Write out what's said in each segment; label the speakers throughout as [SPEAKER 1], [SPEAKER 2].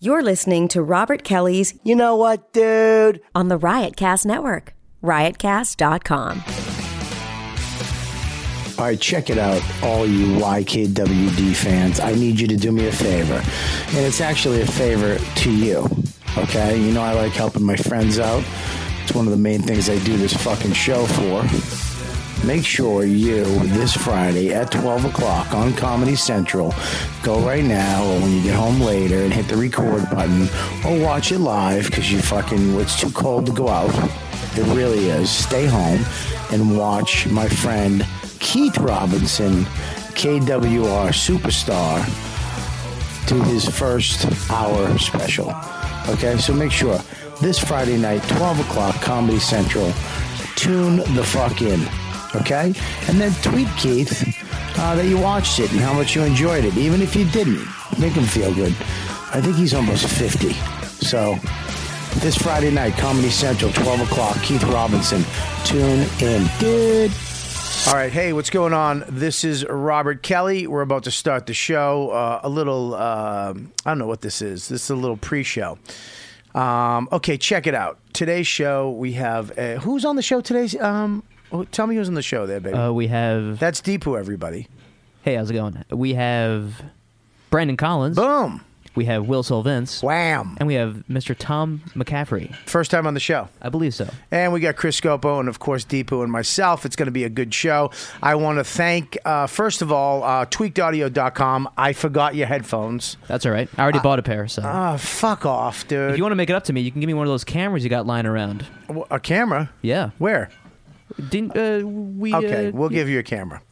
[SPEAKER 1] You're listening to Robert Kelly's
[SPEAKER 2] You know what, dude?
[SPEAKER 1] on the Riotcast Network, riotcast.com.
[SPEAKER 2] All right, check it out, all you YKWD fans. I need you to do me a favor. And it's actually a favor to you, okay? You know, I like helping my friends out. It's one of the main things I do this fucking show for. Make sure you, this Friday at 12 o'clock on Comedy Central, go right now or when you get home later and hit the record button or watch it live because you fucking, it's too cold to go out. It really is. Stay home and watch my friend Keith Robinson, KWR superstar, to his first hour special. Okay, so make sure this Friday night, 12 o'clock, Comedy Central, tune the fuck in. Okay? And then tweet Keith uh, that you watched it and how much you enjoyed it, even if you didn't. Make him feel good. I think he's almost 50. So this Friday night, Comedy Central, 12 o'clock, Keith Robinson, tune in. Dude. All right, hey, what's going on? This is Robert Kelly. We're about to start the show. Uh, a little, uh, I don't know what this is. This is a little pre-show. Um, okay, check it out. Today's show, we have uh who's on the show today? Um, who- tell me who's on the show there, baby.
[SPEAKER 3] Uh, we have
[SPEAKER 2] That's Deepu, everybody.
[SPEAKER 3] hey, how's it going? We have Brandon Collins.
[SPEAKER 2] Boom,
[SPEAKER 3] We have Will Solvents,
[SPEAKER 2] wham!
[SPEAKER 3] and we have Mr. Tom McCaffrey.
[SPEAKER 2] First time on the show.
[SPEAKER 3] I believe so.
[SPEAKER 2] And we got Chris Scopo and, of course, Deepu and myself. It's going to be a good show. I want to thank, uh, first of all, uh, tweakedaudio.com. I forgot your headphones.
[SPEAKER 3] That's all right.
[SPEAKER 2] Uh,
[SPEAKER 3] I already bought a pair, so
[SPEAKER 2] Ah, fuck off, dude.
[SPEAKER 3] if you want to make it up to me, you can give me one of those cameras you got lying around.
[SPEAKER 2] W- A camera?
[SPEAKER 3] Yeah.
[SPEAKER 2] Where?
[SPEAKER 3] Didn't uh, we?
[SPEAKER 2] Okay,
[SPEAKER 3] uh,
[SPEAKER 2] we'll give you a camera.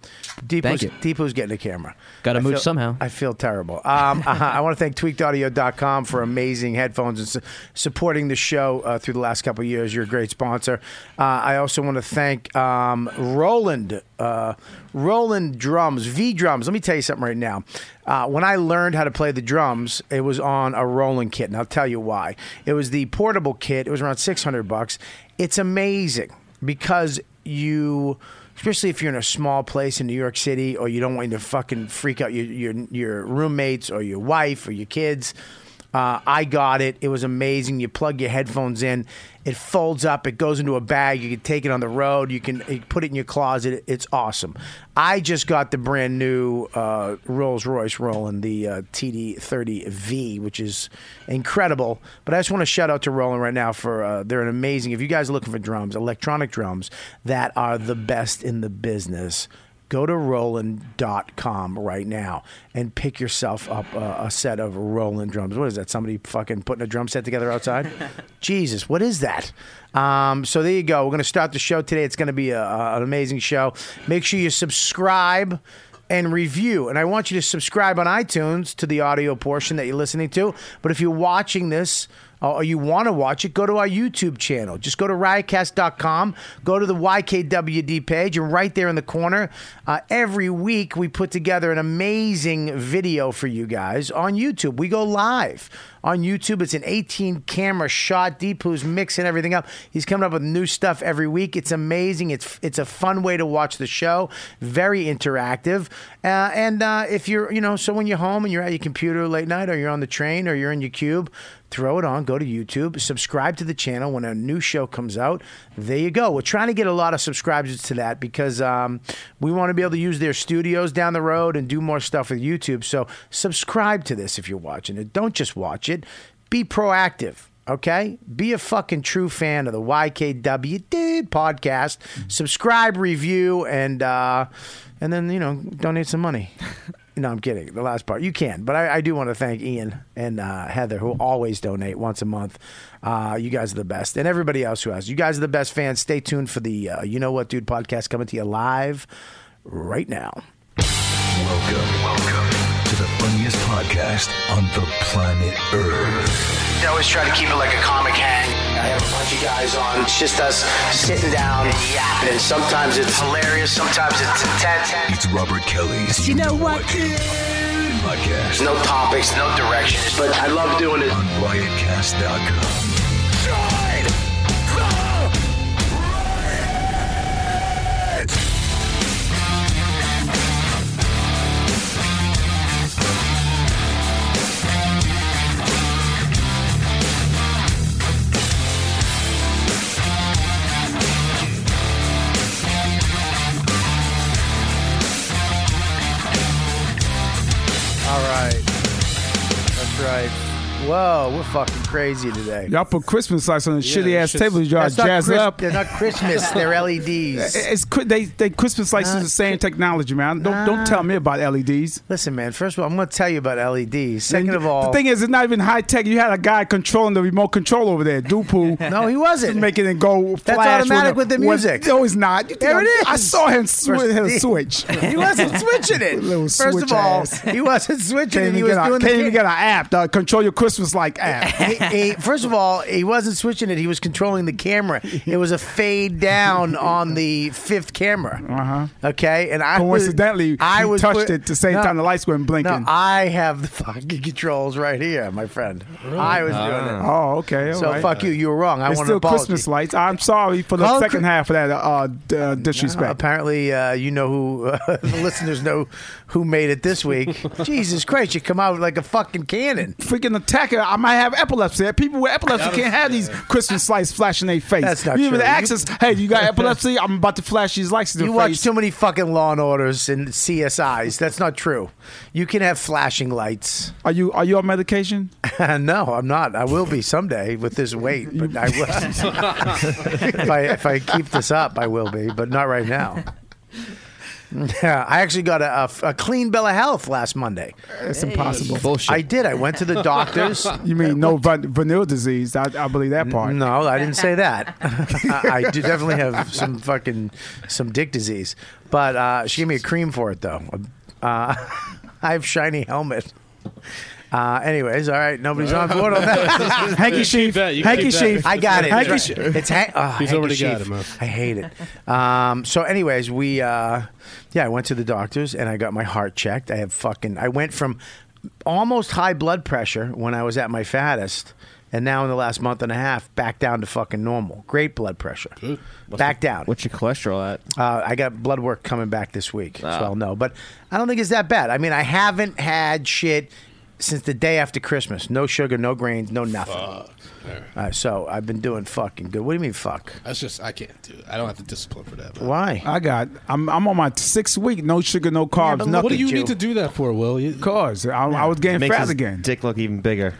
[SPEAKER 2] Deepu's,
[SPEAKER 3] Thank you.
[SPEAKER 2] Deepu's getting a camera.
[SPEAKER 3] Gotta
[SPEAKER 2] I
[SPEAKER 3] mooch
[SPEAKER 2] feel-
[SPEAKER 3] somehow.
[SPEAKER 2] I feel terrible. Um, uh-huh, I want to thank tweakedaudio.com for amazing headphones and su- supporting the show uh, through the last couple of years. You're a great sponsor. Uh, I also want to thank um, Roland, uh, Roland Drums, V Drums. Let me tell you something right now. Uh, when I learned how to play the drums, it was on a Roland kit, and I'll tell you why. It was the portable kit. It was around 600 bucks. It's amazing because you especially if you're in a small place in New York City or you don't want to fucking freak out your your, your roommates or your wife or your kids. Uh, I got it. It was amazing. You plug your headphones in, it folds up, it goes into a bag. You can take it on the road. You can you can put it in your closet. It's awesome. I just got the brand new uh, Rolls Royce Roland, the uh, TD30V, which is incredible. But I just want to shout out to Roland right now for uh, they're an amazing. If you guys are looking for drums, electronic drums that are the best in the business, go to Roland.com right now and pick yourself up a, a set of Roland drums. What is that? Somebody fucking putting a drum set together outside? Jesus, what is that? Um, so there you go. We're going to start the show today. It's going to be a, a- an amazing show. Make sure you subscribe and review. And I want you to subscribe on iTunes to the audio portion that you're listening to. But if you're watching this uh, or you want to watch it, go to our YouTube channel. Just go to riotcast.com, go to the YKWD page, and right there in the corner, uh, every week we put together an amazing video for you guys on YouTube. We go live on YouTube. It's an 18 camera shot. Deepu's mixing everything up. He's coming up with new stuff every week. It's amazing. It's it's a fun way to watch the show. Very interactive. Uh, and uh, if you're you know so when you're home and you're at your computer late night or you're on the train or you're in your cube, throw it on. Go to YouTube. Subscribe to the channel when a new show comes out. There you go. We're trying to get a lot of subscribers to that because um, we want to be able to use their studios down the road and do more stuff with YouTube. So subscribe to this if you're watching it. Don't just watch it. Be proactive. Okay, be a fucking true fan of the YKW dude podcast. Subscribe, review, and uh, and then you know donate some money. No, I'm kidding. The last part you can, but I, I do want to thank Ian and uh, Heather who always donate once a month. Uh, you guys are the best, and everybody else who has. You guys are the best fans. Stay tuned for the uh, you know what dude podcast coming to you live right now.
[SPEAKER 4] Welcome, welcome to the funniest podcast on the planet Earth.
[SPEAKER 5] I always try to keep it like a comic hang. I have a bunch of guys on. It's just us sitting down and yapping. And sometimes it's hilarious, sometimes it's intense.
[SPEAKER 4] It's Robert Kelly's You Know What Dude podcast
[SPEAKER 5] No topics, no directions, but I love doing it.
[SPEAKER 4] on riotcast.com. Join the riot!
[SPEAKER 2] right. That's right. Whoa, we're fucking crazy today.
[SPEAKER 6] Y'all put Christmas lights on the shitty ass
[SPEAKER 7] shit's-
[SPEAKER 6] tables. Y'all
[SPEAKER 2] That's not
[SPEAKER 6] jazz
[SPEAKER 2] Chris-
[SPEAKER 6] up.
[SPEAKER 2] They're not Christmas. They're E LEDs.
[SPEAKER 6] It's cri- they they Christmas lights is the same technology, man. Don't don't tell me about LEDs.
[SPEAKER 2] Listen, man. First of all, I'm going to tell you about LEDs. Second
[SPEAKER 6] And
[SPEAKER 2] of all,
[SPEAKER 6] the thing is, it's not even high tech. You had a guy controlling the remote control over there, Dupu.
[SPEAKER 2] no, he wasn't.
[SPEAKER 6] making it go. Flash
[SPEAKER 2] automatic with the music.
[SPEAKER 6] no, it's not. You think
[SPEAKER 2] There it
[SPEAKER 6] I'm- I
[SPEAKER 2] is.
[SPEAKER 6] saw him sw-
[SPEAKER 2] First-
[SPEAKER 6] hit a switch.
[SPEAKER 2] he wasn't switching it.
[SPEAKER 6] Little
[SPEAKER 2] First
[SPEAKER 6] switch
[SPEAKER 2] of all,
[SPEAKER 6] ass.
[SPEAKER 2] he wasn't switching it.
[SPEAKER 6] Can't
[SPEAKER 2] He
[SPEAKER 6] even
[SPEAKER 2] was
[SPEAKER 6] get a-
[SPEAKER 2] doing the
[SPEAKER 6] can't even
[SPEAKER 2] kick.
[SPEAKER 6] get an app. The control your Christmas like app.
[SPEAKER 2] he, he- first of all, he wasn't switching it. He was controlling the camera. It was a fade down on the fifth camera.
[SPEAKER 6] Uh-huh.
[SPEAKER 2] Okay, and I was-
[SPEAKER 6] Coincidentally, I
[SPEAKER 2] was
[SPEAKER 6] touched
[SPEAKER 2] put-
[SPEAKER 6] it the same
[SPEAKER 2] No,
[SPEAKER 6] time the lights weren't blinking.
[SPEAKER 2] No, I have the fucking controls right here, my friend. I was doing it.
[SPEAKER 6] oh, okay. all
[SPEAKER 2] So
[SPEAKER 6] right.
[SPEAKER 2] fuck you. You were wrong. I
[SPEAKER 6] It's
[SPEAKER 2] want
[SPEAKER 6] still
[SPEAKER 2] an apology.
[SPEAKER 6] Christmas lights. I'm sorry for the
[SPEAKER 2] Call it
[SPEAKER 6] second
[SPEAKER 2] Chri-
[SPEAKER 6] half of that uh, d- uh, disrespect.
[SPEAKER 2] Apparently, uh, you know who uh, the listeners know who made it this week. Jesus Christ, you come out like a fucking cannon.
[SPEAKER 6] Freaking attacker! I might have epilepsy. People with epilepsy can't have these Christmas lights flashing their face.
[SPEAKER 2] That's not
[SPEAKER 6] you even
[SPEAKER 2] true.
[SPEAKER 6] ask us, "Hey, you got epilepsy? I'm about to flash these lights in your
[SPEAKER 2] You
[SPEAKER 6] face."
[SPEAKER 2] watch too many fucking Law and Orders and CSIs. That's not true. You can have flashing lights.
[SPEAKER 6] Are you are you on medication?
[SPEAKER 2] no, I'm not. I will be someday with this weight, but I will. if I if I keep this up, I will be, but not right now. Yeah, I actually got a, a, a clean bill of health last Monday.
[SPEAKER 6] It's impossible.
[SPEAKER 7] Bullshit.
[SPEAKER 2] I did. I went to the doctors.
[SPEAKER 6] You mean no van- venereal disease? I, I believe that part.
[SPEAKER 2] No, I didn't say that. I, I do definitely have some fucking some dick disease, but uh, she gave me a cream for it though. Uh, I have shiny helmet. Uh, anyways, all right, nobody's on board on that.
[SPEAKER 6] Hanky sheaf.
[SPEAKER 7] that. You can
[SPEAKER 6] Hanky
[SPEAKER 7] keep that.
[SPEAKER 6] sheaf.
[SPEAKER 2] I got it.
[SPEAKER 6] Hanky
[SPEAKER 2] It's,
[SPEAKER 6] sheaf.
[SPEAKER 2] it's ha- oh,
[SPEAKER 7] He's already got
[SPEAKER 2] handkerchief.
[SPEAKER 7] it, man.
[SPEAKER 2] I hate it. Um, so, anyways, we uh, yeah, I went to the doctors and I got my heart checked. I have fucking. I went from almost high blood pressure when I was at my fattest, and now in the last month and a half, back down to fucking normal. Great blood pressure. Back down.
[SPEAKER 3] What's your cholesterol at?
[SPEAKER 2] Uh, I got blood work coming back this week, so
[SPEAKER 3] Ah.
[SPEAKER 2] I'll know. But I don't think it's that bad. I mean, I haven't had shit since the day after Christmas. No sugar, no grains, no nothing. Uh, so I've been doing fucking good. What do you mean, fuck?
[SPEAKER 7] That's just I can't do. it. I don't have the discipline for that. man.
[SPEAKER 2] Why?
[SPEAKER 6] I got. I'm, I'm on my sixth week. No sugar, no
[SPEAKER 2] Yeah,
[SPEAKER 6] carbs,
[SPEAKER 2] but
[SPEAKER 6] nothing.
[SPEAKER 7] What do you
[SPEAKER 2] at you.
[SPEAKER 7] need to do that for, Will? You,
[SPEAKER 6] Cause I, I was getting
[SPEAKER 8] Makes
[SPEAKER 6] fat
[SPEAKER 8] his
[SPEAKER 6] again.
[SPEAKER 8] dick look even bigger.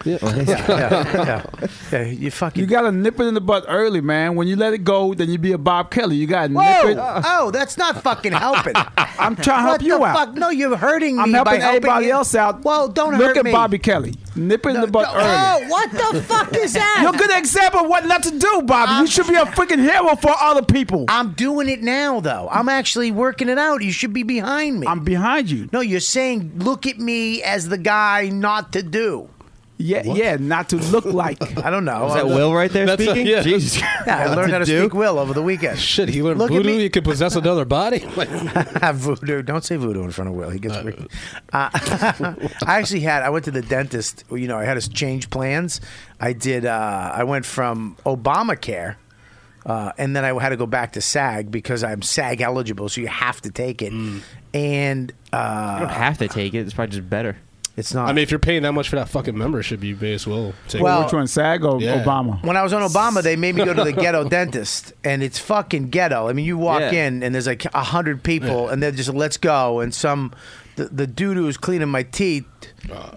[SPEAKER 2] yeah, yeah, yeah. You fucking.
[SPEAKER 6] You gotta nip it in the butt early, man. When you let it go, then you be a Bob Kelly. You gotta nip it.
[SPEAKER 2] Whoa! Oh, that's not fucking helping.
[SPEAKER 6] I'm trying to Uh, help
[SPEAKER 2] what
[SPEAKER 6] you
[SPEAKER 2] the
[SPEAKER 6] out.
[SPEAKER 2] fuck? No, you're hurting me
[SPEAKER 6] I'm
[SPEAKER 2] by
[SPEAKER 6] helping
[SPEAKER 2] helping
[SPEAKER 6] everybody
[SPEAKER 2] you.
[SPEAKER 6] else out.
[SPEAKER 2] Well, don't
[SPEAKER 6] look
[SPEAKER 2] hurt
[SPEAKER 6] at
[SPEAKER 2] me.
[SPEAKER 6] Bobby Kelly. Nip it in the butt
[SPEAKER 2] No,
[SPEAKER 6] early.
[SPEAKER 2] Oh, what the fuck is that?
[SPEAKER 6] You're a good example of what not to do, Bobby.
[SPEAKER 2] I'm-
[SPEAKER 6] you should be a freaking hero for other people. I'm,
[SPEAKER 2] I'm doing it now, though. I'm actually working it out. You should be behind me.
[SPEAKER 6] behind you.
[SPEAKER 2] No, you're saying look at me as the guy not to do.
[SPEAKER 6] Yeah, yeah, not to look like.
[SPEAKER 2] I don't know.
[SPEAKER 8] Is that Will right there
[SPEAKER 7] That's a-
[SPEAKER 8] speaking?
[SPEAKER 7] yeah.
[SPEAKER 8] Jesus.
[SPEAKER 2] Yeah, I learned how to
[SPEAKER 8] do?
[SPEAKER 2] speak Will over the weekend.
[SPEAKER 7] Shit, he learned
[SPEAKER 2] Look at
[SPEAKER 7] voodoo.
[SPEAKER 2] me.
[SPEAKER 7] You can possess another body. Like,
[SPEAKER 2] Have voodoo. Don't say voodoo in front of Will. He gets freaky. Uh, I actually had. I went to the dentist. You know, I had to change plans. I did. Uh, I went from Obamacare. Uh, and then I had to go back to SAG because I'm SAG eligible, so you have to take it.
[SPEAKER 7] Mm.
[SPEAKER 2] And uh,
[SPEAKER 3] You don't have to take it. It's probably just better.
[SPEAKER 2] it's not.
[SPEAKER 7] I mean, if you're paying that much for that fucking membership, you may as well take
[SPEAKER 2] Well,
[SPEAKER 7] it.
[SPEAKER 6] Which one, SAG or
[SPEAKER 7] Yeah.
[SPEAKER 6] Obama?
[SPEAKER 2] when I was on Obama, they made me go to the ghetto dentist, and it's fucking ghetto. I mean, you walk
[SPEAKER 3] Yeah.
[SPEAKER 2] in and there's like a hundred people, and they're just let's go. And some, the, the dude who was cleaning my teeth,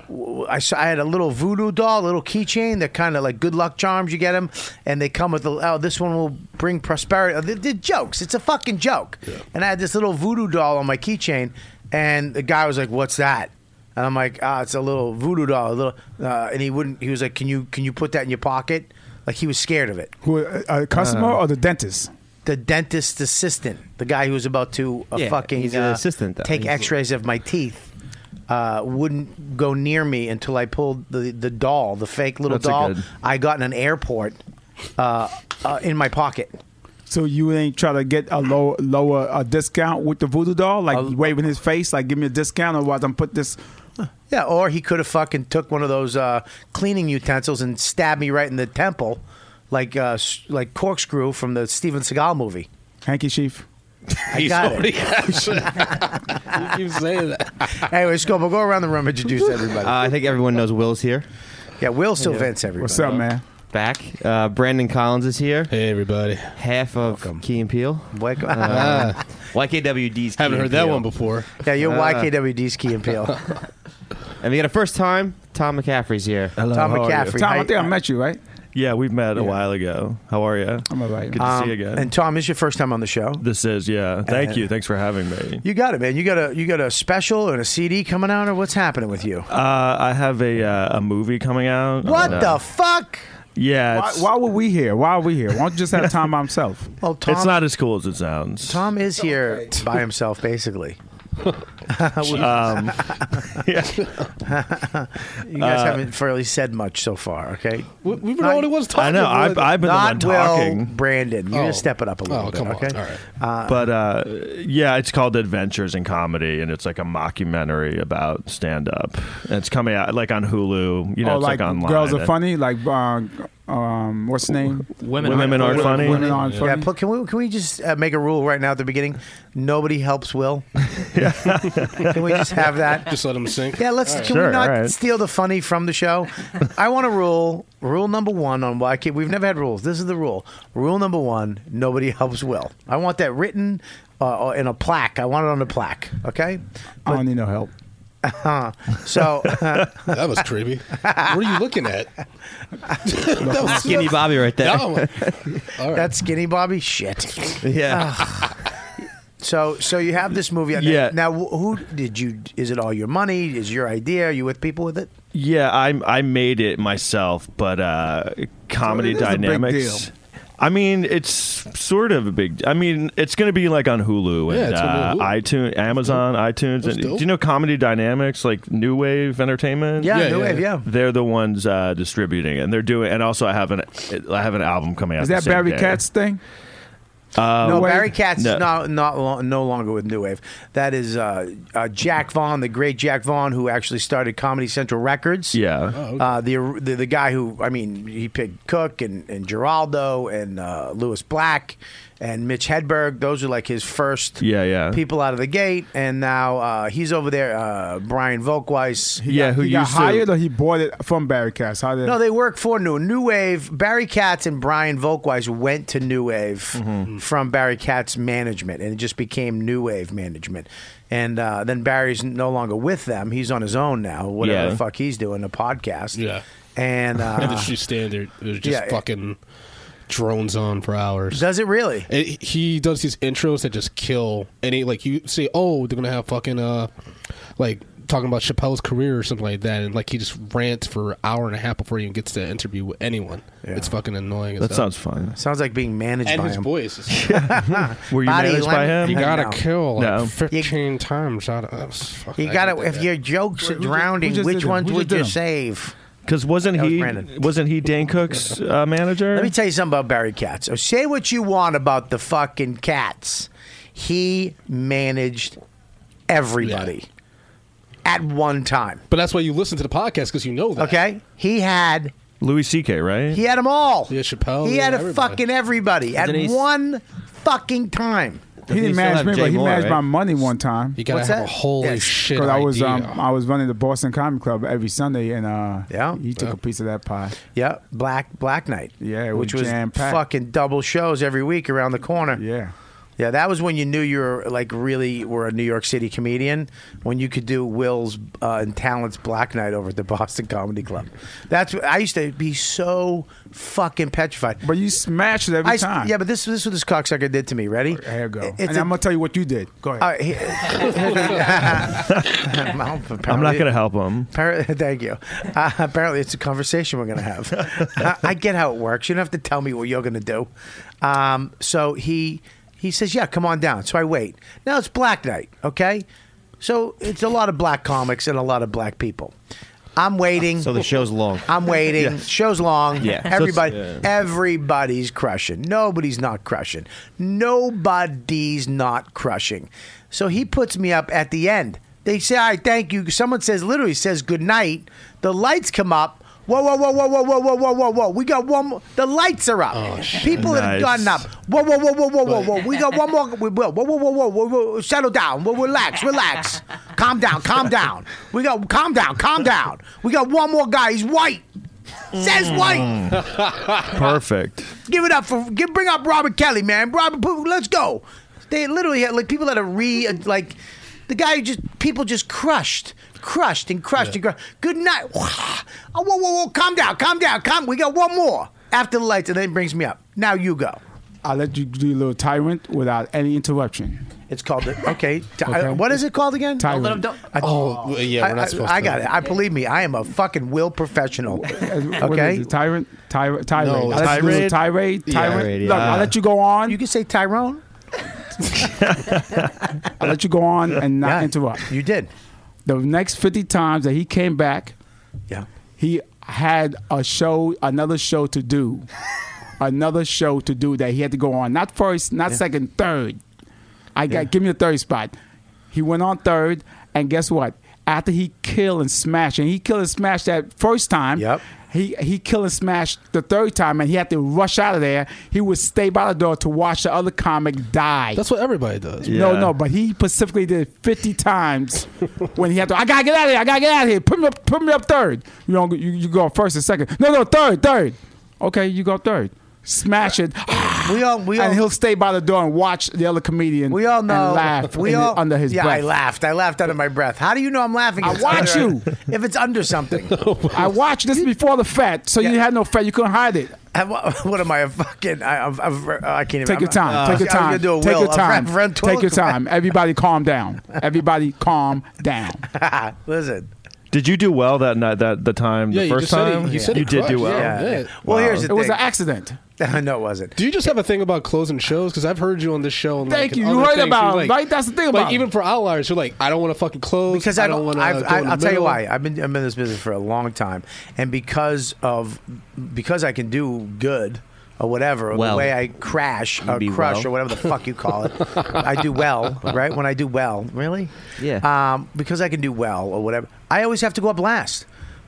[SPEAKER 2] w- I saw I had a little voodoo doll, a little keychain. They're kind of like good luck charms. You get them, and they come with the oh, this one will bring prosperity. Oh, They're, they're jokes. It's a fucking joke. And I had this little voodoo doll on my keychain, and the guy was like, "What's that?" And I'm like, ah, it's a little voodoo doll, a little. Uh, and he wouldn't. He was like, can you can you put that in your pocket? Like he was scared of it.
[SPEAKER 6] Who, a, a customer or the dentist?
[SPEAKER 2] The dentist assistant, the guy who was about to uh,
[SPEAKER 8] Yeah,
[SPEAKER 2] fucking
[SPEAKER 8] he's an
[SPEAKER 2] uh,
[SPEAKER 8] assistant, though.
[SPEAKER 2] take
[SPEAKER 8] He's-
[SPEAKER 2] X-rays of my teeth, uh, wouldn't go near me until I pulled the the doll, the fake little
[SPEAKER 8] That's a
[SPEAKER 2] doll
[SPEAKER 8] good-
[SPEAKER 2] I got in an airport uh, uh, in my pocket.
[SPEAKER 6] So you ain't try to get a low, lower a discount with the voodoo doll, like waving his face, like give me a discount, otherwise I'm put this.
[SPEAKER 2] Yeah, or he could have fucking took one of those uh, cleaning utensils and stabbed me right in the temple, like uh, s- like corkscrew from the Steven Seagal movie.
[SPEAKER 6] Hanky Chief.
[SPEAKER 2] I got it.
[SPEAKER 7] you keep saying that.
[SPEAKER 2] Anyway, Scopo, go around the room, introduce everybody.
[SPEAKER 8] Uh, I think everyone knows Will's here.
[SPEAKER 2] yeah, Will still vents everybody.
[SPEAKER 6] What's up, man?
[SPEAKER 8] Back. Uh, Brandon Collins is here.
[SPEAKER 7] Hey, everybody.
[SPEAKER 8] Half of Key and Peele.
[SPEAKER 2] Welcome.
[SPEAKER 9] Ah.
[SPEAKER 8] Uh, YKWD's Key
[SPEAKER 7] Haven't
[SPEAKER 8] and
[SPEAKER 7] heard that
[SPEAKER 8] Peele.
[SPEAKER 7] one before. Oh,
[SPEAKER 2] yeah, you're YKWD's Key and Peele.
[SPEAKER 9] And we got a first time. Tom McCaffrey's here.
[SPEAKER 10] Hello.
[SPEAKER 2] Tom
[SPEAKER 10] how are you?
[SPEAKER 2] McCaffrey.
[SPEAKER 11] Tom, I
[SPEAKER 2] Hi-
[SPEAKER 11] think I met you, right?
[SPEAKER 10] Yeah, we've met a while ago. How are you?
[SPEAKER 11] I'm all right.
[SPEAKER 10] Good to
[SPEAKER 8] Um,
[SPEAKER 10] see you again.
[SPEAKER 2] Um, And Tom, this is your first time on the show.
[SPEAKER 10] this is yeah. Thank you. Thanks for having me.
[SPEAKER 2] You got it, man. You got a you got a special and a CD coming out, or what's happening with you?
[SPEAKER 10] Uh, I have a uh, a movie coming out.
[SPEAKER 2] What
[SPEAKER 10] Uh,
[SPEAKER 2] the fuck?
[SPEAKER 10] Yeah,
[SPEAKER 11] Why,
[SPEAKER 10] it's,
[SPEAKER 11] why were we here? Why are we here? Why don't you just have Tom by himself?
[SPEAKER 2] Well, Tom,
[SPEAKER 10] it's not as cool as it sounds.
[SPEAKER 2] Tom is here by himself, basically.
[SPEAKER 10] Um, yeah.
[SPEAKER 2] You guys
[SPEAKER 10] Uh,
[SPEAKER 2] haven't fairly said much so far, okay?
[SPEAKER 7] We, we've been
[SPEAKER 2] Not-
[SPEAKER 7] all it was
[SPEAKER 10] I
[SPEAKER 7] talking.
[SPEAKER 10] know. I've, I've been the one
[SPEAKER 2] Not Will,
[SPEAKER 10] talking.
[SPEAKER 2] Brandon. You
[SPEAKER 7] Oh.
[SPEAKER 2] are just step it up a little
[SPEAKER 7] Oh,
[SPEAKER 2] bit,
[SPEAKER 7] come on.
[SPEAKER 2] okay?
[SPEAKER 7] All right.
[SPEAKER 10] but uh, yeah, it's called Adventures in Comedy, and it's like a mockumentary about stand up. It's coming out like on Hulu. You know,
[SPEAKER 11] oh,
[SPEAKER 10] it's
[SPEAKER 11] like,
[SPEAKER 10] like, online.
[SPEAKER 11] girls are
[SPEAKER 10] and-
[SPEAKER 11] funny. Like, uh, um, what's the name?
[SPEAKER 3] Women,
[SPEAKER 10] Women are funny.
[SPEAKER 11] Women aren't
[SPEAKER 2] Yeah,
[SPEAKER 11] funny.
[SPEAKER 2] pl- can we can we just uh, make a rule right now at the beginning? Nobody helps Will. can we just have that?
[SPEAKER 7] Just let him sink.
[SPEAKER 2] Yeah, let's. Can
[SPEAKER 10] Sure,
[SPEAKER 2] we not
[SPEAKER 10] all right.
[SPEAKER 2] steal the funny from the show? I want a rule. Rule number one on why can't we've never had rules. This is the rule. Rule number one: nobody helps Will. I want that written uh, in a plaque. I want it on a plaque. Okay.
[SPEAKER 11] I don't need no help.
[SPEAKER 2] So
[SPEAKER 7] That was creepy. what are you looking at? that was
[SPEAKER 9] Skinny Bobby right there.
[SPEAKER 7] That one. All right.
[SPEAKER 2] that's skinny Bobby. Shit.
[SPEAKER 9] Yeah.
[SPEAKER 2] So so you have this movie. out now.
[SPEAKER 10] Yeah.
[SPEAKER 2] Now wh- who did you? Is it all your money? Is your idea? Are you with people with it?
[SPEAKER 10] Yeah, I I made it myself, but uh, comedy
[SPEAKER 11] So it is a big
[SPEAKER 10] dynamics.
[SPEAKER 11] deal.
[SPEAKER 10] I mean, it's sort of a big. I mean, it's going to be like on Hulu
[SPEAKER 7] Yeah,
[SPEAKER 10] and
[SPEAKER 7] it's gonna
[SPEAKER 10] uh,
[SPEAKER 7] be on Hulu.
[SPEAKER 10] iTunes, Amazon, iTunes.
[SPEAKER 7] That's
[SPEAKER 10] and,
[SPEAKER 7] dope.
[SPEAKER 10] do you know Comedy Dynamics, like New Wave Entertainment?
[SPEAKER 2] Yeah.
[SPEAKER 7] Yeah,
[SPEAKER 2] no,
[SPEAKER 7] yeah,
[SPEAKER 2] yeah.
[SPEAKER 7] yeah.
[SPEAKER 10] they're the ones uh, distributing it, and they're doing. And also, I have an I have an album coming out.
[SPEAKER 11] Is
[SPEAKER 10] the
[SPEAKER 11] that
[SPEAKER 10] same
[SPEAKER 11] Barry
[SPEAKER 10] day.
[SPEAKER 11] Katz thing?
[SPEAKER 2] No,
[SPEAKER 11] Wave?
[SPEAKER 2] Barry Katz
[SPEAKER 10] Uh, No.
[SPEAKER 2] is not, not lo- no longer with New Wave. That is uh, uh, Jack Vaughn, the great Jack Vaughn, who actually started Comedy Central Records.
[SPEAKER 10] Yeah.
[SPEAKER 11] Oh,
[SPEAKER 2] Uh, the, the the guy who I mean he picked Cook and, and Geraldo and uh, Lewis Black and Mitch Hedberg those are like his first
[SPEAKER 10] Yeah, yeah.
[SPEAKER 2] people out of the gate and now uh, he's over there uh, Brian Volkweis
[SPEAKER 10] yeah, who
[SPEAKER 11] he got
[SPEAKER 10] used
[SPEAKER 11] hired
[SPEAKER 10] to?
[SPEAKER 11] or he bought it from Barry Katz? How did?
[SPEAKER 2] no they work for New New Wave Barry Katz and Brian Volkweis went to New Wave from Barry Katz management and it just became New Wave management and uh, then Barry's no longer with them he's on his own now whatever
[SPEAKER 10] Yeah.
[SPEAKER 2] the fuck he's doing a podcast
[SPEAKER 7] Yeah.
[SPEAKER 2] and uh,
[SPEAKER 7] Industry standard. It was just
[SPEAKER 2] Yeah, it-
[SPEAKER 7] fucking drones on for hours.
[SPEAKER 2] Does it really?
[SPEAKER 7] And he does these intros that just kill any like you say oh they're gonna have fucking uh like talking about chappelle's career or something like that and like he just rants for an hour and a half before he even gets to interview with anyone it's fucking annoying as
[SPEAKER 10] That
[SPEAKER 7] hell.
[SPEAKER 10] sounds fun.
[SPEAKER 2] Sounds like being managed
[SPEAKER 7] and
[SPEAKER 2] by
[SPEAKER 7] his
[SPEAKER 2] him.
[SPEAKER 7] voice is-
[SPEAKER 10] Were you
[SPEAKER 2] Body
[SPEAKER 10] managed by
[SPEAKER 2] language.
[SPEAKER 10] him?
[SPEAKER 7] you gotta
[SPEAKER 2] No.
[SPEAKER 7] kill like
[SPEAKER 10] No.
[SPEAKER 7] 15 times out of that was- fuck,
[SPEAKER 2] you
[SPEAKER 7] I
[SPEAKER 2] got to
[SPEAKER 7] hate that
[SPEAKER 2] if
[SPEAKER 7] guy.
[SPEAKER 2] your jokes are
[SPEAKER 11] who just-
[SPEAKER 2] drowning,
[SPEAKER 11] who just
[SPEAKER 2] which
[SPEAKER 11] did him?
[SPEAKER 2] ones
[SPEAKER 11] Who just
[SPEAKER 2] would
[SPEAKER 11] did
[SPEAKER 2] you
[SPEAKER 11] him?
[SPEAKER 2] save?
[SPEAKER 10] Because wasn't
[SPEAKER 2] That was
[SPEAKER 10] he
[SPEAKER 2] Brandon.
[SPEAKER 10] wasn't he Dan Cook's uh, manager?
[SPEAKER 2] Let me tell you something about Barry Katz. So say what you want about the fucking Katz. He managed everybody at one time.
[SPEAKER 7] but that's why you listen to the podcast because you know that
[SPEAKER 2] Okay? He had
[SPEAKER 10] Louis C.K. Right?
[SPEAKER 2] he had them all.
[SPEAKER 7] Yeah, Chappelle,
[SPEAKER 2] He
[SPEAKER 7] yeah,
[SPEAKER 2] had a
[SPEAKER 7] everybody.
[SPEAKER 2] fucking everybody at
[SPEAKER 3] Isn't he-
[SPEAKER 2] one fucking time.
[SPEAKER 11] he
[SPEAKER 9] he
[SPEAKER 11] didn't
[SPEAKER 9] still
[SPEAKER 11] manage
[SPEAKER 9] have
[SPEAKER 11] me,
[SPEAKER 9] Jay
[SPEAKER 11] but he
[SPEAKER 9] Moore,
[SPEAKER 11] managed
[SPEAKER 9] right?
[SPEAKER 11] my money one time.
[SPEAKER 7] you gotta
[SPEAKER 2] What's
[SPEAKER 7] have
[SPEAKER 2] that?
[SPEAKER 7] a holy
[SPEAKER 2] Yes.
[SPEAKER 7] shit
[SPEAKER 11] Because I was
[SPEAKER 7] idea.
[SPEAKER 11] um, I was running the Boston Comedy Club every Sunday, and uh,
[SPEAKER 2] Yeah.
[SPEAKER 11] he took a piece of that pie.
[SPEAKER 2] Yeah, Black Black Night.
[SPEAKER 11] Yeah, it was
[SPEAKER 2] which was
[SPEAKER 11] jam-packed.
[SPEAKER 2] fucking double shows every week around the corner.
[SPEAKER 11] Yeah.
[SPEAKER 2] Yeah, that was when you knew you were like really were a New York City comedian when you could do Will's uh, and Talent's Black Night over at the Boston Comedy Club. That's what I used to be so fucking petrified.
[SPEAKER 11] But you smashed it every
[SPEAKER 2] I,
[SPEAKER 11] time.
[SPEAKER 2] yeah, but this this is what this cocksucker did to me. Ready?
[SPEAKER 11] There you go.
[SPEAKER 2] It's
[SPEAKER 11] and
[SPEAKER 2] a-
[SPEAKER 11] i am I'm gonna tell you what you did. Go ahead.
[SPEAKER 2] all right, he- Well,
[SPEAKER 10] I'm
[SPEAKER 2] apparently-
[SPEAKER 10] not going to help him.
[SPEAKER 2] Apparently, thank you. Uh, apparently, it's a conversation we're going to have. I, I get how it works. You don't have to tell me what you're going to do. Um, so he he says, "Yeah, come on down." So I wait. Now it's Black Night, okay? So it's a lot of black comics and a lot of black people. I'm waiting.
[SPEAKER 9] so the show's long.
[SPEAKER 2] I'm waiting. Show's long.
[SPEAKER 9] Yeah. So it's-
[SPEAKER 2] Everybody, everybody's crushing. Nobody's not crushing. Nobody's not crushing. So he puts me up at the end. They say, "All right, thank you." Someone says, literally says, "Good night." The lights come up. Whoa, whoa, whoa, whoa, whoa, whoa, whoa, whoa, whoa, whoa. We got one more. The lights are up.
[SPEAKER 9] Oh,
[SPEAKER 2] People have
[SPEAKER 10] Nice.
[SPEAKER 2] gotten up. Whoa, whoa, whoa, whoa, whoa, whoa, whoa. We got one more. We will. Whoa, whoa, whoa, whoa, whoa, whoa. Settle down. Whoa, relax, relax. Calm down, calm down. We got, calm down, calm down. We got one more guy. He's white. Says white.
[SPEAKER 10] Perfect.
[SPEAKER 2] Give it up for give, bring up Robert Kelly, man. Robert, Pu- let's go. They literally had like people that are re like the guy who just people just crushed, crushed and crushed and crushed. Good night. Oh, whoa, whoa, whoa. Calm down. Calm down. Calm. We got one more after the lights, and then it brings me up. Now you go.
[SPEAKER 6] I'll let you do your little tyrant without any interruption.
[SPEAKER 2] It's called the okay. Ti- What is it called again?
[SPEAKER 6] Tyrant.
[SPEAKER 12] Let him don't.
[SPEAKER 7] Oh, well, yeah,
[SPEAKER 2] I,
[SPEAKER 7] we're not
[SPEAKER 2] I-
[SPEAKER 7] supposed
[SPEAKER 2] I
[SPEAKER 7] to.
[SPEAKER 2] got it. I believe me. I am a fucking will professional.
[SPEAKER 6] What is
[SPEAKER 2] Okay.
[SPEAKER 6] it? Tyrant? Tyra, tirade.
[SPEAKER 7] No,
[SPEAKER 6] I'll let you do your tirade? Tyrant?
[SPEAKER 8] Tirade,
[SPEAKER 6] Look,
[SPEAKER 8] yeah.
[SPEAKER 6] I'll let you go on.
[SPEAKER 2] You can say Tyrone.
[SPEAKER 6] I'll let you go on and not
[SPEAKER 2] Yeah.
[SPEAKER 6] interrupt.
[SPEAKER 2] You did.
[SPEAKER 6] The next 50 times that he came back,
[SPEAKER 2] Yeah.
[SPEAKER 6] he had a show, another show to do, another show to do that he had to go on. Not first, not second, third. I got give me the third spot. He went on third, and guess what? After he killed and smashed, and he killed and smashed that first time.
[SPEAKER 2] Yep.
[SPEAKER 6] He he killed and smashed the third time, and he had to rush out of there. He would stay by the door to watch the other comic die.
[SPEAKER 7] That's what everybody does.
[SPEAKER 6] No,
[SPEAKER 10] Yeah.
[SPEAKER 6] no, but he specifically did it 50 times when he had to. I gotta get out of here. I gotta get out of here. Put me up. Put me up third. You don't. You, you go up first and second. No, no, third, third. Okay, you go third. Smash it,
[SPEAKER 2] We all. We all.
[SPEAKER 6] and he'll stay by the door and watch the other comedian.
[SPEAKER 2] we all know.
[SPEAKER 6] And laugh.
[SPEAKER 2] We
[SPEAKER 6] in-
[SPEAKER 2] all
[SPEAKER 6] under his
[SPEAKER 2] yeah,
[SPEAKER 6] breath.
[SPEAKER 2] I laughed. I laughed under my breath. How do you know I'm laughing?
[SPEAKER 6] I
[SPEAKER 2] If it's
[SPEAKER 6] watch
[SPEAKER 2] under-
[SPEAKER 6] you.
[SPEAKER 2] If it's under something.
[SPEAKER 6] I watched this before the fat, so you
[SPEAKER 2] Yeah.
[SPEAKER 6] had no fat. You couldn't hide it.
[SPEAKER 2] I- what am I? A fucking. I, I've, I've, I can't even.
[SPEAKER 6] Take your
[SPEAKER 2] I'm- Uh,
[SPEAKER 6] time.
[SPEAKER 2] I
[SPEAKER 6] Take
[SPEAKER 2] was-
[SPEAKER 6] your
[SPEAKER 2] I was gonna
[SPEAKER 6] time.
[SPEAKER 2] do a
[SPEAKER 6] Take
[SPEAKER 2] will.
[SPEAKER 6] your
[SPEAKER 2] A
[SPEAKER 6] time.
[SPEAKER 2] Ren- Ren
[SPEAKER 6] Take your
[SPEAKER 2] Tolokwa-
[SPEAKER 6] time. Everybody, calm down. Everybody, calm down.
[SPEAKER 2] Listen.
[SPEAKER 10] Did you do well that night? That the time,
[SPEAKER 7] Yeah,
[SPEAKER 10] the
[SPEAKER 7] you
[SPEAKER 10] first
[SPEAKER 7] just said
[SPEAKER 10] time,
[SPEAKER 7] it, you said it
[SPEAKER 10] did do
[SPEAKER 7] crushed,
[SPEAKER 10] well.
[SPEAKER 7] yeah.
[SPEAKER 2] Yeah. Well, here's the
[SPEAKER 6] It was an
[SPEAKER 2] thing.
[SPEAKER 6] accident.
[SPEAKER 2] no, it wasn't.
[SPEAKER 7] Do you just have a thing about closing shows? Because I've heard you on this show. And,
[SPEAKER 6] Thank
[SPEAKER 7] like,
[SPEAKER 6] you.
[SPEAKER 7] and
[SPEAKER 6] You
[SPEAKER 7] other
[SPEAKER 6] heard
[SPEAKER 7] things,
[SPEAKER 6] about
[SPEAKER 7] you're
[SPEAKER 6] it, right? That's the thing about
[SPEAKER 7] like,
[SPEAKER 6] it.
[SPEAKER 7] even for outliers, you're like, I don't want to fucking close
[SPEAKER 2] because I don't.
[SPEAKER 7] want
[SPEAKER 2] I've,
[SPEAKER 7] to.
[SPEAKER 2] I, I'll tell you why. I've been. I'm in this business for a long time, and because of because I can do good or whatever. or The
[SPEAKER 12] Well.
[SPEAKER 2] way I crash or
[SPEAKER 8] be
[SPEAKER 2] crush
[SPEAKER 8] well.
[SPEAKER 2] or whatever the fuck you call it, I do well. Right when I do well, really.
[SPEAKER 8] Yeah.
[SPEAKER 2] Um, because I can do well or whatever, I always have to go up last.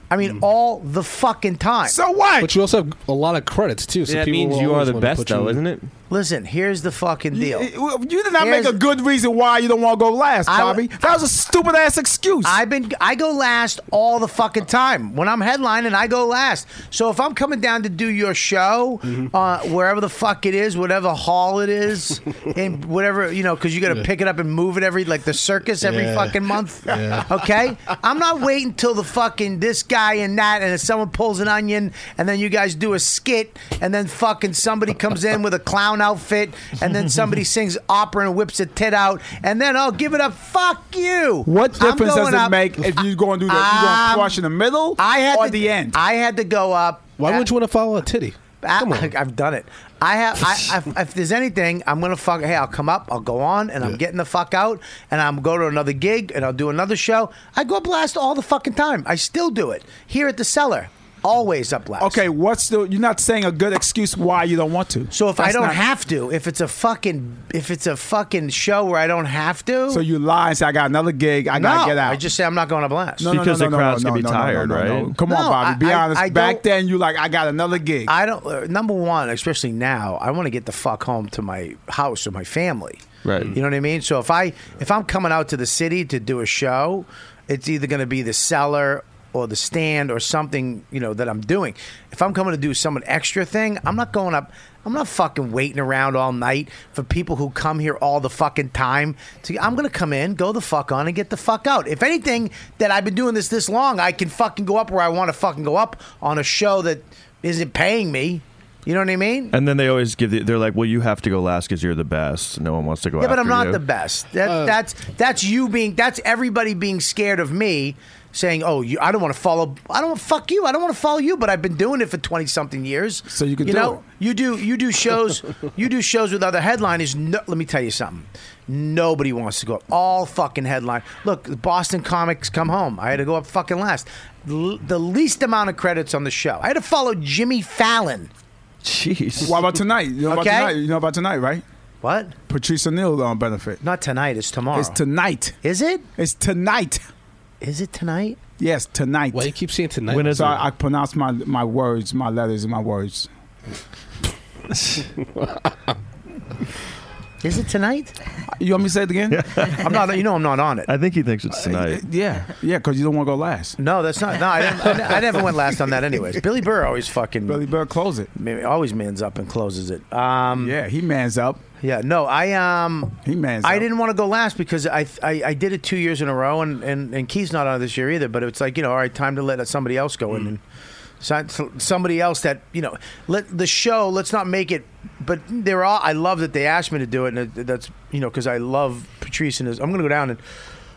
[SPEAKER 2] I mean, all the fucking time.
[SPEAKER 6] So what?
[SPEAKER 7] But you also have a lot of credits too. So
[SPEAKER 8] that
[SPEAKER 7] people
[SPEAKER 8] means
[SPEAKER 7] will
[SPEAKER 8] you are
[SPEAKER 7] always
[SPEAKER 8] the
[SPEAKER 7] want to
[SPEAKER 8] best,
[SPEAKER 7] put you
[SPEAKER 8] though,
[SPEAKER 7] in.
[SPEAKER 8] isn't it?
[SPEAKER 2] Listen, here's the fucking deal.
[SPEAKER 6] Eh, You did not
[SPEAKER 2] Here's-
[SPEAKER 6] make a good reason why you don't want to go last,
[SPEAKER 2] I-
[SPEAKER 6] Bobby. that was a stupid ass excuse.
[SPEAKER 2] I've been I go last all the fucking time when I'm headlining. I go last. So if I'm coming down to do your show,
[SPEAKER 7] Mm-hmm.
[SPEAKER 2] uh, wherever the fuck it is, whatever hall it is, and whatever you know, because you got to pick it up and move it every like the circus every
[SPEAKER 7] Yeah.
[SPEAKER 2] fucking month.
[SPEAKER 7] Yeah.
[SPEAKER 2] Okay, I'm not waiting till the fucking this guy and that, and if someone pulls an onion, and then you guys do a skit, and then fucking somebody comes in with a clown outfit, and then somebody sings opera and whips a tit out, and then I'll give it up. Fuck you.
[SPEAKER 6] what
[SPEAKER 2] I'm
[SPEAKER 6] difference does
[SPEAKER 2] going
[SPEAKER 6] it
[SPEAKER 2] up-
[SPEAKER 6] make if you go and do that? You going
[SPEAKER 2] Um,
[SPEAKER 6] to crush in the middle
[SPEAKER 2] I had
[SPEAKER 6] or
[SPEAKER 2] to,
[SPEAKER 6] the end?
[SPEAKER 2] I had to go up.
[SPEAKER 7] Why would you want to follow a titty?
[SPEAKER 2] I,
[SPEAKER 7] Come on.
[SPEAKER 2] I, have done it. I have. I, I, if there's anything, I'm gonna fuck. Hey, I'll come up. I'll go on, and I'm getting the fuck out, and I'm go to another gig, and I'll do another show. I go up last all the fucking time. I still do it here at the cellar. Always up last.
[SPEAKER 6] okay, what's the? You're not saying a good excuse why you don't want to.
[SPEAKER 2] So if I
[SPEAKER 6] That's
[SPEAKER 2] don't
[SPEAKER 6] not-
[SPEAKER 2] have to, if it's a fucking, if it's a fucking show where I don't have to,
[SPEAKER 6] so you lie and say I got another gig, I
[SPEAKER 2] no,
[SPEAKER 6] gotta get out.
[SPEAKER 2] I just say I'm not going up last.
[SPEAKER 6] No, no, no,
[SPEAKER 10] Because
[SPEAKER 6] no,
[SPEAKER 10] the
[SPEAKER 6] no,
[SPEAKER 10] crowd's
[SPEAKER 6] no,
[SPEAKER 10] gonna be
[SPEAKER 6] no, no, no,
[SPEAKER 10] tired,
[SPEAKER 6] no, no,
[SPEAKER 10] right?
[SPEAKER 6] no. Come
[SPEAKER 2] No,
[SPEAKER 6] on,
[SPEAKER 2] I-
[SPEAKER 6] Bobby. Be
[SPEAKER 2] I-
[SPEAKER 6] honest.
[SPEAKER 2] I don't-
[SPEAKER 6] Back then, you like I got another gig.
[SPEAKER 2] I don't. uh, Number one, especially now, I want to get the fuck home to my house or my family.
[SPEAKER 8] Right.
[SPEAKER 2] You know what I mean. So if I if I'm coming out to the city to do a show, it's either going to be the cellar or the stand or something you know that I'm doing. If I'm coming to do some extra thing, I'm not going up. I'm not fucking waiting around all night for people who come here all the fucking time. To, I'm gonna come in, go the fuck on, and get the fuck out. If anything, that I've been doing this this long, I can fucking go up where I want to fucking go up on a show that isn't paying me. You know what I mean?
[SPEAKER 10] And then they always give. The, they're like, "Well, you have to go last because you're the best. No one wants to go."
[SPEAKER 2] Yeah, but I'm
[SPEAKER 10] after
[SPEAKER 2] not
[SPEAKER 10] you."
[SPEAKER 2] the best. That,
[SPEAKER 6] Uh,
[SPEAKER 2] that's that's you being. That's everybody being scared of me, saying, "Oh, you, I don't want to follow. I don't fuck you. I don't want to follow you." But I've been doing it for twenty something years.
[SPEAKER 6] So you can
[SPEAKER 2] you
[SPEAKER 6] do
[SPEAKER 2] know
[SPEAKER 6] it.
[SPEAKER 2] you do you do shows you do shows with other headliners. No, let me tell you something. Nobody wants to go up. All fucking headline. Look, the Boston comics come home. I had to go up fucking last. L- the least amount of credits on the show. I had to follow Jimmy Fallon.
[SPEAKER 10] Jeez.
[SPEAKER 6] What about tonight? You know about
[SPEAKER 2] Okay.
[SPEAKER 6] tonight? You know about tonight, right?
[SPEAKER 2] What?
[SPEAKER 6] Patrice O'Neill on benefit.
[SPEAKER 2] Not tonight. It's tomorrow.
[SPEAKER 6] It's tonight.
[SPEAKER 2] Is it?
[SPEAKER 6] It's tonight.
[SPEAKER 2] Is it tonight?
[SPEAKER 6] Yes, tonight.
[SPEAKER 7] Why you keep saying tonight?
[SPEAKER 10] When is
[SPEAKER 6] So
[SPEAKER 10] it?
[SPEAKER 6] I, I pronounce my my words, my letters, and my words.
[SPEAKER 2] Is it tonight?
[SPEAKER 6] You want me to say it again?
[SPEAKER 2] I'm not. You know, I'm not on it.
[SPEAKER 10] I think he thinks
[SPEAKER 6] Uh,
[SPEAKER 10] it's tonight.
[SPEAKER 6] yeah, yeah, because you don't want to go last.
[SPEAKER 2] No, that's not. No, I, didn't, I ne- I never went last on that. Anyways, Billy Burr always fucking
[SPEAKER 6] Billy Bird, close it.
[SPEAKER 2] always mans up and closes it. Um,
[SPEAKER 6] Yeah, he mans up.
[SPEAKER 2] Yeah, no, I um,
[SPEAKER 6] He mans
[SPEAKER 2] I
[SPEAKER 6] up.
[SPEAKER 2] didn't want to go last because I, I I did it two years in a row, and and and Key's not on this year either. But it's like you know, all right, time to let somebody else go
[SPEAKER 6] Mm.
[SPEAKER 2] in and. so- so- Somebody else that you know, let the show. Let's not make it. But they're all. I love that they asked me to do it, and it- that's you know because I love Patrice and his. I'm gonna go down and.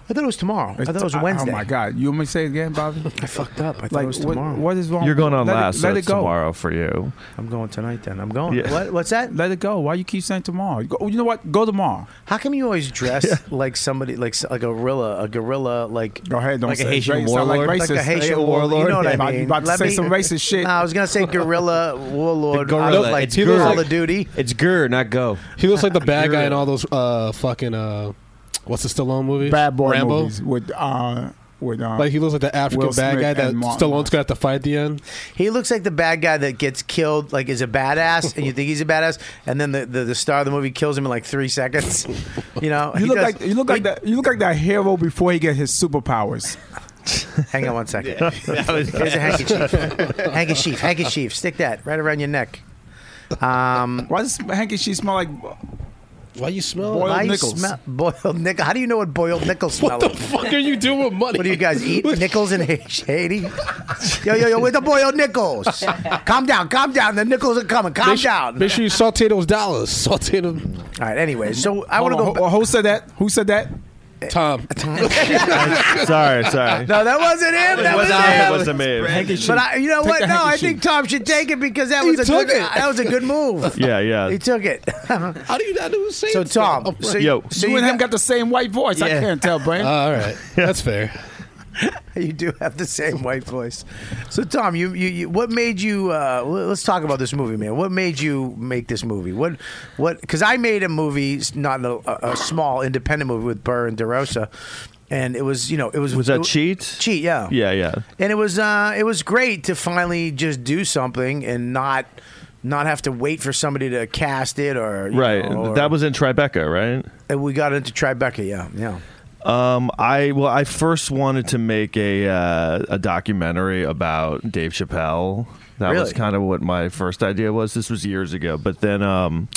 [SPEAKER 2] I thought it was tomorrow. I thought it was Wednesday.
[SPEAKER 6] Oh my God! You want me to say it again, Bobby?
[SPEAKER 2] I fucked up. I thought
[SPEAKER 6] like
[SPEAKER 2] it was
[SPEAKER 6] what,
[SPEAKER 2] tomorrow.
[SPEAKER 6] what is wrong?
[SPEAKER 10] You're going on
[SPEAKER 6] let
[SPEAKER 10] last,
[SPEAKER 6] It,
[SPEAKER 10] so
[SPEAKER 6] let
[SPEAKER 10] it's
[SPEAKER 6] it go.
[SPEAKER 10] tomorrow for you.
[SPEAKER 2] I'm going tonight. Then I'm going.
[SPEAKER 10] Yeah.
[SPEAKER 2] What, what's that?
[SPEAKER 6] Let it go. Why you keep saying tomorrow? You go- oh, you know what? Go tomorrow.
[SPEAKER 2] How come you always dress like somebody like s- a gorilla, a gorilla like
[SPEAKER 6] Go ahead. Don't
[SPEAKER 8] Like a
[SPEAKER 6] say
[SPEAKER 8] Haitian
[SPEAKER 6] it. Sound
[SPEAKER 8] warlord?
[SPEAKER 6] Like
[SPEAKER 2] like
[SPEAKER 6] racist.
[SPEAKER 2] a Haitian
[SPEAKER 8] Haitian
[SPEAKER 2] warlord? You
[SPEAKER 8] warlord.
[SPEAKER 2] know what
[SPEAKER 6] Yeah,
[SPEAKER 2] I
[SPEAKER 6] about-
[SPEAKER 2] mean?
[SPEAKER 6] about to say some racist shit.
[SPEAKER 2] No, I was gonna say gorilla warlord.
[SPEAKER 8] The
[SPEAKER 2] I
[SPEAKER 8] gorilla.
[SPEAKER 2] was like
[SPEAKER 8] It's gorilla.
[SPEAKER 2] Call of Duty.
[SPEAKER 8] It's gur, not go.
[SPEAKER 7] He looks like the bad guy in all those uh, fucking uh, what's the Stallone movies?
[SPEAKER 6] Bad boy
[SPEAKER 7] Rambo.
[SPEAKER 6] movies with uh with uh.
[SPEAKER 7] Like he looks like the African
[SPEAKER 6] Will
[SPEAKER 7] bad
[SPEAKER 6] Smith
[SPEAKER 7] guy that
[SPEAKER 6] and Martin
[SPEAKER 7] Stallone's gonna have to fight at the end.
[SPEAKER 2] He looks like the bad guy that gets killed, like is a badass, and you think he's a badass, and then the, the, the star of the movie kills him in like three seconds. You know,
[SPEAKER 6] you
[SPEAKER 2] He
[SPEAKER 6] look
[SPEAKER 2] does-
[SPEAKER 6] like you look like that. You look like that hero before he get his superpowers.
[SPEAKER 2] Hang on one second. Here's a handkerchief. handkerchief, handkerchief. Stick that right around your neck. Um,
[SPEAKER 6] Why does Hanky she smell like?
[SPEAKER 7] Why you smell?
[SPEAKER 6] Boiled
[SPEAKER 2] why you
[SPEAKER 6] nickels.
[SPEAKER 2] smell- boiled nickel. How do you know what boiled nickels smell
[SPEAKER 7] What the
[SPEAKER 2] like?
[SPEAKER 7] fuck are you doing with money?
[SPEAKER 2] What do you guys eat? Nickels in Haiti? Yo, yo, yo, with the boiled nickels. calm down, calm down. The nickels are coming. Calm
[SPEAKER 7] Make su-
[SPEAKER 2] down.
[SPEAKER 7] Make sure you saute those dollars. Saute them,
[SPEAKER 2] All right, anyway, so I want to go.
[SPEAKER 6] Hold on, who, who said that? Who said that?
[SPEAKER 7] Tom.
[SPEAKER 10] sorry, sorry.
[SPEAKER 2] no, that wasn't him. That was
[SPEAKER 10] wasn't
[SPEAKER 2] him.
[SPEAKER 10] me, it wasn't me.
[SPEAKER 2] But I, you know what?
[SPEAKER 6] the
[SPEAKER 2] No, I
[SPEAKER 6] handkerchief.
[SPEAKER 2] think Tom should take it because that was a
[SPEAKER 7] took
[SPEAKER 2] good.
[SPEAKER 7] it.
[SPEAKER 2] That was a good move.
[SPEAKER 10] Yeah, yeah.
[SPEAKER 2] he took it.
[SPEAKER 7] How do you not know who's saying
[SPEAKER 2] so
[SPEAKER 7] stuff?
[SPEAKER 2] Tom,
[SPEAKER 7] Oh,
[SPEAKER 2] so,
[SPEAKER 10] Yo.
[SPEAKER 2] so
[SPEAKER 6] you
[SPEAKER 2] you,
[SPEAKER 6] and him
[SPEAKER 2] got,
[SPEAKER 6] got the same white voice. I
[SPEAKER 8] Yeah.
[SPEAKER 6] can't tell, Brian.
[SPEAKER 7] all right, that's fair.
[SPEAKER 2] you do have the same white voice. So Tom, you, you, you what made you? Uh, l- let's talk about this movie, man. What made you make this movie? What what? Because I made a movie, s- not a, a, a small independent movie with Burr and DeRosa, and it was you know it was
[SPEAKER 10] Was
[SPEAKER 2] it-
[SPEAKER 10] that cheat?
[SPEAKER 2] Cheat, yeah,
[SPEAKER 10] Yeah, yeah.
[SPEAKER 2] and it was uh, it was great to finally just do something and not not have to wait for somebody to cast it or you
[SPEAKER 10] Right.
[SPEAKER 2] know, or-
[SPEAKER 10] that was in Tribeca, right?
[SPEAKER 2] and we got into Tribeca yeah yeah
[SPEAKER 10] Um, I well, I first wanted to make a uh, a documentary about Dave Chappelle. That
[SPEAKER 2] Really?
[SPEAKER 10] was kind of what my first idea was. This was years ago, but then um,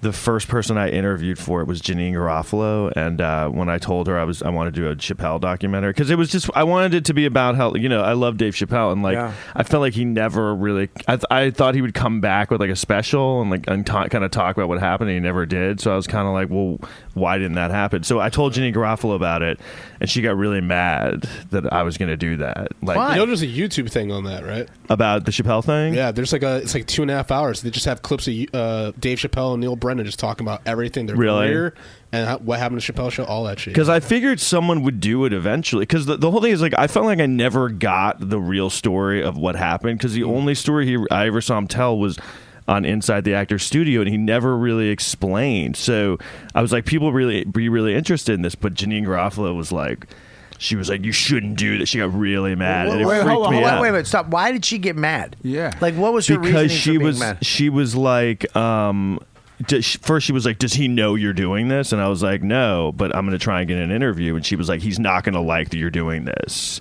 [SPEAKER 10] the first person I interviewed for it was Janine Garofalo, and uh, when I told her I was I wanted to do a Chappelle documentary because it was just I wanted it to be about how you know I love Dave Chappelle and like
[SPEAKER 2] Yeah.
[SPEAKER 10] I felt like he never really I, th- I thought he would come back with like a special and like and ta- kind of talk about what happened and he never did so I was kind of like well why didn't that happen so I told Jenny Garofalo about it and she got really mad that I was going to do that like
[SPEAKER 2] Why?
[SPEAKER 7] You know, there's a YouTube thing on that, right?
[SPEAKER 10] about the Chappelle thing
[SPEAKER 7] Yeah, there's like a it's like two and a half hours. They just have clips of uh, Dave Chappelle and Neil Brennan just talking about everything, their
[SPEAKER 10] Really?
[SPEAKER 7] career, and how, what happened to Chappelle show, all that shit.
[SPEAKER 10] Because I figured someone would do it eventually. Because the, the whole thing is like, I felt like I never got the real story of what happened. Because the only story he, I ever saw him tell was on Inside the Actor's Studio, and he never really explained. So I was like, people really be really interested in this. But Janine Garofalo was like, she was like, you shouldn't do this. She got really mad. and it
[SPEAKER 6] wait,
[SPEAKER 10] freaked
[SPEAKER 6] hold on,
[SPEAKER 10] me
[SPEAKER 2] Hold on,
[SPEAKER 10] out
[SPEAKER 2] wait a minute stop why did she get mad
[SPEAKER 6] Yeah.
[SPEAKER 2] like what was her reasoning
[SPEAKER 10] because
[SPEAKER 2] for
[SPEAKER 10] she
[SPEAKER 2] being
[SPEAKER 10] was
[SPEAKER 2] mad?
[SPEAKER 10] she was like um does she- first she was like does he know you're doing this and i was like no but i'm gonna try and get an interview and she was like he's not gonna like that you're doing this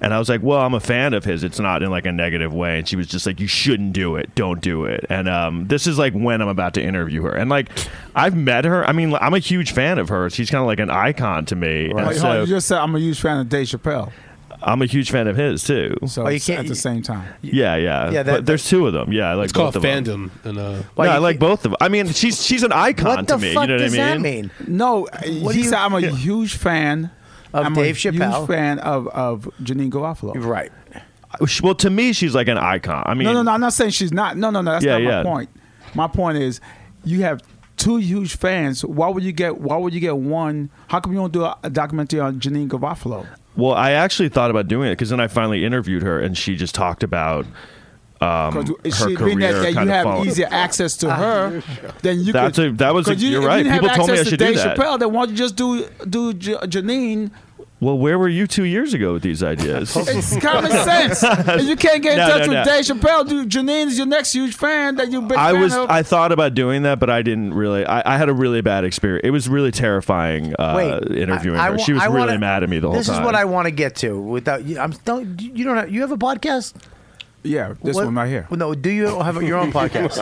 [SPEAKER 10] and i was like well i'm a fan of his it's not in like a negative way and she was just like you shouldn't do it don't do it and um, this is like when i'm about to interview her and like i've met her i mean i'm a huge fan of hers she's kind of like an icon to me And
[SPEAKER 6] Like,
[SPEAKER 10] so-
[SPEAKER 6] oh, you just said I'm a huge fan of Dave Chappelle.
[SPEAKER 10] i'm a huge fan of his too
[SPEAKER 6] So
[SPEAKER 2] Oh, you
[SPEAKER 6] it's
[SPEAKER 2] can't-
[SPEAKER 6] at the same time,
[SPEAKER 10] yeah yeah
[SPEAKER 2] Yeah, that-
[SPEAKER 10] but there's two of them yeah I like
[SPEAKER 7] it's called
[SPEAKER 10] both of them.
[SPEAKER 7] fandom, and uh,
[SPEAKER 10] no,
[SPEAKER 2] you
[SPEAKER 10] I like
[SPEAKER 2] thi-
[SPEAKER 10] both of them. I mean, she's she's an icon
[SPEAKER 2] what
[SPEAKER 10] to
[SPEAKER 2] the
[SPEAKER 10] me.
[SPEAKER 2] fuck
[SPEAKER 10] you know
[SPEAKER 2] does
[SPEAKER 10] what I
[SPEAKER 2] that
[SPEAKER 10] mean?
[SPEAKER 2] mean
[SPEAKER 6] no,
[SPEAKER 2] What
[SPEAKER 6] he
[SPEAKER 2] do you-
[SPEAKER 6] said I'm a huge fan
[SPEAKER 2] Of
[SPEAKER 6] I'm a
[SPEAKER 2] Dave Chappelle.
[SPEAKER 6] Huge fan of of Janine Garofalo.
[SPEAKER 2] right
[SPEAKER 10] Well, to me, she's like an icon. I mean,
[SPEAKER 6] No, no, no. I'm not saying she's not. No, no, no. That's
[SPEAKER 10] Yeah,
[SPEAKER 6] not my
[SPEAKER 10] yeah.
[SPEAKER 6] point. My point is, you have two huge fans. Why would you get? Why would you get one? How come you don't do a, a documentary on Janine Garofalo?
[SPEAKER 10] Well, I actually thought about doing it because then I finally interviewed her, and she just talked about
[SPEAKER 6] Because
[SPEAKER 10] Mm. her
[SPEAKER 6] she being
[SPEAKER 10] career
[SPEAKER 6] that, that
[SPEAKER 10] kind
[SPEAKER 6] you
[SPEAKER 10] of
[SPEAKER 6] have
[SPEAKER 10] followed-
[SPEAKER 6] easier access to her, then you
[SPEAKER 10] That's
[SPEAKER 6] could.
[SPEAKER 10] a- that was a-
[SPEAKER 6] 'cause you,
[SPEAKER 10] you're
[SPEAKER 6] if
[SPEAKER 10] right.
[SPEAKER 6] You didn't have
[SPEAKER 10] People told me I
[SPEAKER 6] access
[SPEAKER 10] should
[SPEAKER 6] to
[SPEAKER 10] do
[SPEAKER 6] Dave
[SPEAKER 10] that.
[SPEAKER 6] Chappelle. Then why don't you just do do J- Janine?
[SPEAKER 10] well, where were you two years ago with these ideas?
[SPEAKER 6] It's common sense. if you can't get in
[SPEAKER 10] No,
[SPEAKER 6] touch
[SPEAKER 10] no,
[SPEAKER 6] with
[SPEAKER 10] no.
[SPEAKER 6] Dave Chappelle, dude, Janine is your next huge fan that you've been.
[SPEAKER 10] I
[SPEAKER 6] fan
[SPEAKER 10] was
[SPEAKER 6] Of.
[SPEAKER 10] I thought about doing that, but I didn't really. I, I had a really bad experience. It was really terrifying uh,
[SPEAKER 2] Wait,
[SPEAKER 10] interviewing
[SPEAKER 2] I- I
[SPEAKER 10] her.
[SPEAKER 2] wa-
[SPEAKER 10] She was
[SPEAKER 2] I
[SPEAKER 10] really
[SPEAKER 2] wanna-
[SPEAKER 10] mad at me the whole
[SPEAKER 2] this
[SPEAKER 10] time.
[SPEAKER 2] is what I want to get to. Without you, I'm don't you don't have, you have a podcast?
[SPEAKER 6] Yeah, this
[SPEAKER 2] What-
[SPEAKER 6] one right here.
[SPEAKER 2] Well, no, do you have your own podcast?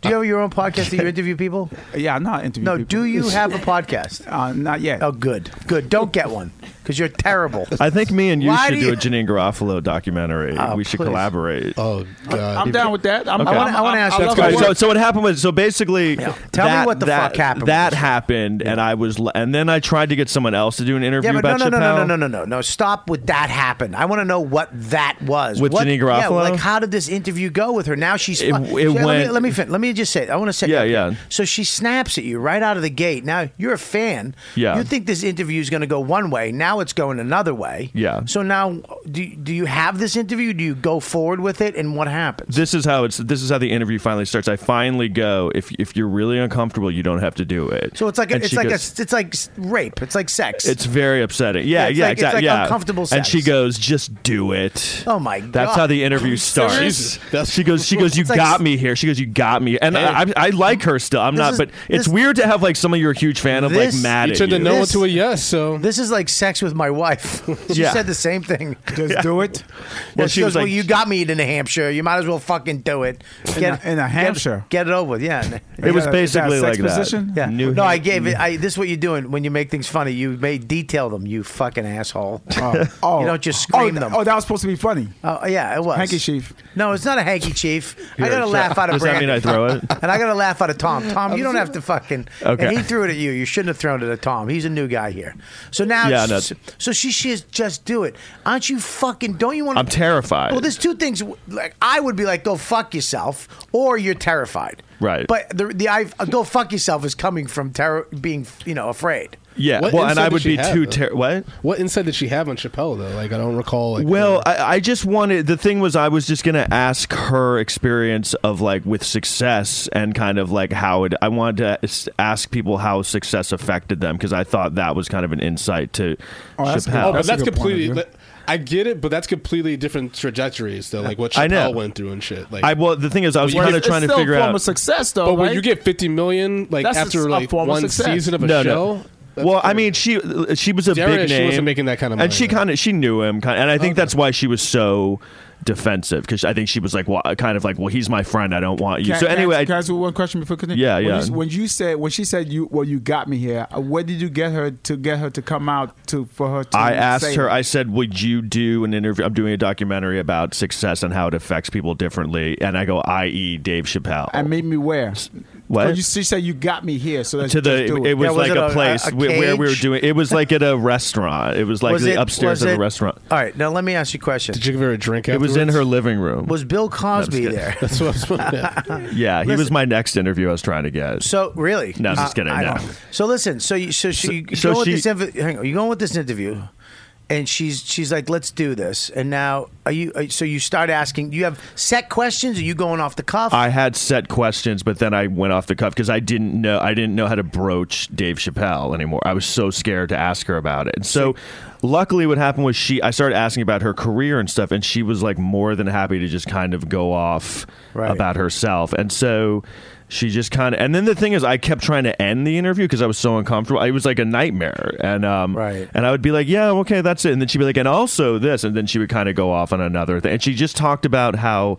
[SPEAKER 2] do you have your own podcast that you interview people?
[SPEAKER 6] Yeah, I'm not interviewing
[SPEAKER 2] No,
[SPEAKER 6] people.
[SPEAKER 2] do you have a podcast?
[SPEAKER 6] Uh, not yet.
[SPEAKER 2] Oh, good, good. Don't get one because you're terrible.
[SPEAKER 10] I think me and you
[SPEAKER 2] Why
[SPEAKER 10] should
[SPEAKER 2] do
[SPEAKER 10] do,
[SPEAKER 2] you-
[SPEAKER 10] a Janine Garofalo documentary.
[SPEAKER 2] Oh,
[SPEAKER 10] we should
[SPEAKER 2] please.
[SPEAKER 10] collaborate.
[SPEAKER 7] Oh god.
[SPEAKER 11] I'm down with that. I'm,
[SPEAKER 10] Okay.
[SPEAKER 11] I'm,
[SPEAKER 10] I wanna-
[SPEAKER 2] I wanna
[SPEAKER 11] I'm-
[SPEAKER 2] ask
[SPEAKER 11] I
[SPEAKER 2] you-
[SPEAKER 11] love
[SPEAKER 10] All right,
[SPEAKER 11] the
[SPEAKER 10] so
[SPEAKER 11] work.
[SPEAKER 10] so what happened was so basically
[SPEAKER 2] Tell me
[SPEAKER 10] that-
[SPEAKER 2] what the
[SPEAKER 10] that-
[SPEAKER 2] fuck happened with
[SPEAKER 10] That
[SPEAKER 2] this.
[SPEAKER 10] happened, and I was l- and then I tried to get someone else to do an interview
[SPEAKER 2] Yeah, but no,
[SPEAKER 10] about
[SPEAKER 2] no, no,
[SPEAKER 10] Chappelle.
[SPEAKER 2] no, no, no, no, no, no. Stop with that happened. I want to know what that was.
[SPEAKER 10] With
[SPEAKER 2] what,
[SPEAKER 10] Janine
[SPEAKER 2] Yeah,
[SPEAKER 10] Garofalo?
[SPEAKER 2] like how did this interview go with her? Now she's.
[SPEAKER 10] It-
[SPEAKER 2] fu-
[SPEAKER 10] it
[SPEAKER 2] Yeah, Let me,
[SPEAKER 10] went-
[SPEAKER 2] let me, fin- let me just say. it. I want to say.
[SPEAKER 10] Yeah, yeah.
[SPEAKER 2] So she snaps at you right out of the gate. Now you're a fan.
[SPEAKER 10] Yeah.
[SPEAKER 2] You think this interview is going to go one way. Now it's going another way.
[SPEAKER 10] Yeah.
[SPEAKER 2] So now, do do you have this interview? Do you go forward with it? And what happens?
[SPEAKER 10] This is how it's. This is how the interview finally starts. I finally go. If if you're really uncomfortable, you don't have to do it.
[SPEAKER 2] so it's like a,
[SPEAKER 10] And
[SPEAKER 2] it's
[SPEAKER 10] she
[SPEAKER 2] like a,
[SPEAKER 10] goes-
[SPEAKER 2] it's like s- rape. It's like sex.
[SPEAKER 10] It's very upsetting.
[SPEAKER 2] Yeah,
[SPEAKER 10] Yeah, yeah,
[SPEAKER 2] it's like- it's
[SPEAKER 10] exactly.
[SPEAKER 2] like
[SPEAKER 10] yeah.
[SPEAKER 2] uncomfortable
[SPEAKER 10] And she
[SPEAKER 2] sex.
[SPEAKER 10] goes, "Just do it."
[SPEAKER 2] Oh, my
[SPEAKER 10] That's
[SPEAKER 2] God.
[SPEAKER 10] how the interview starts.
[SPEAKER 7] Jesus. That's-
[SPEAKER 10] she goes, "She goes, you
[SPEAKER 2] It's like-
[SPEAKER 10] got me here." She goes, "You got me," and I, I, I like her still. I'm
[SPEAKER 2] This
[SPEAKER 10] not,
[SPEAKER 2] is-
[SPEAKER 10] but it's
[SPEAKER 2] this-
[SPEAKER 10] weird to have like someone you're a huge fan of
[SPEAKER 2] This-
[SPEAKER 10] like mad
[SPEAKER 7] You
[SPEAKER 10] at
[SPEAKER 7] turned a
[SPEAKER 10] you.
[SPEAKER 7] no
[SPEAKER 2] This-
[SPEAKER 7] into a yes, so
[SPEAKER 2] this is like sex with my wife. She
[SPEAKER 10] Yeah.
[SPEAKER 2] said the same thing.
[SPEAKER 6] Just do it.
[SPEAKER 2] Well,
[SPEAKER 10] Well,
[SPEAKER 2] she
[SPEAKER 10] she
[SPEAKER 2] goes,
[SPEAKER 10] was like-
[SPEAKER 2] "Well, you got me to New Hampshire. You might as well fucking do it."
[SPEAKER 6] a- in a Hampshire.
[SPEAKER 2] get, it over with. Yeah,
[SPEAKER 10] It was
[SPEAKER 6] Is that a- is that a
[SPEAKER 10] basically
[SPEAKER 6] sex
[SPEAKER 10] like
[SPEAKER 6] position?
[SPEAKER 10] that.
[SPEAKER 2] yeah.
[SPEAKER 10] New
[SPEAKER 2] no, I gave it. I, this is what you're doing when you make things funny. You may detail them. You fucking asshole.
[SPEAKER 6] Oh, oh.
[SPEAKER 2] You don't just
[SPEAKER 6] oh,
[SPEAKER 2] scream
[SPEAKER 6] th-
[SPEAKER 2] them.
[SPEAKER 6] Oh, that was supposed to be funny.
[SPEAKER 2] Oh, yeah, it was
[SPEAKER 6] Handkerchief.
[SPEAKER 2] No, it's not a handkerchief. I got
[SPEAKER 10] Here,
[SPEAKER 2] to
[SPEAKER 10] so-
[SPEAKER 2] laugh out of
[SPEAKER 10] Does that
[SPEAKER 2] Brandon.
[SPEAKER 10] mean I throw it?
[SPEAKER 2] And I got to laugh out of Tom. Tom, you don't have to fucking.
[SPEAKER 10] Okay.
[SPEAKER 2] And he threw it at you. You shouldn't have thrown it at Tom. He's a new guy here. So now,
[SPEAKER 10] Yeah, no.
[SPEAKER 2] so she says, "Just do it." Aren't you fucking? Don't you want?
[SPEAKER 10] I'm terrified.
[SPEAKER 2] Well, there's two things. Like I would be like, "Go fuck yourself," or you're terrified.
[SPEAKER 10] Right.
[SPEAKER 2] But the the I uh, go fuck yourself is coming from terror, being you know afraid.
[SPEAKER 10] Yeah,
[SPEAKER 7] What
[SPEAKER 10] well, and
[SPEAKER 7] insight
[SPEAKER 10] I
[SPEAKER 7] did
[SPEAKER 10] would
[SPEAKER 7] she
[SPEAKER 10] be
[SPEAKER 7] have,
[SPEAKER 10] too
[SPEAKER 7] though?
[SPEAKER 10] ter- what?
[SPEAKER 7] what insight did she have on Chappelle though? Like I don't recall like uh,
[SPEAKER 10] Well,
[SPEAKER 7] her-
[SPEAKER 10] I, I just wanted the thing was I was just gonna ask her experience of like with success and kind of like how it. I wanted to s- ask people how success affected them because I thought that was kind of an insight to
[SPEAKER 6] Oh, that's good.
[SPEAKER 7] Oh, but
[SPEAKER 10] Chappelle.
[SPEAKER 6] That's a
[SPEAKER 7] that's
[SPEAKER 6] good point of
[SPEAKER 7] completely.
[SPEAKER 6] view.
[SPEAKER 7] that- I get it, but that's completely different trajectories though. Like what
[SPEAKER 10] I know.
[SPEAKER 7] Chappelle went through and shit. Like,
[SPEAKER 10] I well, the thing is, I was
[SPEAKER 7] Well,
[SPEAKER 10] kind
[SPEAKER 11] It's
[SPEAKER 7] it's-
[SPEAKER 10] of trying to
[SPEAKER 11] still
[SPEAKER 10] figure
[SPEAKER 11] a form
[SPEAKER 10] out.
[SPEAKER 11] of success, though,
[SPEAKER 7] but when
[SPEAKER 11] right?
[SPEAKER 7] you get fifty million, like
[SPEAKER 11] That's a s-
[SPEAKER 7] after
[SPEAKER 11] a
[SPEAKER 7] like
[SPEAKER 11] form of
[SPEAKER 7] one
[SPEAKER 11] success.
[SPEAKER 7] season of a
[SPEAKER 10] No,
[SPEAKER 7] show.
[SPEAKER 10] no.
[SPEAKER 7] that's
[SPEAKER 10] well, I
[SPEAKER 7] pretty-
[SPEAKER 10] mean, she she was a
[SPEAKER 7] Dara,
[SPEAKER 10] big
[SPEAKER 7] she
[SPEAKER 10] name.
[SPEAKER 7] wasn't making that kind of
[SPEAKER 10] and
[SPEAKER 7] money,
[SPEAKER 10] she
[SPEAKER 7] though.
[SPEAKER 10] kind of she knew him, kind and I think
[SPEAKER 7] Okay.
[SPEAKER 10] that's why she was so defensive because I think she was like, well, kind of like, well, he's my friend, I don't want you.
[SPEAKER 6] Can-
[SPEAKER 10] so
[SPEAKER 6] can I-
[SPEAKER 10] anyway, I-
[SPEAKER 6] can I ask you one question before continuing?
[SPEAKER 10] Yeah,
[SPEAKER 6] when
[SPEAKER 10] yeah.
[SPEAKER 6] You, when you said when she said you well you got me here, uh, where did you get her to get her to come out to for her? to
[SPEAKER 10] I asked
[SPEAKER 6] say
[SPEAKER 10] her,
[SPEAKER 6] it?
[SPEAKER 10] I said, Would you do an interview? I'm doing a documentary about success and how it affects people differently. And I go, i.e., Dave Chappelle.
[SPEAKER 6] and made me where?
[SPEAKER 10] What?
[SPEAKER 6] Oh, you, she said you got me here, so let's
[SPEAKER 10] to the
[SPEAKER 6] just do
[SPEAKER 10] it,
[SPEAKER 6] it.
[SPEAKER 10] was
[SPEAKER 2] Yeah, was
[SPEAKER 10] like
[SPEAKER 2] it
[SPEAKER 10] a,
[SPEAKER 2] a-
[SPEAKER 10] place
[SPEAKER 2] a
[SPEAKER 10] where, where we were
[SPEAKER 2] cage?
[SPEAKER 10] doing it was like at a restaurant it was like the upstairs
[SPEAKER 2] was
[SPEAKER 10] of a
[SPEAKER 2] it-
[SPEAKER 10] restaurant
[SPEAKER 2] All right, now let me ask you a question.
[SPEAKER 7] did you give her a drink?
[SPEAKER 10] it was in her living room
[SPEAKER 2] Was Bill Cosby
[SPEAKER 10] kidding.
[SPEAKER 2] there?
[SPEAKER 7] That's what I was.
[SPEAKER 10] yeah he was my next interview i was trying to get
[SPEAKER 2] So really?
[SPEAKER 10] No, I'm just kidding,
[SPEAKER 2] I
[SPEAKER 10] no.
[SPEAKER 2] don't- So listen. So you, so she you
[SPEAKER 10] so
[SPEAKER 2] go with
[SPEAKER 10] she-
[SPEAKER 2] this. invi- hang on. You going with this interview, and she's she's like, "Let's do this." And now are you? Are, so you start asking. You have set questions. Are you going off the cuff?
[SPEAKER 10] I had set questions, but then I went off the cuff because I didn't know I didn't know how to broach Dave Chappelle anymore. I was so scared to ask her about it. And so luckily what happened was she I started asking about her career and stuff and she was like more than happy to just kind of go off
[SPEAKER 2] Right.
[SPEAKER 10] about herself. And so she just kind of and then the thing is I kept trying to end the interview because I was so uncomfortable. It was like a nightmare. And um
[SPEAKER 2] Right.
[SPEAKER 10] and I would be like, "Yeah, okay, that's it." And then she'd be like, "And also this," and then she would kind of go off on another thing. And she just talked about how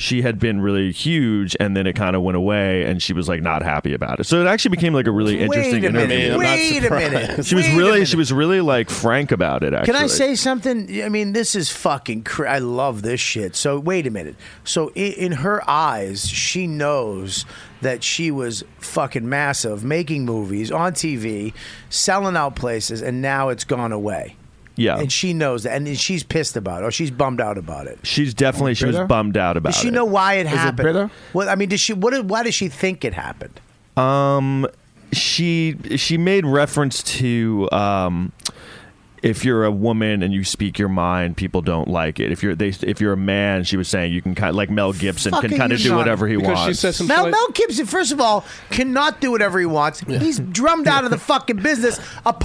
[SPEAKER 10] she had been really huge, and then it kind of went away, and she was like not happy about it. So it actually became like a really interesting
[SPEAKER 2] Wait a
[SPEAKER 10] interview.
[SPEAKER 2] minute.
[SPEAKER 7] I'm not
[SPEAKER 2] Wait a minute.
[SPEAKER 10] She was
[SPEAKER 2] Wait a
[SPEAKER 10] really,
[SPEAKER 2] minute.
[SPEAKER 10] she was really like frank about it. Actually,
[SPEAKER 2] Can I say something? I mean, this is fucking. Cr- I love this shit. So wait a minute. So in, in her eyes, she knows that she was fucking massive, making movies on TV, selling out places, and now it's gone away.
[SPEAKER 10] Yeah,
[SPEAKER 2] And she knows that, and she's pissed about it, or she's bummed out about it.
[SPEAKER 10] she's definitely she was
[SPEAKER 6] Bitter?
[SPEAKER 10] bummed out about
[SPEAKER 2] Does she
[SPEAKER 10] it.
[SPEAKER 2] know why it
[SPEAKER 6] it
[SPEAKER 2] happened?
[SPEAKER 6] bitter?
[SPEAKER 2] Well, I mean, does she? What? did- Why does she think it happened?
[SPEAKER 10] Um, she she made reference to um, if you're a woman and you speak your mind, people don't like it. If you're they if you're a man, she was saying you can kind like Mel Gibson
[SPEAKER 2] Fuck are
[SPEAKER 10] can kind of
[SPEAKER 2] you
[SPEAKER 10] do
[SPEAKER 2] talking-
[SPEAKER 10] whatever he
[SPEAKER 7] because she
[SPEAKER 10] wants.
[SPEAKER 7] said some
[SPEAKER 2] Mel,
[SPEAKER 7] shit like-
[SPEAKER 2] Mel Gibson, first of all, cannot do whatever he wants. He's drummed out of the fucking business.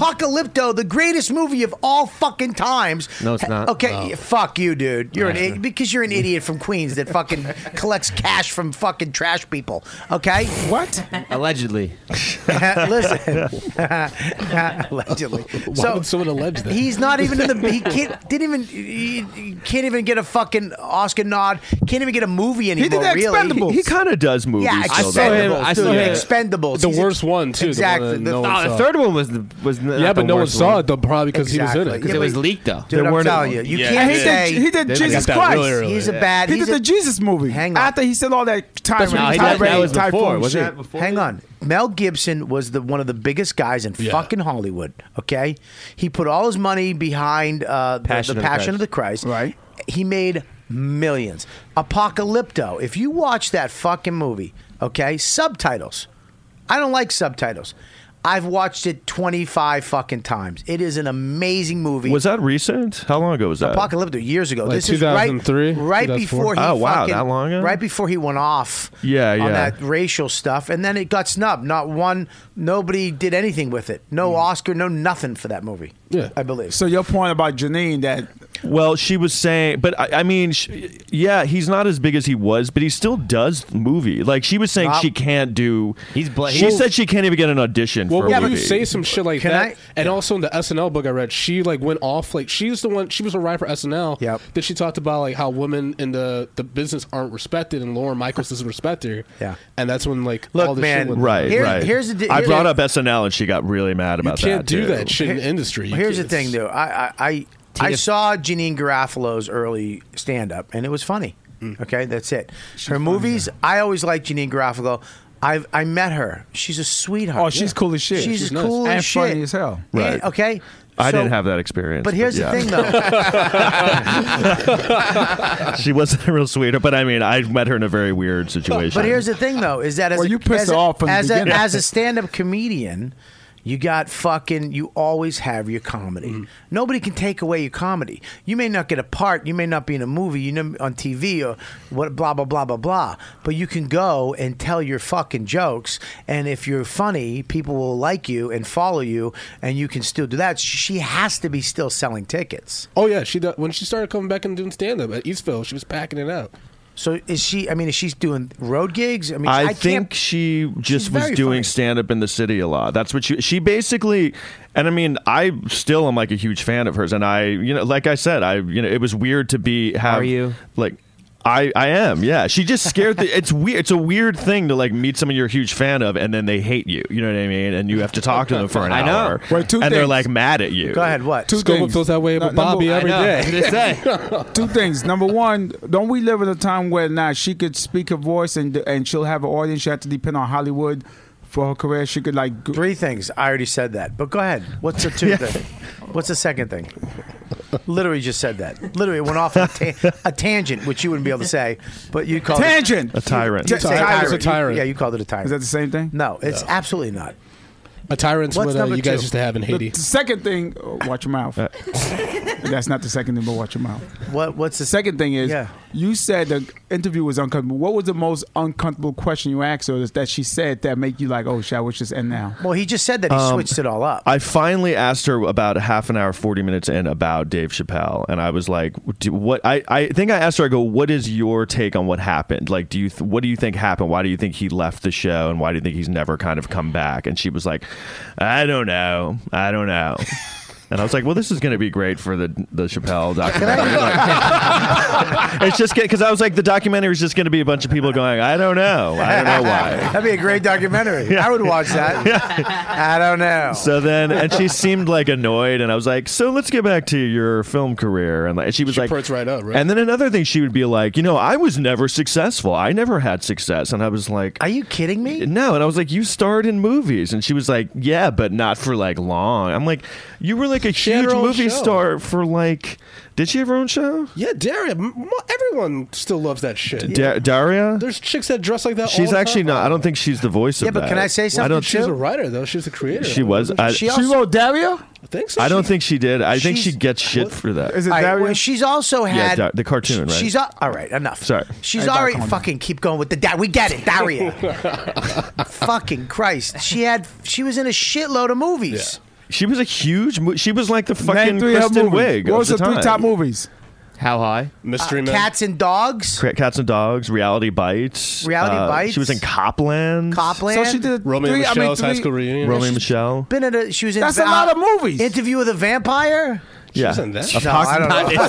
[SPEAKER 2] Apocalypto, the greatest movie of all fucking times.
[SPEAKER 9] No, it's not.
[SPEAKER 2] Okay, fuck you, dude. You're an idiot because you're an idiot from Queens that fucking collects cash from fucking trash people. Okay, what?
[SPEAKER 9] Allegedly.
[SPEAKER 2] Listen, allegedly.
[SPEAKER 7] Why
[SPEAKER 2] so
[SPEAKER 7] would someone allege said that.
[SPEAKER 2] He's not even in the. He can't. Didn't even. He, he can't even get a fucking Oscar nod. Can't even get a movie anymore.
[SPEAKER 6] did the
[SPEAKER 2] really.
[SPEAKER 6] Expendables.
[SPEAKER 10] He kind of does movies.
[SPEAKER 2] Yeah,
[SPEAKER 10] still,
[SPEAKER 2] Expendables.
[SPEAKER 10] though.
[SPEAKER 9] I saw
[SPEAKER 2] dude,
[SPEAKER 9] him-
[SPEAKER 2] Expendables.
[SPEAKER 7] the
[SPEAKER 2] He's ex-
[SPEAKER 7] worst one too.
[SPEAKER 2] Exactly.
[SPEAKER 7] The one that
[SPEAKER 2] The-
[SPEAKER 7] no one
[SPEAKER 9] Oh,
[SPEAKER 7] saw.
[SPEAKER 9] the third one was the, was n-
[SPEAKER 7] Yeah,
[SPEAKER 9] not
[SPEAKER 7] but
[SPEAKER 9] the
[SPEAKER 7] no one
[SPEAKER 9] worst
[SPEAKER 7] saw it though, probably because he was in
[SPEAKER 2] Exactly.
[SPEAKER 7] it.
[SPEAKER 9] because
[SPEAKER 2] Yeah,
[SPEAKER 9] it was
[SPEAKER 2] but-
[SPEAKER 9] leaked though.
[SPEAKER 2] Dude,
[SPEAKER 10] There
[SPEAKER 2] I'm
[SPEAKER 10] weren't-
[SPEAKER 2] telling you, you
[SPEAKER 7] Yeah,
[SPEAKER 2] can't
[SPEAKER 6] he
[SPEAKER 2] say
[SPEAKER 6] did, he did
[SPEAKER 7] I
[SPEAKER 6] Jesus
[SPEAKER 7] got that
[SPEAKER 6] Christ.
[SPEAKER 7] really early.
[SPEAKER 2] he's a bad.
[SPEAKER 6] He
[SPEAKER 2] he's
[SPEAKER 6] did the
[SPEAKER 2] a,
[SPEAKER 6] Jesus movie.
[SPEAKER 2] Hang on.
[SPEAKER 6] After he said all that time,
[SPEAKER 9] No, he- that, that was before. Was that before?
[SPEAKER 2] Hang on. Mel Gibson was the one of the biggest guys in
[SPEAKER 7] Yeah.
[SPEAKER 2] fucking Hollywood. Okay, he put all his money behind uh, the-
[SPEAKER 9] Passion
[SPEAKER 2] the,
[SPEAKER 9] of the
[SPEAKER 2] Passion of the Christ.
[SPEAKER 6] Right.
[SPEAKER 2] He made millions. Apocalypto. If you watch that fucking movie, okay, subtitles. I don't like subtitles. I've watched it twenty five fucking times. It is an amazing movie.
[SPEAKER 10] Was that recent? How long ago was
[SPEAKER 6] Uh,
[SPEAKER 10] that?
[SPEAKER 2] Apocalypto years ago.
[SPEAKER 7] Like
[SPEAKER 2] this is right,
[SPEAKER 7] 2003,
[SPEAKER 2] right
[SPEAKER 7] 2004.
[SPEAKER 2] before he
[SPEAKER 10] Oh, wow,
[SPEAKER 2] fucking,
[SPEAKER 10] that long ago?
[SPEAKER 2] right before he went off
[SPEAKER 10] Yeah,
[SPEAKER 2] on
[SPEAKER 10] yeah.
[SPEAKER 2] that racial stuff and then it got snubbed. Not one nobody did anything with it. No
[SPEAKER 6] Hmm.
[SPEAKER 2] Oscar, no nothing for that movie.
[SPEAKER 7] Yeah.
[SPEAKER 2] I believe.
[SPEAKER 6] So your point about Janine that
[SPEAKER 10] Well, she was saying, but I, I mean, sh yeah, he's not as big as he was, but he still does movie. Like she was saying,
[SPEAKER 2] Rob-
[SPEAKER 10] she can't do.
[SPEAKER 9] He's bla-
[SPEAKER 10] She
[SPEAKER 9] Well-
[SPEAKER 10] said she can't even get an audition
[SPEAKER 7] Well,
[SPEAKER 10] for
[SPEAKER 7] when
[SPEAKER 10] a
[SPEAKER 7] you
[SPEAKER 10] movie.
[SPEAKER 7] say some shit like
[SPEAKER 2] Can
[SPEAKER 7] that,
[SPEAKER 2] I-
[SPEAKER 7] and also in the SNL book I read, she like went off like she's the one. She was a writer for SNL.
[SPEAKER 2] Yep.
[SPEAKER 7] That she talked about like how women in the the business aren't respected, and Lauren Michaels doesn't respect her.
[SPEAKER 2] Yeah.
[SPEAKER 7] and that's when like
[SPEAKER 2] Look,
[SPEAKER 7] all this
[SPEAKER 2] man,
[SPEAKER 7] shit went
[SPEAKER 10] right,
[SPEAKER 2] Here-
[SPEAKER 10] right.
[SPEAKER 2] here's the di-
[SPEAKER 10] I
[SPEAKER 2] here-
[SPEAKER 10] brought up SNL and she got really mad
[SPEAKER 7] You
[SPEAKER 10] about
[SPEAKER 7] can't
[SPEAKER 10] that.
[SPEAKER 7] do
[SPEAKER 10] too.
[SPEAKER 7] that shit in the industry. You
[SPEAKER 2] Here's the
[SPEAKER 7] can't-
[SPEAKER 2] thing though. I I I, I
[SPEAKER 9] Tina-
[SPEAKER 2] saw Janine Garofalo's early stand up and it was funny.
[SPEAKER 6] Hmm.
[SPEAKER 2] Okay, that's it. Her movies, I always liked Janine Garofalo. I've I met her. She's a sweetheart.
[SPEAKER 6] Oh, she's cool as shit.
[SPEAKER 2] She's,
[SPEAKER 6] She's
[SPEAKER 2] as
[SPEAKER 6] nice.
[SPEAKER 2] cool as
[SPEAKER 6] And funny
[SPEAKER 2] shit.
[SPEAKER 6] as hell.
[SPEAKER 10] Right.
[SPEAKER 2] And- okay.
[SPEAKER 10] I
[SPEAKER 2] So-
[SPEAKER 10] didn't have that experience.
[SPEAKER 2] But here's
[SPEAKER 10] yeah.
[SPEAKER 2] the thing, though.
[SPEAKER 10] she wasn't a real sweetheart. But I mean, I met her in a very weird situation.
[SPEAKER 2] but here's the thing, though, is that as
[SPEAKER 6] Well,
[SPEAKER 2] a,
[SPEAKER 6] you pissed
[SPEAKER 2] as
[SPEAKER 6] her
[SPEAKER 2] a-
[SPEAKER 6] off from the
[SPEAKER 2] as a,
[SPEAKER 6] beginning.
[SPEAKER 2] as a stand-up comedian, you got fucking. You always have your comedy.
[SPEAKER 6] Mm-hmm.
[SPEAKER 2] Nobody can take away your comedy. You may not get a part. You may not be in a movie. You know, on TV or what? Blah blah blah blah blah. But you can go and tell your fucking jokes. And if you're funny, people will like you and follow you. And you can still do that. She has to be still selling tickets.
[SPEAKER 7] Oh yeah, she do- when she started coming back and doing stand up at Eastville, she was packing it out.
[SPEAKER 2] So is she? I mean, is she doing road gigs? I mean,
[SPEAKER 10] I,
[SPEAKER 2] can't-
[SPEAKER 10] think she
[SPEAKER 2] she's
[SPEAKER 10] just was
[SPEAKER 2] very funny.
[SPEAKER 10] doing stand up in the city a lot. That's what she she basically and I mean I still am like a huge fan of hers and I you know like I said I you know it was weird to be have
[SPEAKER 3] Are you?
[SPEAKER 10] like I, I am yeah she just scared the, it's weird it's a weird thing to like meet someone you're a huge fan of and then they hate you you know what I mean and you have to talk to them for an
[SPEAKER 9] I know.
[SPEAKER 10] hour
[SPEAKER 6] Well, two
[SPEAKER 10] and they're
[SPEAKER 6] things.
[SPEAKER 10] like mad at you
[SPEAKER 2] Go ahead. What?
[SPEAKER 6] Two
[SPEAKER 7] Scoble
[SPEAKER 6] things.
[SPEAKER 7] feels that way about
[SPEAKER 6] No, number-
[SPEAKER 7] Bobby
[SPEAKER 6] I
[SPEAKER 7] every
[SPEAKER 9] I know.
[SPEAKER 7] day.
[SPEAKER 9] I was gonna say.
[SPEAKER 6] Two things. Number one, don't we live in a time where now she could speak her voice and and she'll have an audience. She had to depend on Hollywood for her career. She could like. go-
[SPEAKER 2] Three things. I already said that. But go ahead. What's the two thing? What's the second thing? Literally just said that. Literally went off on a, ta- a tangent, which you wouldn't be able to say, but you called
[SPEAKER 6] Tangent.
[SPEAKER 10] a tyrant
[SPEAKER 2] It, you say
[SPEAKER 7] Tyrant.
[SPEAKER 2] tyrant.
[SPEAKER 7] It's a tyrant.
[SPEAKER 2] You- yeah, you called it a tyrant.
[SPEAKER 6] Is that the same thing?
[SPEAKER 2] no, it's absolutely not.
[SPEAKER 7] A tyrant's
[SPEAKER 2] What's
[SPEAKER 7] what uh,
[SPEAKER 2] number
[SPEAKER 7] you guys
[SPEAKER 2] two?
[SPEAKER 7] used to have in
[SPEAKER 6] The,
[SPEAKER 7] Haiti.
[SPEAKER 6] the second thing, oh, watch your mouth.
[SPEAKER 10] Uh.
[SPEAKER 6] That's not the second thing, but watch your mouth.
[SPEAKER 2] What? What's the
[SPEAKER 6] The second thing is,
[SPEAKER 2] Yeah.
[SPEAKER 6] you said the interview was uncomfortable. What was the most uncomfortable question you asked her that she said that make you like, oh, shit, I wish this end now?
[SPEAKER 2] Well, he just said that he switched it all up.
[SPEAKER 10] I finally asked her about half an hour, forty minutes in about Dave Chappelle, and I was like, do, "What?" I, I think I asked her. I go, "What is your take on what happened? Like, do you th- what do you think happened? Why do you think he left the show, and why do you think he's never kind of come back?" And she was like, "I don't know. I don't know." And I was like, "Well, this is going to be great for the the Chappelle documentary." Like- it's just because I was like, the documentary is just going to be a bunch of people going, "I don't know, I don't know why."
[SPEAKER 2] That'd be a great documentary. I would watch that. I don't know.
[SPEAKER 10] So then, and she seemed like annoyed, and I was like, "So let's get back to your film career." And like, she was
[SPEAKER 7] She
[SPEAKER 10] like,
[SPEAKER 7] perks right up, right?
[SPEAKER 10] And then another thing, she would be like, "You know, I was never successful. I never had success." And I was like,
[SPEAKER 2] Are you kidding me?
[SPEAKER 10] "No." And I was like, "You starred in movies," and she was like, "Yeah, but not for like long." I'm like, "You were like a
[SPEAKER 7] She had her
[SPEAKER 10] huge
[SPEAKER 7] own
[SPEAKER 10] movie
[SPEAKER 7] show.
[SPEAKER 10] star for like." Did she have her own show?
[SPEAKER 7] yeah, Daria. m- m- Everyone still loves that shit.
[SPEAKER 10] Da- Daria.
[SPEAKER 7] There's chicks that dress like that. all
[SPEAKER 10] She's
[SPEAKER 7] the
[SPEAKER 10] actually
[SPEAKER 7] time.
[SPEAKER 10] not. I don't think she's the voice
[SPEAKER 2] Yeah,
[SPEAKER 10] of
[SPEAKER 2] but
[SPEAKER 10] that.
[SPEAKER 2] can I say
[SPEAKER 10] I
[SPEAKER 2] something
[SPEAKER 10] don't.
[SPEAKER 7] She was
[SPEAKER 2] too?
[SPEAKER 7] a writer though. She was the creator.
[SPEAKER 10] She was. I,
[SPEAKER 2] She also-
[SPEAKER 6] wrote Daria?
[SPEAKER 7] I think so.
[SPEAKER 10] I don't
[SPEAKER 7] She-
[SPEAKER 10] think she did. I think she
[SPEAKER 2] She's-
[SPEAKER 10] gets shit for that.
[SPEAKER 6] Is it
[SPEAKER 2] All right,
[SPEAKER 6] Daria?
[SPEAKER 2] well, she's also
[SPEAKER 10] Yeah,
[SPEAKER 2] had
[SPEAKER 10] Dar- the cartoon,
[SPEAKER 2] sh-
[SPEAKER 10] right?
[SPEAKER 2] She's al- all right. Enough.
[SPEAKER 10] Sorry.
[SPEAKER 2] She's
[SPEAKER 6] Hey, Doc,
[SPEAKER 2] already
[SPEAKER 6] calm down.
[SPEAKER 2] fucking keep going with the dad. We get it, Daria. fucking Christ, she had she was in a shitload of movies.
[SPEAKER 10] She was a huge. Mo- she was like the fucking
[SPEAKER 6] Name three of her
[SPEAKER 10] Kristen
[SPEAKER 6] movies.
[SPEAKER 10] Wiig.
[SPEAKER 6] What
[SPEAKER 10] of
[SPEAKER 6] was
[SPEAKER 10] the
[SPEAKER 6] the three
[SPEAKER 10] time.
[SPEAKER 6] top movies?
[SPEAKER 10] How high?
[SPEAKER 7] Mystery
[SPEAKER 2] Uh, Men. Cats and Dogs.
[SPEAKER 10] Cats and Dogs. Reality Bites.
[SPEAKER 2] Reality
[SPEAKER 10] Uh,
[SPEAKER 2] Bites?
[SPEAKER 10] She was in Copland.
[SPEAKER 2] Copland.
[SPEAKER 10] Romeo
[SPEAKER 7] three- I mean,
[SPEAKER 10] Michelle's
[SPEAKER 7] three-
[SPEAKER 10] Romeo and Michelle.
[SPEAKER 2] Been in a, she was in
[SPEAKER 11] That's a lot of movies.
[SPEAKER 2] Interview with a Vampire.
[SPEAKER 10] yeah.
[SPEAKER 7] was in that?
[SPEAKER 10] A
[SPEAKER 2] No,
[SPEAKER 10] Fox
[SPEAKER 2] I don't
[SPEAKER 10] and
[SPEAKER 2] know.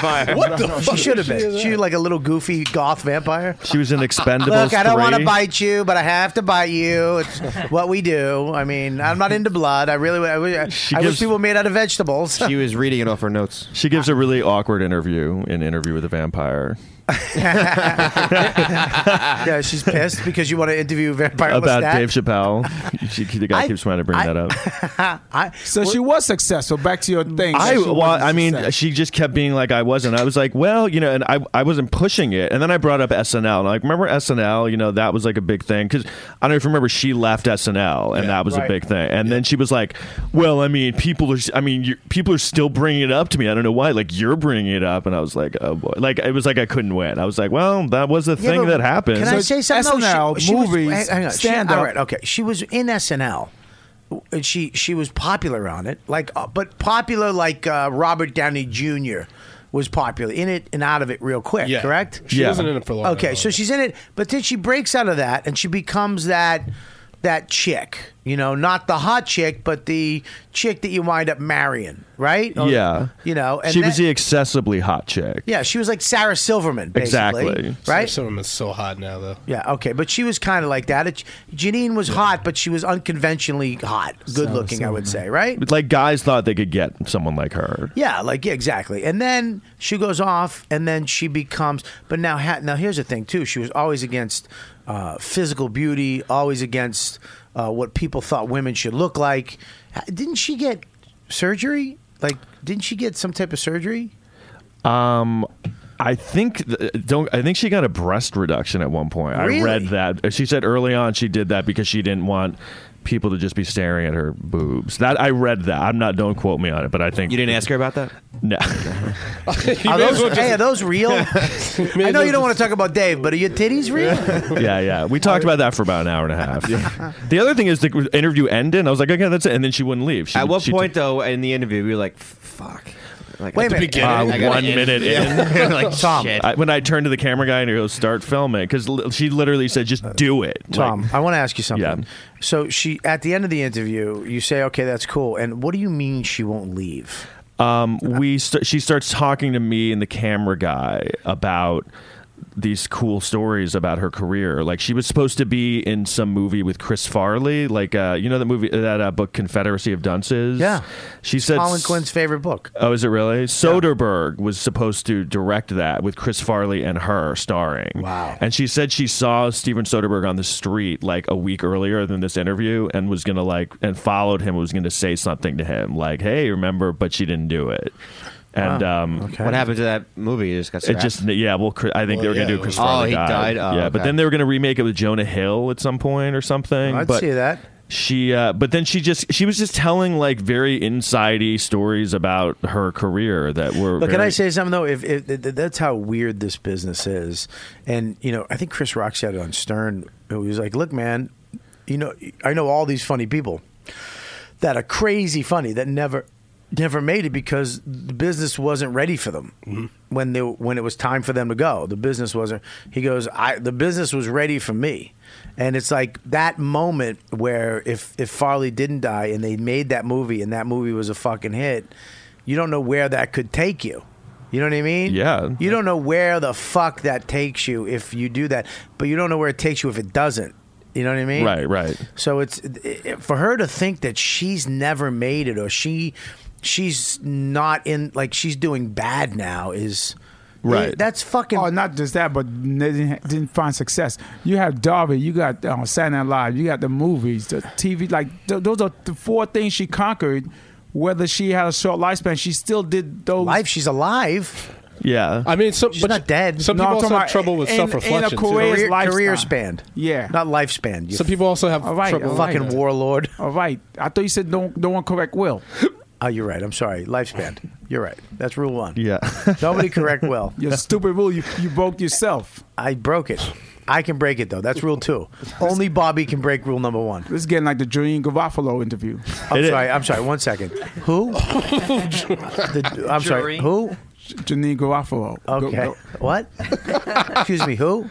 [SPEAKER 10] Hound.
[SPEAKER 7] What the fuck?
[SPEAKER 2] She should have
[SPEAKER 7] is
[SPEAKER 2] been.
[SPEAKER 7] in
[SPEAKER 2] She was like a little goofy goth vampire.
[SPEAKER 10] She was in Expendables.
[SPEAKER 2] Look, I don't want to
[SPEAKER 10] three.
[SPEAKER 2] bite you, but I have to bite you. It's what we do. I mean, I'm not into blood. I really, I, wish- I wish
[SPEAKER 10] gives-
[SPEAKER 2] people were made out of vegetables.
[SPEAKER 8] She was reading it off her notes.
[SPEAKER 10] She gives a really awkward interview in Interview with a Vampire
[SPEAKER 2] yeah, she's pissed because you want to interview vampire
[SPEAKER 10] about
[SPEAKER 2] Lestat.
[SPEAKER 10] Dave Chappelle. She, the guy
[SPEAKER 2] I-
[SPEAKER 10] keeps trying to bring
[SPEAKER 2] I-
[SPEAKER 10] that up.
[SPEAKER 2] I,
[SPEAKER 11] So she was successful. Back to your thing.
[SPEAKER 10] I
[SPEAKER 11] She
[SPEAKER 10] well,
[SPEAKER 11] wasn't
[SPEAKER 10] I mean,
[SPEAKER 11] successful.
[SPEAKER 10] she just kept being like, I wasn't. I was like, well, you know, and I, I wasn't pushing it. And then I brought up SNL. And like, remember SNL? You know, that was like a big thing because I don't know if you remember she left SNL, and that was
[SPEAKER 2] right.
[SPEAKER 10] a big thing. And then she was like, well, I mean, people are, I mean, you people are still bringing it up to me. I don't know why. Like, you're bringing it up, and I was like, oh boy, like it was like I couldn't win. I was like, well, that was the
[SPEAKER 2] Yeah,
[SPEAKER 10] thing
[SPEAKER 2] but
[SPEAKER 10] that happened.
[SPEAKER 2] Can I say something?
[SPEAKER 11] SNL,
[SPEAKER 2] she, she
[SPEAKER 11] movies,
[SPEAKER 2] was, hang- hang on.
[SPEAKER 11] stand
[SPEAKER 2] she,
[SPEAKER 11] up.
[SPEAKER 2] All right, okay. She was in SNL. And she she was popular on it, like uh, but popular like uh, Robert Downey Jr. was popular in it and out of it real quick.
[SPEAKER 7] Yeah.
[SPEAKER 2] Correct?
[SPEAKER 7] She
[SPEAKER 10] Yeah.
[SPEAKER 7] wasn't in it for long.
[SPEAKER 2] Okay, so she's in it, but then she breaks out of that and she becomes that that chick. You know, not the hot chick, but the chick that you wind up marrying, right? Or,
[SPEAKER 10] yeah,
[SPEAKER 2] You know, and
[SPEAKER 10] she was
[SPEAKER 2] that-
[SPEAKER 10] the accessibly hot chick.
[SPEAKER 2] yeah, she was like Sarah Silverman, basically,
[SPEAKER 10] Exactly.
[SPEAKER 2] right?
[SPEAKER 7] Some of them is so hot now, though.
[SPEAKER 2] Yeah, okay, but she was kind of like that. It, Janine was hot, but she was unconventionally hot, good looking, I would say, right?
[SPEAKER 10] Like guys thought they could get someone like her.
[SPEAKER 2] Yeah, like yeah, exactly. And then she goes off, and then she becomes. But now, ha- now here's the thing too. She was always against uh, physical beauty, always against uh, what people thought women should look like. Ha- Didn't she get surgery? Like, didn't she get some type of surgery?
[SPEAKER 10] Um, I think th- don't. I think she got a breast reduction at one point.
[SPEAKER 2] Really?
[SPEAKER 10] I read that she said early on she did that because she didn't want people to just be staring at her boobs. That I read that. I'm not. Don't quote me on it, but I think
[SPEAKER 8] You didn't ask her about that?
[SPEAKER 10] No,
[SPEAKER 2] Are those, hey, are those real? I know you don't want to talk about Dave, but are your titties real?
[SPEAKER 10] yeah, yeah. We talked about that for about an hour and a half. the other thing is the interview ended. And I was like, okay, that's it, and then she wouldn't leave. She,
[SPEAKER 8] At what
[SPEAKER 10] she
[SPEAKER 8] point,
[SPEAKER 10] took-
[SPEAKER 8] though, in the interview, we were like, fuck. Like,
[SPEAKER 2] Wait a minute.
[SPEAKER 10] uh,
[SPEAKER 8] I gotta
[SPEAKER 10] one
[SPEAKER 8] end.
[SPEAKER 10] minute
[SPEAKER 8] Yeah.
[SPEAKER 10] in,
[SPEAKER 8] like,
[SPEAKER 2] Tom,
[SPEAKER 8] shit.
[SPEAKER 10] I, when I turned to the camera guy and he goes, "Start filming," because li- she literally said, "Just do it." Like,
[SPEAKER 2] Uh, Tom, I want to ask you something.
[SPEAKER 10] Yeah.
[SPEAKER 2] So she at the end of the interview, you say, "Okay, that's cool." And what do you mean she won't leave?
[SPEAKER 10] um, we st- she starts talking to me and the camera guy about these cool stories about her career. Like she was supposed to be in some movie with Chris Farley, like uh, you know that movie that uh, book Confederacy of Dunces.
[SPEAKER 2] Yeah.
[SPEAKER 10] she said
[SPEAKER 2] Colin Quinn's favorite book.
[SPEAKER 10] Oh, is it really? Soderbergh was supposed to direct that with Chris Farley and her starring.
[SPEAKER 2] Wow.
[SPEAKER 10] And she said she saw Steven Soderbergh on the street like a week earlier than this interview and was going to like, and followed him, was going to say something to him, like, hey, remember, but she didn't do it. And um,
[SPEAKER 8] What happened to that movie? It just got
[SPEAKER 10] it
[SPEAKER 8] scrapped.
[SPEAKER 10] just, yeah, well, Chri- I think
[SPEAKER 7] Well,
[SPEAKER 10] they were going
[SPEAKER 7] yeah,
[SPEAKER 10] to
[SPEAKER 7] it
[SPEAKER 10] do
[SPEAKER 7] was-
[SPEAKER 10] Chris
[SPEAKER 8] Oh,
[SPEAKER 10] Farley
[SPEAKER 8] he died?
[SPEAKER 2] uh,
[SPEAKER 8] Oh,
[SPEAKER 10] yeah, but
[SPEAKER 8] okay.
[SPEAKER 10] then they were going to remake it with Jonah Hill at some point or something.
[SPEAKER 2] I'd
[SPEAKER 10] but
[SPEAKER 2] see that.
[SPEAKER 10] she uh, but then she just she was just telling like very insidey stories about her career that were
[SPEAKER 2] But can
[SPEAKER 10] very-
[SPEAKER 2] I say something though? If, if th- th- that's how weird this business is, and you know, I think Chris Rock said it on Stern. Who was like, "Look, man, you know, I know all these funny people that are crazy funny that never." Never made it because the business wasn't ready for them when they when it was time for them to go. The business wasn't. He goes, I the business was ready for me, and it's like that moment where if if Farley didn't die and they made that movie and that movie was a fucking hit, you don't know where that could take you. You know what I mean?
[SPEAKER 10] Yeah.
[SPEAKER 2] You don't know where the fuck that takes you if you do that, but you don't know where it takes you if it doesn't. You know what I mean?
[SPEAKER 10] Right, right.
[SPEAKER 2] So it's it- it- for her to think that she's never made it or she she's not in like she's doing bad now is
[SPEAKER 10] Right.
[SPEAKER 2] that's fucking
[SPEAKER 11] Oh, not just that, but n- didn't, didn't find success. You have Darby, you got uh, Saturday Night Live, you got the movies, the TV. Like th- those are the four things she conquered. Whether she had a short lifespan, she still did those.
[SPEAKER 2] life. She's alive.
[SPEAKER 10] yeah
[SPEAKER 7] I mean, some,
[SPEAKER 2] She's
[SPEAKER 7] but
[SPEAKER 2] not dead.
[SPEAKER 7] Some
[SPEAKER 11] No, I'm
[SPEAKER 7] people also
[SPEAKER 11] talking
[SPEAKER 7] have
[SPEAKER 11] about
[SPEAKER 7] trouble with
[SPEAKER 11] in- in a
[SPEAKER 7] self-reflection. too.
[SPEAKER 11] career-
[SPEAKER 2] Career,
[SPEAKER 11] lifestyle.
[SPEAKER 2] career span.
[SPEAKER 11] Yeah.
[SPEAKER 2] Not lifespan. You
[SPEAKER 7] Some people also have
[SPEAKER 11] All right,
[SPEAKER 7] trouble.
[SPEAKER 11] all
[SPEAKER 7] with
[SPEAKER 11] right.
[SPEAKER 2] fucking
[SPEAKER 7] that.
[SPEAKER 2] warlord.
[SPEAKER 11] All right, I thought you said don't don't want correct will.
[SPEAKER 2] Oh, you're right. I'm sorry. Lifespan. You're right. That's rule one.
[SPEAKER 10] yeah
[SPEAKER 2] Nobody correct Will.
[SPEAKER 11] Your stupid rule, you you broke yourself.
[SPEAKER 2] I broke it. I can break it though. That's rule two. Only Bobby can break rule number one.
[SPEAKER 11] This is getting like the Julian Garofalo interview.
[SPEAKER 2] I'm
[SPEAKER 10] It is.
[SPEAKER 2] sorry. I'm sorry. One second. Who? The- I'm sorry.
[SPEAKER 3] Jury.
[SPEAKER 2] Who?
[SPEAKER 6] Janine Garofalo.
[SPEAKER 2] Okay. What? Excuse me. Who?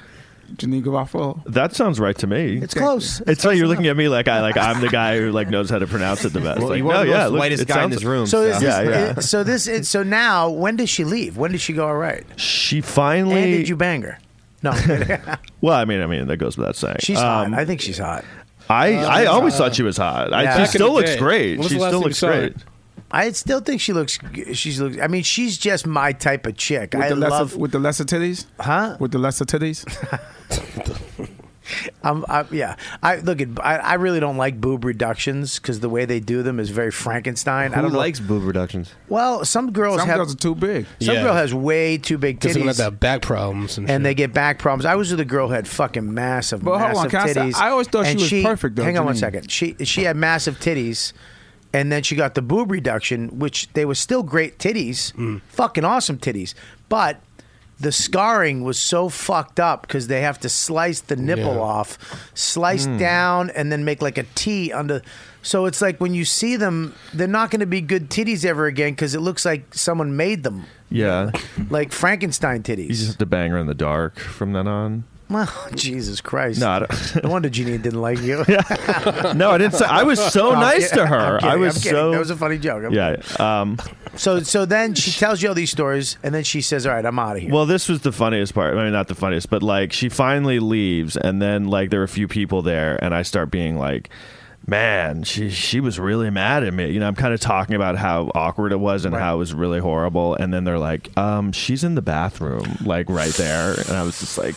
[SPEAKER 6] Janine Garofalo.
[SPEAKER 10] That sounds right to me.
[SPEAKER 2] It's close.
[SPEAKER 10] It's like you're looking at me like I like I'm the guy who like knows how to pronounce it the best.
[SPEAKER 8] Well,
[SPEAKER 10] like,
[SPEAKER 8] you are
[SPEAKER 10] no,
[SPEAKER 8] the
[SPEAKER 10] yeah,
[SPEAKER 8] most
[SPEAKER 10] look,
[SPEAKER 8] whitest
[SPEAKER 10] it
[SPEAKER 8] guy in
[SPEAKER 10] sounds-
[SPEAKER 8] this room,
[SPEAKER 2] So is
[SPEAKER 10] yeah,
[SPEAKER 2] this,
[SPEAKER 10] yeah.
[SPEAKER 2] it- so this is so now when did she leave? When did she go all right?
[SPEAKER 10] She finally.
[SPEAKER 2] And did you bang her? No.
[SPEAKER 10] Well, I mean, I mean that goes without saying.
[SPEAKER 2] she's
[SPEAKER 10] Um,
[SPEAKER 2] hot. I think she's hot.
[SPEAKER 10] I
[SPEAKER 2] Uh,
[SPEAKER 10] I
[SPEAKER 2] she's
[SPEAKER 10] always
[SPEAKER 2] hot.
[SPEAKER 10] thought she was hot. I,
[SPEAKER 2] Yeah.
[SPEAKER 10] she
[SPEAKER 2] Back in
[SPEAKER 10] still
[SPEAKER 2] the
[SPEAKER 10] looks
[SPEAKER 2] day.
[SPEAKER 10] great.
[SPEAKER 2] When was
[SPEAKER 10] She
[SPEAKER 2] the last
[SPEAKER 10] still
[SPEAKER 2] time you
[SPEAKER 10] looks
[SPEAKER 2] saw her?
[SPEAKER 10] great.
[SPEAKER 2] I still think she looks. She's looks. I mean, she's just my type of chick.
[SPEAKER 6] With
[SPEAKER 2] I
[SPEAKER 6] the lesser,
[SPEAKER 2] love.
[SPEAKER 6] with the lesser titties,
[SPEAKER 2] huh?
[SPEAKER 6] With the lesser titties.
[SPEAKER 2] Um, I, yeah, I look at. I, I really don't like boob reductions because the way they do them is very Frankenstein. I
[SPEAKER 8] Who
[SPEAKER 2] don't know-
[SPEAKER 8] likes boob reductions?
[SPEAKER 2] Well, some girls
[SPEAKER 6] Some
[SPEAKER 2] have
[SPEAKER 6] girls are too big.
[SPEAKER 2] Some
[SPEAKER 7] Yeah.
[SPEAKER 2] girl has way too big
[SPEAKER 7] Because they
[SPEAKER 2] titties,
[SPEAKER 7] have that back problems and,
[SPEAKER 2] and
[SPEAKER 7] shit.
[SPEAKER 2] they get back problems. I was with a girl who had fucking massive,
[SPEAKER 6] But hold on,
[SPEAKER 2] massive
[SPEAKER 6] can I say-
[SPEAKER 2] titties.
[SPEAKER 6] I always thought she
[SPEAKER 2] and
[SPEAKER 6] was perfect, though,
[SPEAKER 2] Hang on one
[SPEAKER 6] Janine.
[SPEAKER 2] second. She she had massive titties, and then she got the boob reduction, which they were still great titties,
[SPEAKER 6] Mm.
[SPEAKER 2] fucking awesome titties, but. The scarring was so fucked up because they have to slice the nipple
[SPEAKER 7] Yeah.
[SPEAKER 2] off, slice
[SPEAKER 6] Mm.
[SPEAKER 2] down, and then make like a T under. So it's like when you see them, they're not going to be good titties ever again because it looks like someone made them
[SPEAKER 10] Yeah,
[SPEAKER 2] like Frankenstein
[SPEAKER 10] you just
[SPEAKER 2] titties.
[SPEAKER 10] have to bang her in the dark from then on.
[SPEAKER 2] Well, Oh, Jesus Christ!
[SPEAKER 10] No, I don't-
[SPEAKER 2] no wonder Janine didn't like you.
[SPEAKER 10] No, I didn't say. I was so
[SPEAKER 2] No, I'm
[SPEAKER 10] Oh, nice
[SPEAKER 2] kidding.
[SPEAKER 10] to her.
[SPEAKER 2] I'm kidding.
[SPEAKER 10] I was
[SPEAKER 2] I'm kidding.
[SPEAKER 10] so.
[SPEAKER 2] That was a funny joke. I'm
[SPEAKER 10] yeah. Um,
[SPEAKER 2] So, so then she tells you all these stories, and then she says, "All right, I'm out of here."
[SPEAKER 10] well, this was the funniest part. I mean, not the funniest, but like she finally leaves, and then like there were a few people there, and I start being like. Man, she she was really mad at me. You know, I'm kind of talking about how awkward it was and how it was really horrible. And then they're like, um, "She's in the bathroom, like right there." And I was just like,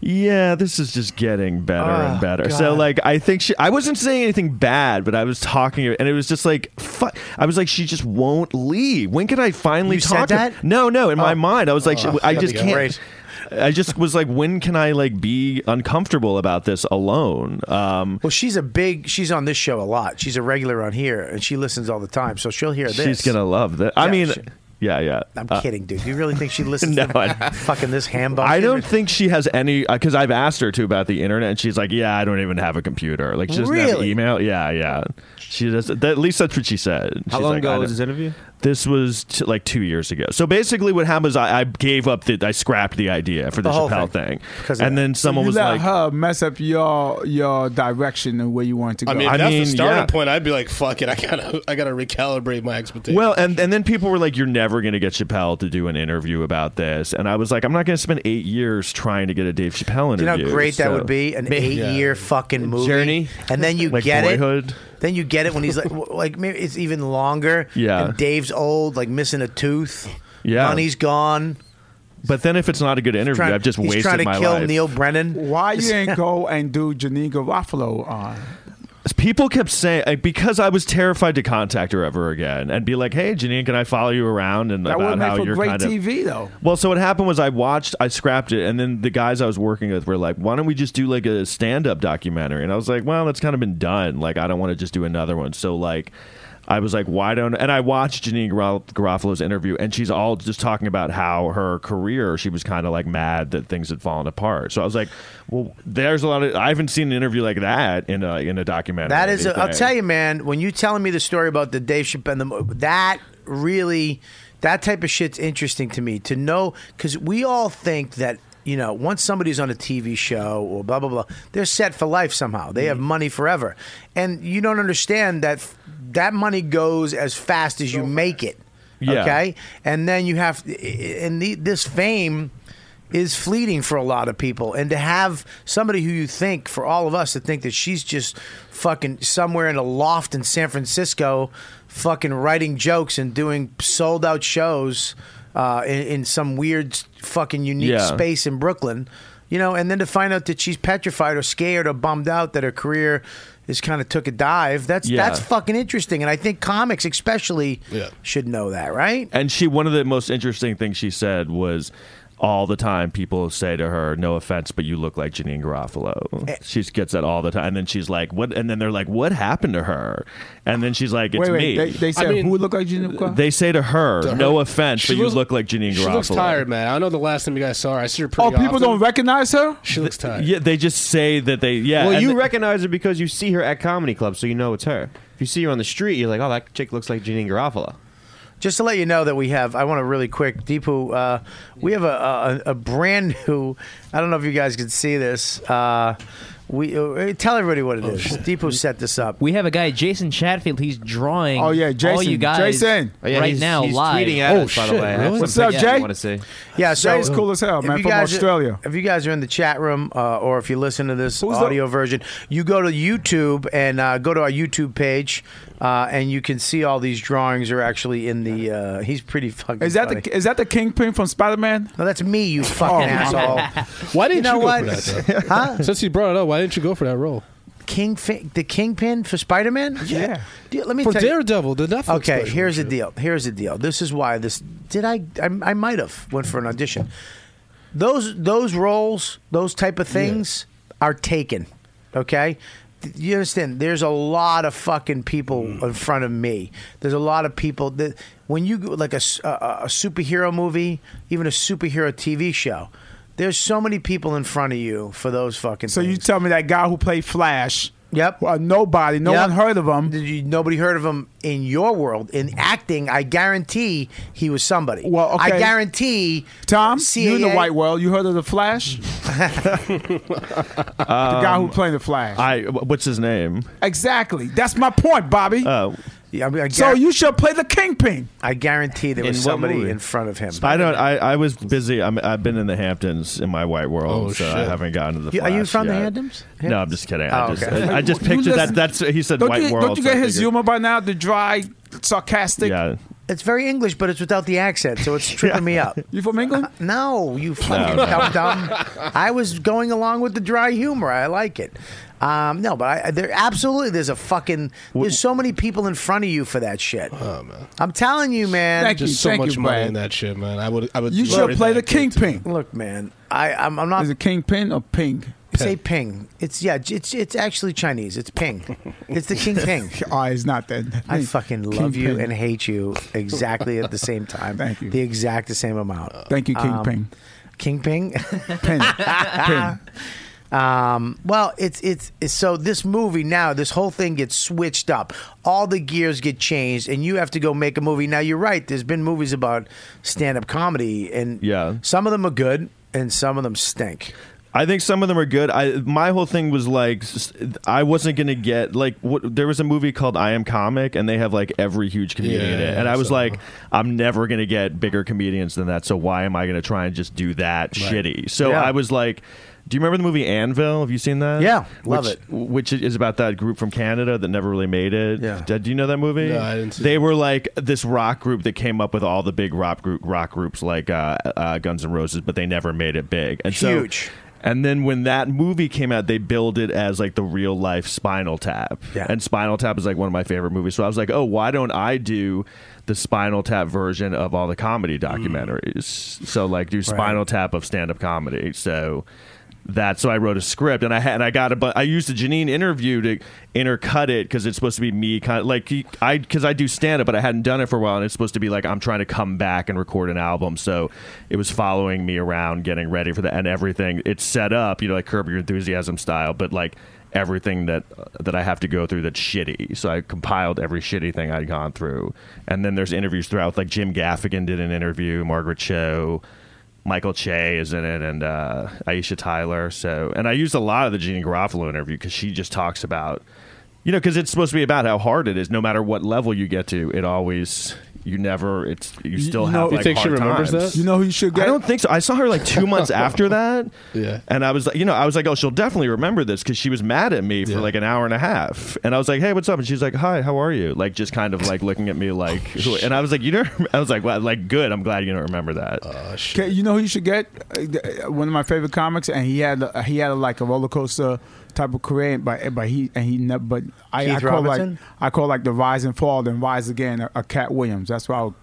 [SPEAKER 10] "Yeah, this is just getting better and better." So
[SPEAKER 2] Ah, God.
[SPEAKER 10] like, I think she. I wasn't saying anything bad, but I was talking, and it was just like, fu- I was like, she just won't leave. When can I finally
[SPEAKER 2] You said
[SPEAKER 10] talk? to-
[SPEAKER 2] that?
[SPEAKER 10] No, no. In my mind, I was like,
[SPEAKER 7] Oh,
[SPEAKER 10] I
[SPEAKER 7] that'd
[SPEAKER 10] just
[SPEAKER 7] be
[SPEAKER 10] can't.
[SPEAKER 7] great.
[SPEAKER 10] I just was like, when can I like be uncomfortable about this alone? Um,
[SPEAKER 2] Well, she's a big. She's on this show a lot. She's a regular on here, and she listens all the time. So she'll hear this.
[SPEAKER 10] she's gonna love that. I
[SPEAKER 2] Yeah,
[SPEAKER 10] mean,
[SPEAKER 2] she-
[SPEAKER 10] yeah, yeah.
[SPEAKER 2] I'm
[SPEAKER 10] Uh,
[SPEAKER 2] kidding, dude. You really think she listens
[SPEAKER 10] No,
[SPEAKER 2] to
[SPEAKER 10] I-
[SPEAKER 2] fucking this ham
[SPEAKER 10] I
[SPEAKER 2] bucket?
[SPEAKER 10] don't think she has any because I've asked her too about the internet, and she's like, "Yeah, I don't even have a computer. Like, she doesn't have
[SPEAKER 2] Really?
[SPEAKER 10] email. Yeah, yeah. She does. That, at least that's what she said.
[SPEAKER 8] How long
[SPEAKER 10] She's like, I
[SPEAKER 8] ago
[SPEAKER 10] don't-
[SPEAKER 8] was this interview?
[SPEAKER 10] This was t- like two years ago. So basically, what happened is I, I gave up the, I scrapped the idea for the,
[SPEAKER 2] The whole
[SPEAKER 10] Chappelle
[SPEAKER 2] thing.
[SPEAKER 10] thing,
[SPEAKER 2] Because of
[SPEAKER 10] and
[SPEAKER 2] that.
[SPEAKER 10] then someone
[SPEAKER 6] you
[SPEAKER 10] was
[SPEAKER 6] let
[SPEAKER 10] like,
[SPEAKER 6] her mess up your your direction and where you want to go.
[SPEAKER 7] I mean, if
[SPEAKER 10] I
[SPEAKER 7] that's
[SPEAKER 10] mean,
[SPEAKER 7] the starting
[SPEAKER 10] yeah.
[SPEAKER 7] point. I'd be like, "Fuck it, I gotta, I gotta recalibrate my expectations."
[SPEAKER 10] Well, and and then people were like, "You're never going to get Chappelle to do an interview about this," and I was like, "I'm not going to spend eight years trying to get a Dave Chappelle
[SPEAKER 2] Do you
[SPEAKER 10] interview."
[SPEAKER 2] know how great that
[SPEAKER 10] so-
[SPEAKER 2] would be? An
[SPEAKER 7] Yeah.
[SPEAKER 2] eight-year fucking movie
[SPEAKER 8] Journey.
[SPEAKER 2] and then you
[SPEAKER 10] Like
[SPEAKER 2] get
[SPEAKER 10] Boyhood.
[SPEAKER 2] it. Then you get it when he's like, w- like maybe it's even longer.
[SPEAKER 10] Yeah.
[SPEAKER 2] and Dave's old, like missing a tooth.
[SPEAKER 10] Yeah.
[SPEAKER 2] money's gone.
[SPEAKER 10] But then if it's not a good interview, I've just
[SPEAKER 2] he's
[SPEAKER 10] wasted
[SPEAKER 2] trying to
[SPEAKER 10] my
[SPEAKER 2] kill
[SPEAKER 10] life.
[SPEAKER 2] Neil Brennan.
[SPEAKER 6] Why you ain't go and do uh, Janine Garofalo on?
[SPEAKER 10] People kept saying like, because I was terrified to contact her ever again and be like, "Hey, Janine, can I follow you around?" And
[SPEAKER 6] That would
[SPEAKER 10] about
[SPEAKER 6] make
[SPEAKER 10] how
[SPEAKER 6] for
[SPEAKER 10] you're
[SPEAKER 6] great
[SPEAKER 10] kind of
[SPEAKER 6] TV though.
[SPEAKER 10] Well, so what happened was I watched, I scrapped it, and then the guys I was working with were like, "Why don't we just do like a stand-up documentary?" And I was like, "Well, that's kind of been done. Like, I don't want to just do another one." So like, I was like, "Why don't?" And I watched Janine Gar- Garofalo's interview, and she's all just talking about how her career, she was kind of like mad that things had fallen apart. So I was like, "Well, there's a lot of I haven't seen an interview like that in a in a documentary."
[SPEAKER 2] That is,
[SPEAKER 10] i
[SPEAKER 2] a, I'll tell you, man. When you telling me the story about the Dave Chappelle, the, mo- that really, that type of shit's interesting to me to know because we all think that you know once somebody's on a TV show or blah blah blah, they're set for life somehow. They have money forever, and you don't understand that that money goes as fast as you make it.
[SPEAKER 10] Yeah.
[SPEAKER 2] Okay, and then you have, and the, this fame is fleeting for a lot of people. And to have somebody who you think, for all of us, to think that she's just fucking somewhere in a loft in San Francisco, fucking writing jokes and doing sold out shows uh, in, in some weird fucking unique
[SPEAKER 10] Yeah.
[SPEAKER 2] space in Brooklyn, you know, and then to find out that she's petrified or scared or bummed out that her career is kind of took a dive. That's
[SPEAKER 10] Yeah.
[SPEAKER 2] that's fucking interesting, and I think comics especially
[SPEAKER 7] Yeah.
[SPEAKER 2] should know that, right?
[SPEAKER 10] And she, one of the most interesting things she said was, all the time people say to her, "No offense, but you look like Janine Garofalo." She gets that all the time, and then she's like, "What?" And then they're like, "What happened to her?" And then she's like, "It's
[SPEAKER 6] wait, wait.
[SPEAKER 10] me."
[SPEAKER 6] They, they said
[SPEAKER 7] mean,
[SPEAKER 6] who would look like Janine Garofalo?
[SPEAKER 10] They say to her, "No offense,
[SPEAKER 7] She
[SPEAKER 10] but you
[SPEAKER 7] looks-
[SPEAKER 10] look like Janine Garofalo."
[SPEAKER 7] she looks tired, man. I know the last time you guys saw her, I see her pretty.
[SPEAKER 6] oh, people
[SPEAKER 7] often.
[SPEAKER 6] don't recognize her.
[SPEAKER 7] She looks tired.
[SPEAKER 10] Yeah, they just say that they. Yeah,
[SPEAKER 8] well,
[SPEAKER 10] and
[SPEAKER 8] you
[SPEAKER 10] th-
[SPEAKER 8] recognize her because you see her at comedy clubs, so you know it's her. If you see her on the street, you're like, "Oh, that chick looks like Janine Garofalo."
[SPEAKER 2] Just to let you know that we have, I want to really quick, Deepu, uh, we have a, a, a brand new, I don't know if you guys can see this. Uh, we uh, Tell everybody
[SPEAKER 8] Oh,
[SPEAKER 2] what it is. Deepu set this up.
[SPEAKER 3] We have a guy, Jason Chatfield. He's drawing.
[SPEAKER 2] Oh, yeah,
[SPEAKER 3] all
[SPEAKER 2] Jason.
[SPEAKER 3] you guys
[SPEAKER 2] Jason.
[SPEAKER 8] Oh, yeah,
[SPEAKER 3] right
[SPEAKER 8] he's-
[SPEAKER 3] now
[SPEAKER 8] he's
[SPEAKER 3] live.
[SPEAKER 8] tweeting at Oh, us, by the shit, way. I have really? some What's up, pictures I Jay? wanna see.
[SPEAKER 2] Yeah, so
[SPEAKER 8] Jay's cool as hell,
[SPEAKER 2] if
[SPEAKER 8] man,
[SPEAKER 2] you
[SPEAKER 8] from
[SPEAKER 2] guys are-
[SPEAKER 8] Australia.
[SPEAKER 2] if you guys are in the chat room uh, or if you listen to this
[SPEAKER 8] Who's the-
[SPEAKER 2] audio version, you go to YouTube and uh, go to our YouTube page, uh, and you can see all these drawings are actually in the. Uh, he's pretty fucking.
[SPEAKER 6] Is that
[SPEAKER 2] funny.
[SPEAKER 6] the is that the kingpin from Spider Man?
[SPEAKER 2] No, that's me.
[SPEAKER 8] Oh,
[SPEAKER 2] You fucking asshole.
[SPEAKER 7] Why didn't you,
[SPEAKER 2] know
[SPEAKER 7] go
[SPEAKER 2] what?
[SPEAKER 7] for that? Though?
[SPEAKER 2] Huh?
[SPEAKER 7] Since you brought it up, why didn't you go for that role?
[SPEAKER 2] King the Kingpin for Spider Man?
[SPEAKER 7] Yeah.
[SPEAKER 2] Dude, let me
[SPEAKER 7] for
[SPEAKER 2] tell you-
[SPEAKER 7] Daredevil, the Netflix.
[SPEAKER 2] Okay,
[SPEAKER 7] version.
[SPEAKER 2] here's the deal. Here's the deal. This is why this did I I, I might have went for an audition. Those those roles, those type of things are taken. Okay? Th- You understand? There's a lot of fucking people in front of me. There's a lot of people that when you go like a, s- a- a- a superhero movie, even a superhero TV show, there's so many people in front of you for those fucking. So you
[SPEAKER 6] tell me that guy who played Flash.
[SPEAKER 2] Yep.
[SPEAKER 6] Uh, nobody. No
[SPEAKER 2] Yep.
[SPEAKER 6] one heard of him.
[SPEAKER 2] Did you- nobody heard of him in your world.
[SPEAKER 6] Mm.
[SPEAKER 2] In acting, I guarantee he was somebody. Well,
[SPEAKER 6] okay.
[SPEAKER 2] I guarantee.
[SPEAKER 6] Tom,
[SPEAKER 2] CAA,
[SPEAKER 6] you in the white world. You heard of the Flash?
[SPEAKER 10] the
[SPEAKER 6] guy who played the Flash.
[SPEAKER 10] Um, I what's his name?
[SPEAKER 6] exactly. That's my point, Bobby.
[SPEAKER 10] Oh.
[SPEAKER 2] Yeah, I mean, I
[SPEAKER 6] so
[SPEAKER 2] guar-
[SPEAKER 6] you should play the kingpin.
[SPEAKER 2] I guarantee there
[SPEAKER 10] In
[SPEAKER 2] was
[SPEAKER 10] what
[SPEAKER 2] somebody
[SPEAKER 10] movie?
[SPEAKER 2] in front of him.
[SPEAKER 10] I don't. I, I was busy. I'm, I've been in the Hamptons in my white world,
[SPEAKER 2] Oh,
[SPEAKER 10] so I
[SPEAKER 2] shit.
[SPEAKER 10] haven't gotten to the.
[SPEAKER 2] You- are you
[SPEAKER 10] Flash
[SPEAKER 2] from the
[SPEAKER 10] yet.
[SPEAKER 2] Hamptons?
[SPEAKER 10] No, I'm just kidding. I
[SPEAKER 2] Oh,
[SPEAKER 10] just,
[SPEAKER 2] okay.
[SPEAKER 10] I, I just
[SPEAKER 6] You
[SPEAKER 10] pictured
[SPEAKER 6] listen-
[SPEAKER 10] that. That's he said
[SPEAKER 6] Don't
[SPEAKER 10] white
[SPEAKER 6] you,
[SPEAKER 10] world.
[SPEAKER 6] Don't you
[SPEAKER 10] so I
[SPEAKER 6] get his
[SPEAKER 10] figured-
[SPEAKER 6] humor by now? The dry, sarcastic.
[SPEAKER 10] Yeah.
[SPEAKER 2] It's very English, but it's without the accent, so it's tripping me up.
[SPEAKER 6] You from England?
[SPEAKER 2] no, you fucking
[SPEAKER 10] no.
[SPEAKER 2] dumb dumb. I was going along with the dry humor. I like it. Um, no, but I, I- there absolutely there's a fucking there's so many people in front of you for that shit. Oh man, I'm telling you, man.
[SPEAKER 7] Just so much money in that shit, man. I would. I would.
[SPEAKER 6] You
[SPEAKER 7] love
[SPEAKER 6] should play
[SPEAKER 7] that
[SPEAKER 6] the
[SPEAKER 7] kid.
[SPEAKER 6] kingpin.
[SPEAKER 2] Look, man, I I'm, I'm not
[SPEAKER 6] Is it kingpin or ping?
[SPEAKER 2] Say ping. It's yeah. It's it's actually Chinese. It's ping. It's the king ping.
[SPEAKER 6] oh, it's not that.
[SPEAKER 2] I fucking love
[SPEAKER 6] King
[SPEAKER 2] you
[SPEAKER 6] Ping.
[SPEAKER 2] and hate you exactly at the same time. Thank you. The exact same amount.
[SPEAKER 6] Thank you, King
[SPEAKER 2] um,
[SPEAKER 6] Ping.
[SPEAKER 2] King ping.
[SPEAKER 6] Ping.
[SPEAKER 2] Um, well, it's, it's it's so this movie now. This whole thing gets switched up. All the gears get changed, and you have to go make a movie. Now you're right. There's been movies about stand up comedy, and
[SPEAKER 10] Yeah.
[SPEAKER 2] some of them are good, and some of them stink.
[SPEAKER 10] I think some of them are good. I my whole thing was like s- I wasn't gonna get like what, there was a movie called I Am Comic and they have like every huge comedian in it,
[SPEAKER 7] Yeah,
[SPEAKER 10] and I was
[SPEAKER 7] so-
[SPEAKER 10] like I'm never gonna get bigger comedians than that. So why am I gonna try and just do that
[SPEAKER 7] Right.
[SPEAKER 10] shitty? So
[SPEAKER 2] Yeah.
[SPEAKER 10] I was like. Do you remember the movie Anvil? Have you seen that?
[SPEAKER 2] Yeah, love
[SPEAKER 10] which,
[SPEAKER 2] it.
[SPEAKER 10] Which is about that group from Canada that never really made it.
[SPEAKER 2] Yeah.
[SPEAKER 10] Did, do you know that movie?
[SPEAKER 7] No, I didn't see
[SPEAKER 10] They were like this rock group that came up with all the big rock group rock groups like uh, uh, Guns N' Roses, but they never made it big. And so-
[SPEAKER 2] Huge.
[SPEAKER 10] and then when that movie came out, they billed it as like the real life Spinal Tap.
[SPEAKER 2] Yeah.
[SPEAKER 10] And Spinal Tap is like one of my favorite movies. So I was like, oh, why don't I do the Spinal Tap version of all the comedy documentaries? So like do Spinal Tap of stand up comedy. So that so I wrote a script and I had and I got a but I used the Janine interview to intercut it because it's supposed to be me kind of like you- I because I do stand up but I hadn't done it for a while and it's supposed to be like I'm trying to come back and record an album so it was following me around getting ready for that and everything it's set up you know like Curb Your Enthusiasm style but like everything that that I have to go through that's shitty. So I compiled every shitty thing I'd gone through, and then there's interviews throughout. Like Jim Gaffigan did an interview, Margaret Cho, Michael Che is in it, and uh, Aisha Tyler. So and I used a lot of the Jeannie Garofalo interview because she just talks about. You know, because it's supposed to be about how hard it is. No matter what level you get to, it always you never. It's you still have. like, hard times.
[SPEAKER 6] You know who you should get?
[SPEAKER 10] I don't think so. I saw her like two months after that.
[SPEAKER 7] Yeah.
[SPEAKER 10] And I was like, you know, I was like, oh, she'll definitely remember this because she was mad at me for like an hour and a half. And I was like, hey, what's up? And she's like, hi, how are you? Like, just kind of like looking at me like, who? and I was like, you don't, I was like, well, like, good. I'm glad you don't remember that.
[SPEAKER 6] Oh, Okay, you know who you should get? Uh, th- uh, One of my favorite comics, and he had a, he had a, like a roller coaster type of career, but but he and he never. But I, I
[SPEAKER 2] Keith
[SPEAKER 6] call
[SPEAKER 2] Robinson?
[SPEAKER 6] like I call like the rise and fall, then rise again. A, a Cat Williams. That's why, I would,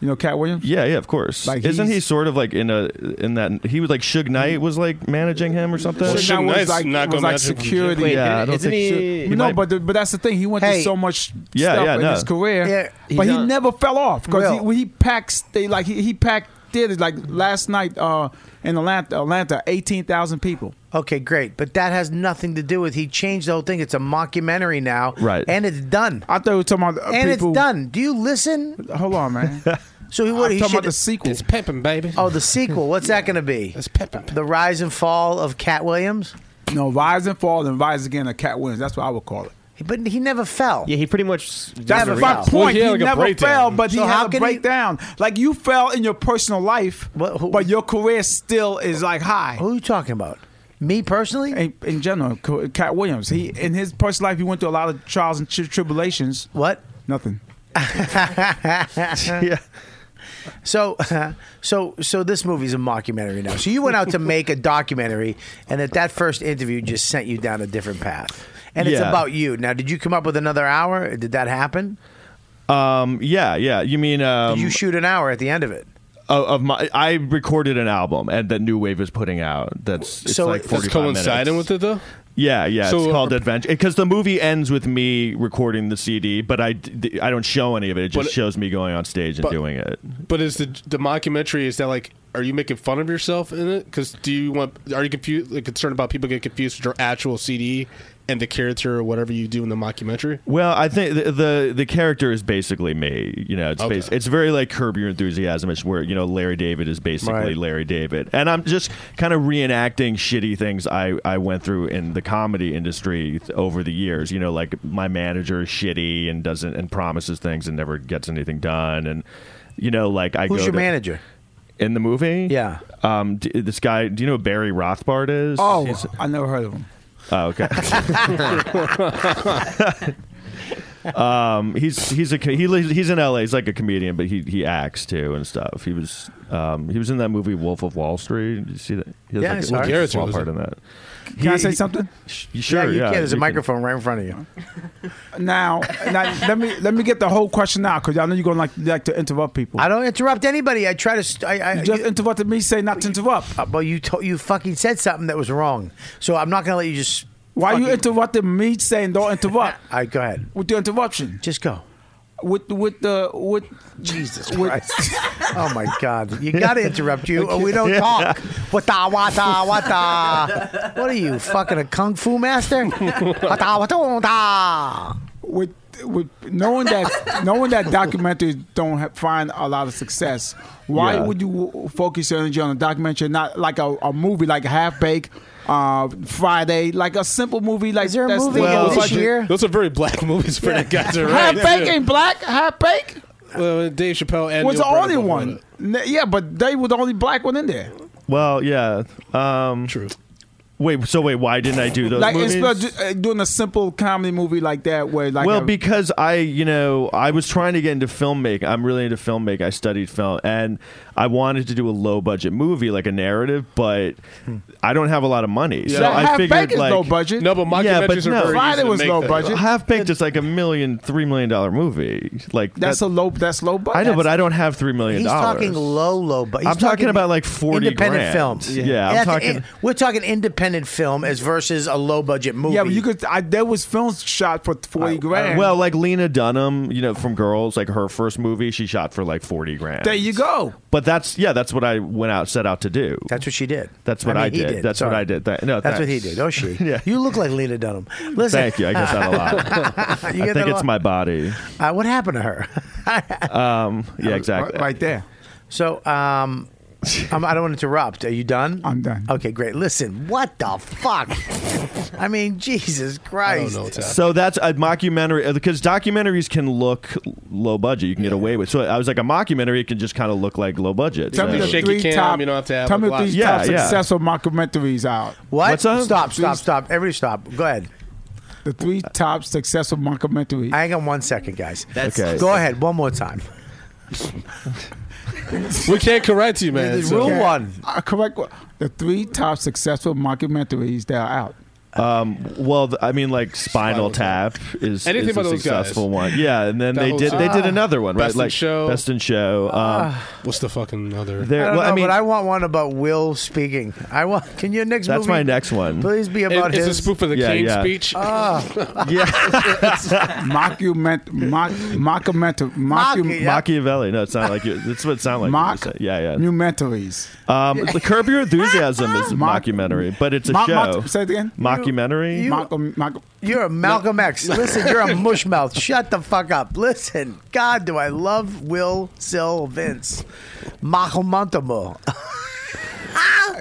[SPEAKER 6] you know, Cat Williams.
[SPEAKER 10] yeah, yeah, of course.
[SPEAKER 6] Like,
[SPEAKER 10] Isn't he
[SPEAKER 6] he's-
[SPEAKER 10] sort of like in a in that he was like Suge Knight was like managing him or something?
[SPEAKER 7] Well, Suge Suge Knight's Knight's like- not
[SPEAKER 6] was
[SPEAKER 7] gonna
[SPEAKER 6] like
[SPEAKER 7] match him from
[SPEAKER 6] security.
[SPEAKER 10] Wait, Yeah, I don't isn't think he- Suge- he
[SPEAKER 6] no,
[SPEAKER 10] might-
[SPEAKER 6] but the, but that's the thing. He went
[SPEAKER 2] Hey.
[SPEAKER 6] through so much
[SPEAKER 10] Yeah,
[SPEAKER 6] stuff
[SPEAKER 10] yeah,
[SPEAKER 6] in
[SPEAKER 10] no.
[SPEAKER 6] his career,
[SPEAKER 2] Yeah.
[SPEAKER 6] but
[SPEAKER 2] He's
[SPEAKER 6] he
[SPEAKER 2] not-
[SPEAKER 6] never fell off because he,
[SPEAKER 2] Will.
[SPEAKER 6] when he packs. They like he, he packed theaters like last night uh, in Atlanta, Atlanta, eighteen thousand people.
[SPEAKER 2] Okay, great. But that has nothing to do with he changed the whole thing. It's a mockumentary now.
[SPEAKER 10] Right.
[SPEAKER 2] And it's done. I
[SPEAKER 6] thought we were talking about
[SPEAKER 2] And
[SPEAKER 6] Uh, people-
[SPEAKER 2] it's done. Do you listen?
[SPEAKER 6] Hold on, man.
[SPEAKER 2] so he would
[SPEAKER 6] I'm
[SPEAKER 2] he
[SPEAKER 6] talking
[SPEAKER 2] should,
[SPEAKER 6] about the sequel.
[SPEAKER 2] It's
[SPEAKER 7] Pippin, baby.
[SPEAKER 2] Oh, the sequel. What's that going to be? It's
[SPEAKER 7] Pippin.
[SPEAKER 2] The Rise and Fall of Cat Williams?
[SPEAKER 6] No, Rise and Fall and Rise Again of Cat Williams. That's what I would call it.
[SPEAKER 2] But he never fell.
[SPEAKER 6] Yeah,
[SPEAKER 8] he pretty much.
[SPEAKER 6] That's
[SPEAKER 2] never
[SPEAKER 6] my
[SPEAKER 2] fell.
[SPEAKER 6] point.
[SPEAKER 2] Well, he
[SPEAKER 6] he
[SPEAKER 2] had like a
[SPEAKER 6] never
[SPEAKER 2] breakdown.
[SPEAKER 6] fell, but
[SPEAKER 2] So
[SPEAKER 6] he
[SPEAKER 2] how
[SPEAKER 6] had a
[SPEAKER 2] can he-
[SPEAKER 6] breakdown. like you fell in your personal life, but your career still is like high. Who
[SPEAKER 2] are you talking about? Me personally,
[SPEAKER 6] in, in general, Co- Cat Williams. He in his personal life, he went through a lot of trials and tri- tribulations.
[SPEAKER 2] What?
[SPEAKER 6] Nothing.
[SPEAKER 2] yeah. So, so, so this movie's a mockumentary now. So you went out to make a documentary, and at that first interview, just sent you down a different path. And it's
[SPEAKER 10] Yeah.
[SPEAKER 2] about you. Now, did you come up with another hour? Did that happen?
[SPEAKER 10] Um, yeah, yeah. You mean um,
[SPEAKER 2] you shoot an hour at the end of it?
[SPEAKER 10] Of, of my, I recorded an album, and that New Wave is putting out. That's it's
[SPEAKER 7] so
[SPEAKER 10] like
[SPEAKER 7] it's
[SPEAKER 10] 45
[SPEAKER 7] coinciding
[SPEAKER 10] minutes.
[SPEAKER 7] with it though.
[SPEAKER 10] Yeah, yeah.
[SPEAKER 7] So- uh,
[SPEAKER 10] it's called Adventure because the movie ends with me recording the CD, but I, d- I don't show any of it. It just
[SPEAKER 7] But-
[SPEAKER 10] shows me going on stage and
[SPEAKER 7] but-
[SPEAKER 10] doing it.
[SPEAKER 7] But is the the mockumentary is that like are you making fun of yourself in it? Because do you want are you confused like, concerned about people getting confused with your actual CD and the character or whatever you do in the mockumentary?
[SPEAKER 10] Well, I think the the, the character is basically me. You know, it's
[SPEAKER 7] Okay.
[SPEAKER 10] bas- it's very like Curb Your Enthusiasm. It's where you know Larry David is basically
[SPEAKER 7] Right.
[SPEAKER 10] Larry David, and I'm just kind of reenacting shitty things I I went through in the comedy industry th- over the years. You know, like my manager is shitty and doesn't and promises things and never gets anything done, and you know, like I
[SPEAKER 2] Who's
[SPEAKER 10] go
[SPEAKER 2] your
[SPEAKER 10] to-
[SPEAKER 2] manager?
[SPEAKER 10] in the movie?
[SPEAKER 2] Yeah.
[SPEAKER 10] Um, d- this guy. Do you know who Barry Rothbard is?
[SPEAKER 6] Oh,
[SPEAKER 10] He's-
[SPEAKER 6] I never heard of him.
[SPEAKER 10] oh okay. um, he's he's a co- he lives, he's in L.A. He's like a comedian, but he he acts too and stuff. He was um, he was in that movie Wolf of Wall Street. Did you see that? He has
[SPEAKER 2] Yeah, I
[SPEAKER 10] like
[SPEAKER 2] saw
[SPEAKER 10] a
[SPEAKER 2] it.
[SPEAKER 10] really small part in that.
[SPEAKER 6] Can I say something?
[SPEAKER 10] you sure?
[SPEAKER 2] you
[SPEAKER 10] yeah,
[SPEAKER 2] can. There's a
[SPEAKER 10] you can.
[SPEAKER 2] microphone right in front of you.
[SPEAKER 6] Now, now let me let me get the whole question out because I know you're gonna like like to interrupt people.
[SPEAKER 2] I don't interrupt anybody. I try to. St- I, I
[SPEAKER 6] You just interrupted me saying not to interrupt.
[SPEAKER 2] Uh, well, you to- you fucking said something that was wrong. So I'm not gonna let you just.
[SPEAKER 6] Why you interrupting me saying don't interrupt?
[SPEAKER 2] I go ahead
[SPEAKER 6] with the interruption.
[SPEAKER 2] Just go.
[SPEAKER 6] With with the with Jesus
[SPEAKER 2] Christ. oh my God! You got to interrupt you, or we don't talk. Wata wata wata. What are you fucking a kung fu master? Wata wata wata.
[SPEAKER 6] with with knowing that knowing that documentaries don't ha find a lot of success, why
[SPEAKER 10] Yeah.
[SPEAKER 6] would you w- focus your energy on a documentary, not like a, a movie like Half Baked, uh, Friday, like a simple movie like
[SPEAKER 2] there a
[SPEAKER 6] that's-
[SPEAKER 2] movie Well, this year?
[SPEAKER 7] Those are very black movies for that guys. are
[SPEAKER 6] Half
[SPEAKER 7] Right.
[SPEAKER 6] Baked ain't black. Half Baked
[SPEAKER 7] Well, Dave Chappelle and
[SPEAKER 6] was
[SPEAKER 7] Neil
[SPEAKER 6] the
[SPEAKER 7] Brennan
[SPEAKER 6] only
[SPEAKER 7] both wrote
[SPEAKER 6] one.
[SPEAKER 7] it.
[SPEAKER 6] N- Yeah, but they were the only black one in there.
[SPEAKER 10] Well, yeah. Um,
[SPEAKER 7] True.
[SPEAKER 10] Wait. So wait. Why didn't I do those
[SPEAKER 6] like
[SPEAKER 10] movies?
[SPEAKER 6] instead of ju- uh, doing a simple comedy movie like that, where like
[SPEAKER 10] well,
[SPEAKER 6] a-
[SPEAKER 10] because I, you know, I was trying to get into filmmaking. I'm really into filmmaking. I studied film, and I wanted to do a low budget movie, like a narrative, but I don't have a lot of money, so
[SPEAKER 6] Like,
[SPEAKER 10] I
[SPEAKER 6] Half
[SPEAKER 10] figured
[SPEAKER 6] Baked is
[SPEAKER 10] like
[SPEAKER 6] low budget.
[SPEAKER 7] No, but mockumentaries
[SPEAKER 10] yeah,
[SPEAKER 7] are
[SPEAKER 10] but no,
[SPEAKER 7] very
[SPEAKER 6] Friday
[SPEAKER 7] easy to
[SPEAKER 6] was
[SPEAKER 7] make,
[SPEAKER 6] low
[SPEAKER 7] though.
[SPEAKER 6] budget.
[SPEAKER 10] Half baked is like a million, three million dollar movie. Like
[SPEAKER 6] that's
[SPEAKER 10] that-
[SPEAKER 6] a low. That's low budget.
[SPEAKER 10] I know, but I don't have three million
[SPEAKER 2] He's
[SPEAKER 10] dollars.
[SPEAKER 2] talking low, low, but he's
[SPEAKER 10] I'm talking about, like, 40
[SPEAKER 2] independent
[SPEAKER 10] grand.
[SPEAKER 2] films.
[SPEAKER 10] Yeah. Yeah, I'm
[SPEAKER 2] That's-
[SPEAKER 10] talking-
[SPEAKER 2] it- we're talking independent film as versus a low budget movie.
[SPEAKER 6] Yeah, but you could. I, there was films shot for forty grand.
[SPEAKER 10] Well, like Lena Dunham, you know, from Girls, like her first movie, she shot for like forty grand.
[SPEAKER 6] there you go.
[SPEAKER 10] But that's yeah, that's what I went out set out to do.
[SPEAKER 2] That's what she did.
[SPEAKER 10] That's what
[SPEAKER 2] mean,
[SPEAKER 10] I
[SPEAKER 2] he
[SPEAKER 10] did. That's
[SPEAKER 2] Sorry.
[SPEAKER 10] what I did. That- no,
[SPEAKER 2] that's what he
[SPEAKER 10] thanks.
[SPEAKER 2] did. Oh, she. You look like Lena Dunham. Listen,
[SPEAKER 10] Thank you. I guess that a lot. I
[SPEAKER 2] You get
[SPEAKER 10] think
[SPEAKER 2] that
[SPEAKER 10] it's
[SPEAKER 2] a
[SPEAKER 10] my body.
[SPEAKER 2] lot? Uh, what happened to her?
[SPEAKER 10] Um, yeah, exactly.
[SPEAKER 6] Right there.
[SPEAKER 2] So, um, I'm, I don't want to interrupt. Are you done? I'm
[SPEAKER 6] done.
[SPEAKER 2] Okay, great. Listen, what the fuck? I mean, Jesus Christ.
[SPEAKER 7] know what's
[SPEAKER 10] So that's a mockumentary because documentaries can look low budget. You can get away with. So I was like a mockumentary. It can just kind of look like low budget.
[SPEAKER 6] Tell me
[SPEAKER 10] So-
[SPEAKER 6] the
[SPEAKER 7] Shaky
[SPEAKER 6] three
[SPEAKER 7] cam,
[SPEAKER 6] top.
[SPEAKER 7] you don't have to have
[SPEAKER 6] tell me
[SPEAKER 7] a
[SPEAKER 6] the
[SPEAKER 7] lot.
[SPEAKER 6] three
[SPEAKER 10] Yeah,
[SPEAKER 6] top
[SPEAKER 10] yeah.
[SPEAKER 6] successful mockumentaries out.
[SPEAKER 2] What?
[SPEAKER 10] What's up?
[SPEAKER 2] Stop, stop, stop. Everybody stop. Go ahead.
[SPEAKER 6] The three top successful mockumentaries.
[SPEAKER 2] Hang on one second, guys.
[SPEAKER 8] That's
[SPEAKER 10] Okay.
[SPEAKER 2] Go ahead, one more time.
[SPEAKER 7] We can't correct you, man.
[SPEAKER 2] Rule one.
[SPEAKER 6] Uh, correct. The three top successful mockumentaries that are out.
[SPEAKER 10] Um, well, th- I mean, like Spinal Tap is,
[SPEAKER 7] Anything
[SPEAKER 10] is
[SPEAKER 7] by
[SPEAKER 10] a
[SPEAKER 7] those guys.
[SPEAKER 10] successful one. Yeah, and then
[SPEAKER 7] That
[SPEAKER 10] they
[SPEAKER 7] whole
[SPEAKER 10] did they
[SPEAKER 7] series.
[SPEAKER 10] did another one, right?
[SPEAKER 7] Best in
[SPEAKER 10] like
[SPEAKER 7] Show.
[SPEAKER 10] Best in Show. Um,
[SPEAKER 7] What's the fucking other?
[SPEAKER 10] There-
[SPEAKER 2] Ah. I don't
[SPEAKER 10] well, I
[SPEAKER 2] know,
[SPEAKER 10] mean-
[SPEAKER 2] but I want one about Will speaking. I want. Can your next
[SPEAKER 10] That's
[SPEAKER 2] movie?
[SPEAKER 10] my next one.
[SPEAKER 2] Please be
[SPEAKER 10] It-
[SPEAKER 2] about
[SPEAKER 10] it's
[SPEAKER 2] his.
[SPEAKER 10] a spoof of the Yeah, King yeah. speech.
[SPEAKER 6] Ah.
[SPEAKER 2] yeah.
[SPEAKER 6] Mockument, mock, mockumentary, mockum,
[SPEAKER 10] Machiavelli. No, it's not like you. That's what it sounds like.
[SPEAKER 6] Mock-
[SPEAKER 10] you say. yeah, yeah.
[SPEAKER 6] mockumentaries.
[SPEAKER 10] Um, the Curb Your Enthusiasm is a mockumentary, but it's a
[SPEAKER 6] Mock-
[SPEAKER 10] show.
[SPEAKER 6] mock- say it again.
[SPEAKER 10] Mockumentary.
[SPEAKER 2] You-
[SPEAKER 6] Mock- mock-
[SPEAKER 2] You're a Malcolm X. Listen, you're a mushmouth. Shut the fuck up. Listen, God, do I love Will Sil Vince. Mahomontamo.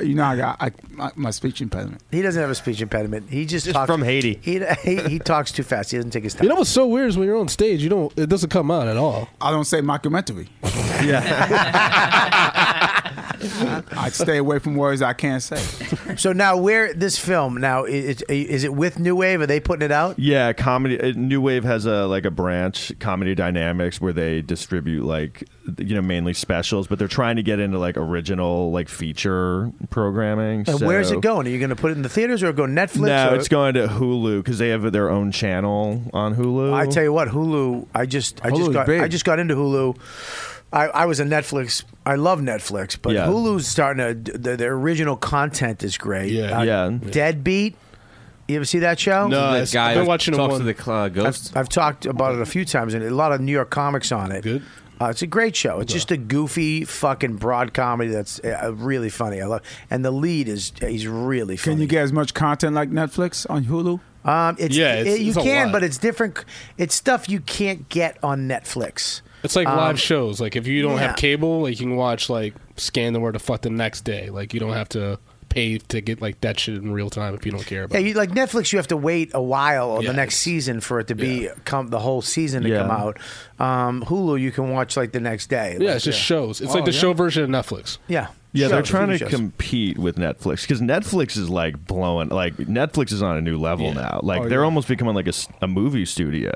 [SPEAKER 6] you know, I got I, my, my speech impediment.
[SPEAKER 2] He doesn't have a speech impediment. He just,
[SPEAKER 10] Just
[SPEAKER 2] talks.
[SPEAKER 10] from Haiti.
[SPEAKER 2] He, he, he talks too fast. He doesn't take his time.
[SPEAKER 7] You know what's so weird is when you're on stage, you don't. It doesn't come out at all.
[SPEAKER 6] I don't say mockumentary. I stay away from words I can't say.
[SPEAKER 2] so now, where this film now is, is it with New Wave? Are they putting it out?
[SPEAKER 10] Yeah, comedy. uh, New Wave has a like a branch, Comedy Dynamics, where they distribute like th- you know mainly specials, but they're trying to get into like original like feature programming.
[SPEAKER 2] And
[SPEAKER 10] so-
[SPEAKER 2] where's it going? Are you going to put it in the theaters or go Netflix?
[SPEAKER 10] No,
[SPEAKER 2] or-
[SPEAKER 10] it's going to Hulu because they have their own channel on Hulu.
[SPEAKER 2] I tell you what, Hulu. I just, I just
[SPEAKER 10] Hulu's
[SPEAKER 2] got,
[SPEAKER 10] big.
[SPEAKER 2] I just got into Hulu. I, I was a Netflix. I love Netflix, but
[SPEAKER 10] Yeah.
[SPEAKER 2] Hulu's starting to. The, the original content is great. Uh,
[SPEAKER 7] Yeah.
[SPEAKER 10] Yeah.
[SPEAKER 2] Deadbeat. You ever see that show?
[SPEAKER 7] No, The it's- guy I've been that watching him talks on- to the
[SPEAKER 8] cl- uh, ghosts?
[SPEAKER 2] I've, I've talked about it a few times, and a lot of New York comics on it. Good. Uh, it's a great show. It's just a goofy, fucking broad comedy that's uh, really funny. I love, and the lead is—he's really funny.
[SPEAKER 6] Can you get as much content like Netflix on Hulu?
[SPEAKER 2] Um, it's,
[SPEAKER 7] Yeah, it's-
[SPEAKER 2] it- you
[SPEAKER 7] it's a
[SPEAKER 2] can,
[SPEAKER 7] lot.
[SPEAKER 2] but it's different. It's stuff you can't get on Netflix.
[SPEAKER 7] It's like
[SPEAKER 2] Um,
[SPEAKER 7] live shows. Like if you don't
[SPEAKER 2] yeah.
[SPEAKER 7] have cable, like you can watch like Scan the Word to Fuck the next day. Like you don't have to pay to get like that shit in real time if you don't care about.
[SPEAKER 2] Yeah,
[SPEAKER 7] it.
[SPEAKER 2] you, like Netflix, you have to wait a while or the next season for it to be come the whole season to
[SPEAKER 7] Yeah.
[SPEAKER 2] come out. Um, Hulu, you can watch like the next day.
[SPEAKER 7] Yeah,
[SPEAKER 2] Like,
[SPEAKER 7] it's just shows. It's like the
[SPEAKER 2] yeah.
[SPEAKER 7] show version of Netflix.
[SPEAKER 2] Yeah,
[SPEAKER 10] Yeah, they're
[SPEAKER 2] Shows,
[SPEAKER 10] trying
[SPEAKER 2] TV
[SPEAKER 10] to
[SPEAKER 2] shows.
[SPEAKER 10] compete with Netflix because Netflix is like blowing. Like Netflix is on a new level now. Like
[SPEAKER 7] Oh,
[SPEAKER 10] they're
[SPEAKER 7] yeah.
[SPEAKER 10] almost becoming like a, s- a movie studio.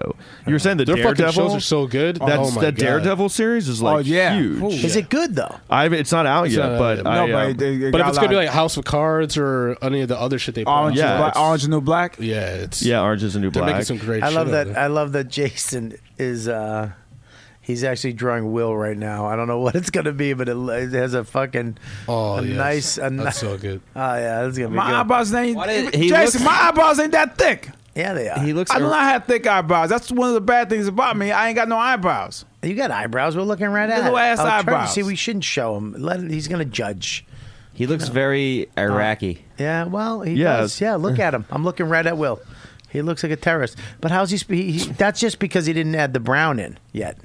[SPEAKER 10] You were saying the
[SPEAKER 7] Their fucking
[SPEAKER 10] Daredevil
[SPEAKER 7] shows are so good.
[SPEAKER 10] That's
[SPEAKER 7] Oh, my
[SPEAKER 10] the
[SPEAKER 7] God.
[SPEAKER 10] Daredevil series is like
[SPEAKER 7] Oh, yeah.
[SPEAKER 10] huge.
[SPEAKER 7] Holy
[SPEAKER 2] Is it good though?
[SPEAKER 10] I it's not out
[SPEAKER 7] It's
[SPEAKER 10] yet,
[SPEAKER 7] not out
[SPEAKER 10] but
[SPEAKER 7] yet.
[SPEAKER 10] I,
[SPEAKER 7] No, but
[SPEAKER 10] um,
[SPEAKER 7] it- it Uh, But if it's gonna be like House of Cards or any of the other
[SPEAKER 2] Oh,
[SPEAKER 7] shit they put
[SPEAKER 6] Orange,
[SPEAKER 7] on,
[SPEAKER 6] and black, orange and New Black.
[SPEAKER 7] yeah, it's
[SPEAKER 10] yeah, Orange is the New
[SPEAKER 7] They're
[SPEAKER 10] Black.
[SPEAKER 7] making some great.
[SPEAKER 2] I
[SPEAKER 7] shit
[SPEAKER 2] love
[SPEAKER 7] out
[SPEAKER 2] that.
[SPEAKER 7] there.
[SPEAKER 2] I love that Jason is. Uh, he's actually drawing Will right now. I don't know what it's going to be, but it, it has a fucking
[SPEAKER 7] Oh,
[SPEAKER 2] a
[SPEAKER 7] yes.
[SPEAKER 2] nice. A
[SPEAKER 7] That's
[SPEAKER 2] ni-
[SPEAKER 7] so good.
[SPEAKER 2] Oh yeah, that's gonna be
[SPEAKER 6] My
[SPEAKER 2] good.
[SPEAKER 6] eyebrows ain't.
[SPEAKER 8] did- he
[SPEAKER 6] Jason,
[SPEAKER 8] looks-
[SPEAKER 6] my eyebrows ain't that thick.
[SPEAKER 2] Yeah, they are.
[SPEAKER 8] He looks.
[SPEAKER 6] I do not have thick eyebrows. That's one of the bad things about me. I ain't got no eyebrows.
[SPEAKER 2] You got eyebrows. We're looking right at
[SPEAKER 6] Little
[SPEAKER 2] it.
[SPEAKER 6] ass
[SPEAKER 2] I was trying to
[SPEAKER 6] eyebrows.
[SPEAKER 2] See, we shouldn't show him. Let him- he's going to judge.
[SPEAKER 8] He looks very Iraqi.
[SPEAKER 2] Yeah, well, he
[SPEAKER 10] Yeah.
[SPEAKER 2] does. Yeah, look at him. I'm looking right at Will. He looks like a terrorist. But how's he, sp- he, he? That's just because he didn't add the brown in yet.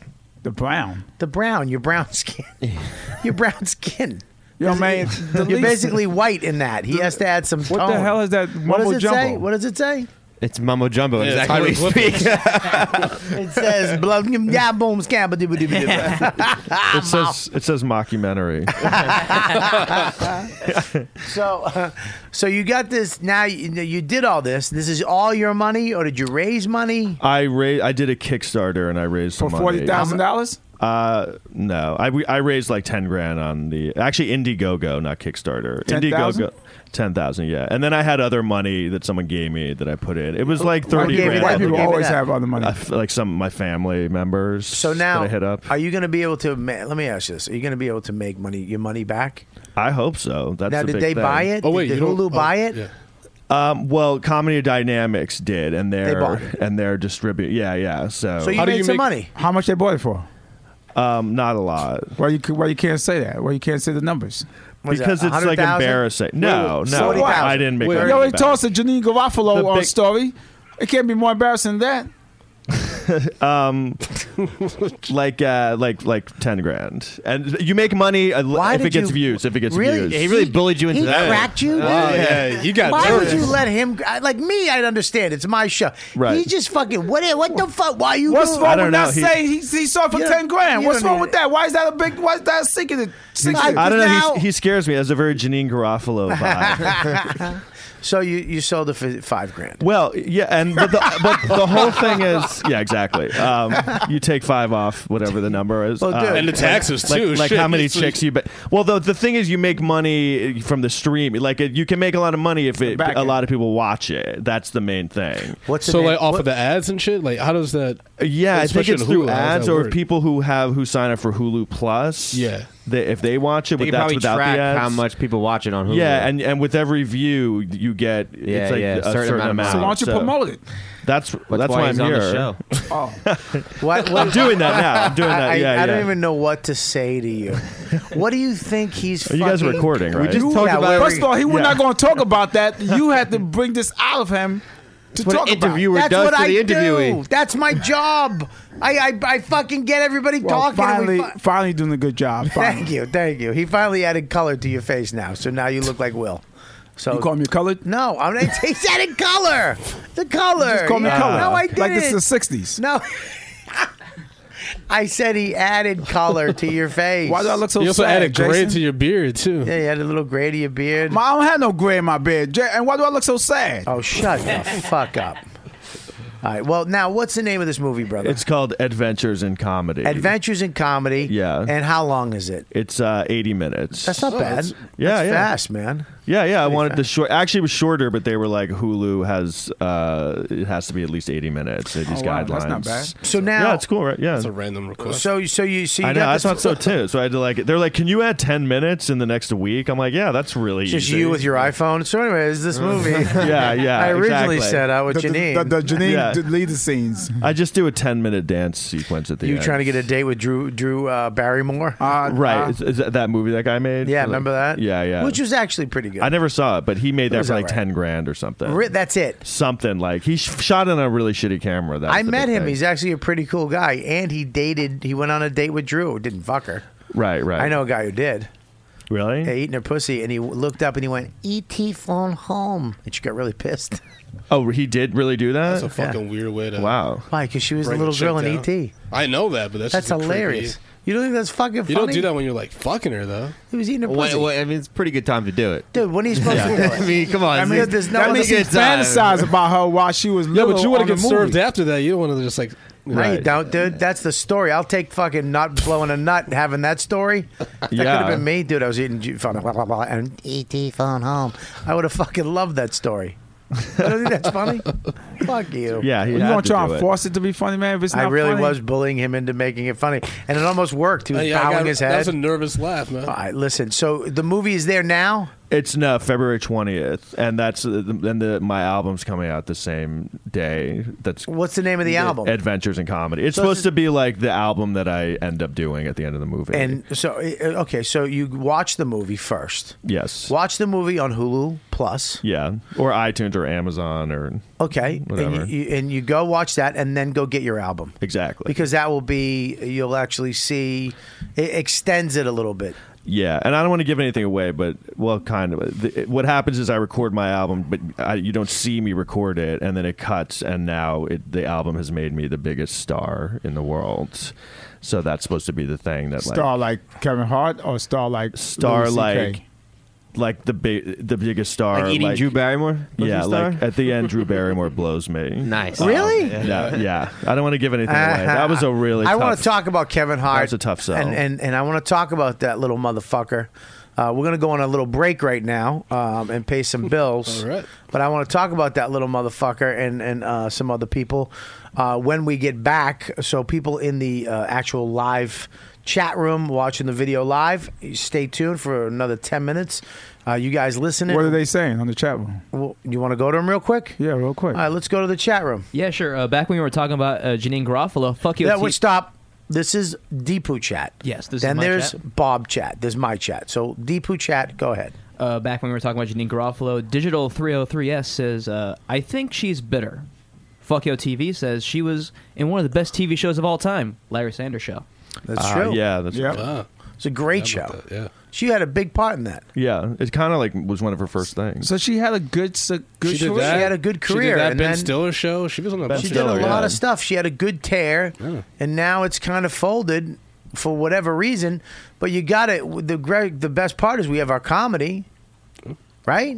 [SPEAKER 6] The brown.
[SPEAKER 2] The brown, your brown skin, your brown skin.
[SPEAKER 6] Yo, man, the
[SPEAKER 2] you're
[SPEAKER 6] least-
[SPEAKER 2] basically white in that. He has to add some
[SPEAKER 6] What the
[SPEAKER 2] tone.
[SPEAKER 6] hell is that
[SPEAKER 2] What does
[SPEAKER 6] mumbo
[SPEAKER 2] it say?
[SPEAKER 6] jumbo?
[SPEAKER 2] What does it say?
[SPEAKER 8] It's mumbo jumbo.
[SPEAKER 7] Yeah, it's
[SPEAKER 8] exactly what he
[SPEAKER 7] hieroglyphics.
[SPEAKER 8] speaks.
[SPEAKER 2] It says blood. Yeah, boom, scabba, dibba, dibba, dibba.
[SPEAKER 10] it says it says mockumentary.
[SPEAKER 2] So, so you got this. Now you, you did all this. This is all your money, or did you raise money?
[SPEAKER 10] I ra- I did a Kickstarter and I raised some
[SPEAKER 6] For forty thousand
[SPEAKER 10] money.
[SPEAKER 6] dollars.
[SPEAKER 10] Uh, no, I we- I raised like ten grand on the actually Indiegogo, not Kickstarter.
[SPEAKER 6] 10,000?
[SPEAKER 10] Indiegogo, ten thousand, yeah. And then I had other money that someone gave me that I put in. It was like
[SPEAKER 2] Who
[SPEAKER 10] thirty
[SPEAKER 2] gave you
[SPEAKER 10] grand.
[SPEAKER 2] that?
[SPEAKER 6] White
[SPEAKER 2] Who
[SPEAKER 6] people
[SPEAKER 2] gave you
[SPEAKER 6] always
[SPEAKER 2] that?
[SPEAKER 6] have other money.
[SPEAKER 10] I f- like some of my family members.
[SPEAKER 2] So now,
[SPEAKER 10] that I hit up.
[SPEAKER 2] are you going to be able to? Ma- let me ask you this: Are you going to be able to make money your money back?
[SPEAKER 10] I hope so. That's
[SPEAKER 2] now,
[SPEAKER 10] the
[SPEAKER 2] did
[SPEAKER 10] big
[SPEAKER 2] they
[SPEAKER 10] thing.
[SPEAKER 2] buy it?
[SPEAKER 7] Oh wait,
[SPEAKER 2] did,
[SPEAKER 7] you
[SPEAKER 2] did
[SPEAKER 7] don't-
[SPEAKER 2] Hulu
[SPEAKER 7] oh,
[SPEAKER 2] buy it?
[SPEAKER 7] yeah.
[SPEAKER 10] Um, well, Comedy Dynamics did, and they're
[SPEAKER 2] bought it.
[SPEAKER 10] and they're distribute. Yeah, yeah. So,
[SPEAKER 2] So you
[SPEAKER 7] How do
[SPEAKER 2] made
[SPEAKER 7] you
[SPEAKER 2] some
[SPEAKER 7] make-
[SPEAKER 2] money.
[SPEAKER 6] How much they bought it for?
[SPEAKER 10] um, not a lot
[SPEAKER 6] Why you why you can't say that? Why you can't say the numbers?
[SPEAKER 2] Was it
[SPEAKER 10] because it's like
[SPEAKER 2] 100,000?
[SPEAKER 10] embarrassing. No,
[SPEAKER 2] wait,
[SPEAKER 10] no,
[SPEAKER 2] 40,000.
[SPEAKER 10] I didn't make.
[SPEAKER 7] Wait,
[SPEAKER 10] any
[SPEAKER 6] You already
[SPEAKER 10] back.
[SPEAKER 6] told us the Janine Garofalo
[SPEAKER 10] The
[SPEAKER 6] uh,
[SPEAKER 10] big-
[SPEAKER 6] story. It can't be more embarrassing than
[SPEAKER 10] like uh, like like ten grand, and you make money uh,
[SPEAKER 2] Why
[SPEAKER 10] if it
[SPEAKER 2] did
[SPEAKER 10] gets
[SPEAKER 2] you-
[SPEAKER 10] views. If it gets
[SPEAKER 2] Really?
[SPEAKER 10] views,
[SPEAKER 8] He really bullied you into
[SPEAKER 2] He
[SPEAKER 8] that.
[SPEAKER 2] cracked you.
[SPEAKER 7] Oh yeah, you got.
[SPEAKER 2] Why would
[SPEAKER 7] nervous.
[SPEAKER 2] you let him? I- Like me, I'd understand. It's my show.
[SPEAKER 10] Right.
[SPEAKER 2] He just fucking what? What the fuck? Why you?
[SPEAKER 6] that. What's
[SPEAKER 2] doing?
[SPEAKER 10] I
[SPEAKER 6] wrong
[SPEAKER 10] don't
[SPEAKER 6] with
[SPEAKER 10] know.
[SPEAKER 6] that?
[SPEAKER 10] He-
[SPEAKER 6] Say he, he sold for
[SPEAKER 2] You
[SPEAKER 6] ten
[SPEAKER 2] don't-
[SPEAKER 6] grand.
[SPEAKER 2] you
[SPEAKER 6] What's
[SPEAKER 2] don't
[SPEAKER 6] wrong
[SPEAKER 2] need
[SPEAKER 6] with
[SPEAKER 2] it.
[SPEAKER 6] that? Why is that a big? Why is that a secret? secret?
[SPEAKER 10] I don't know.
[SPEAKER 2] now-
[SPEAKER 10] he's- He scares me as a very Janine Garofalo vibe.
[SPEAKER 2] So you you sold it for five grand.
[SPEAKER 10] well, yeah, and but the, but the whole thing is yeah, exactly. Um, you take five off whatever the number is,
[SPEAKER 7] Well, dude, And the
[SPEAKER 10] like-
[SPEAKER 7] taxes,
[SPEAKER 10] like-
[SPEAKER 7] too.
[SPEAKER 10] Like,
[SPEAKER 7] Shit,
[SPEAKER 10] how many
[SPEAKER 7] it's-
[SPEAKER 10] chicks you? Be- well, the, the thing is, you make money uh, from the stream. Like it, you can make a lot of money if it,
[SPEAKER 7] Back
[SPEAKER 10] a
[SPEAKER 7] end.
[SPEAKER 10] lot of people watch it. That's the main thing.
[SPEAKER 2] What's
[SPEAKER 7] so like off of the ads and shit? Like how does that?
[SPEAKER 10] Yeah, I think
[SPEAKER 7] especially
[SPEAKER 10] it's
[SPEAKER 7] on
[SPEAKER 10] through
[SPEAKER 7] Hulu, how does
[SPEAKER 10] ads
[SPEAKER 7] that
[SPEAKER 10] or
[SPEAKER 7] work?
[SPEAKER 10] people who have who sign up for Hulu Plus.
[SPEAKER 7] Yeah.
[SPEAKER 10] they, if they watch it,
[SPEAKER 8] They can
[SPEAKER 10] but that's
[SPEAKER 8] probably
[SPEAKER 10] without
[SPEAKER 8] track
[SPEAKER 10] the ads.
[SPEAKER 8] how much people watch it on Hulu.
[SPEAKER 10] Yeah, and and with every view you get,
[SPEAKER 8] Yeah,
[SPEAKER 10] it's like
[SPEAKER 8] yeah,
[SPEAKER 10] a certain, amount.
[SPEAKER 8] So why
[SPEAKER 11] don't you promote it?
[SPEAKER 10] That's that's
[SPEAKER 8] why
[SPEAKER 10] why,
[SPEAKER 8] he's
[SPEAKER 10] I'm
[SPEAKER 8] on the
[SPEAKER 10] here.
[SPEAKER 8] show.
[SPEAKER 2] What,
[SPEAKER 10] I'm doing that now. I'm doing that.
[SPEAKER 2] I, I-
[SPEAKER 10] Yeah,
[SPEAKER 2] I don't
[SPEAKER 10] yeah.
[SPEAKER 2] even know what to say to you. What do you think he's?
[SPEAKER 10] You guys are
[SPEAKER 2] fucking-
[SPEAKER 10] recording, right?
[SPEAKER 2] Yeah, we're-
[SPEAKER 11] First of all, he was not going to talk about that. You had to bring this out of him to
[SPEAKER 2] That's what
[SPEAKER 11] talk
[SPEAKER 2] an interviewer
[SPEAKER 11] about. it.
[SPEAKER 2] does
[SPEAKER 11] That's what
[SPEAKER 2] to the
[SPEAKER 11] I
[SPEAKER 2] interviewee.
[SPEAKER 11] do.
[SPEAKER 2] That's my job. I, I, I fucking get everybody
[SPEAKER 11] Well,
[SPEAKER 2] talking. and we
[SPEAKER 11] finally,
[SPEAKER 2] fi-
[SPEAKER 11] finally doing a good job.
[SPEAKER 2] Thank you, thank you. He finally added color to your face now, so now you look like Will. So
[SPEAKER 11] You call me colored?
[SPEAKER 2] No, I'm not. He said in color. The color.
[SPEAKER 11] just call me colored.
[SPEAKER 2] No, I didn't.
[SPEAKER 11] Like this is the 60s.
[SPEAKER 2] No. I said he added color to your face.
[SPEAKER 11] Why do I look so
[SPEAKER 7] You also
[SPEAKER 11] sad,
[SPEAKER 7] added gray
[SPEAKER 11] Jason?
[SPEAKER 7] to your beard too.
[SPEAKER 2] Yeah, you had a little gray to your beard.
[SPEAKER 11] Ma, I don't have no gray in my beard. Ja- And why do I look so sad?
[SPEAKER 2] Oh, shut the fuck up. All right. Well, now what's the name of this movie, brother?
[SPEAKER 10] It's called Adventures in Comedy.
[SPEAKER 2] Adventures in Comedy.
[SPEAKER 10] Yeah.
[SPEAKER 2] And how long is it?
[SPEAKER 10] It's uh, 80 minutes.
[SPEAKER 2] That's not bad.
[SPEAKER 10] yeah,
[SPEAKER 2] That's
[SPEAKER 10] yeah.
[SPEAKER 2] fast, man.
[SPEAKER 10] Yeah, yeah. I wanted the short. Actually, it was shorter, but they were like Hulu has uh, it has to be at least 80 minutes. These
[SPEAKER 11] Oh, wow,
[SPEAKER 10] guidelines.
[SPEAKER 11] that's not bad.
[SPEAKER 2] So now,
[SPEAKER 10] yeah, it's cool, right? Yeah.
[SPEAKER 7] That's a random request.
[SPEAKER 2] so so you so you
[SPEAKER 10] I know.
[SPEAKER 2] got
[SPEAKER 10] I
[SPEAKER 2] this,
[SPEAKER 10] thought so too. So I had to like. They're like, "Can you add ten minutes in the next week?" I'm like, "Yeah, that's really
[SPEAKER 2] Just
[SPEAKER 10] easy."
[SPEAKER 2] you with your iPhone. So anyway, is this movie?
[SPEAKER 10] Yeah, yeah,
[SPEAKER 2] I originally
[SPEAKER 10] exactly.
[SPEAKER 2] said I
[SPEAKER 11] The,
[SPEAKER 2] what
[SPEAKER 11] the,
[SPEAKER 2] you need.
[SPEAKER 11] the, the Janine
[SPEAKER 10] Yeah.
[SPEAKER 11] did lead the scenes.
[SPEAKER 10] I just do a ten minute dance sequence at the
[SPEAKER 2] You
[SPEAKER 10] end.
[SPEAKER 2] trying to get a date with Drew Drew uh, Barrymore?
[SPEAKER 11] Uh,
[SPEAKER 10] right?
[SPEAKER 11] uh,
[SPEAKER 10] is, is that that movie that guy made?
[SPEAKER 2] yeah,
[SPEAKER 10] Like-
[SPEAKER 2] remember that?
[SPEAKER 10] Yeah, yeah.
[SPEAKER 2] Which was actually pretty good.
[SPEAKER 10] I never saw it, but he made that
[SPEAKER 2] was
[SPEAKER 10] for like
[SPEAKER 2] alright.
[SPEAKER 10] ten grand or something.
[SPEAKER 2] Re- That's it.
[SPEAKER 10] something like he sh- shot on a really shitty camera. That
[SPEAKER 2] I met him. He's actually a pretty cool guy, and he dated. He went on a date with Drew. Didn't fuck her.
[SPEAKER 10] right, right.
[SPEAKER 2] I know a guy who did.
[SPEAKER 10] Really?
[SPEAKER 2] Hey, eating her pussy, and he w- looked up and he went, "Et phone home," and she got really pissed.
[SPEAKER 10] Oh, he did really do that.
[SPEAKER 7] That's a fucking weird way to.
[SPEAKER 10] wow.
[SPEAKER 2] Why? Because she was a
[SPEAKER 7] break
[SPEAKER 2] little
[SPEAKER 7] the shit
[SPEAKER 2] girl in
[SPEAKER 7] down.
[SPEAKER 2] ET.
[SPEAKER 7] I know that, but that's
[SPEAKER 2] That's
[SPEAKER 7] just a creepy-
[SPEAKER 2] hilarious. You don't think that's fucking funny?
[SPEAKER 7] You don't do that when you're like fucking her though.
[SPEAKER 2] He was eating her
[SPEAKER 8] Wait,
[SPEAKER 2] pussy.
[SPEAKER 8] wait, I mean, it's a pretty good time to do it.
[SPEAKER 2] Dude, when are you supposed to do
[SPEAKER 8] I
[SPEAKER 2] it?
[SPEAKER 8] mean, come on.
[SPEAKER 2] I mean,
[SPEAKER 8] it's-
[SPEAKER 2] there's no
[SPEAKER 8] that's
[SPEAKER 11] that
[SPEAKER 8] a
[SPEAKER 11] means he
[SPEAKER 8] good time.
[SPEAKER 11] fantasized about her while she was
[SPEAKER 7] Yeah,
[SPEAKER 11] little.
[SPEAKER 7] but you
[SPEAKER 11] want
[SPEAKER 7] want to get served after that. You don't want to just like.
[SPEAKER 2] No, you don't, dude. That's the story. I'll take fucking not blowing a nut and having that story. That
[SPEAKER 10] Yeah.
[SPEAKER 2] could have been me, dude. I was eating ju- phone blah, blah, blah, and ET phone home. I would have fucking loved that story. I don't think that's funny. Fuck you.
[SPEAKER 10] Yeah, he
[SPEAKER 11] You
[SPEAKER 10] had
[SPEAKER 11] gonna
[SPEAKER 10] to
[SPEAKER 11] try
[SPEAKER 10] do
[SPEAKER 11] and
[SPEAKER 10] it.
[SPEAKER 11] force it to be funny, man? If it's
[SPEAKER 2] I
[SPEAKER 11] not
[SPEAKER 2] really
[SPEAKER 11] funny.
[SPEAKER 2] was bullying him into making it funny, and it almost worked. He was
[SPEAKER 7] Hey, Uh, yeah, I
[SPEAKER 2] bowing
[SPEAKER 7] got-
[SPEAKER 2] his
[SPEAKER 7] That
[SPEAKER 2] head.
[SPEAKER 7] was a nervous laugh, man.
[SPEAKER 2] All right, listen. So the movie is there now.
[SPEAKER 10] It's no February twentieth, and that's uh, the- and the my album's coming out the same day. That's
[SPEAKER 2] What's the name of the album?
[SPEAKER 10] Adventures in Comedy. It's
[SPEAKER 2] So
[SPEAKER 10] supposed
[SPEAKER 2] it's-
[SPEAKER 10] to be like the album that I end up doing at the end of the movie.
[SPEAKER 2] and so, uh, okay, so you watch the movie first.
[SPEAKER 10] yes,
[SPEAKER 2] Watch the movie on Hulu Plus.
[SPEAKER 10] yeah, or iTunes or Amazon or
[SPEAKER 2] Okay,
[SPEAKER 10] Whatever.
[SPEAKER 2] And, you, you, and you go watch that, and then go get your album
[SPEAKER 10] exactly
[SPEAKER 2] because that will be you'll actually see it extends it a little bit.
[SPEAKER 10] Yeah, and I don't want to give anything away, but well, kind of. The, what happens is I record my album, but I, you don't see me record it, and then it cuts, and now it, the album has made me the biggest star in the world. So that's supposed to be the thing that like
[SPEAKER 11] star like Kevin Hart or star like
[SPEAKER 10] star
[SPEAKER 11] Louis CK?
[SPEAKER 10] like like the big the biggest star
[SPEAKER 8] Like eating Drew Barrymore? Was he
[SPEAKER 10] yeah
[SPEAKER 8] a star?
[SPEAKER 10] like at the end Drew Barrymore blows me
[SPEAKER 8] nice.
[SPEAKER 2] Really?
[SPEAKER 10] yeah yeah I don't want to give anything away that was a really
[SPEAKER 2] Uh, I
[SPEAKER 10] tough,
[SPEAKER 2] want to talk about Kevin Hart.
[SPEAKER 10] was a tough sell.
[SPEAKER 2] and and, and I want to talk about that little motherfucker. Uh, we're gonna go on a little break right now um, and pay some bills.
[SPEAKER 7] All right.
[SPEAKER 2] But I want to talk about that little motherfucker and and uh, some other people uh, when we get back. So people in the uh, actual live chat room watching the video live, stay tuned for another ten minutes. Uh, you guys listening?
[SPEAKER 11] What are they saying on the chat room?
[SPEAKER 2] Well, you want to go to them real quick?
[SPEAKER 11] Yeah, real quick.
[SPEAKER 2] All right, let's go to the chat room.
[SPEAKER 3] Yeah, sure. Uh, back when we were talking about uh, Janine Garofalo, fuck you.
[SPEAKER 2] That
[SPEAKER 3] T-
[SPEAKER 2] would stop. This is Deepu chat.
[SPEAKER 3] Yes, this is
[SPEAKER 2] then
[SPEAKER 3] my
[SPEAKER 2] there's
[SPEAKER 3] chat.
[SPEAKER 2] Bob chat. There's my chat. So Deepu chat. Go ahead.
[SPEAKER 3] uh, back when we were talking about Janine Garofalo, Digital 303S says, uh, I think she's bitter. Fuck Yo TV says she was in one of the best TV shows of all time, Larry Sanders Show.
[SPEAKER 2] That's
[SPEAKER 10] Uh,
[SPEAKER 2] true.
[SPEAKER 10] yeah that's
[SPEAKER 11] Yeah.
[SPEAKER 7] Ah,
[SPEAKER 2] it's a great
[SPEAKER 7] yeah,
[SPEAKER 2] show.
[SPEAKER 7] about that, yeah.
[SPEAKER 2] She had a big part in that.
[SPEAKER 10] yeah it kind of like was one of her first things
[SPEAKER 11] So she had a good, s- good
[SPEAKER 7] She did
[SPEAKER 11] choice?
[SPEAKER 7] that.
[SPEAKER 2] had a good
[SPEAKER 7] She
[SPEAKER 2] career,
[SPEAKER 7] did that
[SPEAKER 2] and
[SPEAKER 7] Ben
[SPEAKER 2] then-
[SPEAKER 7] Stiller show. She was on a bunch
[SPEAKER 2] She
[SPEAKER 7] of
[SPEAKER 2] did a
[SPEAKER 10] Stiller,
[SPEAKER 2] lot
[SPEAKER 10] yeah.
[SPEAKER 2] of stuff. She had a good tear, and now it's kind of folded for whatever reason. But you got it. The great, the best part is we have our comedy,
[SPEAKER 10] Hmm.
[SPEAKER 2] right?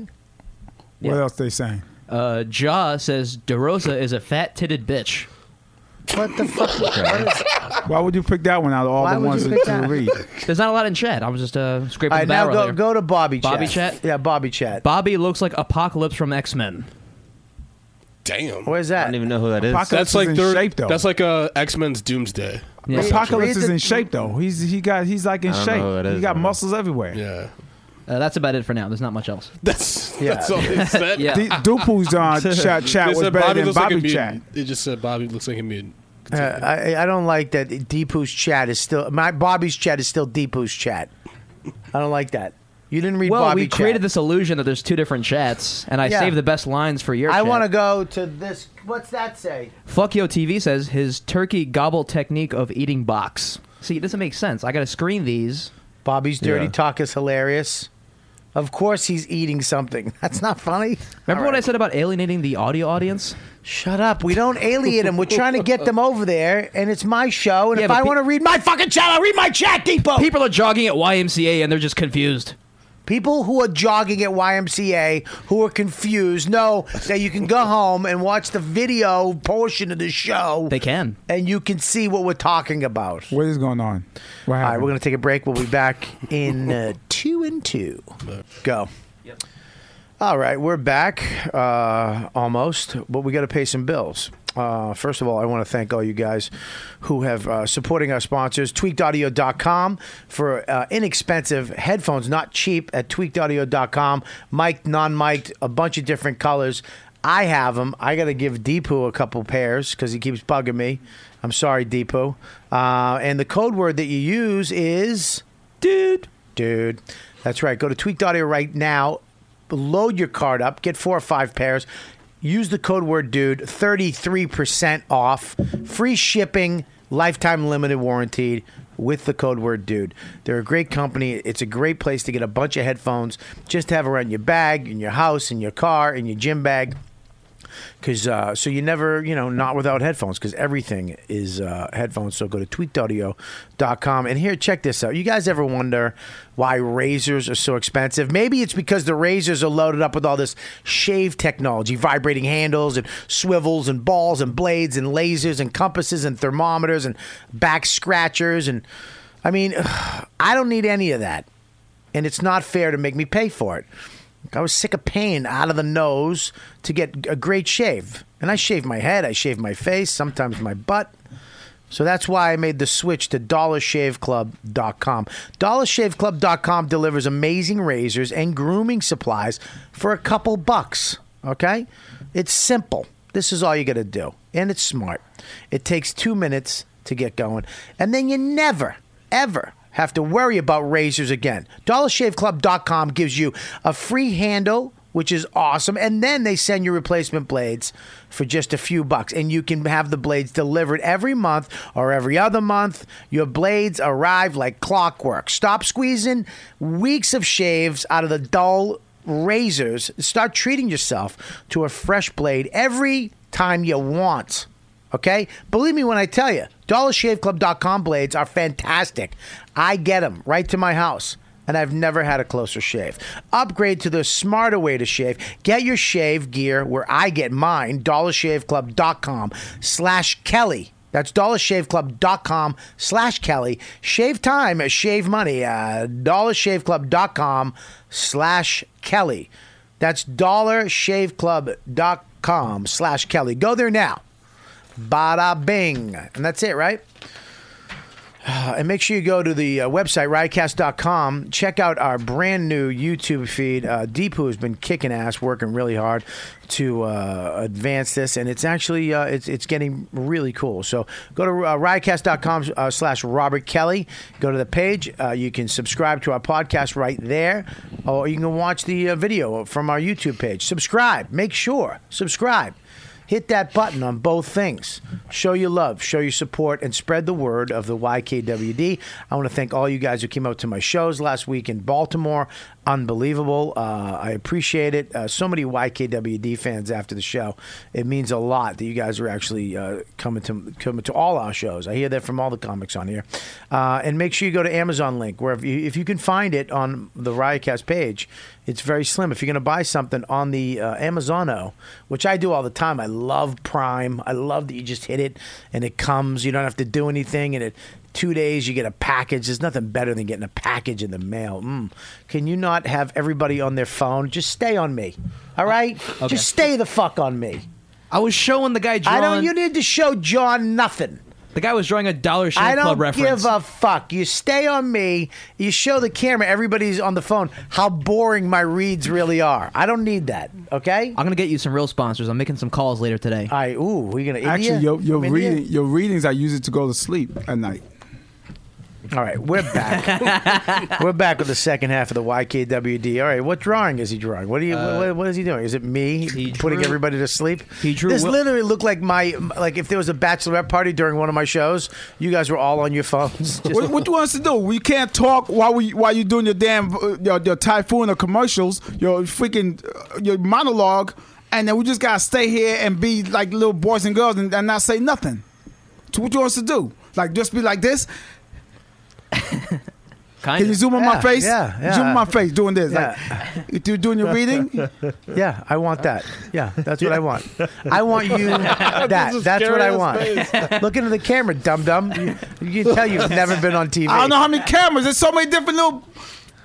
[SPEAKER 11] What else they saying?
[SPEAKER 3] Uh, Ja says, DeRosa is a fat titted bitch.
[SPEAKER 2] What the fuck?
[SPEAKER 6] Why would you pick that one out of all
[SPEAKER 2] Why
[SPEAKER 6] the
[SPEAKER 2] would
[SPEAKER 6] ones
[SPEAKER 2] you
[SPEAKER 6] that
[SPEAKER 2] pick
[SPEAKER 6] you
[SPEAKER 2] that?
[SPEAKER 6] read?
[SPEAKER 3] There's not a lot in chat. I was just uh, scraping
[SPEAKER 2] All right,
[SPEAKER 3] the
[SPEAKER 2] now
[SPEAKER 3] barrel
[SPEAKER 2] go,
[SPEAKER 3] there.
[SPEAKER 2] go to Bobby Chat.
[SPEAKER 3] Bobby Chat?
[SPEAKER 2] Yeah, Bobby Chat.
[SPEAKER 3] Bobby looks like Apocalypse from X Men.
[SPEAKER 7] Damn.
[SPEAKER 2] Where's that? I
[SPEAKER 8] don't even know who that is.
[SPEAKER 7] that's like their, That's like uh, X Men's Doomsday.
[SPEAKER 6] Yeah. Apocalypse is in shape though. He's he got he's like in
[SPEAKER 7] I don't
[SPEAKER 6] shape.
[SPEAKER 7] know who that
[SPEAKER 6] He
[SPEAKER 7] is,
[SPEAKER 6] got
[SPEAKER 7] man.
[SPEAKER 6] muscles everywhere.
[SPEAKER 7] Yeah.
[SPEAKER 3] Uh, that's about it for now. There's not much else.
[SPEAKER 7] That's
[SPEAKER 6] Yeah.
[SPEAKER 7] that's all they said.
[SPEAKER 3] Yeah.
[SPEAKER 6] D- Dupu's uh, chat chat
[SPEAKER 7] They
[SPEAKER 6] was
[SPEAKER 7] said
[SPEAKER 6] better than
[SPEAKER 7] looks like a
[SPEAKER 6] Bobby
[SPEAKER 7] mutant.
[SPEAKER 6] chat.
[SPEAKER 7] It just said Bobby looks like a mutant.
[SPEAKER 2] Uh, I, I don't like that Deepu's chat is still my Bobby's chat is still Deepu's chat. I don't like that. You didn't read
[SPEAKER 3] Well,
[SPEAKER 2] Bobby
[SPEAKER 3] we
[SPEAKER 2] chat.
[SPEAKER 3] created this illusion that there's two different chats, and I
[SPEAKER 2] Yeah.
[SPEAKER 3] saved the best lines for your
[SPEAKER 2] I
[SPEAKER 3] chat.
[SPEAKER 2] want to go to this. What's that say?
[SPEAKER 3] Fuck Yo TV says his turkey gobble technique of eating box. See, it doesn't make sense. I got to screen these.
[SPEAKER 2] Bobby's dirty
[SPEAKER 3] Yeah.
[SPEAKER 2] talk is hilarious. Of course, he's eating something. That's not funny.
[SPEAKER 3] Remember what I said about alienating the audio audience?
[SPEAKER 2] Shut up. We don't alienate them. We're trying to get them over there, and it's my show. And
[SPEAKER 3] Yeah,
[SPEAKER 2] if
[SPEAKER 3] but
[SPEAKER 2] I
[SPEAKER 3] pe-
[SPEAKER 2] want to read my fucking chat, I'll read my chat, Depot.
[SPEAKER 3] People are jogging at YMCA and they're just confused.
[SPEAKER 2] People who are jogging at YMCA who are confused know that you can go home and watch the video portion of the show. They
[SPEAKER 3] can.
[SPEAKER 2] And you can see what we're talking about.
[SPEAKER 6] What is going on? What
[SPEAKER 2] All right,
[SPEAKER 6] happened?
[SPEAKER 2] we're going to take a break. We'll be back in uh, two and two. Go. All right, we're back uh, almost, but we got to pay some bills. Uh, first of all, I want to thank all you guys who have uh, supporting our sponsors, tweakedaudio.com for uh, inexpensive headphones, not cheap, at tweakedaudio.com. Mic'd, non mic'd, a bunch of different colors. I have them. I got to give Deepu a couple pairs because he keeps bugging me. I'm sorry, Deepu. Uh, and the code word that you use is dude. Dude. That's right. Go to Tweaked Audio right now. Load your card up. Get four or five pairs. Use the code word dude. 33% off. Free shipping. Lifetime limited warranty with the code word dude. They're a great company. It's a great place to get a bunch of headphones just to have around your bag, in your house, in your car, in your gym bag because uh, so you never you know not without headphones because everything is uh, headphones so go to tweakedaudio.com and here check this out you guys ever wonder why razors are so expensive maybe it's because the razors are loaded up with all this shave technology vibrating handles and swivels and balls and blades and lasers and compasses and thermometers and back scratchers and i mean i don't need any of that and it's not fair to make me pay for it. I was sick of paying out of the nose to get a great shave. And I shave my head, I shave my face, sometimes my butt. So that's why I made the switch to dollarshaveclub.com. Dollarshaveclub.com delivers amazing razors and grooming supplies for a couple bucks, okay? It's simple. This is all you got to do. And it's smart. It takes 2 minutes to get going. And then you never ever have to worry about razors again. DollarShaveClub.com gives you a free handle, which is awesome, and then they send you replacement blades for just a few bucks. And you can have the blades delivered every month or every other month. Your blades arrive like clockwork. Stop squeezing weeks of shaves out of the dull razors. Start treating yourself to a fresh blade every time you want. Okay? Believe me when I tell you, dollarshaveclub.com blades are fantastic. I get them right to my house. And I've never had a closer shave. Upgrade to the smarter way to shave. Get your shave gear where I get mine, dollarshaveclub.com slash Kelly. That's dollarshaveclub.com slash Kelly. Shave time, shave money, uh, dollarshaveclub.com slash Kelly. That's dollarshaveclub.com slash Kelly. Go there now. Bada bing. And that's it, right? Uh, And make sure you go to the uh, website, riotcast.com. Check out our brand new YouTube feed. Uh, Deepu has been kicking ass, working really hard to uh, advance this, and it's actually uh, it's, it's getting really cool. So go to uh, riotcast.com uh, slash Robert Kelly. Go to the page. Uh, you can subscribe to our podcast right there, or you can watch the uh, video from our YouTube page. Subscribe. Make sure. Subscribe. Hit that button on both things. Show your love, show your support, and spread the word of the YKWD. I want to thank all you guys who came out to my shows last week in Baltimore. Unbelievable. Uh, I appreciate it. Uh, so many YKWD fans after the show. It means a lot that you guys are actually uh, coming to coming to all our shows. I hear that from all the comics on here. Uh, and make sure you go to Amazon link where if you, if you can find it on the Riotcast page, it's very slim. If you're going to buy something on the uh, Amazono, which I do all the time, I love Prime. I love that you just hit it and it comes. You don't have to do anything, and it two days you get a package. There's nothing better than getting a package in the mail. Mm. Can you not have everybody on their phone? Just stay on me, all right? Just stay the fuck on me.
[SPEAKER 3] I was showing the guy.
[SPEAKER 2] I don't.
[SPEAKER 3] drawing-
[SPEAKER 2] You need to show John nothing.
[SPEAKER 3] The guy was drawing a Dollar Shave
[SPEAKER 2] I don't
[SPEAKER 3] Club reference.
[SPEAKER 2] give a fuck. You stay on me. You show the camera. Everybody's on the phone. How boring my reads really are. I don't need that. Okay.
[SPEAKER 3] I'm gonna get you some real sponsors. I'm making some calls later today.
[SPEAKER 2] I ooh, we gonna
[SPEAKER 6] Actually, your, your
[SPEAKER 2] India?
[SPEAKER 6] reading your readings, I use it to go to sleep at night.
[SPEAKER 2] All right, we're back. we're back with the second half of the YKWd. All right, what drawing is he drawing? What do you? what, what is he doing? Is it me putting
[SPEAKER 3] Uh, drew-
[SPEAKER 2] everybody to sleep?
[SPEAKER 3] he drew
[SPEAKER 2] This
[SPEAKER 3] Wil-
[SPEAKER 2] literally looked like my like if there was a bachelorette party during one of my shows. You guys were all on your phones. Just-
[SPEAKER 6] What, what do you want us to do? We can't talk while we while you're doing your damn uh, your, your typhoon or commercials, your freaking uh, your monologue, and then we just gotta stay here and be like little boys and girls and, and not say nothing. So what do you want us to do? Like just be like this?
[SPEAKER 3] Kinda.
[SPEAKER 6] Can you zoom on my
[SPEAKER 2] Yeah,
[SPEAKER 6] face?
[SPEAKER 2] yeah, yeah.
[SPEAKER 6] Zoom on my face doing this.
[SPEAKER 2] Yeah.
[SPEAKER 6] Like you doing your reading?
[SPEAKER 2] yeah, I want that. Yeah, that's what I want. I want you that.
[SPEAKER 6] This is
[SPEAKER 2] That's what I
[SPEAKER 6] scary-ass
[SPEAKER 2] want.
[SPEAKER 6] face.
[SPEAKER 2] Look into the camera, dum dum. You, you can tell you've never been on TV.
[SPEAKER 6] I don't know how many cameras. There's so many different little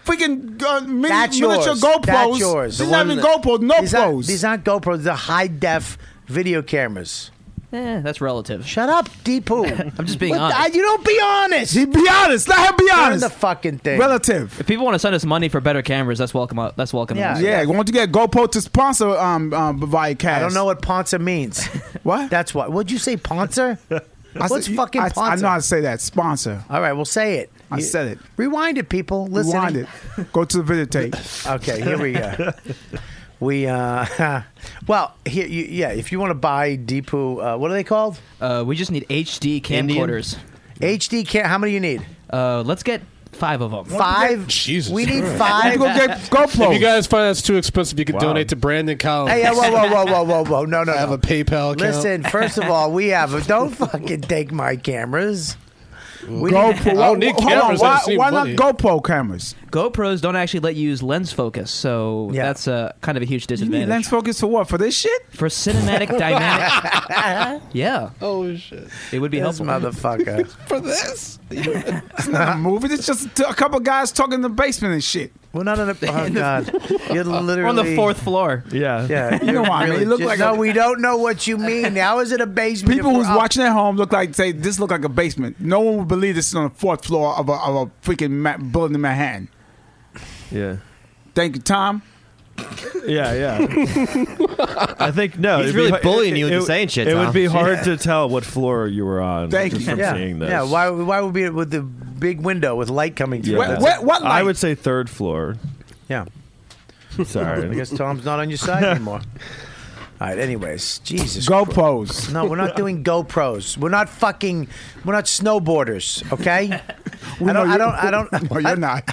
[SPEAKER 6] freaking uh, mini,
[SPEAKER 2] That's yours.
[SPEAKER 6] miniature GoPros.
[SPEAKER 2] That's yours.
[SPEAKER 6] These not even GoPros, no
[SPEAKER 2] these Aren't,
[SPEAKER 6] pros.
[SPEAKER 2] these aren't GoPros. They're high def video cameras.
[SPEAKER 3] Eh, that's relative.
[SPEAKER 2] Shut up, Deepu.
[SPEAKER 3] I'm just being
[SPEAKER 2] What the-
[SPEAKER 3] honest.
[SPEAKER 2] you don't be honest.
[SPEAKER 6] He be honest. Let him be
[SPEAKER 2] Learn
[SPEAKER 6] honest.
[SPEAKER 2] the fucking thing.
[SPEAKER 6] Relative.
[SPEAKER 3] If people want to send us money for better cameras, that's welcome. uh, That's welcome.
[SPEAKER 2] Yeah.
[SPEAKER 6] Yeah, why don't you get GoPro to sponsor um um Viacast?
[SPEAKER 2] I don't know what Ponza means.
[SPEAKER 6] What?
[SPEAKER 2] That's why. What'd you say, Ponza?
[SPEAKER 6] I
[SPEAKER 2] What's
[SPEAKER 6] said-
[SPEAKER 2] fucking
[SPEAKER 6] I,
[SPEAKER 2] Ponza?
[SPEAKER 6] I know how to say that. Sponsor.
[SPEAKER 2] All right, well, say it.
[SPEAKER 6] I
[SPEAKER 2] You-
[SPEAKER 6] said it.
[SPEAKER 2] Rewind it, people. Listen.
[SPEAKER 6] Rewind it. Go to the videotape.
[SPEAKER 2] Okay, here we go. we, uh, well, here, you, yeah, if you want to buy Deepu, uh, what are they called?
[SPEAKER 3] Uh, we just need HD
[SPEAKER 10] Indian?
[SPEAKER 3] camcorders.
[SPEAKER 2] HD cam. How many you need?
[SPEAKER 3] Uh, let's get five of them.
[SPEAKER 2] Five.
[SPEAKER 7] Jesus
[SPEAKER 2] We need
[SPEAKER 7] Christ.
[SPEAKER 6] I
[SPEAKER 2] five.
[SPEAKER 6] go get
[SPEAKER 7] If
[SPEAKER 6] GoPro.
[SPEAKER 7] you guys find that's too expensive, you can
[SPEAKER 10] Wow.
[SPEAKER 7] donate to Brandon Collins.
[SPEAKER 2] Hey, yeah, whoa, whoa, whoa, whoa, whoa, whoa! No, no,
[SPEAKER 7] I have
[SPEAKER 2] no.
[SPEAKER 7] a PayPal account.
[SPEAKER 2] Listen, first of all, we have a. Don't fucking take my cameras. We
[SPEAKER 6] GoPro.
[SPEAKER 7] I don't need
[SPEAKER 6] Hold
[SPEAKER 7] cameras, I
[SPEAKER 6] On.
[SPEAKER 7] just
[SPEAKER 6] Why,
[SPEAKER 7] need
[SPEAKER 6] why not
[SPEAKER 7] money.
[SPEAKER 6] GoPro cameras?
[SPEAKER 3] GoPros don't actually let you use lens focus, so
[SPEAKER 2] Yeah.
[SPEAKER 3] that's uh, kind of a huge
[SPEAKER 6] You need
[SPEAKER 3] disadvantage.
[SPEAKER 6] lens focus for what? For this shit?
[SPEAKER 3] for cinematic dynamic, yeah,
[SPEAKER 7] Oh shit!
[SPEAKER 3] it would be
[SPEAKER 2] this
[SPEAKER 3] helpful.
[SPEAKER 2] motherfucker.
[SPEAKER 7] For this,
[SPEAKER 6] It's not a movie. It's just a couple guys talking in the basement and shit.
[SPEAKER 2] We're not on a. Oh God, you're literally
[SPEAKER 3] We're on the fourth floor.
[SPEAKER 10] Yeah.
[SPEAKER 2] Yeah,
[SPEAKER 6] You know
[SPEAKER 2] you're
[SPEAKER 6] what I mean. You look
[SPEAKER 2] just-
[SPEAKER 6] like
[SPEAKER 2] no.
[SPEAKER 6] a-
[SPEAKER 2] we don't know what you mean. How is it a basement?
[SPEAKER 6] People
[SPEAKER 2] if
[SPEAKER 6] who's
[SPEAKER 2] we're up-
[SPEAKER 6] watching at home look like say this look like a basement. No one would believe this is on the fourth floor of a, of a freaking ma- building in Manhattan.
[SPEAKER 10] Yeah.
[SPEAKER 6] Thank you, Tom.
[SPEAKER 10] Yeah, yeah. I think no.
[SPEAKER 8] He's
[SPEAKER 10] it'd
[SPEAKER 8] really
[SPEAKER 10] be-
[SPEAKER 8] bullying
[SPEAKER 10] it-
[SPEAKER 8] you into
[SPEAKER 10] it-
[SPEAKER 8] saying shit,
[SPEAKER 10] It
[SPEAKER 8] Tom.
[SPEAKER 10] would be hard
[SPEAKER 8] Yeah.
[SPEAKER 10] to tell what floor you were on.
[SPEAKER 6] Thank
[SPEAKER 10] just
[SPEAKER 6] you.
[SPEAKER 10] From
[SPEAKER 2] Yeah,
[SPEAKER 10] seeing this.
[SPEAKER 2] yeah. Why? Why would be with the big window with light coming through?
[SPEAKER 10] Yeah,
[SPEAKER 6] What-
[SPEAKER 10] that's-
[SPEAKER 6] what- what
[SPEAKER 10] I
[SPEAKER 6] light?
[SPEAKER 10] would say third floor.
[SPEAKER 2] Yeah.
[SPEAKER 10] Sorry.
[SPEAKER 2] I guess Tom's not on your side anymore. All right. Anyways, Jesus.
[SPEAKER 6] GoPros.
[SPEAKER 2] no, we're not doing GoPros. We're not fucking. We're not snowboarders. Okay. I don't. I don't. I don't.
[SPEAKER 6] No, you're not.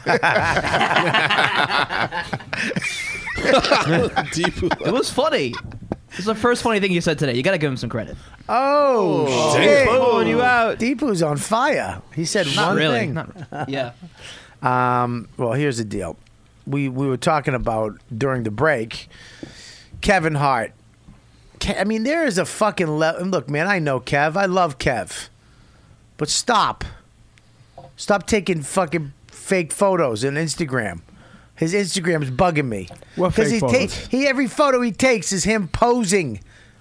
[SPEAKER 7] deep.
[SPEAKER 3] It was funny. This is the first funny thing you said today. You got to give him some credit.
[SPEAKER 2] Oh, shit!
[SPEAKER 7] Deepu. Pulling you out.
[SPEAKER 2] Deepu's on fire. He said
[SPEAKER 3] Not
[SPEAKER 2] one
[SPEAKER 3] really.
[SPEAKER 2] thing.
[SPEAKER 3] Not, yeah.
[SPEAKER 2] Um, well, here's the deal. We we were talking about during the break. Kevin Hart. Ke- I mean, there is a fucking le- look, man. I know Kev. I love Kev, but stop. Stop taking fucking fake photos on Instagram. His Instagram's bugging me.
[SPEAKER 6] What fake
[SPEAKER 2] he
[SPEAKER 6] photos?
[SPEAKER 2] he every photo he takes is him posing.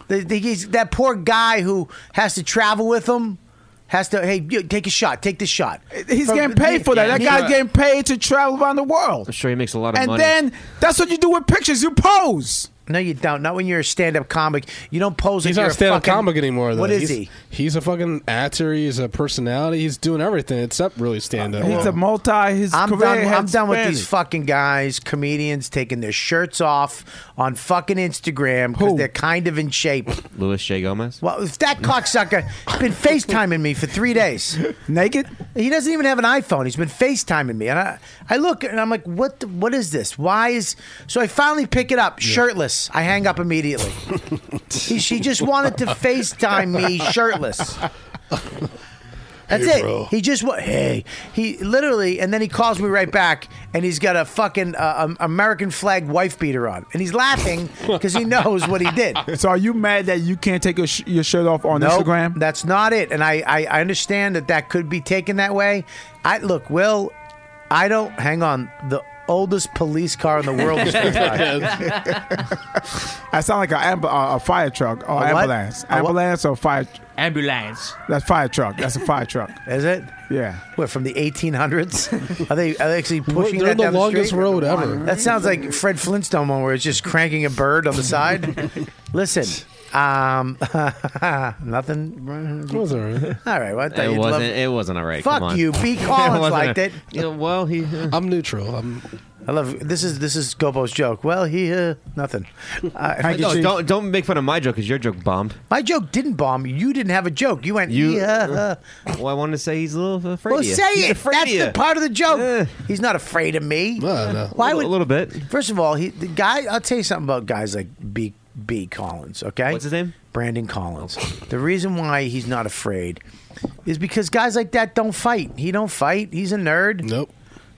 [SPEAKER 2] The, the, he's, that poor guy who has to travel with him has to hey you- take a shot, take this shot.
[SPEAKER 6] He's
[SPEAKER 2] From-
[SPEAKER 6] getting paid for that. That
[SPEAKER 2] Yeah.
[SPEAKER 6] guy's getting paid to travel around the world.
[SPEAKER 8] I'm sure he makes a lot of
[SPEAKER 6] And
[SPEAKER 8] money.
[SPEAKER 6] then that's what you do with pictures. You pose.
[SPEAKER 2] No, you don't. Not when you're a stand-up comic. You don't pose.
[SPEAKER 7] He's
[SPEAKER 2] like
[SPEAKER 7] not
[SPEAKER 2] you're
[SPEAKER 7] a stand-up
[SPEAKER 2] fucking-
[SPEAKER 7] comic anymore. Though.
[SPEAKER 2] What is
[SPEAKER 7] he's,
[SPEAKER 2] he?
[SPEAKER 7] He's a fucking actor. He's a personality. He's doing everything except really stand-up.
[SPEAKER 6] He's a multi. His
[SPEAKER 2] I'm
[SPEAKER 6] career
[SPEAKER 2] done. I'm
[SPEAKER 6] had
[SPEAKER 2] done with
[SPEAKER 6] span
[SPEAKER 2] these
[SPEAKER 6] it.
[SPEAKER 2] fucking guys, comedians taking their shirts off on fucking Instagram because
[SPEAKER 6] Who?
[SPEAKER 2] they're kind of in shape.
[SPEAKER 8] Luis J. Gomez.
[SPEAKER 2] Well, if that cocksucker has been FaceTiming me for three days.
[SPEAKER 6] naked.
[SPEAKER 2] He doesn't even have an iPhone. He's been FaceTiming me, and I, I look and I'm like, what? The, what is this? Why is? So I finally pick it up, shirtless. I hang up immediately. he, she just wanted to FaceTime me shirtless. That's
[SPEAKER 7] Hey,
[SPEAKER 2] it.
[SPEAKER 7] bro.
[SPEAKER 2] He just what? Hey, he literally, and then he calls me right back, and he's got a fucking uh, um, American flag wife beater on, and he's laughing because he knows what he did.
[SPEAKER 6] So are you mad that you can't take your, sh- your shirt off on
[SPEAKER 2] Nope,
[SPEAKER 6] Instagram?
[SPEAKER 2] That's not it. And I, I, I understand that that could be taken that way. I look, Will. I don't. Hang on. The oldest police car in the world is
[SPEAKER 6] I sound like a, amb- uh, a fire truck or
[SPEAKER 2] A what?
[SPEAKER 6] ambulance.
[SPEAKER 2] A what?
[SPEAKER 6] ambulance or fire.
[SPEAKER 3] Ambulance.
[SPEAKER 6] That's fire truck. That's a fire truck.
[SPEAKER 2] Is it?
[SPEAKER 6] Yeah.
[SPEAKER 2] What from the 1800s? Are they are they actually pushing
[SPEAKER 7] they're
[SPEAKER 2] that
[SPEAKER 7] the
[SPEAKER 2] down
[SPEAKER 7] longest
[SPEAKER 2] street?
[SPEAKER 7] road ever.
[SPEAKER 2] That sounds like Fred Flintstone one where it's just cranking a bird on the side. Listen, um, nothing. It
[SPEAKER 7] was all right.
[SPEAKER 2] All right, well, I thought
[SPEAKER 8] It
[SPEAKER 2] you'd love-
[SPEAKER 8] wasn't. It wasn't all right.
[SPEAKER 2] Fuck
[SPEAKER 8] Come on.
[SPEAKER 2] you, B.
[SPEAKER 8] It
[SPEAKER 2] Collins
[SPEAKER 8] wasn't
[SPEAKER 2] liked
[SPEAKER 8] a-
[SPEAKER 2] it.
[SPEAKER 8] Yeah, well, he.
[SPEAKER 7] I'm neutral. I'm.
[SPEAKER 2] I love this is this is Gobo's joke. Well, he uh, nothing. Uh,
[SPEAKER 8] No, don't don't make fun of my joke because your joke bombed.
[SPEAKER 2] My joke didn't bomb you. You didn't have a joke. You went
[SPEAKER 8] You-
[SPEAKER 2] yeah.
[SPEAKER 8] Well, I wanted to say he's a little afraid.
[SPEAKER 2] Well,
[SPEAKER 8] of you.
[SPEAKER 2] say
[SPEAKER 8] He's
[SPEAKER 2] it.
[SPEAKER 8] afraid
[SPEAKER 2] That's
[SPEAKER 8] of
[SPEAKER 2] the
[SPEAKER 8] you.
[SPEAKER 2] part of the joke. He's not afraid of me. Why would
[SPEAKER 8] a little bit?
[SPEAKER 2] First of all, he the guy. I'll tell you something about guys like B. B. Collins. Okay, what's his
[SPEAKER 8] name?
[SPEAKER 2] Brandon Collins. the reason why he's not afraid is because guys like that don't fight. He don't fight. He's a nerd.
[SPEAKER 7] Nope.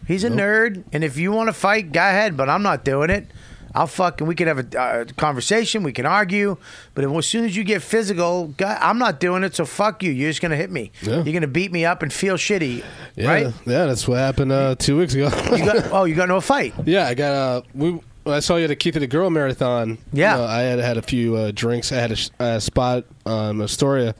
[SPEAKER 2] He's a nerd, and if you want to fight, go ahead. But I'm not doing it. I'll fucking. We can have a uh, conversation. We can argue. But if, as soon as you get physical, gu- I'm not doing it. So fuck you. You're just gonna hit me.
[SPEAKER 7] Yeah.
[SPEAKER 2] You're gonna beat me up and feel shitty,
[SPEAKER 7] Yeah,
[SPEAKER 2] right?
[SPEAKER 7] yeah, that's what happened uh, two weeks ago.
[SPEAKER 2] You got, oh, you got into a fight.
[SPEAKER 7] Yeah, I got uh, we. I saw you at a Keith of the Girl marathon. Yeah, I had had a few uh, drinks. I had a, sh- a spot um, Astoria,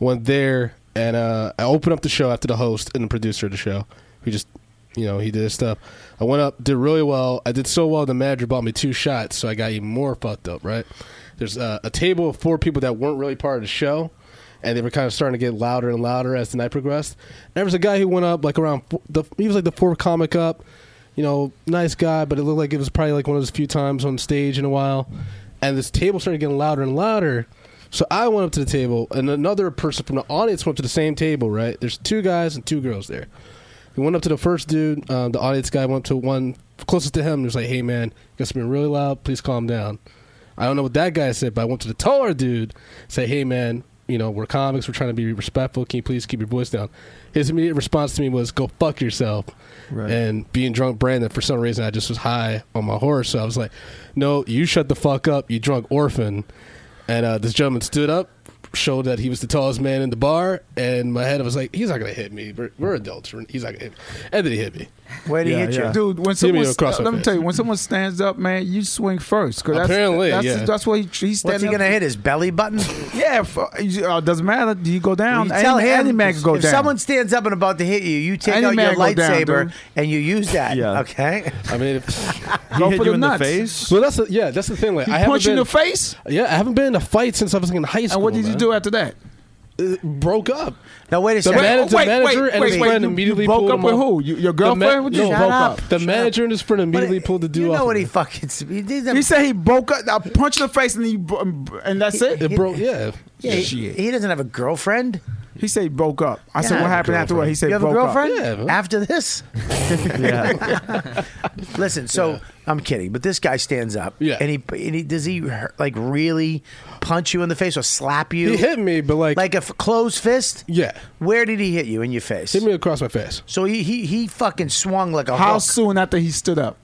[SPEAKER 7] went there, and uh, I opened up the show after the host and the producer of the show. who just, you know, he did his stuff. I went up, did really well. I did so well. The manager bought me two shots, so I got even more fucked up. Right? There's uh, a table of four people that weren't really part of the show and they were kind of starting to get louder and louder as the night progressed. And there was a guy who went up like around four, the he was like the fourth comic up, you know, nice guy, but it looked like it was probably like one of those few times on stage in a while. And this table started getting louder and louder. So I went up to the table, and another person from the audience went up to the same table. Right? There's two guys and two girls there. We went up to the first dude. Um, the audience guy went up to one closest to him and was like, "Hey, man, you guys have been really loud. Please calm down." I don't know what that guy said, but I went to the taller dude. Say, "Hey, man, you know we're comics. We're trying to be respectful. Can you please keep your voice down?" His immediate response to me was, "Go fuck yourself."
[SPEAKER 13] Right.
[SPEAKER 7] And being drunk, Brandon, for some reason, I just was high on my horse, so I was like, "No, you shut the fuck up, you drunk orphan." And uh, this gentleman stood up, showed that he was the tallest man in the bar, and my head was like, he's not going to hit me. We're, we're adults. We're- He's not going to hit me. And then he hit me.
[SPEAKER 2] Where
[SPEAKER 7] did he hit you?
[SPEAKER 6] dude? When
[SPEAKER 7] Hit me
[SPEAKER 6] someone
[SPEAKER 7] across my
[SPEAKER 6] let me
[SPEAKER 7] face.
[SPEAKER 6] tell you, when someone stands up, man, you swing first. 'cause that's-
[SPEAKER 7] Apparently,
[SPEAKER 6] that's,
[SPEAKER 7] yeah.
[SPEAKER 6] that's what he, he's standing.
[SPEAKER 2] What's he
[SPEAKER 6] up-
[SPEAKER 2] gonna hit? His belly button?
[SPEAKER 6] Yeah, f- you- uh, doesn't matter. You go down.
[SPEAKER 2] You tell
[SPEAKER 6] any,
[SPEAKER 2] him
[SPEAKER 6] any man can go
[SPEAKER 2] if
[SPEAKER 6] down.
[SPEAKER 2] someone stands up and about to hit you, you take
[SPEAKER 6] Any
[SPEAKER 2] out your
[SPEAKER 6] man go down,
[SPEAKER 2] lightsaber
[SPEAKER 6] dude.
[SPEAKER 2] and you use that.
[SPEAKER 6] Yeah.
[SPEAKER 2] Okay.
[SPEAKER 7] I mean, if,
[SPEAKER 6] He Go hit for you the in the nuts. face?
[SPEAKER 7] Well, that's the, yeah, that's the thing. Like,
[SPEAKER 6] He
[SPEAKER 7] I haven't
[SPEAKER 6] punched you in
[SPEAKER 7] been-
[SPEAKER 6] the face?
[SPEAKER 7] Yeah, I haven't been in a fight since I was in high school.
[SPEAKER 6] what did you
[SPEAKER 7] man.
[SPEAKER 6] do after that?
[SPEAKER 7] Uh, broke up.
[SPEAKER 2] Now wait a
[SPEAKER 7] The
[SPEAKER 2] second.
[SPEAKER 7] manager, manager and his friend immediately
[SPEAKER 6] broke
[SPEAKER 7] pulled
[SPEAKER 6] up
[SPEAKER 7] him
[SPEAKER 6] with who? You- your girlfriend? What
[SPEAKER 7] The
[SPEAKER 6] you-
[SPEAKER 7] no,
[SPEAKER 6] Shut
[SPEAKER 7] broke
[SPEAKER 6] up.
[SPEAKER 7] up. The
[SPEAKER 6] Shut
[SPEAKER 7] manager and his friend immediately pulled the dude
[SPEAKER 2] You
[SPEAKER 7] off.
[SPEAKER 2] know
[SPEAKER 7] of
[SPEAKER 2] what
[SPEAKER 7] me.
[SPEAKER 2] he fucking? He, doesn't-
[SPEAKER 6] He said he broke up. I punched in the face and he bro- and that's it.
[SPEAKER 7] It broke. Yeah.
[SPEAKER 2] Yeah, he, he doesn't have a girlfriend.
[SPEAKER 6] He said he broke up. I said
[SPEAKER 2] Yeah.
[SPEAKER 6] what happened after what? He said
[SPEAKER 2] you have
[SPEAKER 6] broke
[SPEAKER 2] a girlfriend
[SPEAKER 6] up.
[SPEAKER 2] after this. Listen, so I'm kidding, but this guy stands up.
[SPEAKER 7] Yeah.
[SPEAKER 2] and he and he does he like really punch you in the face or slap you?
[SPEAKER 7] He hit me, but like
[SPEAKER 2] like a f- closed fist.
[SPEAKER 7] Yeah.
[SPEAKER 2] Where did he hit you in your face?
[SPEAKER 7] Hit me across my face.
[SPEAKER 2] So he he, he fucking swung like a
[SPEAKER 6] How
[SPEAKER 2] hook.
[SPEAKER 6] soon after he stood up?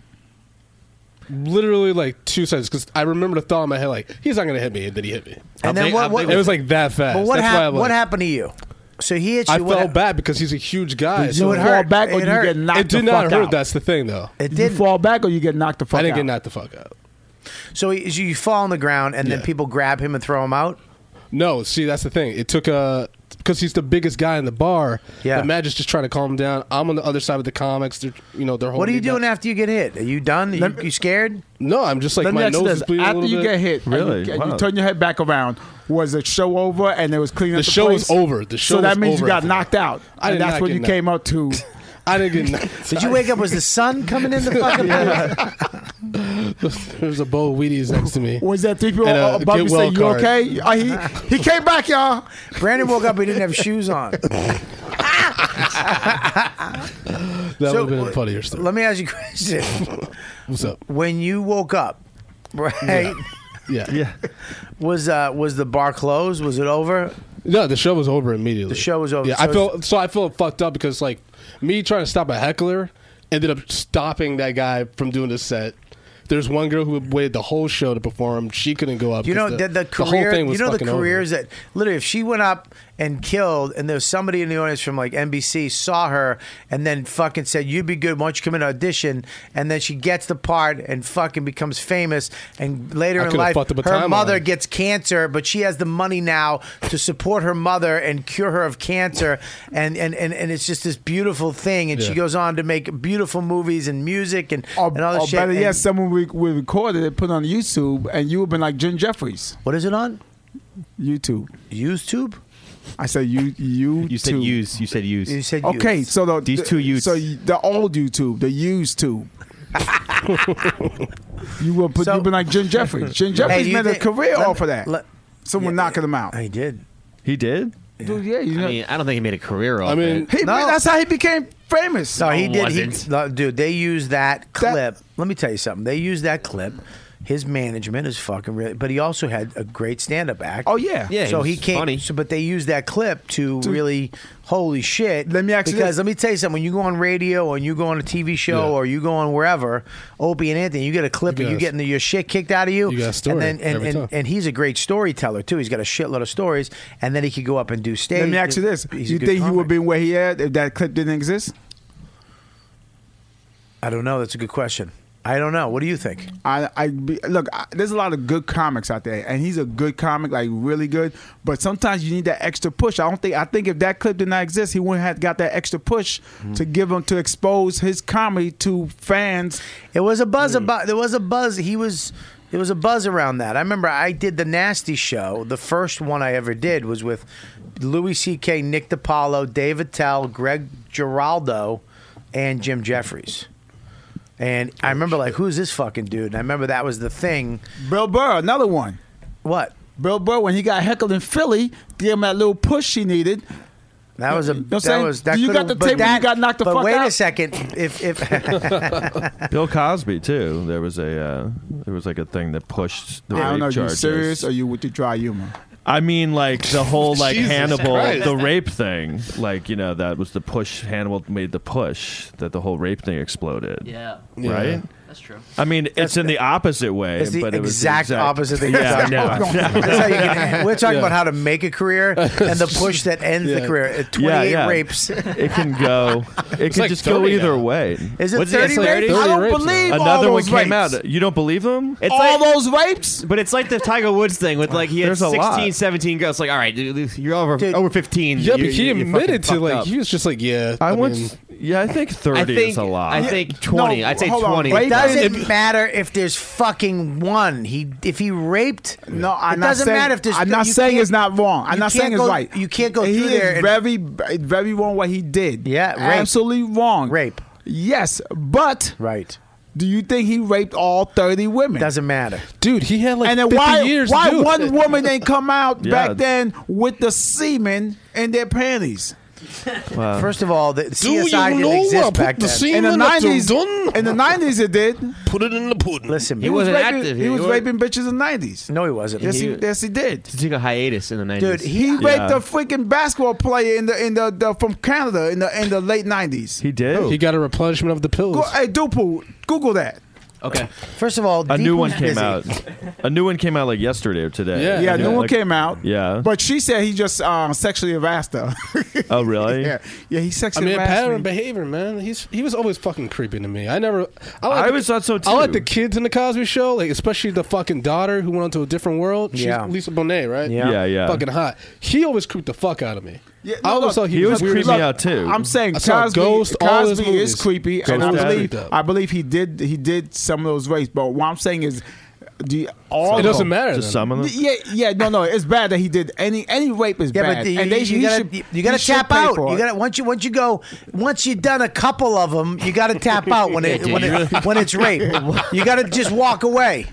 [SPEAKER 7] Literally like two seconds because I remember the thought in my head like he's not gonna hit me and then he hit me.
[SPEAKER 2] And then what, what?
[SPEAKER 7] it was like that fast.
[SPEAKER 2] But what
[SPEAKER 7] That's why
[SPEAKER 2] happened?
[SPEAKER 7] I'm
[SPEAKER 2] What
[SPEAKER 7] like-
[SPEAKER 2] happened to you? So he hit you.
[SPEAKER 7] I
[SPEAKER 2] what
[SPEAKER 7] felt
[SPEAKER 2] hap-
[SPEAKER 7] bad because he's a huge guy.
[SPEAKER 6] Did
[SPEAKER 7] so
[SPEAKER 6] you fall back or
[SPEAKER 2] It
[SPEAKER 6] you
[SPEAKER 2] hurt.
[SPEAKER 6] get knocked
[SPEAKER 7] It did
[SPEAKER 6] the
[SPEAKER 7] not
[SPEAKER 6] fuck
[SPEAKER 7] hurt.
[SPEAKER 6] out?
[SPEAKER 7] That's the thing, though.
[SPEAKER 2] It
[SPEAKER 6] Did you
[SPEAKER 2] didn't.
[SPEAKER 6] fall back or you get knocked the fuck
[SPEAKER 7] I didn't
[SPEAKER 6] out?
[SPEAKER 7] get knocked the fuck out.
[SPEAKER 2] So he, so you fall on the ground, and then
[SPEAKER 7] Yeah.
[SPEAKER 2] people grab him and throw him out.
[SPEAKER 7] No, see, that's the thing. It took a because he's the biggest guy in the bar.
[SPEAKER 2] Yeah.
[SPEAKER 7] the magic's just trying to calm him down. I'm on the other side of the comics. They're you know they're holding.
[SPEAKER 2] What are you
[SPEAKER 7] me
[SPEAKER 2] doing
[SPEAKER 7] down.
[SPEAKER 2] after you get hit? Are you done? Are you, you scared?
[SPEAKER 7] No, I'm just like
[SPEAKER 6] Let me
[SPEAKER 7] my
[SPEAKER 6] ask you
[SPEAKER 7] nose
[SPEAKER 6] this.
[SPEAKER 7] is bleeding a
[SPEAKER 6] After
[SPEAKER 7] little
[SPEAKER 6] you
[SPEAKER 7] bit.
[SPEAKER 6] get hit, and
[SPEAKER 7] Really?
[SPEAKER 6] you, and
[SPEAKER 7] Wow.
[SPEAKER 6] you turn your head back around. Was the show over and they was cleaning
[SPEAKER 7] The
[SPEAKER 6] up the
[SPEAKER 7] show was
[SPEAKER 6] place?
[SPEAKER 7] over. The show
[SPEAKER 6] so that
[SPEAKER 7] was
[SPEAKER 6] means
[SPEAKER 7] over
[SPEAKER 6] you got
[SPEAKER 7] after
[SPEAKER 6] knocked out.
[SPEAKER 7] I
[SPEAKER 6] and
[SPEAKER 7] did
[SPEAKER 6] that's
[SPEAKER 7] not
[SPEAKER 6] when
[SPEAKER 7] get
[SPEAKER 6] you came up to.
[SPEAKER 7] I didn't get.
[SPEAKER 2] Did you wake up? Was the sun coming in the fucking?
[SPEAKER 7] There's a bowl of Wheaties next to me.
[SPEAKER 6] Was that three people
[SPEAKER 7] And a
[SPEAKER 6] above
[SPEAKER 7] get
[SPEAKER 6] you
[SPEAKER 7] well
[SPEAKER 6] say you
[SPEAKER 7] card.
[SPEAKER 6] okay? Uh, he, he came back, y'all.
[SPEAKER 2] Brandon woke up. He didn't have shoes on.
[SPEAKER 7] That
[SPEAKER 2] So-
[SPEAKER 7] would have been a funnier story.
[SPEAKER 2] Let me ask you a question.
[SPEAKER 7] What's up?
[SPEAKER 2] When you woke up, right?
[SPEAKER 7] Yeah.
[SPEAKER 2] Was uh was the bar closed? Was it over?
[SPEAKER 7] No, the show was over immediately. The
[SPEAKER 2] show was over.
[SPEAKER 7] Yeah,
[SPEAKER 2] So
[SPEAKER 7] I
[SPEAKER 2] it's-
[SPEAKER 7] feel so I feel fucked up because like me trying to stop a heckler ended up stopping that guy from doing the set. There's one girl who waited the whole show to perform. She couldn't go up.
[SPEAKER 2] You know
[SPEAKER 7] 'cause
[SPEAKER 2] the, the career.
[SPEAKER 7] whole thing was
[SPEAKER 2] you know the
[SPEAKER 7] fucking over.
[SPEAKER 2] careers that literally, if she went up and killed, and there was somebody in the audience from like NBC saw her and then fucking said, "You'd be good. Why don't you come in and audition?" And then she gets the part and fucking becomes famous. And later
[SPEAKER 7] I
[SPEAKER 2] in
[SPEAKER 7] could've
[SPEAKER 2] life,
[SPEAKER 7] fucked up a
[SPEAKER 2] her
[SPEAKER 7] timeline.
[SPEAKER 2] mother gets cancer, but she has the money now to support her mother and cure her of cancer. And and and, and it's just this beautiful thing. And she
[SPEAKER 6] Yeah.
[SPEAKER 2] goes on to make beautiful movies and music and,
[SPEAKER 7] Oh,
[SPEAKER 2] and all this
[SPEAKER 6] Or
[SPEAKER 2] shit.
[SPEAKER 6] better
[SPEAKER 2] And-
[SPEAKER 6] yet, uh, someone we, we recorded it, put it on YouTube, and you would have been like Jim Jeffries.
[SPEAKER 2] What is it on?
[SPEAKER 6] YouTube.
[SPEAKER 2] YouTube?
[SPEAKER 6] I said you you.
[SPEAKER 8] You said use. You said use.
[SPEAKER 6] You said okay. So the,
[SPEAKER 8] these two use.
[SPEAKER 6] So y- the old YouTube, the used tube. you would put. you've been like Jim Jeffries. Jim
[SPEAKER 2] Hey,
[SPEAKER 6] Jeffries
[SPEAKER 2] you
[SPEAKER 6] made a
[SPEAKER 2] think-
[SPEAKER 6] career
[SPEAKER 2] let-
[SPEAKER 6] off of that.
[SPEAKER 2] let-
[SPEAKER 6] someone knocking him out.
[SPEAKER 2] He did.
[SPEAKER 10] He did.
[SPEAKER 6] Dude, yeah. You know,
[SPEAKER 8] I mean, I don't think he made a career off
[SPEAKER 6] I mean-
[SPEAKER 8] it.
[SPEAKER 6] He- that's how he became famous.
[SPEAKER 2] No, he
[SPEAKER 8] No,
[SPEAKER 2] did. He,
[SPEAKER 8] wasn't.
[SPEAKER 2] no, dude, they used that clip. Let me tell you something. They used that clip. His management is fucking really, but he also had a great stand-up act. Oh
[SPEAKER 6] yeah, Yeah, he
[SPEAKER 2] So
[SPEAKER 6] was
[SPEAKER 2] he can't.
[SPEAKER 6] funny.
[SPEAKER 2] So, but they used that clip to really, holy shit. Let
[SPEAKER 6] me ask you
[SPEAKER 2] because
[SPEAKER 6] this.
[SPEAKER 2] let me tell you something. When you go on radio or you go on a TV show or you go on wherever, Opie and Anthony, you get a clip
[SPEAKER 7] You
[SPEAKER 2] and you
[SPEAKER 7] guys-
[SPEAKER 2] getting the, your shit kicked out of you.
[SPEAKER 7] You got a story
[SPEAKER 2] and then and,
[SPEAKER 7] every
[SPEAKER 2] and,
[SPEAKER 7] time.
[SPEAKER 2] and he's a great storyteller too. He's got a shitload of stories, and then he could go up and do stage.
[SPEAKER 6] Let me ask you this:
[SPEAKER 2] He's a
[SPEAKER 6] You
[SPEAKER 2] good
[SPEAKER 6] think he
[SPEAKER 2] comic.
[SPEAKER 6] would have been where he at if that clip didn't exist?
[SPEAKER 2] I don't know. That's a good question. I don't know. What do you think?
[SPEAKER 6] I, I be, look. I, there's a lot of good comics out there, and he's a good comic, like really good. But sometimes you need that extra push. I don't think. I think if that clip did not exist, he wouldn't have got that extra push to give him to expose his comedy to fans.
[SPEAKER 2] It was a buzz
[SPEAKER 6] Hmm.
[SPEAKER 2] about. There was a buzz. He was. There was a buzz around that. I remember I did the nasty show. The first one I ever did was with Louis C.K., Nick DiPaolo, Dave Attell, Greg Giraldo, and Jim Jeffries. And I
[SPEAKER 6] Oh,
[SPEAKER 2] remember like, who's this fucking dude? And I remember that was the thing.
[SPEAKER 6] Bill Burr, another one.
[SPEAKER 2] What?
[SPEAKER 6] Bill Burr, when he got heckled in Philly, gave him that little push he needed.
[SPEAKER 2] That was a.
[SPEAKER 6] You know what I'm
[SPEAKER 2] that
[SPEAKER 6] saying?
[SPEAKER 2] was that.
[SPEAKER 6] You
[SPEAKER 2] could've-
[SPEAKER 6] got the
[SPEAKER 2] but
[SPEAKER 6] tape when you
[SPEAKER 2] that,
[SPEAKER 6] got knocked the
[SPEAKER 2] but
[SPEAKER 6] fuck
[SPEAKER 2] wait a
[SPEAKER 6] out.
[SPEAKER 2] second. If if
[SPEAKER 10] Bill Cosby too. There was a uh, there was like a thing that pushed the
[SPEAKER 6] I don't
[SPEAKER 10] rape
[SPEAKER 6] know. You
[SPEAKER 10] charges.
[SPEAKER 6] serious or you with the dry humor?
[SPEAKER 10] I mean, like the whole like
[SPEAKER 6] Jesus
[SPEAKER 10] Hannibal,
[SPEAKER 6] Christ.
[SPEAKER 10] the rape thing. Like you know, that was the push. Hannibal made the push that the whole rape thing exploded.
[SPEAKER 3] Yeah.
[SPEAKER 2] Yeah.
[SPEAKER 10] Right.
[SPEAKER 3] That's true.
[SPEAKER 10] I mean, it's in the opposite way.
[SPEAKER 2] It's the
[SPEAKER 10] but it was the
[SPEAKER 2] exact opposite thing you're
[SPEAKER 10] Yeah,
[SPEAKER 2] talking
[SPEAKER 10] I know.
[SPEAKER 2] about. That's how you can- we're talking
[SPEAKER 10] Yeah.
[SPEAKER 2] about how to make a career and the push that ends the
[SPEAKER 10] Yeah.
[SPEAKER 2] career. Uh,
[SPEAKER 10] Yeah,
[SPEAKER 2] 28
[SPEAKER 10] yeah.
[SPEAKER 2] rapes.
[SPEAKER 10] It can go. It
[SPEAKER 2] It's
[SPEAKER 10] can
[SPEAKER 2] like
[SPEAKER 10] just go
[SPEAKER 2] 30
[SPEAKER 10] either
[SPEAKER 2] now.
[SPEAKER 10] way.
[SPEAKER 2] Is it What's it, 30 it's like rapes? 30
[SPEAKER 10] I don't
[SPEAKER 2] rapes now.
[SPEAKER 10] believe
[SPEAKER 8] all
[SPEAKER 10] Another
[SPEAKER 8] those
[SPEAKER 10] one came
[SPEAKER 8] rapes.
[SPEAKER 10] out. You don't believe them?
[SPEAKER 8] It's All like-
[SPEAKER 6] those rapes,
[SPEAKER 8] but it's like the Tiger Woods thing with like he had
[SPEAKER 10] There's a
[SPEAKER 8] 16,
[SPEAKER 10] lot.
[SPEAKER 8] 17 girls. Like, all right, dude, you're over over fifteen.
[SPEAKER 7] Yeah,
[SPEAKER 8] You-
[SPEAKER 7] but he
[SPEAKER 8] you- you fucking
[SPEAKER 7] admitted to
[SPEAKER 8] fucked
[SPEAKER 7] like
[SPEAKER 8] up.
[SPEAKER 7] he was just like yeah.
[SPEAKER 10] I,
[SPEAKER 7] mean,
[SPEAKER 10] once. Yeah, I think thirty
[SPEAKER 8] I think-
[SPEAKER 10] is a lot.
[SPEAKER 8] I think 20. I'd say 20.
[SPEAKER 2] It doesn't matter if there's fucking one. He if he raped. No,
[SPEAKER 6] I'm
[SPEAKER 2] it
[SPEAKER 6] not
[SPEAKER 2] doesn't
[SPEAKER 6] saying,
[SPEAKER 2] matter if there's.
[SPEAKER 6] I'm not
[SPEAKER 2] you
[SPEAKER 6] saying
[SPEAKER 2] can't-
[SPEAKER 6] it's not wrong. I'm
[SPEAKER 2] you
[SPEAKER 6] not
[SPEAKER 2] can't
[SPEAKER 6] saying it's
[SPEAKER 2] go-
[SPEAKER 6] right.
[SPEAKER 2] You can't go
[SPEAKER 6] he
[SPEAKER 2] through there.
[SPEAKER 6] Is
[SPEAKER 2] and-
[SPEAKER 6] very, very wrong what he did.
[SPEAKER 2] Yeah, rape.
[SPEAKER 6] absolutely wrong.
[SPEAKER 2] Rape.
[SPEAKER 6] Yes, but
[SPEAKER 2] right.
[SPEAKER 6] Do you think he raped all thirty women?
[SPEAKER 2] Doesn't matter,
[SPEAKER 7] dude. He had like
[SPEAKER 6] and then
[SPEAKER 7] 50
[SPEAKER 6] why
[SPEAKER 7] years to
[SPEAKER 6] why
[SPEAKER 7] do it.
[SPEAKER 6] one woman didn't come out
[SPEAKER 7] Yeah.
[SPEAKER 6] back then with the semen in their panties?
[SPEAKER 2] First of all, the CSI didn't
[SPEAKER 6] what
[SPEAKER 2] exist back then.
[SPEAKER 6] in the nineties? In the nineties, it did.
[SPEAKER 7] Put it in the pudding.
[SPEAKER 2] Listen,
[SPEAKER 8] He
[SPEAKER 6] He was
[SPEAKER 8] wasn't
[SPEAKER 6] raping,
[SPEAKER 8] active.
[SPEAKER 6] He was
[SPEAKER 8] wa-
[SPEAKER 6] raping bitches in the nineties.
[SPEAKER 2] No, he wasn't.
[SPEAKER 6] Yes, he, yes, he did.
[SPEAKER 8] He took a hiatus in the
[SPEAKER 6] Dude,
[SPEAKER 8] nineties.
[SPEAKER 6] he raped a freaking basketball player in the in the, the from Canada in the in the late nineties.
[SPEAKER 10] He did.
[SPEAKER 7] He got a replenishment of the pills.
[SPEAKER 6] Go, hey, Dupu, Google that.
[SPEAKER 8] Okay.
[SPEAKER 2] First of all,
[SPEAKER 10] A new
[SPEAKER 6] Deep
[SPEAKER 10] one
[SPEAKER 6] was
[SPEAKER 10] came
[SPEAKER 6] busy.
[SPEAKER 10] out. A new one came out like yesterday or today.
[SPEAKER 6] Yeah, yeah, no one
[SPEAKER 10] Like-
[SPEAKER 6] came out.
[SPEAKER 10] Yeah.
[SPEAKER 6] But she said he just um, sexually harassed her.
[SPEAKER 10] Oh, really?
[SPEAKER 6] yeah, yeah, he
[SPEAKER 7] I
[SPEAKER 6] sexually
[SPEAKER 7] mean, a
[SPEAKER 6] harassed
[SPEAKER 7] pattern
[SPEAKER 6] me.
[SPEAKER 7] of behavior, man. He's he was always fucking creepy to me. I never. I, like
[SPEAKER 10] I always thought so,
[SPEAKER 7] I like
[SPEAKER 10] too.
[SPEAKER 7] the kids in the Cosby Show, like especially the fucking daughter who went on to a different world. She's
[SPEAKER 10] Yeah.
[SPEAKER 7] Lisa Bonet, right?
[SPEAKER 10] Yeah. Yeah, yeah.
[SPEAKER 7] Fucking hot. He always creeped the fuck out of me.
[SPEAKER 6] Yeah,
[SPEAKER 7] I always thought he, was weird as
[SPEAKER 6] Look,
[SPEAKER 7] fuck.
[SPEAKER 6] I'm saying
[SPEAKER 7] I saw
[SPEAKER 6] Cosby,
[SPEAKER 7] Ghost, all his
[SPEAKER 6] Cosby is
[SPEAKER 7] movies.
[SPEAKER 6] creepy,
[SPEAKER 7] Ghost
[SPEAKER 6] and I
[SPEAKER 7] is
[SPEAKER 6] believe
[SPEAKER 7] creeped up.
[SPEAKER 6] I believe he did he did some of those rapes. But what I'm saying is, the all
[SPEAKER 7] It
[SPEAKER 6] of
[SPEAKER 7] doesn't
[SPEAKER 6] them-
[SPEAKER 7] matter Just then. some of them?
[SPEAKER 6] Yeah, yeah, no, no, it's bad that he did any any rape is
[SPEAKER 2] Yeah,
[SPEAKER 6] bad,
[SPEAKER 2] but you,
[SPEAKER 6] and they,
[SPEAKER 2] you
[SPEAKER 6] he
[SPEAKER 2] gotta
[SPEAKER 6] should,
[SPEAKER 2] you- you gotta
[SPEAKER 6] he should
[SPEAKER 2] tap
[SPEAKER 6] pay
[SPEAKER 2] out.
[SPEAKER 6] for
[SPEAKER 2] You
[SPEAKER 6] it.
[SPEAKER 2] gotta once you once you go once you've done a couple of them, you gotta tap out when it
[SPEAKER 6] Yeah,
[SPEAKER 2] when
[SPEAKER 6] dude.
[SPEAKER 2] it, when it's rape. You gotta just walk away.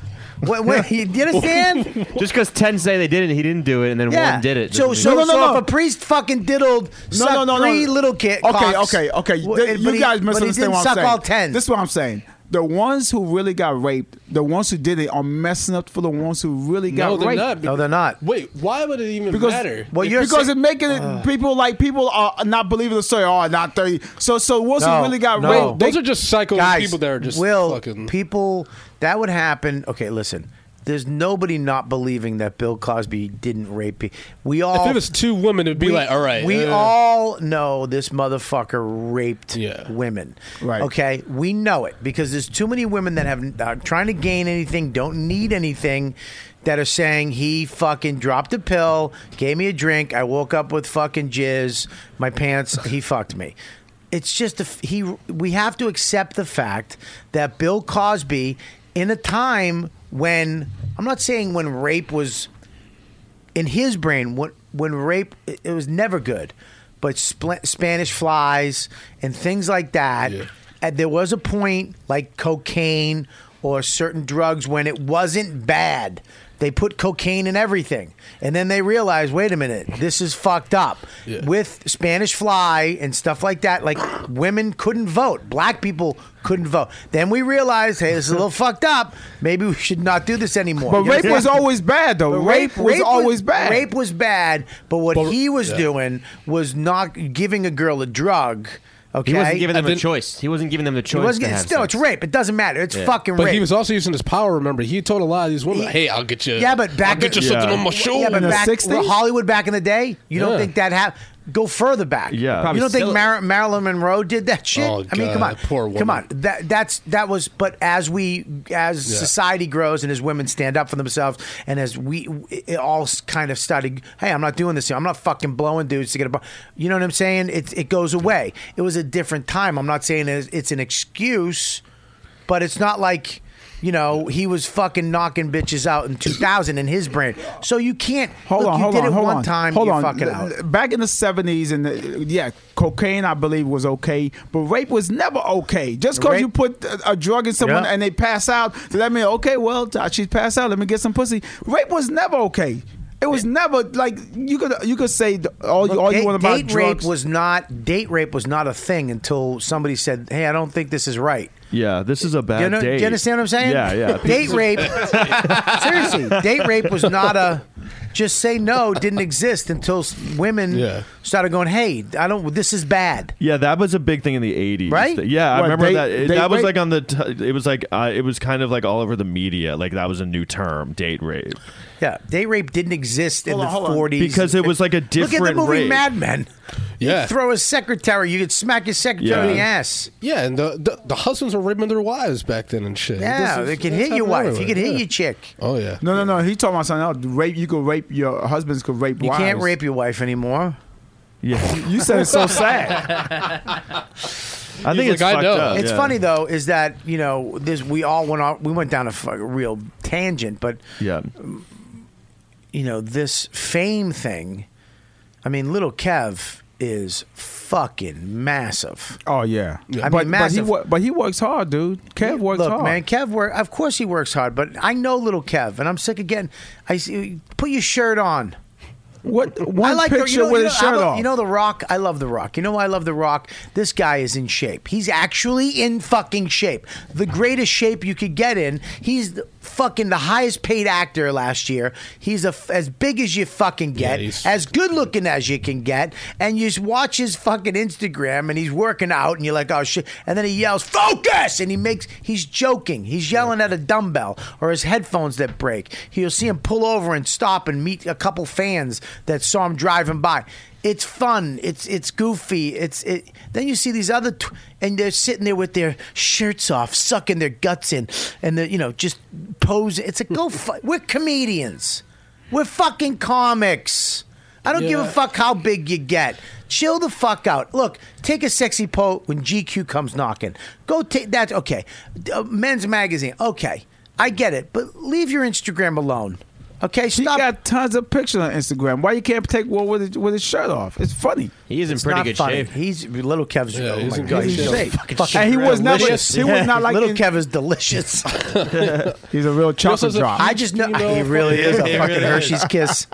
[SPEAKER 2] When, when, you you understand?
[SPEAKER 8] Just because ten say they did it, he didn't do it, and then
[SPEAKER 2] Yeah.
[SPEAKER 8] one did it.
[SPEAKER 2] So
[SPEAKER 8] doesn't
[SPEAKER 2] so,
[SPEAKER 8] mean-
[SPEAKER 2] so if a priest fucking diddled
[SPEAKER 6] No,
[SPEAKER 2] sucked
[SPEAKER 6] no, no, no.
[SPEAKER 2] three little kids.
[SPEAKER 6] Okay, okay, okay. Th- you guys misunderstand
[SPEAKER 2] but he didn't
[SPEAKER 6] what I'm
[SPEAKER 2] suck
[SPEAKER 6] saying.
[SPEAKER 2] all ten.
[SPEAKER 6] This is what I'm saying. the ones who really got raped, the ones who did it, are messing up for the ones who really got
[SPEAKER 7] No, they're
[SPEAKER 6] raped.
[SPEAKER 7] not. No, they're
[SPEAKER 2] not.
[SPEAKER 7] Wait, why would it even
[SPEAKER 6] Because,
[SPEAKER 7] matter?
[SPEAKER 6] because it's making it
[SPEAKER 2] Uh.
[SPEAKER 6] people like people are not believing the story. Oh, not thirty. So so once who really got raped, they-
[SPEAKER 2] Guys, Will, people that would happen. Okay, listen. There's nobody not believing that Bill Cosby didn't rape people. We all
[SPEAKER 7] if it was two women, it'd be
[SPEAKER 2] we-
[SPEAKER 7] like, all right.
[SPEAKER 2] We
[SPEAKER 7] uh,
[SPEAKER 2] all know this motherfucker raped women. Right. Okay. We know it because there's too many women that have are trying to gain anything, don't need anything, that are saying he fucking dropped a pill, gave me a drink, I woke up with fucking jizz, my pants, he fucked me. It's just a, f- he. We have to accept the fact that Bill Cosby, in a time when I'm not saying when rape was in his brain when when rape it it was never good but spl- spanish flies and things like that and there was a point like cocaine or certain drugs when it wasn't bad they put cocaine in everything and then they realized wait a minute this is fucked up with spanish fly and stuff like that like women couldn't vote black people couldn't vote then we realized hey this is a little fucked up maybe we should not do this anymore
[SPEAKER 6] But rape was always bad, though.
[SPEAKER 2] But
[SPEAKER 6] Rape was always bad.
[SPEAKER 2] Rape was bad, but what he was
[SPEAKER 8] yeah.
[SPEAKER 2] doing was not giving a girl a drug. Okay,
[SPEAKER 8] He wasn't giving them
[SPEAKER 2] And
[SPEAKER 8] a choice. He wasn't giving them the
[SPEAKER 2] He
[SPEAKER 8] choice.
[SPEAKER 2] wasn't
[SPEAKER 8] to
[SPEAKER 2] getting,
[SPEAKER 8] have
[SPEAKER 2] still,
[SPEAKER 8] sex.
[SPEAKER 2] it's rape. It doesn't matter. It's fucking
[SPEAKER 7] But
[SPEAKER 2] rape.
[SPEAKER 7] he was also using his power. Remember, he told a lot of these women, "Hey, I'll get you.
[SPEAKER 2] yeah, but back
[SPEAKER 7] I'll get you
[SPEAKER 2] in,
[SPEAKER 7] something on my show."
[SPEAKER 2] Yeah, but back well, Hollywood back in the day, you don't
[SPEAKER 7] Yeah.
[SPEAKER 2] think that happened? Go further back.
[SPEAKER 7] Yeah.
[SPEAKER 2] you
[SPEAKER 7] Probably
[SPEAKER 2] don't think
[SPEAKER 7] still-
[SPEAKER 2] Mar- Marilyn Monroe did that shit?
[SPEAKER 7] Oh,
[SPEAKER 2] I mean, come on,
[SPEAKER 7] God, poor woman.
[SPEAKER 2] come on. That that's that was. But as we as
[SPEAKER 7] Yeah.
[SPEAKER 2] society grows and as women stand up for themselves and as we it all s- kind of started, hey, I'm not doing this. here. I'm not fucking blowing dudes to get a. bar-" You know what I'm saying? It it goes away. It was a different time. I'm not saying it's it's an excuse, but it's not like. You know, he was fucking knocking bitches out in 2000 in his brain. So you can't.
[SPEAKER 6] Hold
[SPEAKER 2] look,
[SPEAKER 6] on,
[SPEAKER 2] you
[SPEAKER 6] hold
[SPEAKER 2] did
[SPEAKER 6] on,
[SPEAKER 2] it
[SPEAKER 6] hold
[SPEAKER 2] one
[SPEAKER 6] on.
[SPEAKER 2] time,
[SPEAKER 6] hold
[SPEAKER 2] you're
[SPEAKER 6] on.
[SPEAKER 2] fucking
[SPEAKER 6] L-
[SPEAKER 2] out.
[SPEAKER 6] l- Back in the seventies, and uh, yeah, cocaine I believe was okay, but rape was never okay. Just because
[SPEAKER 2] Rape-
[SPEAKER 6] you put a, a drug in someone
[SPEAKER 2] Yeah.
[SPEAKER 6] and they pass out, so that means okay, well t- she's passed out. Let me get some pussy. Rape was never okay. It was never like you could you could say th- all you
[SPEAKER 2] Look,
[SPEAKER 6] all
[SPEAKER 2] date,
[SPEAKER 6] you want about
[SPEAKER 2] date
[SPEAKER 6] drugs.
[SPEAKER 2] rape was not date rape was not a thing until somebody said, "Hey, I don't think this is right."
[SPEAKER 10] Yeah, this is a bad
[SPEAKER 2] Do you, know- do you
[SPEAKER 10] date.
[SPEAKER 2] understand what I'm saying?
[SPEAKER 10] Yeah, yeah.
[SPEAKER 2] date rape. seriously, date rape was not a. Just say no didn't exist until s- women started going, "Hey, I don't. This is bad."
[SPEAKER 10] Yeah, that was a big thing in the '80s.
[SPEAKER 2] Right?
[SPEAKER 10] Th- Yeah, I
[SPEAKER 2] What,
[SPEAKER 10] remember
[SPEAKER 2] date-
[SPEAKER 10] that. It-
[SPEAKER 2] date
[SPEAKER 10] that was
[SPEAKER 2] rape?
[SPEAKER 10] like on the. T- it was like uh, it was kind of like all over the media. Like that was a new term, date rape.
[SPEAKER 2] Yeah, date rape didn't exist
[SPEAKER 10] Hold
[SPEAKER 2] in
[SPEAKER 10] on, hold
[SPEAKER 2] the
[SPEAKER 10] on.
[SPEAKER 2] forties
[SPEAKER 10] Because it was like a
[SPEAKER 2] Look at the
[SPEAKER 10] different
[SPEAKER 2] movie
[SPEAKER 10] rape.
[SPEAKER 2] Mad Men.
[SPEAKER 7] Yeah.
[SPEAKER 2] you throw a secretary, you could smack your secretary in the ass.
[SPEAKER 7] Yeah, and the, the the husbands were raping their wives back then and shit.
[SPEAKER 2] Yeah,
[SPEAKER 7] This is-
[SPEAKER 2] they can
[SPEAKER 7] that's
[SPEAKER 2] hit your
[SPEAKER 7] happening
[SPEAKER 2] wife. You
[SPEAKER 7] everywhere.
[SPEAKER 2] can hit
[SPEAKER 7] Yeah.
[SPEAKER 2] your chick.
[SPEAKER 7] Oh yeah.
[SPEAKER 6] no, no, no. He told my son, "No, rape. You could rape your husbands. Could rape.
[SPEAKER 2] You
[SPEAKER 6] wives.
[SPEAKER 2] can't rape your wife anymore.
[SPEAKER 10] Yeah,
[SPEAKER 6] You said it's so sad.
[SPEAKER 10] I think it's fucked up.
[SPEAKER 2] It's
[SPEAKER 10] Oh, yeah.
[SPEAKER 2] funny though, is that you know this? We all went off. We went down a fu- real tangent, but
[SPEAKER 10] Yeah.
[SPEAKER 2] you know this fame thing. I mean, little Kev is fucking massive.
[SPEAKER 6] Oh yeah,
[SPEAKER 2] I mean,
[SPEAKER 6] but, but he
[SPEAKER 2] massive.
[SPEAKER 6] wo- but he works hard, dude. Kev works
[SPEAKER 2] Look,
[SPEAKER 6] hard.
[SPEAKER 2] man, Kev work. Of course, he works hard, but I know little Kev, and I'm sick of getting. I see. Put your shirt on.
[SPEAKER 6] What one
[SPEAKER 2] I like
[SPEAKER 6] picture
[SPEAKER 2] the, you know,
[SPEAKER 6] with
[SPEAKER 2] you know,
[SPEAKER 6] his
[SPEAKER 2] I
[SPEAKER 6] shirt
[SPEAKER 2] love-
[SPEAKER 6] off?
[SPEAKER 2] You know the Rock. I love the Rock. You know why I love the Rock? This guy is in shape. He's actually in fucking shape. The greatest shape you could get in. He's the, fucking the highest paid actor last year. He's a f as big as you fucking get, as good looking as you can get, and you just watch his fucking Instagram and he's working out and you're like, oh shit, and then he yells, focus, and he makes he's joking. He's yelling at a dumbbell or his headphones that break. You'll see him pull over and stop and meet a couple fans that saw him driving by. It's fun. It's it's goofy. It's it. Then you see these other, tw- and they're sitting there with their shirts off, sucking their guts in, and the you know just posing. It's like go. Fu- we're comedians. We're fucking comics. I don't give a
[SPEAKER 7] Yeah.
[SPEAKER 2] fuck how big you get. Chill the fuck out. Look, take a sexy pose when GQ comes knocking. Go take that. Okay, Uh, Men's Magazine. Okay, I get it, but leave your Instagram alone. Okay, stop.
[SPEAKER 6] He got tons of pictures on Instagram. Why you can't take one with his, with his shirt off? It's funny.
[SPEAKER 8] He is in
[SPEAKER 2] It's
[SPEAKER 8] pretty
[SPEAKER 2] not
[SPEAKER 8] good
[SPEAKER 2] funny.
[SPEAKER 8] shape.
[SPEAKER 2] He's little Kev's.
[SPEAKER 8] Yeah,
[SPEAKER 2] oh
[SPEAKER 8] he's
[SPEAKER 2] my
[SPEAKER 8] in
[SPEAKER 2] god,
[SPEAKER 8] good
[SPEAKER 2] he's
[SPEAKER 8] shape.
[SPEAKER 2] shape.
[SPEAKER 8] Fucking
[SPEAKER 2] Fucking
[SPEAKER 6] And he was never-
[SPEAKER 2] delicious.
[SPEAKER 6] he was not like
[SPEAKER 2] little
[SPEAKER 6] in-
[SPEAKER 2] Kev is delicious.
[SPEAKER 6] He's a real chocolate drop.
[SPEAKER 2] I just know he really is a
[SPEAKER 6] He
[SPEAKER 2] fucking
[SPEAKER 6] really is.
[SPEAKER 2] Hershey's kiss.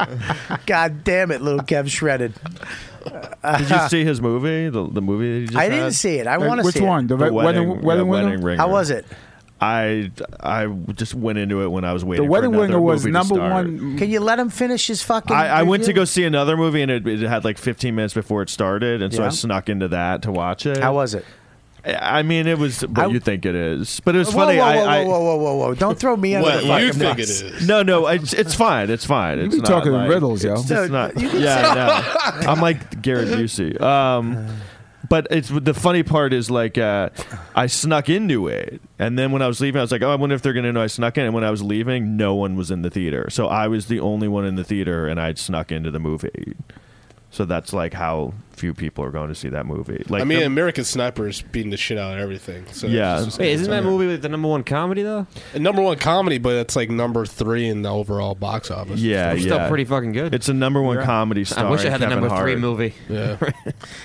[SPEAKER 2] God damn it, little Kev shredded.
[SPEAKER 10] Did you see his movie? The, the movie that he just
[SPEAKER 2] I didn't
[SPEAKER 10] had?
[SPEAKER 2] see it. I want to see it.
[SPEAKER 10] The wedding, yeah, wedding, Ringer.
[SPEAKER 2] How was it?
[SPEAKER 10] I I just went into it when I was waiting.
[SPEAKER 2] The
[SPEAKER 10] for
[SPEAKER 2] Wedding
[SPEAKER 10] another
[SPEAKER 2] Winger was
[SPEAKER 10] movie to
[SPEAKER 2] number
[SPEAKER 10] start.
[SPEAKER 2] one. Can you let him finish his fucking?
[SPEAKER 10] I, I went to
[SPEAKER 2] review?
[SPEAKER 10] go see another movie and it, it had like 15 minutes before it started, and so
[SPEAKER 2] Yeah.
[SPEAKER 10] I snuck into that to watch it.
[SPEAKER 2] How was it?
[SPEAKER 10] I I mean, it was what you think it is, but it was
[SPEAKER 2] Whoa,
[SPEAKER 10] funny.
[SPEAKER 2] Whoa,
[SPEAKER 10] I-
[SPEAKER 2] whoa,
[SPEAKER 10] I,
[SPEAKER 2] whoa, whoa, whoa, whoa! Don't throw me under
[SPEAKER 10] What
[SPEAKER 2] the fucking
[SPEAKER 10] you think
[SPEAKER 2] bus.
[SPEAKER 10] it is? No, no, it's it's fine. It's fine. It's
[SPEAKER 2] be
[SPEAKER 10] not
[SPEAKER 2] talking
[SPEAKER 10] like-
[SPEAKER 2] riddles, yo.
[SPEAKER 10] It's
[SPEAKER 2] Dude,
[SPEAKER 10] just not.
[SPEAKER 2] you can
[SPEAKER 10] Yeah,
[SPEAKER 2] say-
[SPEAKER 10] I know. I'm like Garrett Busey. Um, but it's the funny part is like uh, I snuck into it, and then when I was leaving, I was like, "Oh, I wonder if they're gonna know I snuck in." And when I was leaving, no one was in the theater, so I was the only one in the theater, and I'd snuck into the movie. So that's like how few people are going to see that movie. Like
[SPEAKER 7] I mean,
[SPEAKER 10] the-
[SPEAKER 7] American Sniper is beating the shit out of everything. So
[SPEAKER 10] Yeah. Wait, isn't that
[SPEAKER 7] movie the number one comedy though? number one comedy, but it's like number three in the overall box office.
[SPEAKER 10] Yeah,
[SPEAKER 7] It's
[SPEAKER 10] yeah.
[SPEAKER 7] still pretty
[SPEAKER 10] fucking good. It's a number one
[SPEAKER 7] Yeah.
[SPEAKER 10] comedy
[SPEAKER 7] I
[SPEAKER 10] star.
[SPEAKER 7] wish I had the
[SPEAKER 8] number three movie.
[SPEAKER 7] Yeah.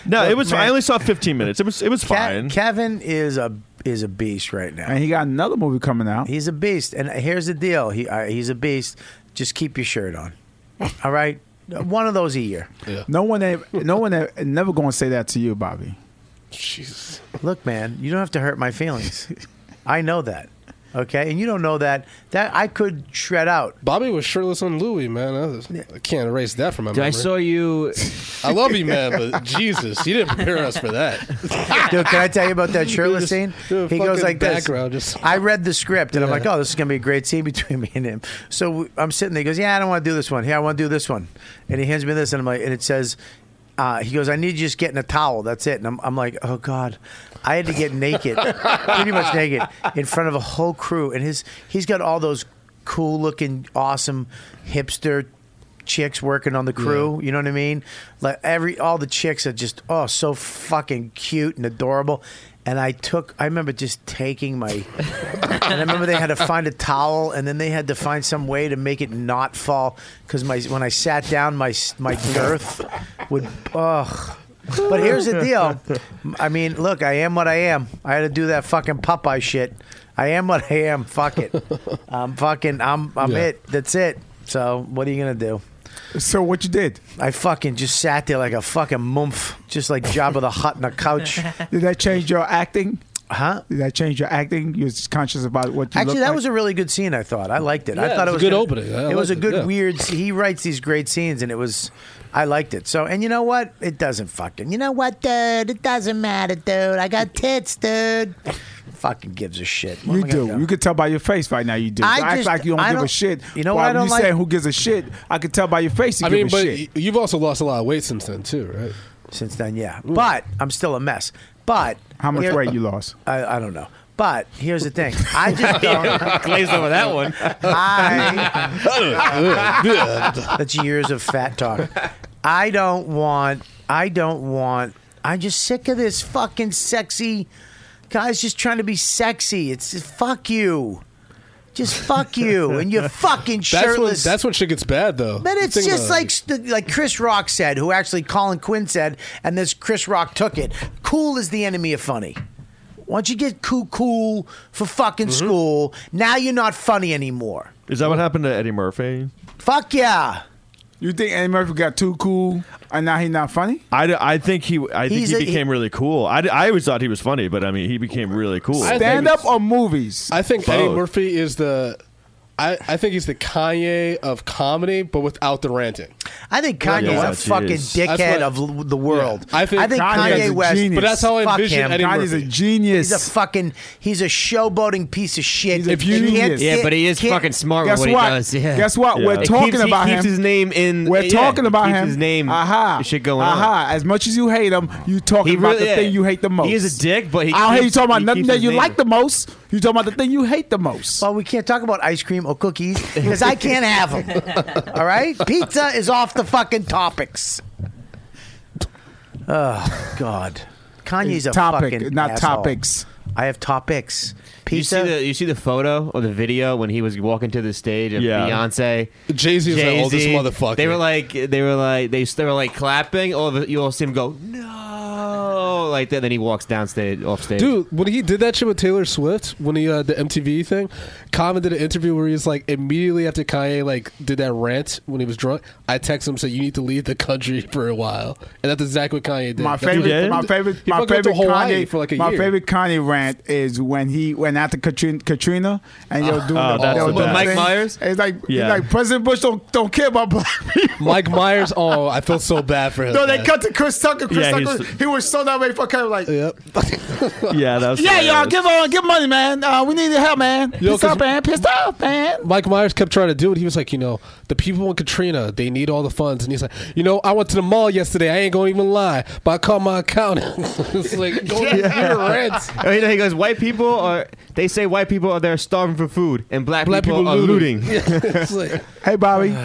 [SPEAKER 10] no,
[SPEAKER 2] Look,
[SPEAKER 10] it was.
[SPEAKER 2] man.
[SPEAKER 10] I only saw 15 minutes. It was. It was
[SPEAKER 2] Ke-
[SPEAKER 10] fine.
[SPEAKER 2] Kevin is a is a beast right now, and he got another movie coming out. He's a beast, and here's the deal: he uh, he's a beast. Just keep your shirt on, all right? One of those a year.
[SPEAKER 6] No one, ev- no one, ev- never going to say that to you, Bobby.
[SPEAKER 7] Jesus.
[SPEAKER 2] Look, man, you don't have to hurt my feelings. I know that, okay? And you don't know that that I could shred out.
[SPEAKER 7] Bobby was shirtless on Louis, man. I, was- I can't erase that from my
[SPEAKER 8] Dude, I
[SPEAKER 7] memory.
[SPEAKER 8] saw you.
[SPEAKER 7] I love you, man, but Jesus, you didn't prepare us for that.
[SPEAKER 2] Dude, can I tell you about that shirtless scene?
[SPEAKER 7] do a
[SPEAKER 2] He goes
[SPEAKER 7] fucking
[SPEAKER 2] like this.
[SPEAKER 7] background, just-
[SPEAKER 2] I read the script and I'm
[SPEAKER 7] Yeah.
[SPEAKER 2] like, oh, this is gonna be a great scene between me and him. So we- I'm sitting there. He goes, yeah, I don't want to do this one. Here, I want to do this one. And he hands me this, and I'm like, and it says. Uh, he goes, I need you just getting a towel. That's it. And I'm, I'm like, oh God, I had to get naked, pretty much naked, in front of a whole crew. And his he's got all those cool looking, awesome hipster chicks working on the crew. You know what I mean? Like every all the chicks are just oh so fucking cute and adorable. And I took I remember just taking my and I remember they had to find a towel and then they had to find some way to make it not fall cuz my when I sat down my s- my girth would ugh but here's the deal. I mean, look, I am what I am. I had to do that fucking Popeye shit. I am what I am. Fuck it. I'm fucking. I'm. I'm
[SPEAKER 6] Yeah.
[SPEAKER 2] it. That's it. So what are you gonna do? So what you did? I fucking just sat there like a fucking mumph, just like Jabba the Hutt on a couch.
[SPEAKER 6] Did that change your acting?
[SPEAKER 2] Huh?
[SPEAKER 6] Did that change your acting? You was conscious about what you
[SPEAKER 2] Actually,
[SPEAKER 6] look
[SPEAKER 2] that
[SPEAKER 6] like?
[SPEAKER 2] was a really good scene. I thought I liked it. I
[SPEAKER 6] Yeah,
[SPEAKER 2] thought
[SPEAKER 6] it
[SPEAKER 2] it was
[SPEAKER 6] was a good
[SPEAKER 2] gonna-
[SPEAKER 6] opening. I
[SPEAKER 2] It was a
[SPEAKER 6] liked it,
[SPEAKER 2] good
[SPEAKER 6] yeah.
[SPEAKER 2] weird. He writes these great scenes, and it was. I liked it. So, and you know what? It doesn't fucking. You know what, dude? It doesn't matter, dude. I got tits, dude. Fucking gives a shit. What
[SPEAKER 6] You
[SPEAKER 2] am I gonna
[SPEAKER 6] do. You could tell by your face right now. You do.
[SPEAKER 2] I
[SPEAKER 6] I act
[SPEAKER 2] just-
[SPEAKER 6] like you don't
[SPEAKER 2] I
[SPEAKER 6] give a
[SPEAKER 2] don't-
[SPEAKER 6] shit.
[SPEAKER 2] you know
[SPEAKER 6] While
[SPEAKER 2] what I don't
[SPEAKER 6] you
[SPEAKER 2] like?
[SPEAKER 6] saying who gives a shit? I could tell by your face. You
[SPEAKER 7] I
[SPEAKER 6] give
[SPEAKER 7] mean,
[SPEAKER 6] a
[SPEAKER 7] but
[SPEAKER 6] shit.
[SPEAKER 7] y- you've also lost a lot of weight since then too, right?
[SPEAKER 2] Since then, yeah. But I'm still a mess. But
[SPEAKER 6] How much
[SPEAKER 2] here-
[SPEAKER 6] weight you lost?
[SPEAKER 2] I, I don't know. But here's the thing. I just don't
[SPEAKER 8] Glazed over Oh, that one.
[SPEAKER 2] I That's years of fat talk. I don't want I don't want I'm just sick of this fucking sexy guys just trying to be sexy. It's just fuck you. Just fuck you and your fucking
[SPEAKER 7] That's when,
[SPEAKER 2] shirtless
[SPEAKER 7] that's when shit gets bad, though.
[SPEAKER 2] but it's
[SPEAKER 7] Think
[SPEAKER 2] just
[SPEAKER 7] about it.
[SPEAKER 2] like st- like Chris Rock said, who actually Colin Quinn said, and this Chris Rock took it. Cool is the enemy of funny. Once you get cool, cool for fucking
[SPEAKER 7] Mm-hmm.
[SPEAKER 2] school, now you're not funny anymore.
[SPEAKER 10] Is that what happened to Eddie Murphy?
[SPEAKER 2] Fuck yeah.
[SPEAKER 6] You think Eddie Murphy got too cool and now he's not funny?
[SPEAKER 10] I, d- I think he I think
[SPEAKER 6] He's
[SPEAKER 10] he
[SPEAKER 6] a-
[SPEAKER 10] became really cool. I, d- I always thought he was funny, but I mean he became really cool.
[SPEAKER 6] Stand up or movies?
[SPEAKER 7] I think Eddie
[SPEAKER 10] Both.
[SPEAKER 7] Murphy is the. I, I think he's the Kanye of comedy, but without the ranting.
[SPEAKER 2] I think Kanye's
[SPEAKER 7] Yeah,
[SPEAKER 2] a
[SPEAKER 7] geez.
[SPEAKER 2] fucking dickhead
[SPEAKER 7] That's
[SPEAKER 2] of
[SPEAKER 7] what-
[SPEAKER 2] l- the world.
[SPEAKER 7] Yeah. I think Kanye's
[SPEAKER 2] Kanye
[SPEAKER 7] a
[SPEAKER 2] West,
[SPEAKER 7] genius. But that's how I
[SPEAKER 2] fuck
[SPEAKER 7] envision
[SPEAKER 2] him.
[SPEAKER 7] Eddie Kanye's Murphy. a
[SPEAKER 6] genius.
[SPEAKER 2] He's a fucking. He's a showboating piece of shit.
[SPEAKER 8] If you-
[SPEAKER 2] And he can't-
[SPEAKER 8] Yeah, but he is
[SPEAKER 2] can't-
[SPEAKER 8] fucking smart
[SPEAKER 6] Guess
[SPEAKER 8] with what,
[SPEAKER 6] what?
[SPEAKER 8] he does. Yeah.
[SPEAKER 6] Guess what? We're
[SPEAKER 8] It keeps-
[SPEAKER 6] talking
[SPEAKER 8] he
[SPEAKER 6] about
[SPEAKER 8] keeps
[SPEAKER 6] him.
[SPEAKER 8] his name in.
[SPEAKER 6] We're
[SPEAKER 8] yeah,
[SPEAKER 6] talking
[SPEAKER 8] he
[SPEAKER 6] about
[SPEAKER 8] keeps
[SPEAKER 6] him.
[SPEAKER 8] His name.
[SPEAKER 6] Aha.
[SPEAKER 8] the Shit going on.
[SPEAKER 6] Aha. As much as you hate him, you talking
[SPEAKER 8] He
[SPEAKER 6] about
[SPEAKER 8] really-
[SPEAKER 6] the
[SPEAKER 8] yeah.
[SPEAKER 6] thing you hate the most.
[SPEAKER 8] He is a dick, but he
[SPEAKER 6] I don't hear you
[SPEAKER 8] keeps-
[SPEAKER 6] talking about
[SPEAKER 8] he
[SPEAKER 6] nothing
[SPEAKER 8] keeps
[SPEAKER 6] that
[SPEAKER 8] his
[SPEAKER 6] you
[SPEAKER 8] name.
[SPEAKER 6] like the most. You talking about the thing you hate the most.
[SPEAKER 2] Well, we can't talk about ice cream or cookies because I can't have them. All right, pizza is off the fucking topics. Oh God, Kanye's a
[SPEAKER 6] Topic,
[SPEAKER 2] fucking
[SPEAKER 6] not
[SPEAKER 2] asshole.
[SPEAKER 6] topics.
[SPEAKER 2] I have topics. Pizza.
[SPEAKER 8] You see the you see the photo or the video when he was walking to the stage of
[SPEAKER 7] Yeah.
[SPEAKER 8] Beyonce.
[SPEAKER 7] Jay Z was the
[SPEAKER 8] Jay-Z.
[SPEAKER 7] oldest motherfucker.
[SPEAKER 8] They were like they were like they they were like clapping. All of it, you all see him go no like that, then he walks downstage, off stage.
[SPEAKER 7] Dude, when he did that shit with Taylor Swift, when he uh, the MTV thing, Common did an interview where he was like immediately after Kanye like did that rant when he was drunk. I texted him said you need to leave the country for a while, and that's exactly what Kanye did.
[SPEAKER 6] My
[SPEAKER 7] That's what
[SPEAKER 6] favorite-
[SPEAKER 7] he did.
[SPEAKER 6] my favorite-
[SPEAKER 7] He
[SPEAKER 6] my
[SPEAKER 7] fucking went to
[SPEAKER 6] favorite
[SPEAKER 7] Hawaii
[SPEAKER 6] Kanye-
[SPEAKER 7] for like a
[SPEAKER 6] my
[SPEAKER 7] year.
[SPEAKER 6] favorite Kanye rant is when he went after Katrina, Katrina and they were doing
[SPEAKER 7] Oh,
[SPEAKER 6] the,
[SPEAKER 7] that's
[SPEAKER 6] they were
[SPEAKER 7] the
[SPEAKER 6] doing the
[SPEAKER 7] best. Mike
[SPEAKER 6] thing.
[SPEAKER 7] Myers?
[SPEAKER 6] It's like it's
[SPEAKER 7] Yeah.
[SPEAKER 6] like President Bush don't don't care about black people.
[SPEAKER 7] Mike Myers. Oh, I feel so bad for him.
[SPEAKER 6] No, they
[SPEAKER 7] man.
[SPEAKER 6] cut to Chris Tucker. Chris
[SPEAKER 7] Yeah,
[SPEAKER 6] Tucker,
[SPEAKER 7] he's-
[SPEAKER 6] he was so that way for Kanye. Like,
[SPEAKER 10] yeah, that was
[SPEAKER 6] yeah, y'all
[SPEAKER 10] hilarious.
[SPEAKER 6] give on, give money, man. Uh, we need your help, man.
[SPEAKER 7] Yo,
[SPEAKER 6] Pissed off,
[SPEAKER 7] 'cause-
[SPEAKER 6] man. Pissed off, man.
[SPEAKER 7] Mike Myers kept trying to do it. He was like, you know, the people in Katrina, they need all the funds. And he's like, you know, I went to the mall yesterday. I ain't gonna even lie, but I called my accountant. it's like, go yeah. your rent.
[SPEAKER 8] Oh, you know, he goes, white people are, they say white people are there starving for food, and black,
[SPEAKER 7] Black
[SPEAKER 8] people,
[SPEAKER 7] people
[SPEAKER 8] are
[SPEAKER 7] looting.
[SPEAKER 8] looting.
[SPEAKER 6] hey, Bobby.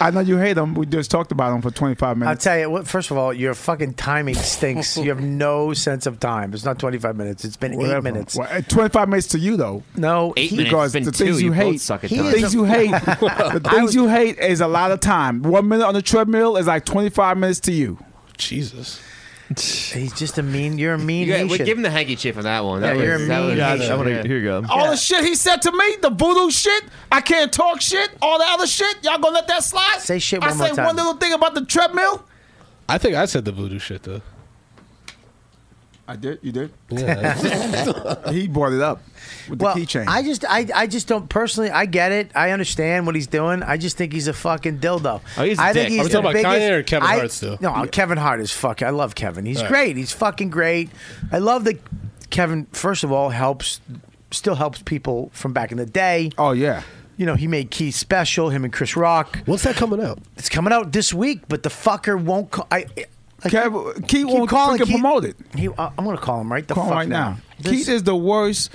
[SPEAKER 6] I know you hate him. We just talked about him for 25
[SPEAKER 2] I'll
[SPEAKER 6] minutes.
[SPEAKER 2] tell you what. First of all, your fucking timing stinks. you have no sense of time. It's not 25 minutes. It's been
[SPEAKER 6] Whatever.
[SPEAKER 2] eight minutes.
[SPEAKER 6] Well, uh, 25 minutes to you, though.
[SPEAKER 2] No,
[SPEAKER 6] Eight
[SPEAKER 2] he-
[SPEAKER 6] minutes. Because the things you hate,
[SPEAKER 2] He
[SPEAKER 6] the
[SPEAKER 2] is
[SPEAKER 6] things
[SPEAKER 2] a-
[SPEAKER 6] you hate, the things you hate is a lot of time. One minute on the treadmill is like 25 minutes to you.
[SPEAKER 7] Jesus.
[SPEAKER 2] He's just a mean. You're a mean.
[SPEAKER 8] You got,
[SPEAKER 2] Haitian.
[SPEAKER 8] give him the handkerchief on that one.
[SPEAKER 2] Yeah,
[SPEAKER 8] That was,
[SPEAKER 2] you're a
[SPEAKER 8] that
[SPEAKER 2] mean
[SPEAKER 8] was,
[SPEAKER 2] Haitian.
[SPEAKER 8] I wanna- here you go.
[SPEAKER 6] All the shit he said to me, the voodoo shit, I can't talk shit, all the other shit, y'all gonna let that slide?
[SPEAKER 2] Say shit
[SPEAKER 6] I
[SPEAKER 2] one more
[SPEAKER 6] say
[SPEAKER 2] time.
[SPEAKER 6] one little thing about the treadmill.
[SPEAKER 7] I think I said the voodoo shit though.
[SPEAKER 6] I did. You did.
[SPEAKER 7] Yeah.
[SPEAKER 6] he brought it up with the keychain.
[SPEAKER 2] I just, I, I just don't personally. I get it. I understand what he's doing. I just think he's a fucking dildo.
[SPEAKER 7] Oh, he's a
[SPEAKER 2] I
[SPEAKER 7] dick. Are we talking
[SPEAKER 2] the
[SPEAKER 7] about Kanye or Kevin
[SPEAKER 2] I-
[SPEAKER 7] Hart still?
[SPEAKER 2] No, Kevin Hart is fucking. I love Kevin. He's
[SPEAKER 7] All right.
[SPEAKER 2] great. He's fucking great. I love that Kevin. First of all, helps still helps people from back in the day.
[SPEAKER 6] Oh yeah.
[SPEAKER 2] You know, he made Keith special. Him and Chris Rock.
[SPEAKER 7] What's that coming out?
[SPEAKER 2] It's coming out this week, but the fucker won't. Call, I, I
[SPEAKER 6] Kev, Keith won't freaking
[SPEAKER 2] Keith-
[SPEAKER 6] promote it.
[SPEAKER 2] He, I- I'm gonna call him right the
[SPEAKER 6] Call him
[SPEAKER 2] fuck
[SPEAKER 6] right now.
[SPEAKER 2] This-
[SPEAKER 6] Keith is the worst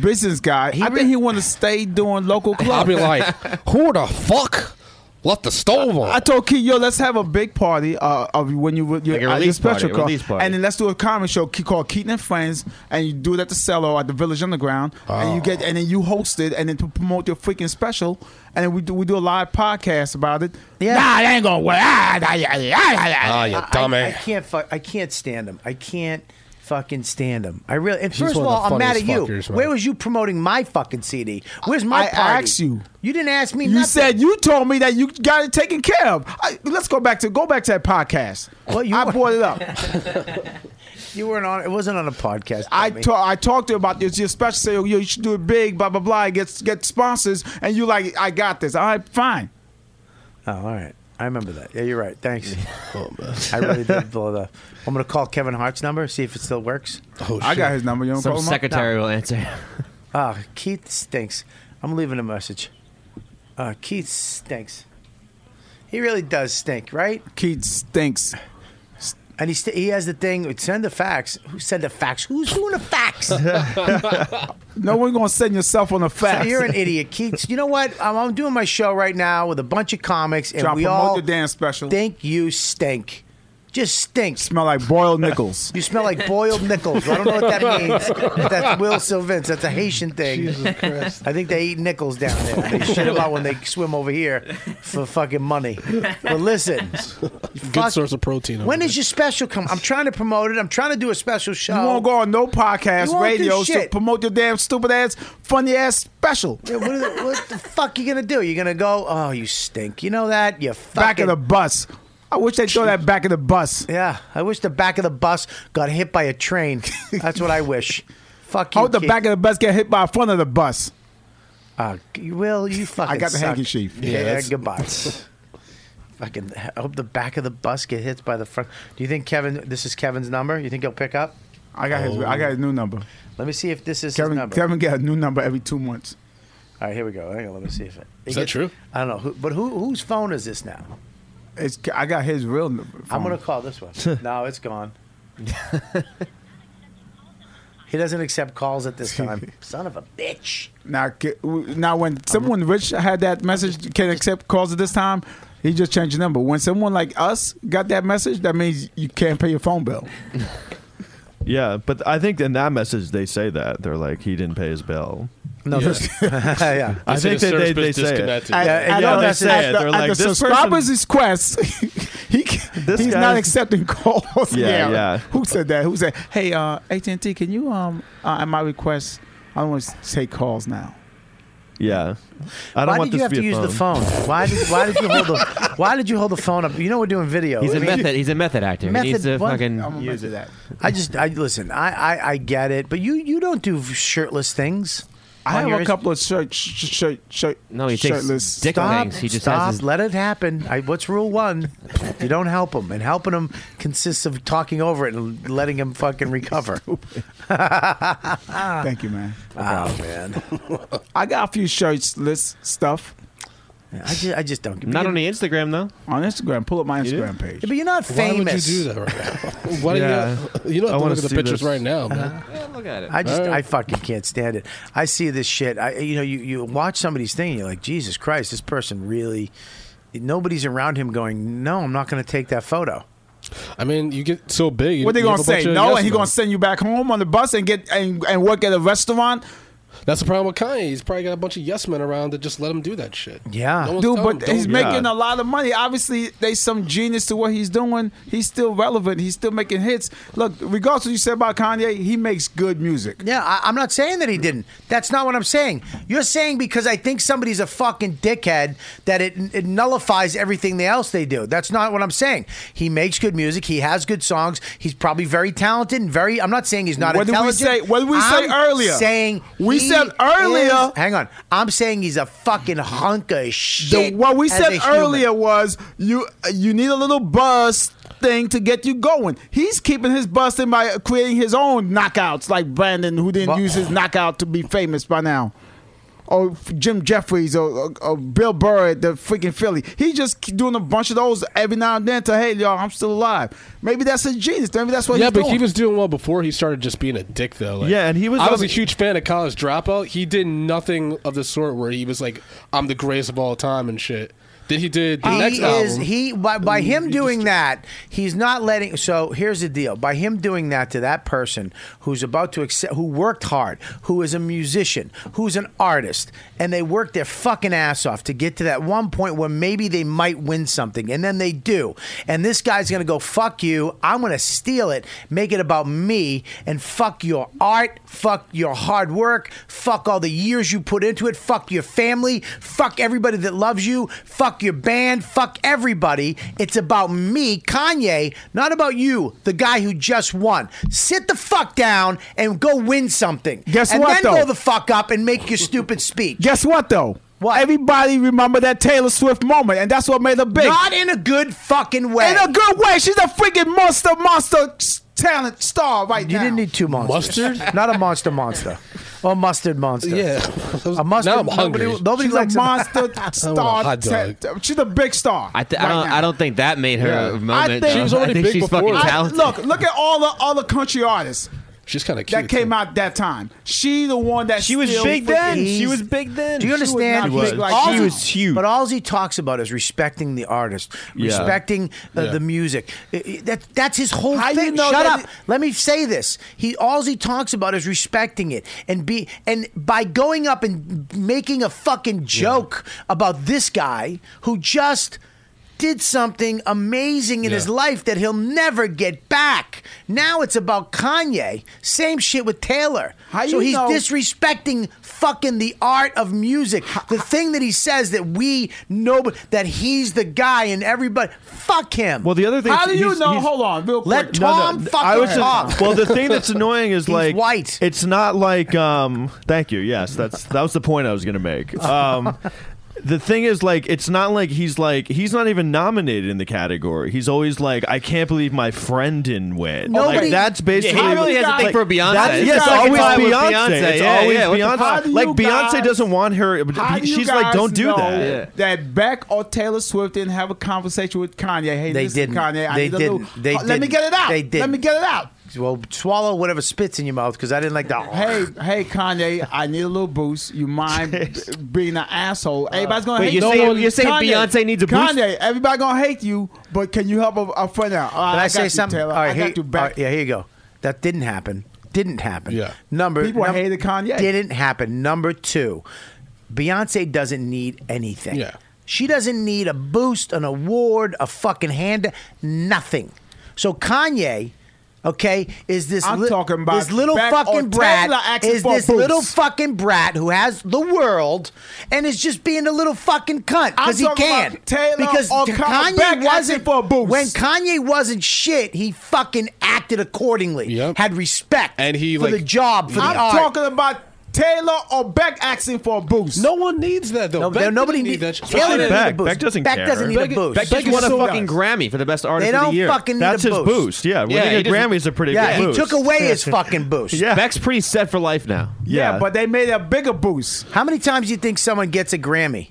[SPEAKER 6] business guy. I think he want to stay doing local clubs.
[SPEAKER 7] I'll be like, who the fuck left the stove on?
[SPEAKER 6] I told Keith, yo, let's have a big party uh, of when you your,
[SPEAKER 8] Like a
[SPEAKER 6] uh, your
[SPEAKER 8] release party,
[SPEAKER 6] special
[SPEAKER 8] a
[SPEAKER 6] call,
[SPEAKER 8] release party.
[SPEAKER 6] and then let's do a comedy show Ke- called Keaton and Friends, and you do it at the cellar at the Village Underground, and you get
[SPEAKER 8] Ah.
[SPEAKER 6] and then you host it, and then to promote your freaking special, and then we do we do a live podcast about it.
[SPEAKER 2] Yeah. Uh,
[SPEAKER 6] nah, it ain't gonna work. Ah, ah, ah, ah, ah,
[SPEAKER 7] Ah, you
[SPEAKER 2] I-
[SPEAKER 7] dummy.
[SPEAKER 2] I, I can't fuck. I can't stand him. I can't fucking stand him. I really. And
[SPEAKER 7] He's
[SPEAKER 2] first of
[SPEAKER 7] one of
[SPEAKER 2] all,
[SPEAKER 7] the
[SPEAKER 2] I'm mad at you.
[SPEAKER 7] funniest fuckers, man.
[SPEAKER 2] Where was you promoting my fucking CD? Where's my
[SPEAKER 6] I
[SPEAKER 2] party?
[SPEAKER 6] asked you.
[SPEAKER 2] You didn't ask me.
[SPEAKER 6] You
[SPEAKER 2] nothing.
[SPEAKER 6] said you told me that you got it taken care of. I, let's go back to go back to that podcast.
[SPEAKER 2] Well, you
[SPEAKER 6] I
[SPEAKER 2] were-
[SPEAKER 6] brought it up.
[SPEAKER 2] you weren't on. It wasn't on a podcast.
[SPEAKER 6] I
[SPEAKER 2] dummy.
[SPEAKER 6] talk, I talked to her about this. Your special say, oh, yo, you should do it big, blah blah blah. Get get sponsors, and you like, I got this. All right, fine.
[SPEAKER 2] Oh, all right. I remember that. Yeah, you're right. Thanks. I really did blow the. I'm gonna call Kevin Hart's number. See if it still works.
[SPEAKER 7] Oh,
[SPEAKER 6] I
[SPEAKER 7] shit.
[SPEAKER 6] got his number. You don't
[SPEAKER 8] Some
[SPEAKER 6] call him up?
[SPEAKER 8] secretary will answer.
[SPEAKER 2] Ah, Keith stinks. I'm leaving a message. Uh, Keith stinks. He really does stink, right?
[SPEAKER 6] Keith stinks.
[SPEAKER 2] And he st- he has the thing. Send the fax. Who send the fax? Who's doing a fax?
[SPEAKER 6] No one gonna send yourself on a fax.
[SPEAKER 2] So you're an idiot, Keith. You know what? I'm, I'm doing my show right now with a bunch of comics, and
[SPEAKER 6] John,
[SPEAKER 2] we
[SPEAKER 6] promote
[SPEAKER 2] all
[SPEAKER 6] your damn special.
[SPEAKER 2] think you stink. Just stink.
[SPEAKER 6] Smell like boiled nickels.
[SPEAKER 2] You smell like boiled nickels. I don't know what that means. But that's Will Sylvince. That's a Haitian thing.
[SPEAKER 7] Jesus Christ.
[SPEAKER 2] I think they eat nickels down there. They shit about when they swim over here for fucking money. But listen,
[SPEAKER 7] Good
[SPEAKER 2] fuck-
[SPEAKER 7] source of protein. over
[SPEAKER 2] when
[SPEAKER 7] there.
[SPEAKER 2] is your special come? I'm trying to promote it. I'm trying to do a special show.
[SPEAKER 6] You won't go on no
[SPEAKER 2] You
[SPEAKER 6] podcast,
[SPEAKER 2] won't do
[SPEAKER 6] radio to
[SPEAKER 2] shit.
[SPEAKER 6] promote your damn stupid ass, funny ass special.
[SPEAKER 2] Yeah, what, are the, what the fuck you gonna do? You're gonna go? Oh, you stink. You know that? You fucking
[SPEAKER 6] Back of the bus. I wish they throw that back of the bus.
[SPEAKER 2] Yeah, I wish the back of the bus got hit by a train. That's what I wish. Fuck you.
[SPEAKER 6] I hope the
[SPEAKER 2] kid.
[SPEAKER 6] back of the bus get hit by front of the bus.
[SPEAKER 2] Uh, Will, you fucking.
[SPEAKER 6] I got the
[SPEAKER 2] suck.
[SPEAKER 6] handkerchief.
[SPEAKER 2] Yeah,
[SPEAKER 6] Yeah, that's-
[SPEAKER 2] goodbye. fucking. I hope the back of the bus get hit by the front. Do you think Kevin? This is Kevin's number. You think he'll pick up?
[SPEAKER 6] I got his. I got his new number.
[SPEAKER 2] Let me see if this is his
[SPEAKER 6] Kevin,
[SPEAKER 2] Oh. number.
[SPEAKER 6] Kevin get a new number every two months.
[SPEAKER 2] All right, here we go. Hang on, let me see if it.
[SPEAKER 7] Is that
[SPEAKER 2] gets-
[SPEAKER 7] true?
[SPEAKER 2] I don't know, who, but who whose phone is this now?
[SPEAKER 6] It's, I got his real number.
[SPEAKER 2] I'm gonna call this one. no, it's gone. he doesn't accept calls at this time. Son of a bitch.
[SPEAKER 6] Now, ca- w- now when someone rich had that message, can accept calls at this time, he just changed the number. When someone like us got that message, that means you can't pay your phone bill.
[SPEAKER 10] Yeah, but I think in that message they say that they're like he didn't pay his bill.
[SPEAKER 2] No, this- yeah.
[SPEAKER 10] I
[SPEAKER 7] said
[SPEAKER 10] think
[SPEAKER 7] the service
[SPEAKER 10] that they, they say it.
[SPEAKER 7] disconnected.
[SPEAKER 10] yeah,
[SPEAKER 6] At- at
[SPEAKER 10] yeah,
[SPEAKER 6] the-
[SPEAKER 10] they say
[SPEAKER 6] at
[SPEAKER 10] it.
[SPEAKER 6] the-
[SPEAKER 10] They're
[SPEAKER 6] at
[SPEAKER 10] like,
[SPEAKER 6] the
[SPEAKER 10] this
[SPEAKER 6] subscriber's
[SPEAKER 10] person-
[SPEAKER 6] request, He can,
[SPEAKER 8] This
[SPEAKER 6] he's
[SPEAKER 8] guy
[SPEAKER 6] not
[SPEAKER 8] is-
[SPEAKER 6] accepting calls.
[SPEAKER 8] Yeah, yeah.
[SPEAKER 6] Who said that? Who said, "Hey, uh, AT and T, can you um, uh, at my request, I don't want to take calls now."
[SPEAKER 10] Yeah. I don't
[SPEAKER 2] why
[SPEAKER 10] want
[SPEAKER 2] did you
[SPEAKER 10] this
[SPEAKER 2] have
[SPEAKER 10] to
[SPEAKER 2] to
[SPEAKER 10] be
[SPEAKER 2] use
[SPEAKER 10] a
[SPEAKER 2] the phone? Why did Why did you hold the Why did you hold the phone up? You know we're doing video.
[SPEAKER 8] He's
[SPEAKER 2] I
[SPEAKER 8] a
[SPEAKER 2] mean-
[SPEAKER 8] method. He's a method actor. he needs to
[SPEAKER 2] what?
[SPEAKER 8] fucking
[SPEAKER 6] use it. That.
[SPEAKER 2] I just I listen. I, I I get it, but you you don't do shirtless things.
[SPEAKER 6] I
[SPEAKER 2] on
[SPEAKER 6] have
[SPEAKER 2] yours.
[SPEAKER 6] a couple of shirt, sh- shirt, shirt.
[SPEAKER 8] No, he takes
[SPEAKER 6] shirtless.
[SPEAKER 8] dick
[SPEAKER 2] Stop,
[SPEAKER 8] things. He just
[SPEAKER 2] stop.
[SPEAKER 8] has his.
[SPEAKER 2] Let it happen. I, what's rule one? You don't help him, and helping him consists of talking over it and letting him fucking recover.
[SPEAKER 6] Thank you, man.
[SPEAKER 2] Oh man,
[SPEAKER 6] I got a few shirtless stuff
[SPEAKER 2] I just I just don't.
[SPEAKER 8] Not on the Instagram though.
[SPEAKER 6] on Instagram. Pull up my Instagram page.
[SPEAKER 2] Yeah, but you're not
[SPEAKER 7] Why would you
[SPEAKER 2] famous.
[SPEAKER 7] do that right now? Why
[SPEAKER 10] Yeah.
[SPEAKER 7] do you, you don't
[SPEAKER 10] I
[SPEAKER 7] have to
[SPEAKER 10] wanna
[SPEAKER 7] look at
[SPEAKER 10] see
[SPEAKER 7] the pictures
[SPEAKER 10] this. Uh-huh.
[SPEAKER 7] right now, man.
[SPEAKER 8] Look at it.
[SPEAKER 2] I just
[SPEAKER 7] All right.
[SPEAKER 2] I fucking can't stand it. I see this shit. I you know you you watch somebody's thing and you're like Jesus Christ, this person really. Nobody's around him going. No, I'm not going to take that photo.
[SPEAKER 7] I mean, you get so big. you-
[SPEAKER 6] What they
[SPEAKER 7] you
[SPEAKER 6] gonna
[SPEAKER 7] have a bunch
[SPEAKER 6] say?
[SPEAKER 7] of
[SPEAKER 6] No,
[SPEAKER 7] yes
[SPEAKER 6] and he
[SPEAKER 7] men.
[SPEAKER 6] gonna send you back home on the bus and get and, and work at a restaurant,
[SPEAKER 7] That's the problem with Kanye. He's probably got a bunch of yes men around that just let him do that shit.
[SPEAKER 2] Yeah.
[SPEAKER 7] No one's
[SPEAKER 6] dude.
[SPEAKER 7] telling
[SPEAKER 6] But
[SPEAKER 7] him,
[SPEAKER 6] he's
[SPEAKER 7] don't-
[SPEAKER 6] making a lot of money. Obviously, they some genius to what he's doing. He's still relevant. He's still making hits. Look, regardless of what you said about Kanye, he makes good music.
[SPEAKER 2] Yeah, I, I'm not saying that he didn't. That's not what I'm saying. You're saying because I think somebody's a fucking dickhead that it, it nullifies everything else they do. That's not what I'm saying. He makes good music. He has good songs. He's probably very talented and very. I'm not saying he's not
[SPEAKER 6] What did we
[SPEAKER 2] intelligent.
[SPEAKER 6] say- what did we say
[SPEAKER 2] I'm
[SPEAKER 6] earlier?
[SPEAKER 2] Saying
[SPEAKER 6] We
[SPEAKER 2] he
[SPEAKER 6] said earlier-
[SPEAKER 2] is- hang on. I'm saying he's a fucking hunk of
[SPEAKER 6] The,
[SPEAKER 2] shit.
[SPEAKER 6] what we
[SPEAKER 2] as a
[SPEAKER 6] said
[SPEAKER 2] human.
[SPEAKER 6] earlier was you uh, you need a little buzz thing to get you going. He's keeping his buzz in by creating his own knockouts, like Brandon, who didn't
[SPEAKER 2] Well-
[SPEAKER 6] use his knockout to be famous by now. Or f- Jim Jeffries or, or, or Bill Burr at the freaking Philly. He just keep doing a bunch of those every now and then to, hey, y'all, I'm still alive. Maybe that's his genius. Maybe that's what
[SPEAKER 7] Yeah,
[SPEAKER 6] he's
[SPEAKER 7] but
[SPEAKER 6] doing.
[SPEAKER 7] he was doing well before he started just being a dick, though. Like,
[SPEAKER 10] Yeah, and he was
[SPEAKER 7] I was
[SPEAKER 10] on-
[SPEAKER 7] a huge fan of College Dropout. He did nothing of the sort where he was like, "I'm the greatest of all time" and shit. Then he did the
[SPEAKER 2] he
[SPEAKER 7] next
[SPEAKER 2] is
[SPEAKER 7] album.
[SPEAKER 2] he by, by
[SPEAKER 7] Mm,
[SPEAKER 2] him
[SPEAKER 7] he
[SPEAKER 2] doing
[SPEAKER 7] just-
[SPEAKER 2] that he's not letting so here's the deal by him doing that to that person who's about to accept who worked hard who is a musician who's an artist and they work their fucking ass off to get to that one point where maybe they might win something and then they do and this guy's gonna go fuck you i'm gonna steal it make it about me and fuck your art fuck your hard work fuck all the years you put into it fuck your family fuck everybody that loves you fuck your band fuck everybody it's about me kanye not about you the guy who just won sit the fuck down and go win something
[SPEAKER 6] Guess
[SPEAKER 2] and then
[SPEAKER 6] what, though?
[SPEAKER 2] go the fuck up and make your stupid speech
[SPEAKER 6] Guess what, though?
[SPEAKER 2] What?
[SPEAKER 6] Everybody remember that Taylor Swift moment, and that's what made her big.
[SPEAKER 2] not in a good fucking way
[SPEAKER 6] In a good way. She's a freaking monster, monster s- talent star right
[SPEAKER 2] you
[SPEAKER 6] now.
[SPEAKER 2] didn't need two monsters.
[SPEAKER 7] Mustard?
[SPEAKER 2] Not a monster monster. Or mustard monster.
[SPEAKER 7] Yeah,
[SPEAKER 2] A mustard.
[SPEAKER 7] Now I'm hungry.
[SPEAKER 2] Nobody, nobody
[SPEAKER 6] She's
[SPEAKER 2] likes
[SPEAKER 6] a monster
[SPEAKER 7] want
[SPEAKER 6] star.
[SPEAKER 7] a hot
[SPEAKER 6] ta-
[SPEAKER 7] dog.
[SPEAKER 6] ta- she's a big star.
[SPEAKER 8] I, th-
[SPEAKER 6] right
[SPEAKER 8] I don't.
[SPEAKER 6] now.
[SPEAKER 8] I don't think that made her
[SPEAKER 7] Yeah.
[SPEAKER 8] a
[SPEAKER 6] I
[SPEAKER 8] moment.
[SPEAKER 6] think- She
[SPEAKER 8] though.
[SPEAKER 6] was
[SPEAKER 7] already
[SPEAKER 8] I think
[SPEAKER 7] big
[SPEAKER 8] she's
[SPEAKER 7] before
[SPEAKER 8] fucking
[SPEAKER 7] that.
[SPEAKER 6] I-
[SPEAKER 8] talented.
[SPEAKER 6] look, look at all the all the country artists
[SPEAKER 7] She's kind of cute.
[SPEAKER 6] that came
[SPEAKER 7] too.
[SPEAKER 6] out that time. She the one that
[SPEAKER 8] She was
[SPEAKER 6] still
[SPEAKER 8] big
[SPEAKER 6] freaking-
[SPEAKER 8] then. She
[SPEAKER 2] He's-
[SPEAKER 8] was big then.
[SPEAKER 2] Do you
[SPEAKER 6] was
[SPEAKER 2] understand?
[SPEAKER 6] not big like
[SPEAKER 2] All
[SPEAKER 6] she
[SPEAKER 2] he-
[SPEAKER 6] was
[SPEAKER 8] huge.
[SPEAKER 2] But all he talks about is respecting the artist, respecting uh,
[SPEAKER 7] Yeah.
[SPEAKER 2] the music. I- I- That that's his whole
[SPEAKER 6] How you
[SPEAKER 2] thing.
[SPEAKER 6] know
[SPEAKER 2] Shut
[SPEAKER 6] that
[SPEAKER 2] up.
[SPEAKER 6] it-
[SPEAKER 2] Let me say this. He all he talks about is respecting it and be and by going up and making a fucking joke about this guy who just did something amazing in
[SPEAKER 7] Yeah.
[SPEAKER 2] his life that he'll never get back. Now it's about Kanye. Same shit with Taylor.
[SPEAKER 6] How
[SPEAKER 2] so
[SPEAKER 6] you
[SPEAKER 2] he's
[SPEAKER 6] know-
[SPEAKER 2] disrespecting fucking the art of music. The thing that he says that we know but- that he's the guy and everybody fuck him.
[SPEAKER 10] Well, the other thing.
[SPEAKER 6] How do you
[SPEAKER 10] he's-
[SPEAKER 6] know?
[SPEAKER 10] he's-
[SPEAKER 6] Hold on, real
[SPEAKER 2] Let
[SPEAKER 6] quick.
[SPEAKER 2] No, no. Tom fucking
[SPEAKER 10] I was just-
[SPEAKER 2] talk.
[SPEAKER 10] Well, the thing that's annoying is like
[SPEAKER 2] white.
[SPEAKER 10] It's not like um. Thank you. Yes, that's that was the point I was gonna make. Um. The thing is, like, it's not like he's like he's not even nominated in the category. He's always like, I can't believe my friend didn't win.
[SPEAKER 2] Nobody-
[SPEAKER 10] like, that's basically
[SPEAKER 8] he really has a thing
[SPEAKER 10] like,
[SPEAKER 8] for Beyonce.
[SPEAKER 10] That's,
[SPEAKER 8] It's
[SPEAKER 10] yes,
[SPEAKER 8] like
[SPEAKER 10] always
[SPEAKER 8] it's
[SPEAKER 10] Beyonce.
[SPEAKER 8] always Beyonce.
[SPEAKER 10] It's
[SPEAKER 8] Yeah,
[SPEAKER 10] always
[SPEAKER 8] yeah, what the
[SPEAKER 6] fuck?
[SPEAKER 10] Beyonce.
[SPEAKER 6] How do
[SPEAKER 10] like
[SPEAKER 6] you
[SPEAKER 10] Beyonce
[SPEAKER 6] guys-
[SPEAKER 10] doesn't want her.
[SPEAKER 6] How do you
[SPEAKER 10] She's like,
[SPEAKER 6] guys
[SPEAKER 10] don't do
[SPEAKER 6] know
[SPEAKER 10] that.
[SPEAKER 6] That Beck or Taylor Swift didn't have a conversation with Kanye. Hey,
[SPEAKER 2] They
[SPEAKER 6] listen,
[SPEAKER 2] didn't.
[SPEAKER 6] Kanye. I
[SPEAKER 2] They
[SPEAKER 6] need a
[SPEAKER 2] didn't.
[SPEAKER 6] Little,
[SPEAKER 2] They
[SPEAKER 6] Oh, Let me
[SPEAKER 2] didn't.
[SPEAKER 6] get it out.
[SPEAKER 2] They
[SPEAKER 6] Let me
[SPEAKER 2] didn't.
[SPEAKER 6] get it out.
[SPEAKER 2] well, swallow whatever spits in your mouth because I didn't like the
[SPEAKER 6] Hey, hey, Kanye, I need a little boost. You mind b- being an asshole?
[SPEAKER 2] Uh,
[SPEAKER 6] Everybody's gonna
[SPEAKER 8] Wait,
[SPEAKER 6] hate
[SPEAKER 8] you're
[SPEAKER 6] you.
[SPEAKER 8] saying-
[SPEAKER 6] Kanye,
[SPEAKER 8] you're saying Beyonce needs a boost?
[SPEAKER 6] Kanye, everybody gonna hate you, but can you help a, a friend out? All right,
[SPEAKER 2] Can I,
[SPEAKER 6] got
[SPEAKER 2] say
[SPEAKER 6] you,
[SPEAKER 2] something?
[SPEAKER 6] Taylor.
[SPEAKER 2] All right,
[SPEAKER 6] I
[SPEAKER 2] here,
[SPEAKER 6] got you
[SPEAKER 2] all
[SPEAKER 6] back.
[SPEAKER 2] right, yeah, here you go. That didn't happen. Didn't happen.
[SPEAKER 7] Yeah.
[SPEAKER 2] Number
[SPEAKER 6] People
[SPEAKER 2] num-
[SPEAKER 6] hated Kanye.
[SPEAKER 2] Didn't happen. Number two, Beyonce doesn't need anything.
[SPEAKER 7] Yeah.
[SPEAKER 2] She doesn't need a boost, an award, a fucking hand, nothing. So Kanye, okay, is this
[SPEAKER 6] I'm talking about
[SPEAKER 2] this little
[SPEAKER 6] back
[SPEAKER 2] fucking
[SPEAKER 6] on
[SPEAKER 2] brat
[SPEAKER 6] Tesla asking
[SPEAKER 2] is
[SPEAKER 6] for
[SPEAKER 2] this
[SPEAKER 6] boosts.
[SPEAKER 2] little fucking brat who has the world and is just being a little fucking cunt because he
[SPEAKER 6] I'm talking
[SPEAKER 2] can.
[SPEAKER 6] about Taylor
[SPEAKER 2] because
[SPEAKER 6] or Kanye Beck asking for a boost.
[SPEAKER 2] when Kanye wasn't shit, he fucking acted accordingly. Had respect
[SPEAKER 7] And he,
[SPEAKER 2] for
[SPEAKER 7] like-
[SPEAKER 2] the job for
[SPEAKER 6] I'm
[SPEAKER 2] the art.
[SPEAKER 6] talking about Taylor or Beck asking for a boost.
[SPEAKER 7] No one needs that though.
[SPEAKER 2] No,
[SPEAKER 7] Beck
[SPEAKER 2] nobody
[SPEAKER 7] didn't
[SPEAKER 2] need-
[SPEAKER 7] that. shit.
[SPEAKER 2] Taylor didn't need a boost. Beck doesn't need a boost.
[SPEAKER 8] Beck just won a fucking Grammy for the best artist
[SPEAKER 2] They
[SPEAKER 8] of
[SPEAKER 2] don't
[SPEAKER 8] the year.
[SPEAKER 2] fucking need
[SPEAKER 10] That's
[SPEAKER 2] a
[SPEAKER 10] his
[SPEAKER 2] boost.
[SPEAKER 10] boost. Yeah,
[SPEAKER 8] Yeah,
[SPEAKER 10] winning
[SPEAKER 8] he
[SPEAKER 10] a
[SPEAKER 8] just-
[SPEAKER 10] Grammy's a pretty
[SPEAKER 2] Yeah,
[SPEAKER 10] good
[SPEAKER 2] he
[SPEAKER 10] boost.
[SPEAKER 2] took away his fucking boost.
[SPEAKER 10] Yeah.
[SPEAKER 8] Beck's pretty set for life now.
[SPEAKER 10] Yeah,
[SPEAKER 2] Yeah.
[SPEAKER 6] but they made a bigger boost.
[SPEAKER 2] How many times do you think someone gets a Grammy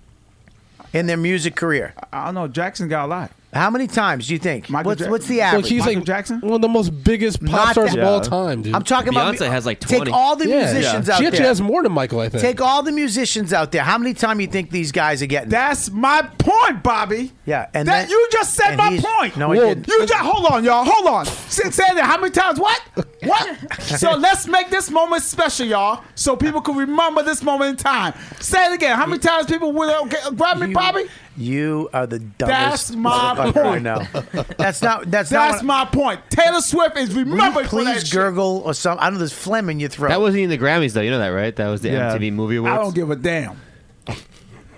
[SPEAKER 2] in their music career?
[SPEAKER 6] I don't know. Jackson got a lot.
[SPEAKER 2] How many times do you think?
[SPEAKER 6] Michael
[SPEAKER 2] what's,
[SPEAKER 6] Jack-
[SPEAKER 2] what's the
[SPEAKER 7] Like
[SPEAKER 2] average?
[SPEAKER 7] he's
[SPEAKER 6] Michael
[SPEAKER 7] like
[SPEAKER 6] Jackson?
[SPEAKER 7] one of the most biggest pop
[SPEAKER 2] Not
[SPEAKER 7] stars
[SPEAKER 2] that-
[SPEAKER 7] of all time, dude.
[SPEAKER 2] I'm talking about
[SPEAKER 8] Beyonce has like
[SPEAKER 2] Take
[SPEAKER 8] 20.
[SPEAKER 2] all the
[SPEAKER 7] Yeah.
[SPEAKER 2] musicians out
[SPEAKER 7] She actually
[SPEAKER 2] there.
[SPEAKER 7] has more than Michael, I think.
[SPEAKER 2] Take all the musicians out there. How many times you think these guys are getting?
[SPEAKER 6] That's my point, Bobby.
[SPEAKER 2] yeah, and
[SPEAKER 6] that,
[SPEAKER 2] then-
[SPEAKER 6] you just said
[SPEAKER 2] and
[SPEAKER 6] my
[SPEAKER 2] he's-
[SPEAKER 6] point.
[SPEAKER 2] No, I
[SPEAKER 7] Well,
[SPEAKER 2] didn't.
[SPEAKER 6] You just hold on, y'all. Hold on. Say say that. How many times? What? What? so let's make this moment special, y'all, so people can remember this moment in time. Say it again. How many times people will okay, grab me,
[SPEAKER 2] You-
[SPEAKER 6] Bobby?
[SPEAKER 2] You are the dumbest.
[SPEAKER 6] That's my
[SPEAKER 2] motherfucker I
[SPEAKER 6] point.
[SPEAKER 2] know. That's not. That's,
[SPEAKER 6] That's
[SPEAKER 2] not.
[SPEAKER 6] my point. Taylor Swift is
[SPEAKER 2] Will you
[SPEAKER 6] remembered for that
[SPEAKER 2] please
[SPEAKER 6] shit.
[SPEAKER 2] gurgle or something. I know there's phlegm in your throat.
[SPEAKER 8] That wasn't even the Grammys though. You know that, right? That was the
[SPEAKER 10] Yeah.
[SPEAKER 8] MTV Movie
[SPEAKER 6] I
[SPEAKER 8] Awards.
[SPEAKER 6] don't give a damn.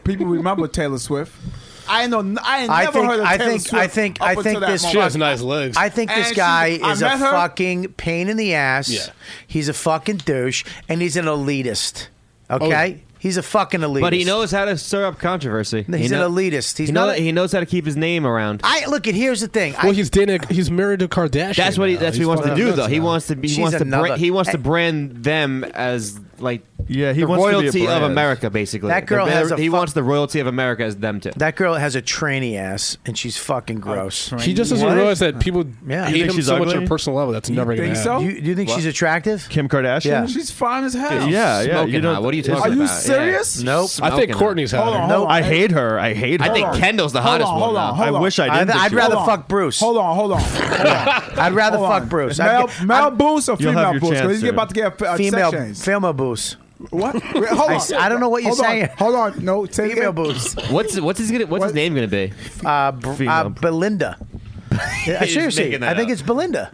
[SPEAKER 6] People remember Taylor Swift. I know. I ain't
[SPEAKER 2] I
[SPEAKER 6] never
[SPEAKER 2] think-
[SPEAKER 6] heard of
[SPEAKER 2] I
[SPEAKER 6] Taylor
[SPEAKER 2] think-
[SPEAKER 6] Swift.
[SPEAKER 2] I think-
[SPEAKER 6] up
[SPEAKER 2] I
[SPEAKER 6] until
[SPEAKER 2] think
[SPEAKER 6] that
[SPEAKER 2] this
[SPEAKER 6] moment.
[SPEAKER 7] she has nice legs.
[SPEAKER 2] I think this
[SPEAKER 6] And
[SPEAKER 2] guy
[SPEAKER 6] she's- I
[SPEAKER 2] is a
[SPEAKER 6] met her.
[SPEAKER 2] fucking pain in the ass.
[SPEAKER 7] Yeah.
[SPEAKER 2] He's a fucking douche, and he's an elitist. Okay, he's a fucking elitist.
[SPEAKER 8] But he knows how to stir up controversy.
[SPEAKER 2] No, he's
[SPEAKER 8] he
[SPEAKER 2] an
[SPEAKER 8] know-
[SPEAKER 2] elitist. He's
[SPEAKER 8] he know
[SPEAKER 2] not a-
[SPEAKER 8] that- he knows how to keep his name around.
[SPEAKER 2] I look. And here's the thing.
[SPEAKER 7] Well,
[SPEAKER 2] I,
[SPEAKER 7] he's dating. a- He's married to Kardashian.
[SPEAKER 8] That's what he.
[SPEAKER 7] now.
[SPEAKER 8] That's what he
[SPEAKER 7] He's
[SPEAKER 8] wants to
[SPEAKER 7] fucking
[SPEAKER 8] do,
[SPEAKER 7] nuts
[SPEAKER 8] though. He
[SPEAKER 7] now.
[SPEAKER 8] wants to be.
[SPEAKER 2] She's
[SPEAKER 8] He wants to.
[SPEAKER 2] another-
[SPEAKER 8] Bra- he wants to
[SPEAKER 2] Hey.
[SPEAKER 8] brand them as like.
[SPEAKER 10] Yeah, he
[SPEAKER 8] the
[SPEAKER 10] wants to be a
[SPEAKER 8] royalty of
[SPEAKER 10] brand.
[SPEAKER 8] America, basically.
[SPEAKER 2] That girl
[SPEAKER 8] The-
[SPEAKER 2] has a
[SPEAKER 8] He
[SPEAKER 2] fu-
[SPEAKER 8] wants the royalty of America as them too.
[SPEAKER 2] that girl has a tranny ass, and she's
[SPEAKER 6] Oh,
[SPEAKER 2] fucking gross.
[SPEAKER 7] He just doesn't
[SPEAKER 10] What?
[SPEAKER 7] realize that people
[SPEAKER 2] Yeah. You
[SPEAKER 7] hate
[SPEAKER 10] think
[SPEAKER 7] him
[SPEAKER 10] she's
[SPEAKER 7] so much
[SPEAKER 10] ugly?
[SPEAKER 7] on a personal level. That's never going
[SPEAKER 6] think
[SPEAKER 7] to
[SPEAKER 6] so?
[SPEAKER 7] happen.
[SPEAKER 2] You, do you think she's attractive?
[SPEAKER 10] Kim Kardashian.
[SPEAKER 2] Yeah.
[SPEAKER 6] She's fine as hell.
[SPEAKER 10] yeah, yeah.
[SPEAKER 8] Smoking
[SPEAKER 10] You
[SPEAKER 8] hot.
[SPEAKER 10] don't,
[SPEAKER 8] What are you talking
[SPEAKER 6] Are
[SPEAKER 8] about?
[SPEAKER 6] you
[SPEAKER 8] Yeah.
[SPEAKER 6] serious?
[SPEAKER 2] Nope.
[SPEAKER 7] I
[SPEAKER 8] Smoking
[SPEAKER 7] think
[SPEAKER 8] hot.
[SPEAKER 7] Courtney's
[SPEAKER 6] Hold
[SPEAKER 7] hotter.
[SPEAKER 6] on,
[SPEAKER 10] No,
[SPEAKER 6] hold on.
[SPEAKER 10] I hate her. I hate her.
[SPEAKER 8] I think Kendall's the
[SPEAKER 6] Hold
[SPEAKER 8] hottest
[SPEAKER 6] on, hold
[SPEAKER 8] one.
[SPEAKER 6] on,
[SPEAKER 8] now.
[SPEAKER 6] hold on.
[SPEAKER 10] I wish I
[SPEAKER 2] I,
[SPEAKER 10] didn't. think
[SPEAKER 2] I'd
[SPEAKER 10] she
[SPEAKER 2] rather
[SPEAKER 10] was.
[SPEAKER 2] fuck Bruce.
[SPEAKER 6] Hold on, hold on. Hold on.
[SPEAKER 2] I'd rather
[SPEAKER 6] Hold
[SPEAKER 2] fuck
[SPEAKER 6] on.
[SPEAKER 2] Bruce. I'd
[SPEAKER 6] Male,
[SPEAKER 2] get-
[SPEAKER 6] male uh, boost or
[SPEAKER 10] You'll have
[SPEAKER 6] female
[SPEAKER 10] your
[SPEAKER 6] boost?
[SPEAKER 10] chance,
[SPEAKER 6] Because he's
[SPEAKER 10] sir.
[SPEAKER 6] about to get a, a
[SPEAKER 2] female
[SPEAKER 6] sex change.
[SPEAKER 2] female boost.
[SPEAKER 6] What? Wait, hold
[SPEAKER 2] I
[SPEAKER 6] on.
[SPEAKER 2] s- I don't know what you're
[SPEAKER 6] Hold on.
[SPEAKER 2] saying.
[SPEAKER 6] Hold on. No, say it
[SPEAKER 2] Female
[SPEAKER 6] again.
[SPEAKER 2] boost.
[SPEAKER 8] What's what's his gonna, what's his name gonna be?
[SPEAKER 2] Uh, Br- uh,
[SPEAKER 10] Female.
[SPEAKER 2] Belinda. Yeah,
[SPEAKER 8] He's
[SPEAKER 2] Seriously,
[SPEAKER 8] making
[SPEAKER 2] I
[SPEAKER 8] that
[SPEAKER 2] think
[SPEAKER 8] up.
[SPEAKER 2] it's Belinda.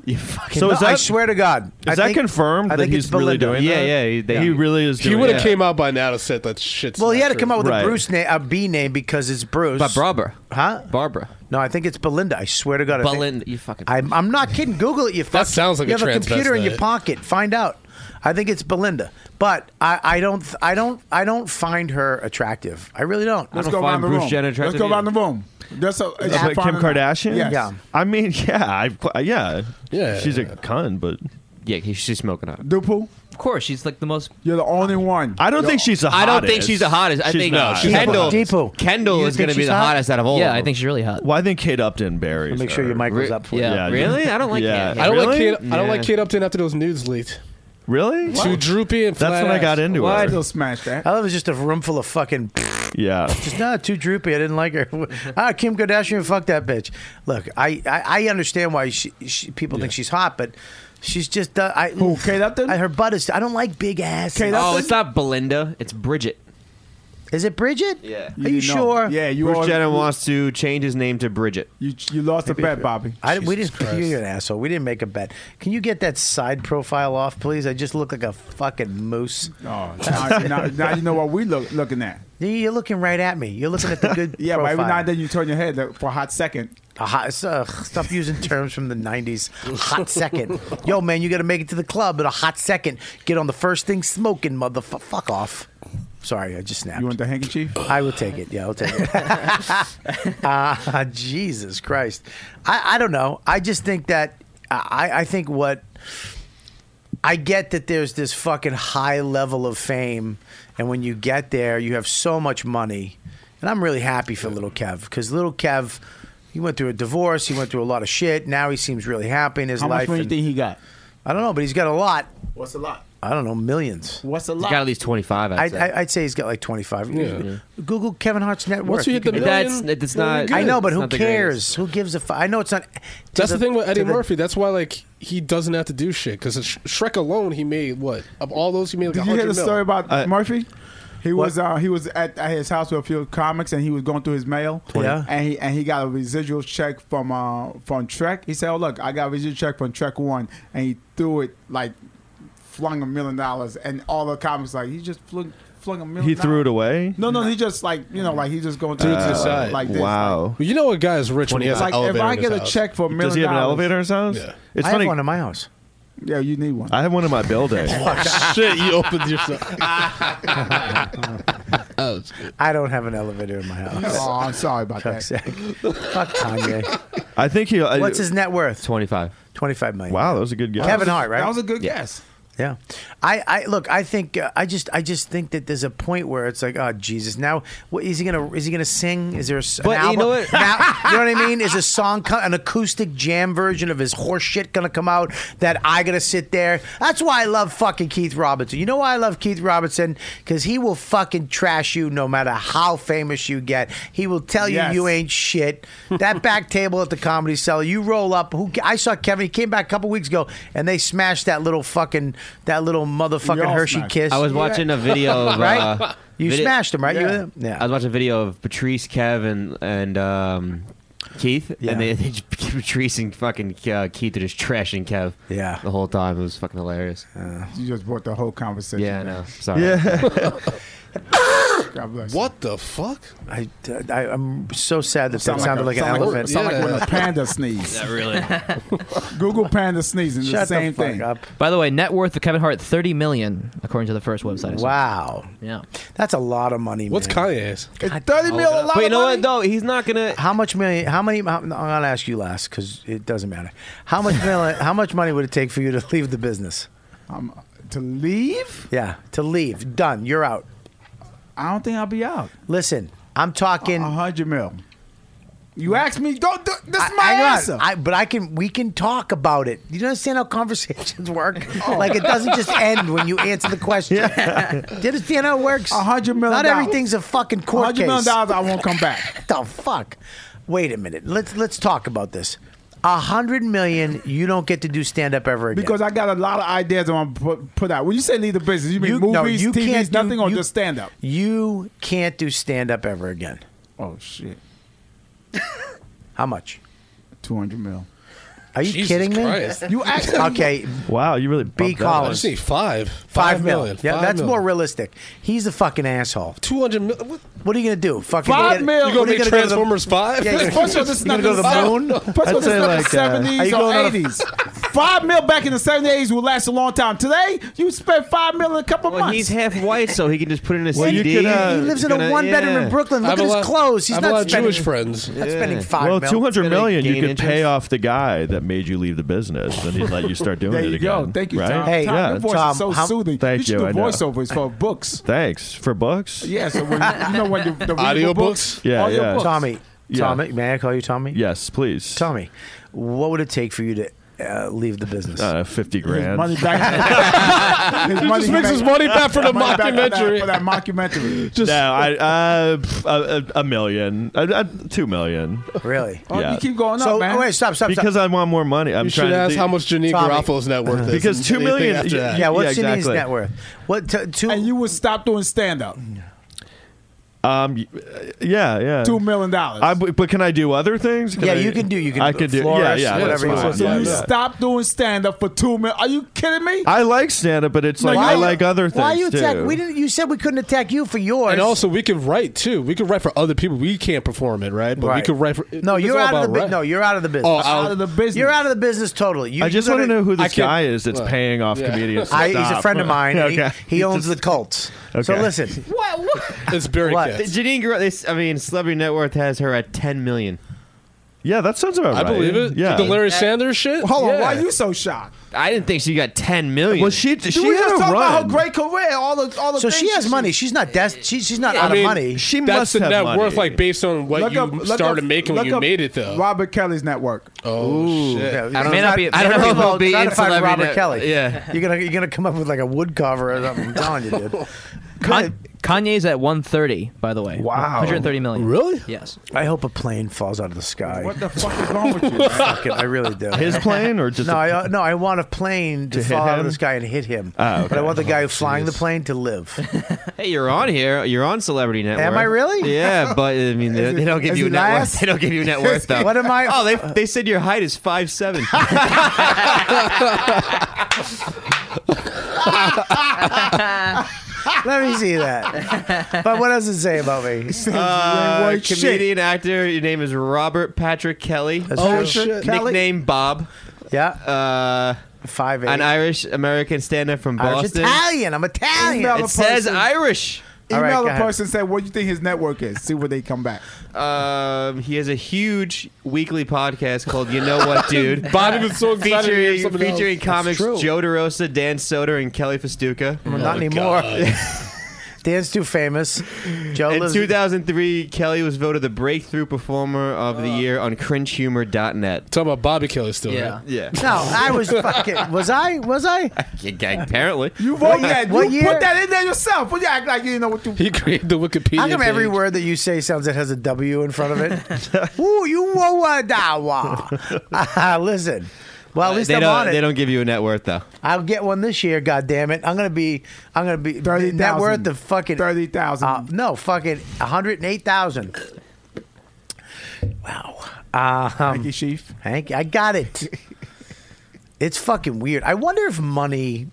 [SPEAKER 10] So
[SPEAKER 2] No,
[SPEAKER 10] is that
[SPEAKER 2] I swear to God. I
[SPEAKER 10] is that
[SPEAKER 2] think-
[SPEAKER 10] confirmed
[SPEAKER 2] I
[SPEAKER 10] that
[SPEAKER 2] think it's
[SPEAKER 10] he's really
[SPEAKER 2] Belinda.
[SPEAKER 10] doing
[SPEAKER 8] Yeah,
[SPEAKER 10] that?
[SPEAKER 8] yeah, he- they-
[SPEAKER 10] He really is.
[SPEAKER 7] He
[SPEAKER 10] doing
[SPEAKER 7] would have
[SPEAKER 10] it.
[SPEAKER 7] came out by now to said that shit.
[SPEAKER 2] Well, he had to come out with
[SPEAKER 10] Right.
[SPEAKER 2] a Bruce name, a B name because it's Bruce.
[SPEAKER 8] But Barbara.
[SPEAKER 2] Huh?
[SPEAKER 8] Barbara.
[SPEAKER 2] No, I think it's Belinda. I swear to God. I think-
[SPEAKER 8] Belinda. You fucking.
[SPEAKER 2] I'm, I'm not kidding. Google it. You fuck.
[SPEAKER 7] sounds like
[SPEAKER 2] you
[SPEAKER 7] a
[SPEAKER 2] have a computer in your
[SPEAKER 7] transvestite.
[SPEAKER 2] pocket. Find out. I think it's Belinda, but I, I don't I don't I don't find her attractive. I really don't.
[SPEAKER 8] I
[SPEAKER 6] Let's
[SPEAKER 8] don't
[SPEAKER 6] go around
[SPEAKER 8] find
[SPEAKER 6] the
[SPEAKER 8] Bruce
[SPEAKER 6] room.
[SPEAKER 8] Jenner
[SPEAKER 6] Let's
[SPEAKER 8] attractive
[SPEAKER 6] go around the
[SPEAKER 8] either.
[SPEAKER 6] room. That's a, it's fine
[SPEAKER 10] But Kim
[SPEAKER 6] or not.
[SPEAKER 10] Kardashian.
[SPEAKER 6] Yes.
[SPEAKER 2] Yeah.
[SPEAKER 10] I mean, yeah, I, yeah,
[SPEAKER 7] Yeah.
[SPEAKER 10] She's a cunt, but
[SPEAKER 8] yeah, he, she's smoking hot.
[SPEAKER 6] Dupu,
[SPEAKER 3] Of course, she's like the most.
[SPEAKER 6] you're the only one.
[SPEAKER 10] I don't think she's the
[SPEAKER 8] I
[SPEAKER 10] hottest.
[SPEAKER 8] don't think she's the hottest. I
[SPEAKER 10] She's
[SPEAKER 8] think uh,
[SPEAKER 10] not.
[SPEAKER 7] she's
[SPEAKER 8] Kendall.
[SPEAKER 2] Deepu.
[SPEAKER 8] Kendall
[SPEAKER 2] You
[SPEAKER 8] is
[SPEAKER 2] think
[SPEAKER 8] gonna be
[SPEAKER 2] she's
[SPEAKER 8] the
[SPEAKER 2] hot?
[SPEAKER 8] hottest out of all.
[SPEAKER 3] Yeah,
[SPEAKER 8] of
[SPEAKER 3] I
[SPEAKER 8] them.
[SPEAKER 3] think she's really hot.
[SPEAKER 10] Well, I think Kate Upton buries.
[SPEAKER 2] Make sure
[SPEAKER 10] her.
[SPEAKER 2] your mic was up for you.
[SPEAKER 3] yeah.
[SPEAKER 10] Yeah,
[SPEAKER 8] Really?
[SPEAKER 10] yeah.
[SPEAKER 8] I don't like
[SPEAKER 10] Yeah.
[SPEAKER 8] Kate.
[SPEAKER 7] I don't like
[SPEAKER 10] Really?
[SPEAKER 7] Kate. I don't like
[SPEAKER 8] Yeah.
[SPEAKER 7] Kate Upton after those nudes leaked.
[SPEAKER 10] Really?
[SPEAKER 7] Too droopy and flat.
[SPEAKER 10] That's when I got
[SPEAKER 7] ass.
[SPEAKER 10] into
[SPEAKER 6] I
[SPEAKER 10] her.
[SPEAKER 6] still smash that.
[SPEAKER 2] I love it's just a room full of fucking.
[SPEAKER 10] Yeah.
[SPEAKER 2] Just not too droopy. I didn't like her. ah, Kim Kardashian, fuck that bitch. Look, I I, I understand why she, she, people think she's hot, but she's just. Uh, I,
[SPEAKER 6] Who, Kate Upton?
[SPEAKER 2] I- her butt is. I don't like big ass.
[SPEAKER 6] Kate
[SPEAKER 8] Oh,
[SPEAKER 6] Upton?
[SPEAKER 8] it's not Belinda. It's Bridget.
[SPEAKER 2] Is it Bridget?
[SPEAKER 8] Yeah.
[SPEAKER 2] Are you,
[SPEAKER 6] know.
[SPEAKER 2] sure?
[SPEAKER 6] Yeah, you
[SPEAKER 8] Bruce
[SPEAKER 6] are,
[SPEAKER 8] Jenner wants to change his name to Bridget.
[SPEAKER 6] You, you lost a bet, Bobby.
[SPEAKER 2] I, we
[SPEAKER 7] Jesus
[SPEAKER 2] didn't.
[SPEAKER 7] Christ.
[SPEAKER 2] You're an asshole. We didn't make a bet. Can you get that side profile off, please? I just look like a fucking moose.
[SPEAKER 6] Oh, now, now, now you know what we look looking at.
[SPEAKER 2] You- You're looking right at me. You're looking at the good.
[SPEAKER 6] Yeah, but
[SPEAKER 2] profile.
[SPEAKER 6] every now and then you turn your head like, for a hot second.
[SPEAKER 2] A hot, it's, uh, stop using terms from the '90s. Hot second, yo man, you got to make it to the club in a hot second. Get on the first thing smoking, motherfucker. Fuck off. Sorry, I just snapped.
[SPEAKER 6] You want the handkerchief?
[SPEAKER 2] I will take it. Yeah, I'll take it. uh, Jesus Christ. I, I don't know. I just think that I, I think what I get that there's this fucking high level of fame, and when you get there, you have so much money. And I'm really happy for little Kev because little Kev, he went through a divorce, he went through a lot of shit. Now he seems really happy in his
[SPEAKER 6] How much
[SPEAKER 2] life.
[SPEAKER 6] money you
[SPEAKER 2] and-
[SPEAKER 6] think he got?
[SPEAKER 2] I don't know, but he's got a lot.
[SPEAKER 6] What's a lot?
[SPEAKER 2] I don't know, millions.
[SPEAKER 6] What's a
[SPEAKER 8] He's
[SPEAKER 6] lot?
[SPEAKER 8] got at least twenty five.
[SPEAKER 2] I, I, I'd say he's got like 25.
[SPEAKER 7] Yeah.
[SPEAKER 2] Google Kevin Hart's net worth.
[SPEAKER 7] Once you hit the
[SPEAKER 8] If
[SPEAKER 7] million,
[SPEAKER 8] that's- if it's
[SPEAKER 7] then you're
[SPEAKER 8] not-
[SPEAKER 7] good.
[SPEAKER 2] I know, but
[SPEAKER 8] It's
[SPEAKER 2] who
[SPEAKER 8] not the
[SPEAKER 2] cares?
[SPEAKER 8] greatest.
[SPEAKER 2] Who gives a fuck? I know it's not. to
[SPEAKER 7] That's the, thing with
[SPEAKER 2] to
[SPEAKER 7] Eddie
[SPEAKER 2] the-
[SPEAKER 7] Murphy. That's why like he doesn't have to do shit because Sh- Shrek alone he made what of all those he made like
[SPEAKER 6] Did you hear
[SPEAKER 7] 100
[SPEAKER 6] the story
[SPEAKER 7] mil.
[SPEAKER 6] about Murphy? He was uh, he was at, at his house with a few comics, and he was going through his mail.
[SPEAKER 2] Twenty. Yeah.
[SPEAKER 6] and he and he got a residual check from uh from Trek. He said, "Oh look, I got a residual check from Trek One," and he threw it like flung a million dollars, and all the comics like he just flung flung a million.
[SPEAKER 10] He threw it
[SPEAKER 6] dollars."
[SPEAKER 10] away.
[SPEAKER 6] No, no, he just like you know, like he just going
[SPEAKER 10] Threw it
[SPEAKER 6] to
[SPEAKER 10] to the side.
[SPEAKER 6] Like this,
[SPEAKER 10] Wow.
[SPEAKER 6] like-
[SPEAKER 7] Well, you know a guy is rich when he has
[SPEAKER 6] like
[SPEAKER 7] an elevator.
[SPEAKER 6] if I
[SPEAKER 7] in his
[SPEAKER 6] get a
[SPEAKER 7] house.
[SPEAKER 6] check for a million
[SPEAKER 10] Does he have an
[SPEAKER 6] dollars-
[SPEAKER 10] elevator in his house?
[SPEAKER 7] Yeah.
[SPEAKER 10] It's
[SPEAKER 2] I
[SPEAKER 10] funny.
[SPEAKER 2] have one in my house.
[SPEAKER 6] Yeah, you need one.
[SPEAKER 10] I have one in my building.
[SPEAKER 2] Oh,
[SPEAKER 7] Shit, you opened yourself. Oh,
[SPEAKER 2] I don't have an elevator in my house.
[SPEAKER 6] Oh, I'm sorry about
[SPEAKER 2] Fuck's
[SPEAKER 6] that.
[SPEAKER 2] sake. Fuck Kanye.
[SPEAKER 10] I think he. I,
[SPEAKER 2] What's his net worth?
[SPEAKER 8] Twenty-five.
[SPEAKER 2] 25 million.
[SPEAKER 10] Wow, that was a good guess.
[SPEAKER 2] Kevin Hart, right?
[SPEAKER 6] That was a good guess.
[SPEAKER 2] Yeah, I, I look. I think uh, I just I just think that there's a point where it's like, oh Jesus, now what, is he gonna is he gonna sing? Is there a, s- an
[SPEAKER 8] But you
[SPEAKER 2] album?
[SPEAKER 8] know what?
[SPEAKER 2] Now, you know what I mean? Is a song co- an acoustic jam version of his horse shit gonna come out that I gotta sit there? That's why I love fucking Keith Robinson. You know why I love Keith Robinson? Because he will fucking trash you no matter how famous you get. He will tell you
[SPEAKER 6] Yes.
[SPEAKER 2] you ain't ain't shit. That back table at the Comedy Cellar, you roll up. Who I saw Kevin. He came back a couple weeks ago, and they smashed that little fucking that little
[SPEAKER 6] We
[SPEAKER 2] motherfucking
[SPEAKER 6] all
[SPEAKER 2] Hershey
[SPEAKER 6] smashed.
[SPEAKER 2] kiss.
[SPEAKER 8] I was watching a video of
[SPEAKER 2] Right?
[SPEAKER 8] uh,
[SPEAKER 2] You
[SPEAKER 8] vide-
[SPEAKER 2] smashed him, right? You
[SPEAKER 6] Yeah.
[SPEAKER 2] were there? yeah.
[SPEAKER 8] I was watching a video of Patrice, Kev, and and um, Keith,
[SPEAKER 2] Yeah.
[SPEAKER 8] and they, they just- Patrice and fucking uh, Keith are just trashing Kev.
[SPEAKER 2] Yeah.
[SPEAKER 8] the whole time it was fucking hilarious.
[SPEAKER 6] You just brought the whole conversation.
[SPEAKER 8] yeah, I
[SPEAKER 6] down.
[SPEAKER 8] know. Sorry. Yeah.
[SPEAKER 6] God bless.
[SPEAKER 7] What the fuck?
[SPEAKER 2] I, I, am so sad that that
[SPEAKER 6] Sound
[SPEAKER 2] sounded
[SPEAKER 6] a-
[SPEAKER 2] like, an
[SPEAKER 6] sound
[SPEAKER 2] elephant.
[SPEAKER 6] Sound like when
[SPEAKER 7] Yeah.
[SPEAKER 6] a panda sneezes.
[SPEAKER 8] really.
[SPEAKER 6] Google panda sneezing.
[SPEAKER 2] Shut
[SPEAKER 6] the same
[SPEAKER 2] fuck
[SPEAKER 6] thing.
[SPEAKER 2] up.
[SPEAKER 3] By the way, net worth of Kevin Hart thirty million, according to the first website. I saw.
[SPEAKER 2] Wow,
[SPEAKER 3] Yeah.
[SPEAKER 2] that's a lot of money.
[SPEAKER 7] What's
[SPEAKER 2] man.
[SPEAKER 7] Kanye's?
[SPEAKER 6] It's thirty mil. A lot
[SPEAKER 8] But you
[SPEAKER 6] of
[SPEAKER 8] know
[SPEAKER 6] money.
[SPEAKER 8] what though? He's not gonna.
[SPEAKER 2] How much million? How many? I'm gonna ask you last because it doesn't matter. How much million? How much money would it take for you to leave the business?
[SPEAKER 6] I'm, to leave?
[SPEAKER 2] Yeah, to leave. Done. You're out.
[SPEAKER 6] I don't think I'll be out.
[SPEAKER 2] Listen, I'm
[SPEAKER 6] A
[SPEAKER 2] talking.
[SPEAKER 6] hundred mil. You asked me. Don't. Do, this is my
[SPEAKER 2] hang on.
[SPEAKER 6] answer.
[SPEAKER 2] I, but I can. We can talk about it. You understand how conversations work?
[SPEAKER 6] Oh.
[SPEAKER 2] Like it doesn't just end when you answer the question. Do you understand how it works?
[SPEAKER 6] A hundred million
[SPEAKER 2] Not
[SPEAKER 6] dollars.
[SPEAKER 2] everything's a fucking
[SPEAKER 6] A
[SPEAKER 2] court
[SPEAKER 6] hundred million
[SPEAKER 2] case.
[SPEAKER 6] dollars. I won't come back.
[SPEAKER 2] What the fuck? Wait a minute. Let's let's talk about this. A hundred million. You don't get to do stand up ever again.
[SPEAKER 6] Because I got a lot of ideas I want to put, put out. When you say leave the business, you mean
[SPEAKER 2] You- no,
[SPEAKER 6] movies,
[SPEAKER 2] you
[SPEAKER 6] TVs,
[SPEAKER 2] can't do-
[SPEAKER 6] nothing, or
[SPEAKER 2] you-
[SPEAKER 6] just stand up?
[SPEAKER 2] you can't do stand up ever again.
[SPEAKER 6] Oh shit!
[SPEAKER 2] How much?
[SPEAKER 6] Two hundred mil.
[SPEAKER 2] Are you
[SPEAKER 7] Jesus
[SPEAKER 2] kidding
[SPEAKER 7] Christ.
[SPEAKER 2] me?
[SPEAKER 6] You asked.
[SPEAKER 2] Okay,
[SPEAKER 10] Wow, you really
[SPEAKER 2] B.
[SPEAKER 10] bumped that up.
[SPEAKER 7] I
[SPEAKER 2] Collins.
[SPEAKER 7] just need five.
[SPEAKER 2] Five million. Yeah,
[SPEAKER 7] Five
[SPEAKER 2] that's
[SPEAKER 7] million.
[SPEAKER 2] more realistic. He's a fucking asshole.
[SPEAKER 7] Two hundred million. What?
[SPEAKER 2] What are you gonna do? Fucking
[SPEAKER 6] Five
[SPEAKER 2] get-
[SPEAKER 6] mil.
[SPEAKER 7] You gonna
[SPEAKER 2] what are
[SPEAKER 7] make
[SPEAKER 2] you go to the-
[SPEAKER 7] Transformers five?
[SPEAKER 2] Yeah, you're-
[SPEAKER 6] First of all, this is not
[SPEAKER 2] gonna go to the moon?
[SPEAKER 6] First of all,
[SPEAKER 10] I'd
[SPEAKER 6] this
[SPEAKER 10] say
[SPEAKER 6] is not
[SPEAKER 10] like, uh,
[SPEAKER 6] the
[SPEAKER 10] are you
[SPEAKER 6] seventies or
[SPEAKER 10] going on a-
[SPEAKER 6] eighties. five mil back in the seventies, eighties will last a long time. Today, you spend five mil in a couple
[SPEAKER 8] Well,
[SPEAKER 6] months.
[SPEAKER 8] he's half white, so he can just put in a
[SPEAKER 10] Well, you
[SPEAKER 8] CD.
[SPEAKER 10] could, uh,
[SPEAKER 2] he lives in
[SPEAKER 8] Gonna-
[SPEAKER 2] a one bedroom
[SPEAKER 8] yeah.
[SPEAKER 2] in Brooklyn.
[SPEAKER 7] I
[SPEAKER 2] Look
[SPEAKER 7] have
[SPEAKER 2] at
[SPEAKER 7] a
[SPEAKER 2] his
[SPEAKER 7] lot-
[SPEAKER 2] clothes. He's
[SPEAKER 7] I have a
[SPEAKER 2] not
[SPEAKER 7] lot of
[SPEAKER 2] spending,
[SPEAKER 7] Jewish friends.
[SPEAKER 2] not spending five
[SPEAKER 10] Well,
[SPEAKER 2] mil.
[SPEAKER 10] two hundred
[SPEAKER 8] It's gonna
[SPEAKER 10] million, you
[SPEAKER 8] gain
[SPEAKER 10] could pay
[SPEAKER 8] interest.
[SPEAKER 10] off the guy that made you leave the business, and he'd let you start doing
[SPEAKER 6] there
[SPEAKER 10] it
[SPEAKER 6] you
[SPEAKER 10] again.
[SPEAKER 6] go. Thank you,
[SPEAKER 10] right?
[SPEAKER 6] Tom.
[SPEAKER 2] Hey,
[SPEAKER 6] Tom,
[SPEAKER 10] yeah,
[SPEAKER 6] your voice
[SPEAKER 2] Tom,
[SPEAKER 6] is so
[SPEAKER 2] how-
[SPEAKER 6] soothing.
[SPEAKER 10] Thank
[SPEAKER 6] you should
[SPEAKER 10] you,
[SPEAKER 6] do
[SPEAKER 10] I know.
[SPEAKER 6] voiceovers for books.
[SPEAKER 10] Thanks for books.
[SPEAKER 6] Yeah, so when you know when the, the
[SPEAKER 7] Audiobooks?
[SPEAKER 6] books,
[SPEAKER 10] Yeah, yeah.
[SPEAKER 2] Tommy,
[SPEAKER 10] Yeah.
[SPEAKER 2] Tommy, may I call you Tommy?
[SPEAKER 10] Yes, please.
[SPEAKER 2] Tommy, what would it take for you to uh, leave the business?
[SPEAKER 10] Uh, Fifty grand.
[SPEAKER 6] money back. his money
[SPEAKER 7] Just makes
[SPEAKER 6] back-
[SPEAKER 7] his money back for the
[SPEAKER 6] money back for
[SPEAKER 7] mockumentary.
[SPEAKER 6] that, for that mockumentary.
[SPEAKER 10] no, I uh, pff, a, a, a million, uh, uh, two million,
[SPEAKER 2] really?
[SPEAKER 6] Oh,
[SPEAKER 10] Yeah.
[SPEAKER 6] you keep going
[SPEAKER 2] so
[SPEAKER 6] up, man.
[SPEAKER 2] wait, stop, stop,
[SPEAKER 10] because
[SPEAKER 2] stop.
[SPEAKER 10] I want more money. I'm
[SPEAKER 7] You
[SPEAKER 10] trying
[SPEAKER 7] should
[SPEAKER 10] to
[SPEAKER 7] ask
[SPEAKER 10] think-
[SPEAKER 7] how much Janine
[SPEAKER 2] Tommy.
[SPEAKER 7] Garofalo's net worth is.
[SPEAKER 10] Because
[SPEAKER 7] and
[SPEAKER 10] two
[SPEAKER 7] anything
[SPEAKER 10] million-
[SPEAKER 7] After that.
[SPEAKER 2] yeah, what's
[SPEAKER 10] Yeah,
[SPEAKER 2] Janine's
[SPEAKER 10] exactly.
[SPEAKER 2] net worth? What t- two?
[SPEAKER 6] and you would stop doing stand up.
[SPEAKER 10] Um, y- yeah, yeah.
[SPEAKER 6] Two million dollars.
[SPEAKER 10] I, but but can I do other things?
[SPEAKER 2] yeah,
[SPEAKER 10] I-
[SPEAKER 2] you can do. You can.
[SPEAKER 10] I
[SPEAKER 2] do
[SPEAKER 10] can do. Yeah,
[SPEAKER 2] florist,
[SPEAKER 10] yeah.
[SPEAKER 2] Whatever you
[SPEAKER 10] that's
[SPEAKER 2] want.
[SPEAKER 10] fine,
[SPEAKER 6] so
[SPEAKER 10] yeah,
[SPEAKER 6] you
[SPEAKER 10] yeah.
[SPEAKER 6] stop doing stand up for two million. Are you kidding me?
[SPEAKER 10] I like stand up, but it's like
[SPEAKER 6] you-
[SPEAKER 10] I like other things
[SPEAKER 2] Why you attack?
[SPEAKER 10] too.
[SPEAKER 2] We didn't. You said we couldn't attack you for yours.
[SPEAKER 7] And also, we could write too. We could write for other people. We can't perform it, right? But we
[SPEAKER 2] Right.
[SPEAKER 7] could write for.
[SPEAKER 2] No,
[SPEAKER 7] it's
[SPEAKER 2] you're
[SPEAKER 7] all
[SPEAKER 2] out of the
[SPEAKER 7] about
[SPEAKER 2] bu-
[SPEAKER 7] writing.
[SPEAKER 2] no, you're out of the business.
[SPEAKER 7] Oh, I'll-
[SPEAKER 6] Out of the business.
[SPEAKER 2] You're out of the business totally. You,
[SPEAKER 10] I
[SPEAKER 2] you
[SPEAKER 10] just
[SPEAKER 2] gotta-
[SPEAKER 10] want to know who
[SPEAKER 7] I
[SPEAKER 10] this
[SPEAKER 7] can't-
[SPEAKER 10] guy is that's
[SPEAKER 7] Look.
[SPEAKER 10] paying off
[SPEAKER 7] Yeah.
[SPEAKER 10] comedians. to
[SPEAKER 2] I, he's a
[SPEAKER 10] stop.
[SPEAKER 2] friend of mine. and
[SPEAKER 10] okay.
[SPEAKER 2] he, he owns the Colts. So
[SPEAKER 10] Okay.
[SPEAKER 2] listen,
[SPEAKER 7] It's Barry
[SPEAKER 2] What?
[SPEAKER 7] Katz.
[SPEAKER 8] Janine, Gar- they, s- I mean, Celebrity Net Worth has her at ten million.
[SPEAKER 10] Yeah, that sounds about
[SPEAKER 7] I
[SPEAKER 10] right.
[SPEAKER 7] believe it.
[SPEAKER 10] Yeah.
[SPEAKER 7] The Larry Sanders shit.
[SPEAKER 6] Hold on,
[SPEAKER 7] Yeah.
[SPEAKER 6] why are you so shocked?
[SPEAKER 8] I didn't think she got ten million.
[SPEAKER 10] well, she she
[SPEAKER 6] Dude, we
[SPEAKER 10] had
[SPEAKER 6] just
[SPEAKER 10] a
[SPEAKER 6] talked about
[SPEAKER 10] run.
[SPEAKER 6] her great career, all the all the
[SPEAKER 2] so
[SPEAKER 6] things
[SPEAKER 2] she has
[SPEAKER 6] she-
[SPEAKER 2] money. She's not des- she, she's not
[SPEAKER 7] I
[SPEAKER 2] out
[SPEAKER 7] mean,
[SPEAKER 2] of money.
[SPEAKER 10] She
[SPEAKER 7] That's
[SPEAKER 10] must
[SPEAKER 7] the
[SPEAKER 10] have
[SPEAKER 7] net
[SPEAKER 10] money.
[SPEAKER 7] worth, like based on what
[SPEAKER 6] Look
[SPEAKER 7] you
[SPEAKER 6] up- look
[SPEAKER 7] started
[SPEAKER 6] up-
[SPEAKER 7] making when
[SPEAKER 6] look
[SPEAKER 7] you
[SPEAKER 6] up
[SPEAKER 7] made it, though.
[SPEAKER 6] Robert Kelly's network.
[SPEAKER 7] oh shit!
[SPEAKER 2] Yeah,
[SPEAKER 8] I don't
[SPEAKER 2] may
[SPEAKER 8] know.
[SPEAKER 2] not be-
[SPEAKER 8] I don't
[SPEAKER 2] may not
[SPEAKER 8] know if
[SPEAKER 2] be
[SPEAKER 8] I'll be
[SPEAKER 2] trying
[SPEAKER 8] in
[SPEAKER 2] to find
[SPEAKER 8] Celebrity
[SPEAKER 2] Robert
[SPEAKER 8] Net-
[SPEAKER 2] Kelly.
[SPEAKER 8] yeah.
[SPEAKER 2] you're gonna you're gonna come up with like a wood cover. Or something. I'm telling you, dude.
[SPEAKER 8] Con-
[SPEAKER 3] Kanye's at 130, by the way.
[SPEAKER 2] Wow.
[SPEAKER 3] 130 million.
[SPEAKER 7] Really?
[SPEAKER 3] Yes.
[SPEAKER 2] I hope a plane falls out of the sky. What
[SPEAKER 6] the fuck is
[SPEAKER 2] wrong with you? Fuck it, I really do.
[SPEAKER 10] His plane or just
[SPEAKER 2] no?
[SPEAKER 10] a-
[SPEAKER 2] I uh, no, I want a plane to,
[SPEAKER 10] To hit
[SPEAKER 2] fall out of the
[SPEAKER 10] him?
[SPEAKER 2] sky and hit him.
[SPEAKER 8] Oh, okay.
[SPEAKER 2] But I want the guy who's flying the plane to live.
[SPEAKER 8] Hey, you're on here. You're on Celebrity Network.
[SPEAKER 2] Am I really?
[SPEAKER 8] Yeah, but I mean, they,
[SPEAKER 2] Is it-
[SPEAKER 8] they don't give
[SPEAKER 2] is
[SPEAKER 8] you a
[SPEAKER 2] it
[SPEAKER 8] net
[SPEAKER 2] nice?
[SPEAKER 8] worth. They don't give you a net worth though.
[SPEAKER 2] What am I-
[SPEAKER 8] Oh, they they said your height is five seven.
[SPEAKER 2] Let me see that. But what does it say about me?
[SPEAKER 8] Uh, comedian, actor. Your name is Robert Patrick Kelly.
[SPEAKER 2] Oh, true. shit.
[SPEAKER 8] Nickname Bob.
[SPEAKER 2] Yeah.
[SPEAKER 8] Uh,
[SPEAKER 2] Five eight.
[SPEAKER 8] An Irish American stand-up from
[SPEAKER 2] I'm
[SPEAKER 8] Boston.
[SPEAKER 2] Italian. I'm Italian.
[SPEAKER 6] Email the
[SPEAKER 8] It says
[SPEAKER 6] person.
[SPEAKER 8] Irish.
[SPEAKER 6] Email the person said what do you think his network is. See where they come back.
[SPEAKER 8] Um, he has a huge weekly podcast called "You Know What, Dude."
[SPEAKER 7] Bobby was so excited to hear
[SPEAKER 8] featuring,
[SPEAKER 7] something else.
[SPEAKER 8] featuring
[SPEAKER 7] That's
[SPEAKER 8] comics
[SPEAKER 7] true.
[SPEAKER 8] Joe DeRosa, Dan Soder, and Kelly Festuca.
[SPEAKER 2] Well, not anymore. Dan's too famous. Joe
[SPEAKER 8] In
[SPEAKER 2] lives
[SPEAKER 8] 2003, Kelly was voted the breakthrough performer of the year on cringehumor.net.
[SPEAKER 7] Talking about Bobby Kelly still,
[SPEAKER 8] yeah.
[SPEAKER 7] right?
[SPEAKER 8] Yeah.
[SPEAKER 2] No, I was fucking. Was I? Was I?
[SPEAKER 8] Yeah, Apparently.
[SPEAKER 6] You voted that.
[SPEAKER 2] What
[SPEAKER 6] you
[SPEAKER 2] year?
[SPEAKER 6] put that in there yourself. What you act like you didn't know what you.
[SPEAKER 7] He created the Wikipedia.
[SPEAKER 2] How come every
[SPEAKER 7] page.
[SPEAKER 2] word that you say sounds that has a W in front of it? Ooh, you whoa uh, da wah. Ah, Listen. Well, at least
[SPEAKER 8] They
[SPEAKER 2] I'm
[SPEAKER 8] don't,
[SPEAKER 2] on
[SPEAKER 8] they
[SPEAKER 2] it.
[SPEAKER 8] don't give you a net worth, though.
[SPEAKER 2] I'll get one this year. God damn it! I'm gonna be. I'm gonna be.
[SPEAKER 6] Thirty
[SPEAKER 2] Net worth
[SPEAKER 6] thousand.
[SPEAKER 2] of fucking
[SPEAKER 6] Thirty thousand.
[SPEAKER 2] Uh, no, fucking one hundred eight thousand. Wow. Um,
[SPEAKER 6] Thank you, Chief.
[SPEAKER 2] Hank, I got it. it's fucking weird. I wonder if money.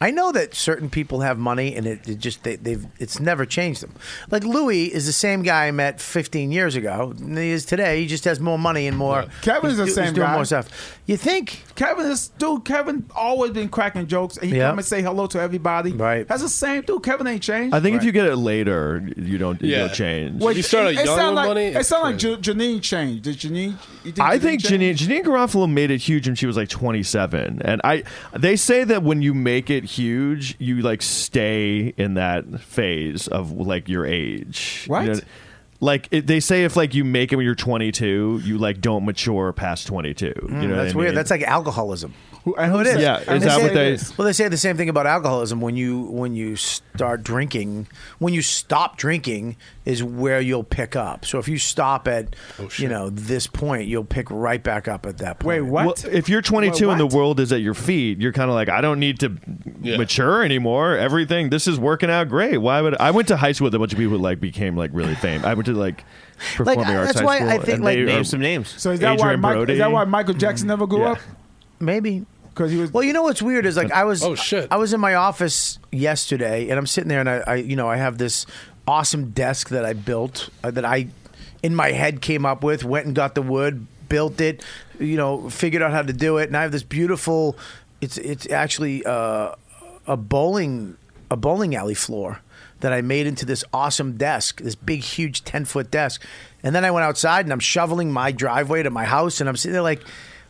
[SPEAKER 2] I know that certain people have money, and it, it just they, they've it's never changed them. Like Louis is the same guy I met 15 years ago. than He is today. He just has more money and more.
[SPEAKER 6] Kevin's
[SPEAKER 2] he's
[SPEAKER 6] the
[SPEAKER 2] do-
[SPEAKER 6] same
[SPEAKER 2] he's doing
[SPEAKER 6] guy.
[SPEAKER 2] More stuff. You think?
[SPEAKER 6] Kevin is dude. Kevin always been cracking jokes, and he
[SPEAKER 2] Yeah.
[SPEAKER 6] come and say hello to everybody.
[SPEAKER 2] Right.
[SPEAKER 6] That's the same dude. Kevin ain't changed.
[SPEAKER 10] I think if you get it later, you don't you
[SPEAKER 7] Yeah.
[SPEAKER 10] don't change.
[SPEAKER 7] Well, you start out
[SPEAKER 6] it
[SPEAKER 7] young
[SPEAKER 6] sound
[SPEAKER 7] with
[SPEAKER 6] like,
[SPEAKER 7] money,
[SPEAKER 6] It
[SPEAKER 7] it's
[SPEAKER 6] sound like Ju- Janine changed. Did Janine? you
[SPEAKER 10] I think
[SPEAKER 6] changed?
[SPEAKER 10] Janine, Janine Garofalo made it huge when she was like 27, and I they say that when you make it huge, you like stay in that phase of like your age. You
[SPEAKER 6] What?
[SPEAKER 10] know, like it, they say, if like you make it when you're 22, you like don't mature past 22. you know
[SPEAKER 2] that's
[SPEAKER 10] what I
[SPEAKER 2] weird.
[SPEAKER 10] mean?
[SPEAKER 2] That's like alcoholism.
[SPEAKER 6] Who, and who
[SPEAKER 2] it is.
[SPEAKER 10] Yeah,
[SPEAKER 2] And
[SPEAKER 10] is that
[SPEAKER 2] say-
[SPEAKER 10] what they-
[SPEAKER 2] Well, they say the same thing about alcoholism. When you when you start drinking, when you stop drinking, is where you'll pick up. So if you stop at
[SPEAKER 10] Oh,
[SPEAKER 2] you know this point, you'll pick right back up at that
[SPEAKER 6] Wait,
[SPEAKER 2] point.
[SPEAKER 6] what?
[SPEAKER 10] Well, if you're 22 and the
[SPEAKER 6] what?
[SPEAKER 10] world is at your feet, you're kind of like, I don't need to
[SPEAKER 7] Yeah.
[SPEAKER 10] mature anymore. Everything, this is working out great. Why would I went to high school with a bunch of people who like became like really famous. I went to like performing arts
[SPEAKER 2] that's
[SPEAKER 10] high
[SPEAKER 2] why
[SPEAKER 10] school.
[SPEAKER 2] I think,
[SPEAKER 10] and
[SPEAKER 2] like,
[SPEAKER 10] they
[SPEAKER 8] Name
[SPEAKER 10] are-
[SPEAKER 8] some names.
[SPEAKER 6] So is that why
[SPEAKER 10] Adrian
[SPEAKER 6] Michael? Is that
[SPEAKER 10] Brody.
[SPEAKER 6] why Michael Jackson never grew
[SPEAKER 10] Yeah.
[SPEAKER 6] up?
[SPEAKER 2] Maybe.
[SPEAKER 6] Because he was.
[SPEAKER 2] Well, you know what's weird is like I was
[SPEAKER 7] Oh, shit.
[SPEAKER 2] I was in my office yesterday and I'm sitting there and I, I you know I have this awesome desk that I built uh, that I in my head came up with went and got the wood built it you know figured out how to do it and I have this beautiful it's it's actually uh, a bowling a bowling alley floor that I made into this awesome desk, this big, huge 10 foot desk. And then I went outside and I'm shoveling my driveway to my house and I'm sitting there like,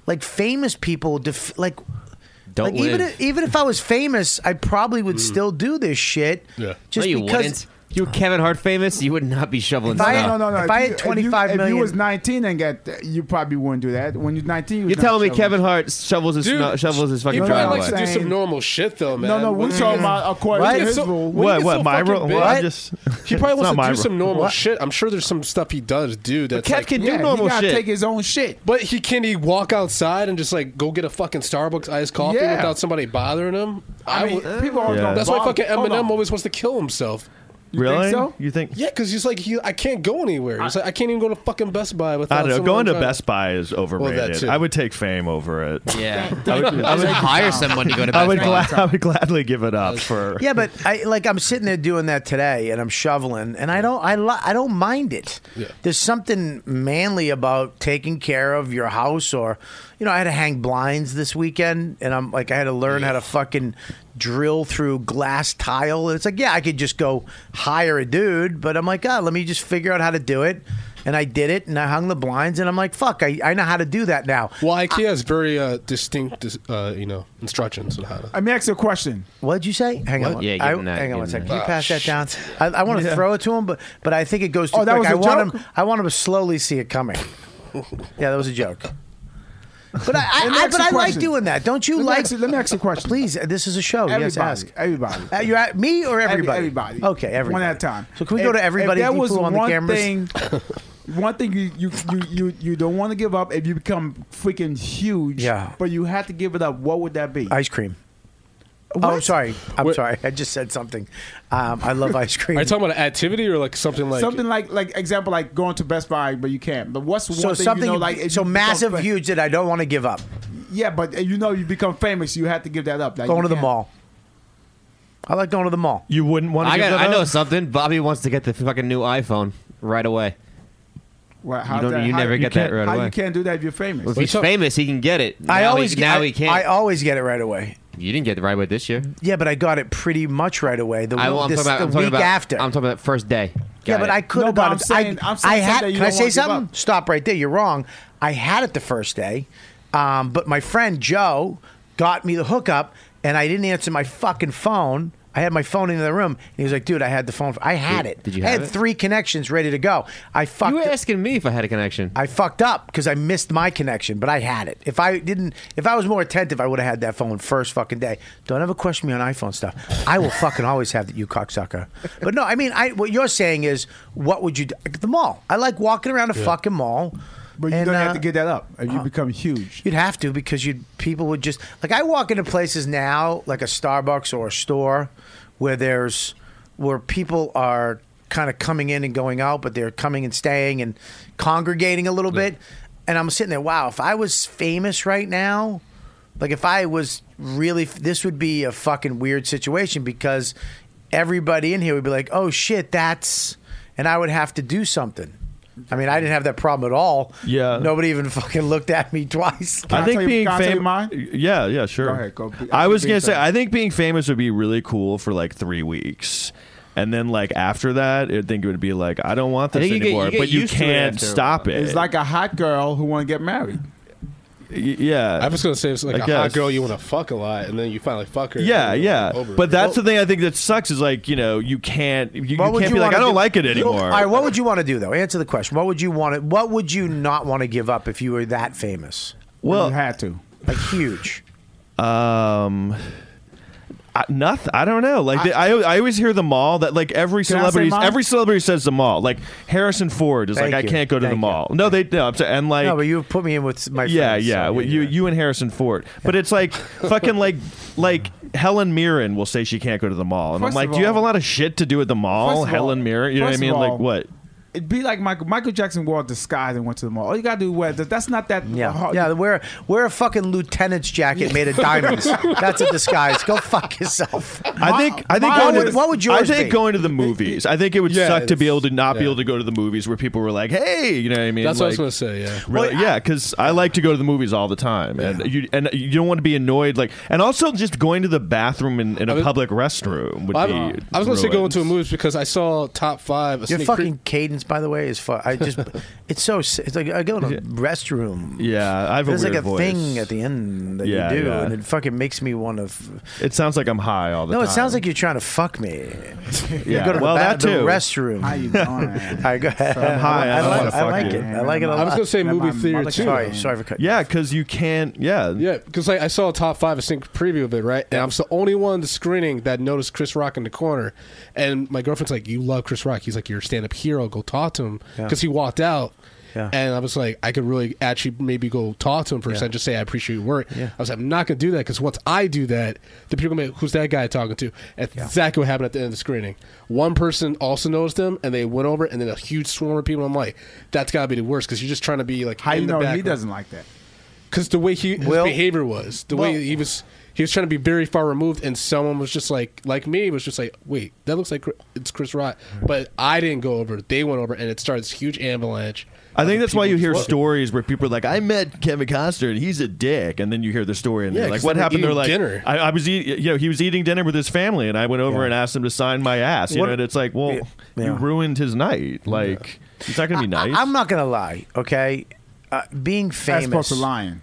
[SPEAKER 2] like famous people, def- like, like
[SPEAKER 8] Don't
[SPEAKER 2] even
[SPEAKER 8] live. Mm.
[SPEAKER 2] if, even if I was famous, I probably would still do this shit.
[SPEAKER 7] Yeah.
[SPEAKER 2] Just
[SPEAKER 8] no, you
[SPEAKER 2] because
[SPEAKER 8] wouldn't. If You were Kevin Hart famous, you would not be shoveling
[SPEAKER 2] I-
[SPEAKER 8] stuff.
[SPEAKER 6] no, no, no.
[SPEAKER 2] If I had
[SPEAKER 6] you- you,
[SPEAKER 2] 25
[SPEAKER 6] if
[SPEAKER 2] million-
[SPEAKER 6] you was 19 and got, you probably wouldn't do that. When you're 19, you was
[SPEAKER 8] You're
[SPEAKER 6] not
[SPEAKER 8] telling me
[SPEAKER 6] showing-
[SPEAKER 8] Kevin Hart shovels his,
[SPEAKER 7] Dude,
[SPEAKER 8] no, shovels his
[SPEAKER 7] He
[SPEAKER 8] fucking
[SPEAKER 6] no, no,
[SPEAKER 7] probably
[SPEAKER 8] driveway.
[SPEAKER 7] likes to do
[SPEAKER 6] Saying-
[SPEAKER 7] some normal shit though, man.
[SPEAKER 6] No, no,
[SPEAKER 7] When
[SPEAKER 6] we're
[SPEAKER 7] you
[SPEAKER 6] talking
[SPEAKER 7] get-
[SPEAKER 6] about according
[SPEAKER 7] when
[SPEAKER 6] to
[SPEAKER 7] you get
[SPEAKER 6] his
[SPEAKER 7] so-
[SPEAKER 6] rule.
[SPEAKER 7] when you
[SPEAKER 10] What?
[SPEAKER 7] get
[SPEAKER 10] What?
[SPEAKER 7] so
[SPEAKER 10] my
[SPEAKER 7] fucking
[SPEAKER 10] role?
[SPEAKER 7] big-
[SPEAKER 10] Well, I just
[SPEAKER 7] He probably
[SPEAKER 10] it's not
[SPEAKER 7] wants
[SPEAKER 10] my
[SPEAKER 7] to do
[SPEAKER 10] role.
[SPEAKER 7] some normal shit. I'm sure there's some stuff he does do that's
[SPEAKER 8] Kev
[SPEAKER 7] like,
[SPEAKER 8] can do
[SPEAKER 6] Yeah,
[SPEAKER 8] normal
[SPEAKER 6] he gotta
[SPEAKER 8] shit.
[SPEAKER 6] take his own shit.
[SPEAKER 7] But he can he walk outside and just like go get a fucking Starbucks iced coffee
[SPEAKER 6] Yeah.
[SPEAKER 7] without somebody bothering him?
[SPEAKER 6] I mean,
[SPEAKER 7] would-
[SPEAKER 6] people are
[SPEAKER 10] Yeah.
[SPEAKER 6] gonna
[SPEAKER 7] that's why
[SPEAKER 6] bomb-
[SPEAKER 7] fucking
[SPEAKER 6] hold on.
[SPEAKER 7] Eminem always wants to kill himself.
[SPEAKER 10] really?
[SPEAKER 6] so?
[SPEAKER 10] You think?
[SPEAKER 7] Yeah, because he's like he, I can't go anywhere. He's like I can't even go to fucking Best Buy without.
[SPEAKER 10] I don't know.
[SPEAKER 7] someone
[SPEAKER 10] Going to
[SPEAKER 7] trying
[SPEAKER 10] Best Buy is overrated.
[SPEAKER 7] too.
[SPEAKER 10] I would take fame over it.
[SPEAKER 8] yeah.
[SPEAKER 10] I would, I would,
[SPEAKER 8] hire someone to go to
[SPEAKER 10] I
[SPEAKER 8] Best
[SPEAKER 10] would,
[SPEAKER 8] Buy.
[SPEAKER 10] gla- I would gladly give it up for.
[SPEAKER 2] Yeah, but I like I'm sitting there doing that today, and I'm shoveling, and I don't I li- I don't mind it.
[SPEAKER 7] Yeah.
[SPEAKER 2] There's something manly about taking care of your house, or you know, I had to hang blinds this weekend, and I'm like I had to learn how to fucking drill through glass tile. And it's like yeah, I could just go hire a dude, but I'm like, oh, let me just figure out how to do it. And I did it, and I hung the blinds, and I'm like, "Fuck! I, I know how to do that now."
[SPEAKER 7] Well, IKEA has very uh, distinct, uh, you know, instructions on how to.
[SPEAKER 6] Let me ask you a question.
[SPEAKER 2] What'd you say? Hang on.
[SPEAKER 8] What?
[SPEAKER 2] one-
[SPEAKER 8] Yeah, give
[SPEAKER 2] I,
[SPEAKER 8] him that,
[SPEAKER 2] hang on
[SPEAKER 8] give
[SPEAKER 2] one
[SPEAKER 8] him
[SPEAKER 2] second.
[SPEAKER 8] that.
[SPEAKER 2] Can you
[SPEAKER 7] Ah,
[SPEAKER 2] pass that
[SPEAKER 7] shit.
[SPEAKER 2] down? I, I want to throw it to him, but but I think it goes too
[SPEAKER 6] Oh, that
[SPEAKER 2] quick.
[SPEAKER 6] was a
[SPEAKER 2] I want
[SPEAKER 6] joke?
[SPEAKER 2] him. I want him to slowly see it coming. yeah, that was a joke. But I, I,
[SPEAKER 6] Let me ask
[SPEAKER 2] I- but
[SPEAKER 6] you a
[SPEAKER 2] I like
[SPEAKER 6] question.
[SPEAKER 2] doing that. Don't you
[SPEAKER 6] Let me
[SPEAKER 2] like?
[SPEAKER 6] ask you- let me ask you a question.
[SPEAKER 2] Please, uh, this is a show.
[SPEAKER 6] Everybody,
[SPEAKER 2] yes, ask.
[SPEAKER 6] everybody.
[SPEAKER 2] Uh, you at me or
[SPEAKER 6] Oh, Every-
[SPEAKER 2] everybody?
[SPEAKER 6] everybody.
[SPEAKER 2] Okay, everybody.
[SPEAKER 6] One at a time.
[SPEAKER 2] So can we go to everybody?
[SPEAKER 6] If there
[SPEAKER 2] People
[SPEAKER 6] was
[SPEAKER 2] on the
[SPEAKER 6] one
[SPEAKER 2] cameras.
[SPEAKER 6] thing, one thing you you, you, you you don't want to give up if you become freaking huge.
[SPEAKER 2] Yeah.
[SPEAKER 6] But you have to give it up. What would that be?
[SPEAKER 2] Ice cream. Oh, sorry. I'm sorry. I just said something. Um, I love ice cream.
[SPEAKER 7] Are you talking about an activity or like something like
[SPEAKER 6] something like like example like going to Best Buy but you can't. But what's one
[SPEAKER 2] so
[SPEAKER 6] thing
[SPEAKER 2] something
[SPEAKER 6] you know, like if
[SPEAKER 2] so
[SPEAKER 6] you become
[SPEAKER 2] massive,
[SPEAKER 6] fa-
[SPEAKER 2] huge that I don't want to give up.
[SPEAKER 6] Yeah, but uh, you know you become famous, you have to give that up. Like,
[SPEAKER 2] Going
[SPEAKER 6] you
[SPEAKER 2] to the
[SPEAKER 6] can't.
[SPEAKER 2] mall. I like going to the mall.
[SPEAKER 10] You wouldn't want
[SPEAKER 8] I,
[SPEAKER 10] to.
[SPEAKER 8] got,
[SPEAKER 10] give that
[SPEAKER 8] I know
[SPEAKER 10] up?
[SPEAKER 8] something. Bobby wants to get the fucking new iPhone right away.
[SPEAKER 6] Well,
[SPEAKER 8] You
[SPEAKER 6] how's
[SPEAKER 8] don't-
[SPEAKER 6] that-
[SPEAKER 8] you
[SPEAKER 6] how-
[SPEAKER 8] never get that
[SPEAKER 6] can't-
[SPEAKER 8] right
[SPEAKER 6] how
[SPEAKER 8] away.
[SPEAKER 6] You can't do that if you're famous.
[SPEAKER 8] Well, if he's famous, he can get it. Now
[SPEAKER 2] I always
[SPEAKER 8] he, now
[SPEAKER 2] I,
[SPEAKER 8] he can't.
[SPEAKER 2] I always get it right away.
[SPEAKER 8] you didn't get it right away this year.
[SPEAKER 2] Yeah, but I got it pretty much right away. The,
[SPEAKER 8] I,
[SPEAKER 2] week-
[SPEAKER 8] am
[SPEAKER 2] this-
[SPEAKER 8] talking about,
[SPEAKER 2] the
[SPEAKER 8] I'm talking
[SPEAKER 2] week
[SPEAKER 8] about,
[SPEAKER 2] after.
[SPEAKER 8] I'm talking about first day.
[SPEAKER 2] yeah,
[SPEAKER 8] Got
[SPEAKER 2] but
[SPEAKER 8] it.
[SPEAKER 2] I could
[SPEAKER 6] No,
[SPEAKER 2] have
[SPEAKER 6] but
[SPEAKER 2] got
[SPEAKER 6] I'm
[SPEAKER 2] it.
[SPEAKER 6] saying-
[SPEAKER 2] I,
[SPEAKER 6] I'm saying
[SPEAKER 2] I had.
[SPEAKER 6] someday you
[SPEAKER 2] Can I
[SPEAKER 6] don't
[SPEAKER 2] say
[SPEAKER 6] wanna give
[SPEAKER 2] something? Stop right there. You're wrong. I had it the first day, um, but my friend Joe got me the hookup, and I didn't answer my fucking phone. I had my phone in the room, and he was like, "Dude, I had the phone. I had it.
[SPEAKER 8] did you
[SPEAKER 2] I
[SPEAKER 8] have
[SPEAKER 2] had
[SPEAKER 8] it?
[SPEAKER 2] three connections ready to go. I fucked.
[SPEAKER 8] you were
[SPEAKER 2] it-
[SPEAKER 8] asking me if I had a connection.
[SPEAKER 2] I fucked up because I missed my connection, but I had it. If I didn't, if I was more attentive, I would have had that phone first fucking day. Don't ever question me on iPhone stuff. I will fucking always have that, you cocksucker. But no, I mean, I what you're saying is, what would you do? The mall. I like walking around a fucking mall.
[SPEAKER 6] But you
[SPEAKER 2] and,
[SPEAKER 6] don't
[SPEAKER 2] uh,
[SPEAKER 6] have to get that up. If you become huge.
[SPEAKER 2] You'd have to because you'd people would just like I walk into places now like a Starbucks or a store where there's where people are kind of coming in and going out, but they're coming and staying and congregating a little bit. And I'm sitting there, wow, if I was famous right now, like if I was really, this would be a fucking weird situation because everybody in here would be like, oh shit, that's, and I would have to do something. I mean, I didn't have that problem at all.
[SPEAKER 10] Yeah.
[SPEAKER 2] Nobody even fucking looked at me twice.
[SPEAKER 10] I think
[SPEAKER 6] tell you-
[SPEAKER 10] being
[SPEAKER 6] can I tell you
[SPEAKER 10] famous.
[SPEAKER 6] mine?
[SPEAKER 10] Yeah, yeah, sure.
[SPEAKER 6] Go ahead, go. I
[SPEAKER 10] I
[SPEAKER 6] think
[SPEAKER 10] was
[SPEAKER 6] being
[SPEAKER 10] gonna say,
[SPEAKER 6] famous.
[SPEAKER 10] I think being famous would be really cool for like three weeks, and then like after that, I think it would be like, I don't want
[SPEAKER 8] I
[SPEAKER 10] this
[SPEAKER 8] think you get-
[SPEAKER 10] anymore.
[SPEAKER 8] you get
[SPEAKER 10] but you
[SPEAKER 8] used to it
[SPEAKER 10] can't
[SPEAKER 8] after a
[SPEAKER 10] stop it.
[SPEAKER 6] It's like a hot girl who want to get married.
[SPEAKER 10] Y- yeah,
[SPEAKER 7] I was gonna say it's like
[SPEAKER 10] I
[SPEAKER 7] a
[SPEAKER 10] guess.
[SPEAKER 7] hot girl you want to fuck a lot, and then you finally fuck her.
[SPEAKER 10] Yeah,
[SPEAKER 7] and you're
[SPEAKER 10] yeah.
[SPEAKER 7] like, over it.
[SPEAKER 10] But that's the thing I think that sucks is like, you know, you can't you, you
[SPEAKER 2] What
[SPEAKER 10] can't
[SPEAKER 2] would
[SPEAKER 10] be like,
[SPEAKER 2] wanna
[SPEAKER 10] I don't
[SPEAKER 2] do-
[SPEAKER 10] like it anymore.
[SPEAKER 2] All right, what would you want to do though? Answer the question. What would you want to? What would you not want to give up if you were that famous,
[SPEAKER 6] you
[SPEAKER 10] well,
[SPEAKER 6] had to.
[SPEAKER 2] like huge?
[SPEAKER 10] um I, nothing. I don't know. Like I, I, always hear the mall. That like every
[SPEAKER 6] Can I say
[SPEAKER 10] celebrity,
[SPEAKER 6] mine?
[SPEAKER 10] every celebrity says the mall. Like Harrison Ford is
[SPEAKER 2] Thank
[SPEAKER 10] like,
[SPEAKER 2] you.
[SPEAKER 10] I can't go to the
[SPEAKER 2] Thank you.
[SPEAKER 10] mall. No, they no. I'm sorry. And like,
[SPEAKER 2] no, but you put me in with my
[SPEAKER 10] yeah,
[SPEAKER 2] friends,
[SPEAKER 10] yeah.
[SPEAKER 2] so
[SPEAKER 10] Well, you you and Harrison Ford. But it's like fucking like like Helen Mirren will say she can't go to the mall, and
[SPEAKER 6] First
[SPEAKER 10] I'm like,
[SPEAKER 6] of
[SPEAKER 10] do you have a
[SPEAKER 6] all-
[SPEAKER 10] lot of shit to do at the
[SPEAKER 6] First
[SPEAKER 10] mall,
[SPEAKER 6] of
[SPEAKER 10] Helen
[SPEAKER 6] all-
[SPEAKER 10] Mirren? You know what I
[SPEAKER 6] first of
[SPEAKER 10] mean?
[SPEAKER 6] all,
[SPEAKER 10] like what?
[SPEAKER 6] It'd be like Michael, Michael Jackson wore a disguise and went to the mall. All you gotta do wear that. That's not that
[SPEAKER 2] Yeah,
[SPEAKER 10] Oh,
[SPEAKER 6] hard.
[SPEAKER 2] yeah. Wear wear a fucking lieutenant's jacket made of diamonds. That's a disguise. Go fuck yourself.
[SPEAKER 10] I think I think
[SPEAKER 2] mine
[SPEAKER 10] going
[SPEAKER 2] would-
[SPEAKER 10] to,
[SPEAKER 2] what would
[SPEAKER 10] I
[SPEAKER 2] yours
[SPEAKER 10] think
[SPEAKER 2] be?
[SPEAKER 10] going to the movies. I think it would
[SPEAKER 7] Yeah,
[SPEAKER 10] suck to be able to not be
[SPEAKER 7] yeah.
[SPEAKER 10] able to go to the movies where people were like, "Hey," you know what I mean?
[SPEAKER 7] that's what I was
[SPEAKER 10] Like,
[SPEAKER 7] gonna say. Yeah.
[SPEAKER 10] Really, yeah, because I like to go to the movies all the time, and you and you don't want to be annoyed. Like, and also just going to the bathroom in, in
[SPEAKER 7] I
[SPEAKER 10] a
[SPEAKER 7] was-
[SPEAKER 10] public restroom would
[SPEAKER 7] I,
[SPEAKER 10] be.
[SPEAKER 7] I was gonna say go
[SPEAKER 10] ruined.
[SPEAKER 7] into a movies because I saw top five. A
[SPEAKER 2] Your
[SPEAKER 7] sneak
[SPEAKER 2] fucking
[SPEAKER 7] peek-
[SPEAKER 2] cadence, by the way, is fu- I just, it's so. s- It's like I go to a restroom.
[SPEAKER 10] Yeah, I have a
[SPEAKER 2] There's like
[SPEAKER 10] weird
[SPEAKER 2] a
[SPEAKER 10] voice.
[SPEAKER 2] thing at the end that
[SPEAKER 10] Yeah,
[SPEAKER 2] you do,
[SPEAKER 10] yeah.
[SPEAKER 2] and it fucking makes me want to. F-
[SPEAKER 10] It sounds like I'm high all the
[SPEAKER 2] no,
[SPEAKER 10] time.
[SPEAKER 2] it sounds like you're trying to fuck me. You
[SPEAKER 10] Yeah.
[SPEAKER 2] go to
[SPEAKER 10] well,
[SPEAKER 2] the, ba-
[SPEAKER 10] that
[SPEAKER 2] the
[SPEAKER 10] too.
[SPEAKER 2] restroom.
[SPEAKER 6] How you doing? I,
[SPEAKER 2] I go.
[SPEAKER 10] I'm high. I
[SPEAKER 2] I,
[SPEAKER 10] don't
[SPEAKER 2] like,
[SPEAKER 10] wanna
[SPEAKER 2] I
[SPEAKER 10] fuck
[SPEAKER 2] like
[SPEAKER 10] you.
[SPEAKER 2] it. I like it a lot.
[SPEAKER 7] I was gonna say
[SPEAKER 6] Yeah,
[SPEAKER 7] movie
[SPEAKER 6] my
[SPEAKER 7] theater
[SPEAKER 6] mother-
[SPEAKER 7] too.
[SPEAKER 2] sorry, sorry for cutting.
[SPEAKER 10] Yeah, because you can't. Yeah,
[SPEAKER 7] Yeah, because like I saw a top five, a sync preview of it, right? And I'm the only one in the screening that noticed Chris Rock in the corner. And my girlfriend's like, "You love Chris Rock." He's like, "You're a stand-up hero. Go talk to him." Because he walked out.
[SPEAKER 2] Yeah.
[SPEAKER 7] And I was like, I could really actually maybe go talk to him for a second, just say I appreciate your work. I was like, I'm not gonna do that because once I do that, the people gonna be, like, who's that guy talking to? And that's Exactly what happened at the end of the screening. One person also noticed him, and they went over, and then a huge swarm of people. I'm like, that's gotta be the worst because you're just trying to be like,
[SPEAKER 6] how
[SPEAKER 7] in
[SPEAKER 6] you
[SPEAKER 7] the
[SPEAKER 6] know he
[SPEAKER 7] background
[SPEAKER 6] doesn't like that?
[SPEAKER 7] because the way he his
[SPEAKER 2] Will-
[SPEAKER 7] behavior was, the way he was, he was trying to be very far removed, and someone was just like, like me, was just like, wait, that looks like Chris- it's Chris Rock, but I didn't go over. They went over, and it started this huge avalanche.
[SPEAKER 10] I think
[SPEAKER 7] of
[SPEAKER 10] that's why you
[SPEAKER 7] people
[SPEAKER 10] hear
[SPEAKER 7] just-
[SPEAKER 10] stories where people are like, "I met Kevin Costner and he's a dick," and then you hear the story and
[SPEAKER 7] Yeah,
[SPEAKER 10] they're like,
[SPEAKER 7] 'cause
[SPEAKER 10] "What
[SPEAKER 7] they were
[SPEAKER 10] happened?" They're
[SPEAKER 7] eating
[SPEAKER 10] like,
[SPEAKER 7] dinner.
[SPEAKER 10] "I, I was eating, you know, he was eating dinner with his family, and I went over and asked him to sign my ass." You
[SPEAKER 2] What-
[SPEAKER 10] know, and it's like, "Well,
[SPEAKER 2] Yeah.
[SPEAKER 10] you
[SPEAKER 2] Yeah.
[SPEAKER 10] ruined his night. Like, it's not gonna be nice."
[SPEAKER 2] I, am not gonna lie. Okay, uh, being
[SPEAKER 6] That's
[SPEAKER 2] famous.
[SPEAKER 6] supposed to lying.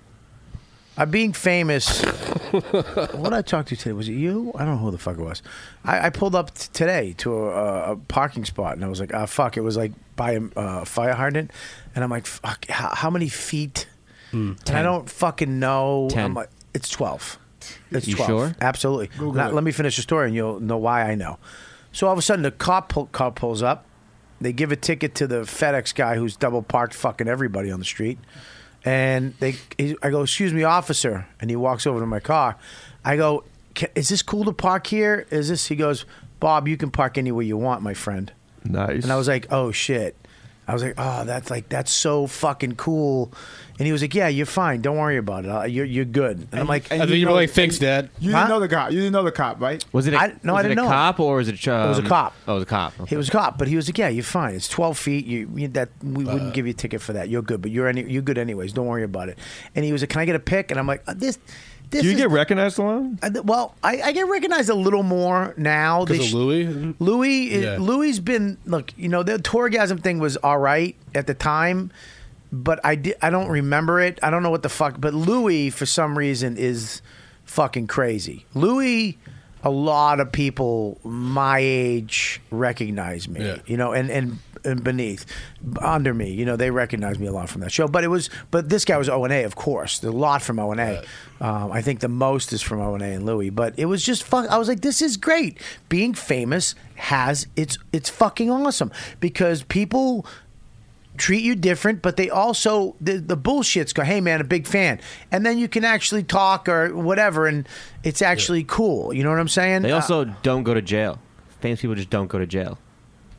[SPEAKER 2] Uh, being famous. what did I talk to today was it you? I don't know who the fuck it was. I, I pulled up t- today to a, a parking spot and I was like, ah, fuck. It was like by a uh, fire hydrant, and I'm like, fuck. How, how many feet? and I don't fucking know.
[SPEAKER 8] Ten.
[SPEAKER 2] I'm like, it's twelve. It's
[SPEAKER 8] You
[SPEAKER 2] 12.
[SPEAKER 8] sure?
[SPEAKER 2] Absolutely. Now,
[SPEAKER 8] it.
[SPEAKER 2] Let me finish the story, and you'll know why I know. So all of a sudden, the cop pull, car pulls up. They give a ticket to the FedEx guy who's double parked, fucking everybody on the street. And they, he, I go, "Excuse me, officer," and he walks over to my car. I go, "Ca- "Is this cool to park here? Is this?" He goes, "Bob, you can park anywhere you want, my friend."
[SPEAKER 10] Nice.
[SPEAKER 2] And I was like, "Oh shit." I was like, "Oh, that's like that's so fucking cool." And he was like, "Yeah, you're fine. Don't worry about it. Uh, You're you're good." And, I'm like,
[SPEAKER 7] And I think you were like, "Thanks, Dad."
[SPEAKER 6] You didn't know the cop. You didn't know the cop, right?
[SPEAKER 8] Was it a,
[SPEAKER 2] I- no,
[SPEAKER 8] was
[SPEAKER 2] I didn't
[SPEAKER 8] it a
[SPEAKER 2] know.
[SPEAKER 8] cop or was it? Um,
[SPEAKER 2] was a cop.
[SPEAKER 8] Oh, it was a cop.
[SPEAKER 2] He was a cop, but he was like, "Yeah, you're fine. It's 12 feet. You, you that we wouldn't give you a ticket for that. You're good, but you're any you're good anyways. Don't worry about it." And he was like, "Can I get a pic?" And I'm like, uh, "This, this."
[SPEAKER 10] Do you
[SPEAKER 2] is-
[SPEAKER 10] get recognized alone?
[SPEAKER 2] I th- well, I, I get recognized a little more now.
[SPEAKER 7] 'Cause
[SPEAKER 2] They
[SPEAKER 7] of
[SPEAKER 2] sh-
[SPEAKER 7] Louis?
[SPEAKER 2] Louis, is-
[SPEAKER 7] Yeah.
[SPEAKER 2] Louis's been look. You know, the tourgasm thing was all right at the time, but I di- I don't remember it. I don't know what the fuck. But Louis, for some reason, is fucking crazy. Louis, a lot of people my age recognize me. You know, and and. And beneath, under me, you know, they recognized me a lot from that show. But it was, but this guy was O and A, of course, a lot from O and A. Um, I think the most is from O and A and Louis, but it was just fuck. I was like, this is great. Being famous has it's it's fucking awesome because people treat you different, but they also the, the bullshits go, hey man, a big fan, and then you can actually talk or whatever, and it's actually cool. You know what I'm saying?
[SPEAKER 8] They
[SPEAKER 2] Uh,
[SPEAKER 8] also don't go to jail. Famous people just don't go to jail.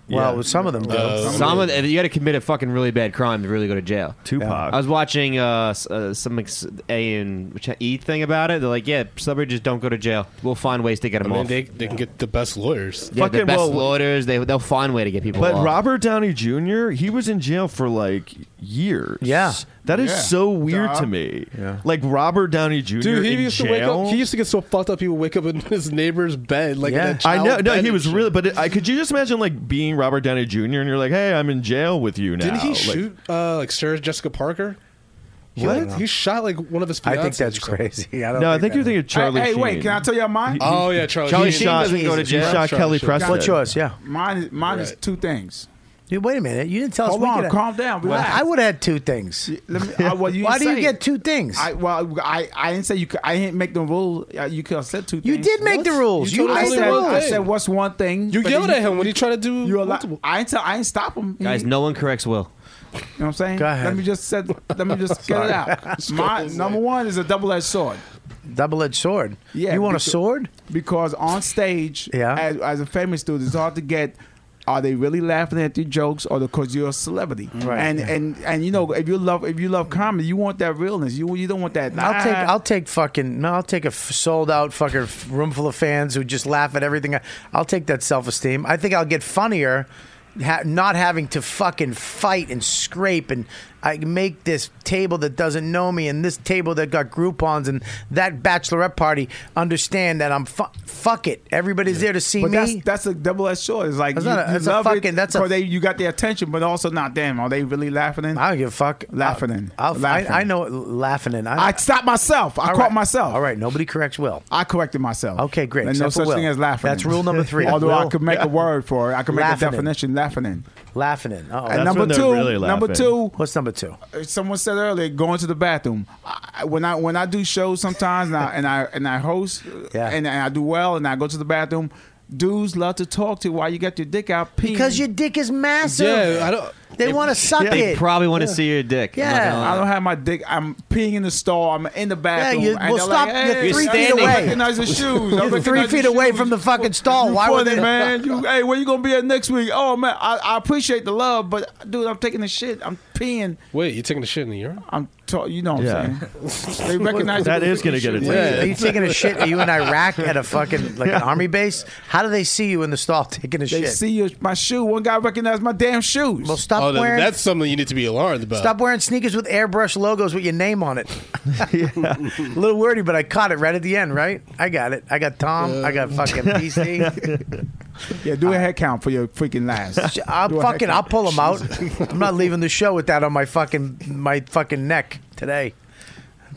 [SPEAKER 2] well, some of them do.
[SPEAKER 8] Some of the, you got to commit a fucking really bad crime to really go to jail.
[SPEAKER 10] Tupac.
[SPEAKER 8] I was watching uh, s- uh, some ex- A and which- E thing about it. They're like, yeah, celebrities just don't go to jail. We'll find ways to
[SPEAKER 7] I
[SPEAKER 8] get them
[SPEAKER 7] mean,
[SPEAKER 8] off.
[SPEAKER 7] they, they can get the best lawyers.
[SPEAKER 8] yeah, the
[SPEAKER 10] Fucking
[SPEAKER 8] best
[SPEAKER 10] well-
[SPEAKER 8] lawyers. They they'll find a way to get people.
[SPEAKER 10] But
[SPEAKER 8] off.
[SPEAKER 10] Robert Downey Jr., he was in jail for like years. Yeah. That is
[SPEAKER 7] Yeah.
[SPEAKER 10] so weird
[SPEAKER 7] Duh.
[SPEAKER 10] to me. Like Robert Downey Jr.
[SPEAKER 7] Dude, he
[SPEAKER 10] in
[SPEAKER 7] used
[SPEAKER 10] jail.
[SPEAKER 7] to wake up. He used to get so fucked up. He would wake up in his neighbor's bed, like in that
[SPEAKER 10] I know.
[SPEAKER 7] child
[SPEAKER 10] No,
[SPEAKER 7] bed
[SPEAKER 10] he
[SPEAKER 7] and
[SPEAKER 10] was
[SPEAKER 7] shit.
[SPEAKER 10] really. But it, I could you just imagine like being Robert Downey Jr. and you're like, hey, I'm in jail with you now.
[SPEAKER 7] Didn't he
[SPEAKER 10] Like,
[SPEAKER 7] shoot uh, like Sarah Jessica Parker? He,
[SPEAKER 10] What?
[SPEAKER 7] like, he shot like one of his.
[SPEAKER 10] I think
[SPEAKER 7] fiancées
[SPEAKER 10] that's
[SPEAKER 7] or something.
[SPEAKER 2] crazy. I
[SPEAKER 10] don't No, I think think that- you're thinking of Charlie
[SPEAKER 6] Hey, hey, wait!
[SPEAKER 10] Sheen.
[SPEAKER 6] Can I tell y'all mine?
[SPEAKER 10] He- Oh, yeah, Charlie Charlie Sheen. Sheen doesn't go to
[SPEAKER 6] Jesus.
[SPEAKER 10] jail. He shot Kelly
[SPEAKER 6] Sheen.
[SPEAKER 10] Preston.
[SPEAKER 2] What's yours? Yeah.
[SPEAKER 6] Mine is mine is two things.
[SPEAKER 2] Dude, wait a minute. You didn't tell us.
[SPEAKER 6] Hold
[SPEAKER 2] we
[SPEAKER 6] on,
[SPEAKER 2] could have-
[SPEAKER 6] calm down,
[SPEAKER 2] Well,
[SPEAKER 6] relax.
[SPEAKER 2] I would have had two things.
[SPEAKER 6] Let me, uh, well, you
[SPEAKER 2] Why
[SPEAKER 6] didn't
[SPEAKER 2] do you
[SPEAKER 6] say
[SPEAKER 2] get
[SPEAKER 6] it.
[SPEAKER 2] two things?
[SPEAKER 6] I, well, I, I didn't say you. Could, I didn't make the rule. Uh, you could have said two.
[SPEAKER 2] You
[SPEAKER 6] things.
[SPEAKER 2] did make the rules. You
[SPEAKER 6] told
[SPEAKER 2] made
[SPEAKER 6] us
[SPEAKER 2] the
[SPEAKER 6] that-
[SPEAKER 2] rules.
[SPEAKER 6] I said what's one thing.
[SPEAKER 7] You
[SPEAKER 6] but
[SPEAKER 7] yelled
[SPEAKER 6] then
[SPEAKER 7] at him when he tried to do.
[SPEAKER 6] You allowed, I ain't. Tell, I ain't stop him. He-
[SPEAKER 8] guys, no one corrects Will.
[SPEAKER 6] You know what I'm saying?
[SPEAKER 8] Go ahead.
[SPEAKER 6] Let me just said. Let me just get it
[SPEAKER 8] Sorry.
[SPEAKER 6] out.
[SPEAKER 8] Sorry.
[SPEAKER 6] My number one is a double-edged sword.
[SPEAKER 2] Double-edged sword.
[SPEAKER 6] Yeah.
[SPEAKER 2] You want a
[SPEAKER 6] becau-
[SPEAKER 2] sword?
[SPEAKER 6] Because on stage,
[SPEAKER 2] Yeah.
[SPEAKER 6] as, as a famous dude, it's hard to get. Are they really laughing at your jokes, or because you're a celebrity?
[SPEAKER 2] Right.
[SPEAKER 6] And
[SPEAKER 2] Yeah.
[SPEAKER 6] and and you know, if you love if you love comedy, you want that realness. You you don't want that.
[SPEAKER 2] I'll take
[SPEAKER 6] "Ah."
[SPEAKER 2] I'll take fucking no I'll take a f- sold out fucking f- room full of fans who just laugh at everything. I, I'll take that self esteem. I think I'll get funnier, ha- not having to fucking fight and scrape and I make this table that doesn't know me and this table that got Groupon's and that bachelorette party understand that I'm fu- fuck it. Everybody's there to see
[SPEAKER 6] but
[SPEAKER 2] me.
[SPEAKER 6] That's, that's a double edged sword. It's like
[SPEAKER 2] That's
[SPEAKER 6] you,
[SPEAKER 2] not a-
[SPEAKER 6] you
[SPEAKER 2] that's a
[SPEAKER 6] love
[SPEAKER 2] fucking-
[SPEAKER 6] it
[SPEAKER 2] that's a-
[SPEAKER 6] 'cause they you got their attention, but also not damn. Are they really laughing in? I
[SPEAKER 2] don't give a fuck.
[SPEAKER 6] Laughing in.
[SPEAKER 2] I'll,
[SPEAKER 6] laughing.
[SPEAKER 2] I, I know it, laughing and
[SPEAKER 6] I stopped myself. I
[SPEAKER 2] All
[SPEAKER 6] caught
[SPEAKER 2] right.
[SPEAKER 6] myself.
[SPEAKER 2] All right, nobody corrects Will.
[SPEAKER 6] I corrected myself.
[SPEAKER 2] Okay, great.
[SPEAKER 6] There's no
[SPEAKER 2] Except for Will.
[SPEAKER 6] such thing as laughing.
[SPEAKER 2] That's
[SPEAKER 6] in.
[SPEAKER 2] rule number three.
[SPEAKER 6] Although I
[SPEAKER 2] Will-
[SPEAKER 6] could make a word for it, I could make
[SPEAKER 2] Laughing
[SPEAKER 6] a
[SPEAKER 2] in.
[SPEAKER 6] definition laughing in.
[SPEAKER 2] Laughing in. Oh,
[SPEAKER 6] And That's number when they're two- really number laughing. two-
[SPEAKER 2] What's number two?
[SPEAKER 6] Uh, Someone said earlier, going to the bathroom. I, when I when I do shows sometimes, and I and I, and I host,
[SPEAKER 2] Yeah.
[SPEAKER 6] and, and I do well, and I go to the bathroom. Dudes love to talk to you while you got your dick out. Peeing.
[SPEAKER 2] Because your dick is massive.
[SPEAKER 6] Yeah, I don't-
[SPEAKER 2] They want to suck it.
[SPEAKER 8] They probably want to see your dick. I'm not
[SPEAKER 2] Yeah.
[SPEAKER 8] gonna lie.
[SPEAKER 6] I don't have my dick. I'm peeing in the store. I'm in the bathroom.
[SPEAKER 2] you-
[SPEAKER 6] and
[SPEAKER 2] well,
[SPEAKER 6] they're
[SPEAKER 2] stop.
[SPEAKER 6] Like,
[SPEAKER 2] You're
[SPEAKER 6] hey,
[SPEAKER 2] three
[SPEAKER 6] I
[SPEAKER 2] feet
[SPEAKER 6] didn't
[SPEAKER 2] away.
[SPEAKER 6] Recognize the shoes. I
[SPEAKER 2] You're three
[SPEAKER 6] recognize the
[SPEAKER 2] feet away from the fucking stall.
[SPEAKER 6] You
[SPEAKER 2] Why would
[SPEAKER 6] funny,
[SPEAKER 2] they
[SPEAKER 6] man? You, hey, where you gonna be at next week? Oh man, I, I appreciate the love, but dude, I'm taking the shit. I'm peeing.
[SPEAKER 7] Wait, you taking a shit in the urine?
[SPEAKER 6] I'm. Ta- you know what I'm
[SPEAKER 7] Yeah.
[SPEAKER 6] saying? they recognize
[SPEAKER 10] That
[SPEAKER 6] it.
[SPEAKER 10] is gonna get attention.
[SPEAKER 2] Are you taking a shit? Are you in Iraq at a fucking like an army base? How do they see you in the stall taking a
[SPEAKER 6] They
[SPEAKER 2] shit?
[SPEAKER 6] see your, my shoe. One guy recognized my damn shoes.
[SPEAKER 2] well, stop
[SPEAKER 7] oh, then
[SPEAKER 2] wearing
[SPEAKER 7] that's something you need to be alarmed about.
[SPEAKER 2] stop wearing sneakers with airbrush logos with your name on it. a little wordy, but I caught it right at the end. Right? I got it. I got Tom. I got fucking PC.
[SPEAKER 6] Yeah, do a head count for your freaking last.
[SPEAKER 2] I'll
[SPEAKER 6] Do a head
[SPEAKER 2] fucking I'll
[SPEAKER 6] count.
[SPEAKER 2] pull them out. I'm not leaving the show with that on my fucking my fucking neck today.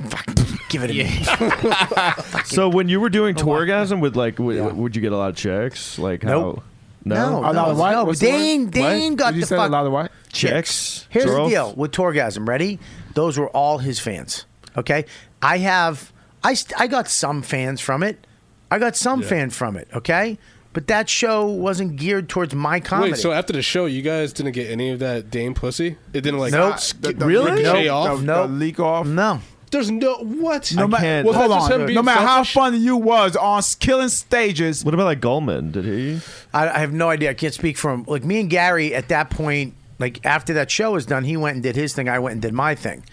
[SPEAKER 2] Fuck, give it to me.
[SPEAKER 10] So when you were doing tourgasm with like, w- would you get a lot of chicks? Like
[SPEAKER 2] Nope.
[SPEAKER 10] how? No.
[SPEAKER 2] No, no, no. Dane, Dane got the fuck.
[SPEAKER 6] of white?
[SPEAKER 10] chicks.
[SPEAKER 2] Here's
[SPEAKER 10] girls.
[SPEAKER 2] the deal with Torgasm. Ready? Those were all his fans. Okay. I have. I st- I got some fans from it. I got some fan from it. Okay. But that show wasn't geared towards my comedy.
[SPEAKER 7] Wait, so after the show, you guys didn't get any of that Dame pussy? It didn't like
[SPEAKER 2] Nope.
[SPEAKER 7] sk-
[SPEAKER 2] The- the- Really?
[SPEAKER 7] ricochet
[SPEAKER 2] Nope.
[SPEAKER 7] off?
[SPEAKER 2] The- the
[SPEAKER 6] leak off?
[SPEAKER 2] No.
[SPEAKER 7] There's no what?
[SPEAKER 6] No matter,
[SPEAKER 7] Was that
[SPEAKER 6] hold
[SPEAKER 7] just
[SPEAKER 6] on.
[SPEAKER 7] him being
[SPEAKER 6] No matter how
[SPEAKER 7] selfish?
[SPEAKER 6] funny you was on killing stages.
[SPEAKER 10] What about like Goldman? Did he?
[SPEAKER 2] I, I have no idea. I can't speak for him. Like me and Gary at that point, like after that show was done, he went and did his thing. I went and did my thing.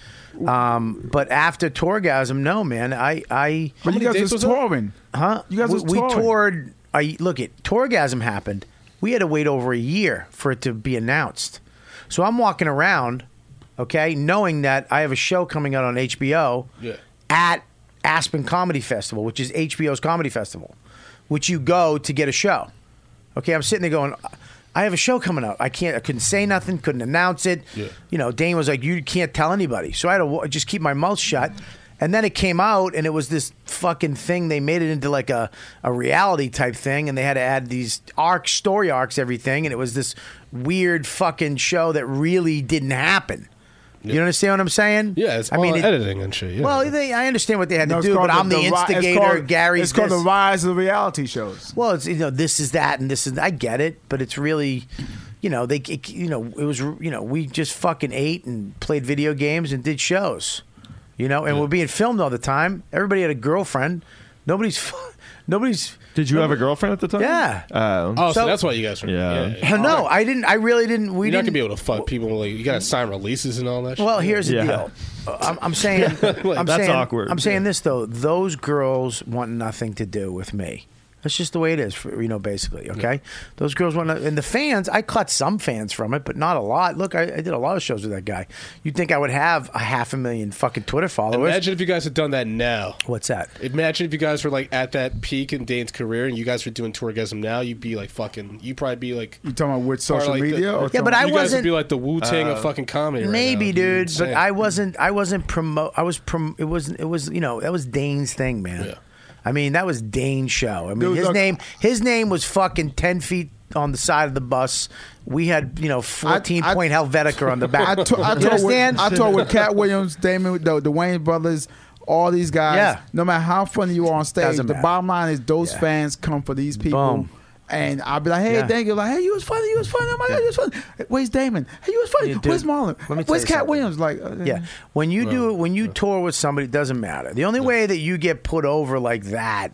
[SPEAKER 2] Um, but after Torgasm, no man. I I.
[SPEAKER 6] But you guys was touring.
[SPEAKER 2] Huh?
[SPEAKER 6] You guys
[SPEAKER 2] we,
[SPEAKER 6] was
[SPEAKER 2] we
[SPEAKER 6] touring.
[SPEAKER 2] toured. I look it. Torgasm happened. We had to wait over a year for it to be announced. So I'm walking around, okay, knowing that I have a show coming out on HBO
[SPEAKER 7] Yeah.
[SPEAKER 2] at Aspen Comedy Festival, which is HBO's comedy festival, which you go to get a show. Okay, I'm sitting there going, I have a show coming out. I can't, I couldn't say nothing, couldn't announce it.
[SPEAKER 7] Yeah.
[SPEAKER 2] You know, Dane was like, you can't tell anybody. So I had to wa- just keep my mouth shut. And then it came out, and it was this fucking thing. They made it into like a, a reality type thing, and they had to add these arcs, story arcs, everything. And it was this weird fucking show that really didn't happen. You understand what I'm saying?
[SPEAKER 7] Yeah, it's
[SPEAKER 2] I
[SPEAKER 7] all
[SPEAKER 2] mean, it-
[SPEAKER 7] editing and shit. Yeah.
[SPEAKER 2] Well, they, I understand what they had
[SPEAKER 6] No,
[SPEAKER 2] to
[SPEAKER 6] it's
[SPEAKER 2] do,
[SPEAKER 6] called
[SPEAKER 2] but I'm the,
[SPEAKER 6] ri- it's
[SPEAKER 2] instigator.
[SPEAKER 6] called-
[SPEAKER 2] Gary's
[SPEAKER 6] It's called
[SPEAKER 2] this.
[SPEAKER 6] the rise of the reality shows.
[SPEAKER 2] Well, it's you know this is that and this is I get it, but it's really, you know they it, you know it was you know we just fucking ate and played video games and did shows, you know, and we're being filmed all the time. Everybody had a girlfriend. Nobody's fu- nobody's.
[SPEAKER 10] Did you have a girlfriend at the time?
[SPEAKER 2] Yeah.
[SPEAKER 10] Oh.
[SPEAKER 7] Oh, so,
[SPEAKER 2] So-
[SPEAKER 7] that's why you guys were.
[SPEAKER 10] Yeah.
[SPEAKER 2] Hell no, I didn't. I really didn't. We
[SPEAKER 7] You're not gonna
[SPEAKER 2] didn't.
[SPEAKER 7] be able to fuck people. Like you gotta sign releases and all that. shit.
[SPEAKER 2] Well, here's the
[SPEAKER 10] Yeah.
[SPEAKER 2] deal. Uh, I'm, I'm saying
[SPEAKER 7] Like,
[SPEAKER 2] I'm
[SPEAKER 10] that's
[SPEAKER 2] saying,
[SPEAKER 10] awkward.
[SPEAKER 2] I'm saying this though. Those girls want nothing to do with me. That's just the way it is, for, you know. Basically, okay. Those girls want, to, and the fans. I caught some fans from it, but not a lot. Look, I, I did a lot of shows with that guy. You'd think I would have a half a million fucking Twitter followers.
[SPEAKER 7] Imagine if you guys had done that now.
[SPEAKER 2] What's that?
[SPEAKER 7] Imagine if you guys were like at that peak in Dane's career and you guys were doing tourgasm now, you'd be like fucking. You'd probably be like.
[SPEAKER 6] You talking about with social
[SPEAKER 7] probably, like, the-
[SPEAKER 6] media? or
[SPEAKER 2] Yeah, but
[SPEAKER 6] something?
[SPEAKER 2] I
[SPEAKER 7] you guys would
[SPEAKER 2] wasn't-
[SPEAKER 7] be like the Wu Tang
[SPEAKER 10] Uh,
[SPEAKER 7] of fucking comedy. right now.
[SPEAKER 2] Maybe,
[SPEAKER 7] It'd be
[SPEAKER 2] dude. But
[SPEAKER 7] insane.
[SPEAKER 2] I wasn't. I wasn't promote. I was prom. It was. It was. You know. That was Dane's thing, man.
[SPEAKER 7] Yeah.
[SPEAKER 2] I mean, that was Dane's show. I mean,
[SPEAKER 6] Dude,
[SPEAKER 2] his
[SPEAKER 6] look-
[SPEAKER 2] name. His name was fucking ten feet on the side of the bus. We had you know fourteen
[SPEAKER 6] I-
[SPEAKER 2] point Helvetica on the back.
[SPEAKER 6] I, t- I,
[SPEAKER 2] You
[SPEAKER 6] toured
[SPEAKER 2] understand?
[SPEAKER 6] With, I toured with Cat Williams, Damon, the, the Wayne brothers, all these guys.
[SPEAKER 2] Yeah.
[SPEAKER 6] No matter how funny you are on stage,
[SPEAKER 2] Doesn't
[SPEAKER 6] the
[SPEAKER 2] matter.
[SPEAKER 6] bottom line is those
[SPEAKER 2] Yeah.
[SPEAKER 6] fans come for these people.
[SPEAKER 2] Boom.
[SPEAKER 6] And I'll be like, hey,
[SPEAKER 2] Yeah.
[SPEAKER 6] thank you. Like, hey, you was funny. You was funny. Oh my God, you was funny. Hey, Where's Damon? Hey, you was funny.
[SPEAKER 2] Yeah, dude,
[SPEAKER 6] Where's Marlon?
[SPEAKER 2] let me tell
[SPEAKER 6] Where's
[SPEAKER 2] you
[SPEAKER 6] Cat
[SPEAKER 2] something.
[SPEAKER 6] Williams? Like, uh,
[SPEAKER 2] Yeah. When you do it, when you tour with somebody, it doesn't matter. The only way that you get put over like that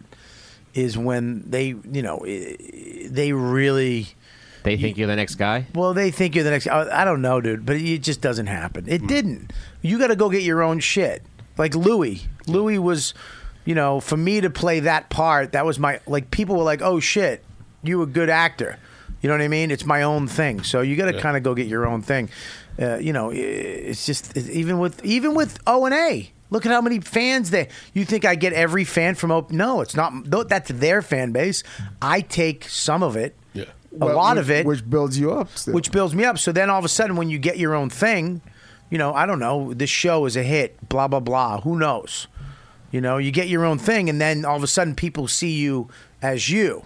[SPEAKER 2] is when they, you know, i- i- they really.
[SPEAKER 8] They think you're the next guy.
[SPEAKER 2] Well, they think you're the next. I I don't know, dude, but it just doesn't happen. It didn't. You got to go get your own shit. Like Louis. Louis was, you know, for me to play that part, that was my like. People were like, "Oh shit, you a good actor." You know what I mean? It's my own thing. So you got to kind of go get your own thing. Uh, you know, i- it's just it's- even with even with O and A. Look at how many fans they. You think I get every fan from O? No, it's not. no, That's their fan base. I take some of it.
[SPEAKER 7] Yeah.
[SPEAKER 2] A
[SPEAKER 6] well,
[SPEAKER 2] lot
[SPEAKER 6] which-
[SPEAKER 2] of it
[SPEAKER 6] Which builds you up. Still.
[SPEAKER 2] which builds me up. So then all of a sudden, when you get your own thing, you know, I don't know, this show is a hit, blah, blah, blah. Who knows? You know, you get your own thing, and then all of a sudden, people see you as you.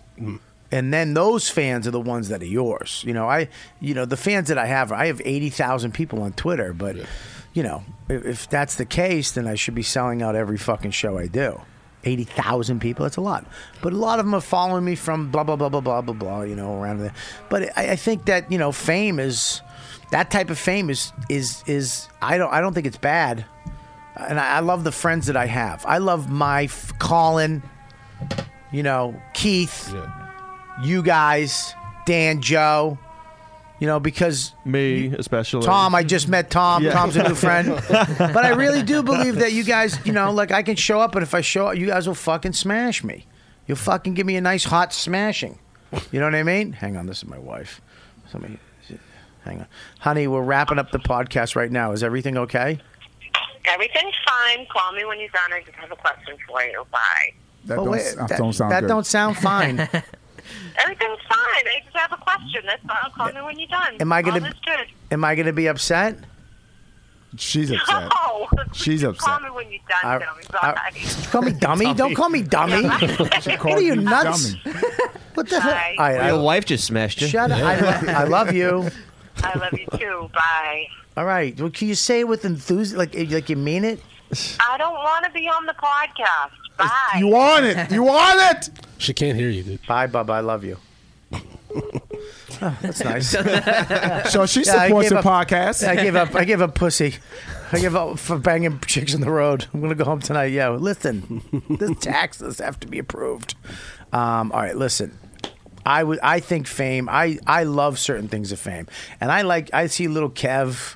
[SPEAKER 2] And then those fans are the ones that are yours. You know, I, you know, the fans that I have, I have 80,000 people on Twitter, but, you know, if, if that's the case, then I should be selling out every fucking show I do. 80,000 people. That's a lot. But a lot of them are following me from blah, blah, blah, blah, blah, blah, blah, you know, around there. But I, I think that, you know, fame is, that type of fame is, is, is, I don't, I don't think it's bad. And I, I love the friends that I have. I love my f- Colin, you know, Keith, you guys, Dan, Joe, you know, because
[SPEAKER 10] Me especially.
[SPEAKER 2] Tom, I just met Tom.
[SPEAKER 10] Yeah.
[SPEAKER 2] Tom's a new friend. but I really do believe that you guys, you know, like I can show up, and if I show up, you guys will fucking smash me. You'll fucking give me a nice hot smashing. You know what I mean? Hang on, this is my wife. Somebody, hang on, honey. We're wrapping up the podcast right now. Is everything okay?
[SPEAKER 13] Everything's fine. Call me when you're done. I just have a question for you. Bye.
[SPEAKER 6] That,
[SPEAKER 2] Oh,
[SPEAKER 6] don't,
[SPEAKER 2] wait,
[SPEAKER 6] s- that
[SPEAKER 2] that-
[SPEAKER 6] don't sound
[SPEAKER 2] that
[SPEAKER 6] good.
[SPEAKER 2] don't sound fine.
[SPEAKER 13] Everything's fine. I just have a question. That's all. Call me when you're done.
[SPEAKER 2] Am I
[SPEAKER 13] All
[SPEAKER 2] gonna?
[SPEAKER 13] is good.
[SPEAKER 2] Am I gonna be upset?
[SPEAKER 6] She's upset.
[SPEAKER 13] No.
[SPEAKER 6] She's
[SPEAKER 13] Call
[SPEAKER 6] upset.
[SPEAKER 13] me when you're done,
[SPEAKER 2] I-
[SPEAKER 13] Joey.
[SPEAKER 2] I-
[SPEAKER 13] Bye.
[SPEAKER 2] Call me dummy. Don't call me dummy. what are you nuts?
[SPEAKER 6] Dummy.
[SPEAKER 2] What the hell?
[SPEAKER 13] Bye.
[SPEAKER 2] All right, I-
[SPEAKER 8] Your wife just smashed you.
[SPEAKER 2] Shut up. I, lo- I love you.
[SPEAKER 13] I love you too. Bye.
[SPEAKER 2] All right. Well, can you say it with enthusiasm? Like, like you mean it?
[SPEAKER 13] I don't want to be on the podcast. Bye.
[SPEAKER 2] You want it. You want it.
[SPEAKER 7] She can't hear you, dude.
[SPEAKER 2] Bye, Bub. I love you. Oh, that's nice.
[SPEAKER 6] So she
[SPEAKER 2] I
[SPEAKER 6] supports
[SPEAKER 2] gave
[SPEAKER 6] the podcast.
[SPEAKER 2] I give up. I give up pussy. I give up for banging chicks on the road. I'm gonna go home tonight. Yeah, listen, the taxes have to be approved. Um, all right, listen. I would. I think fame. I I love certain things of fame, and I like. I see little Kev.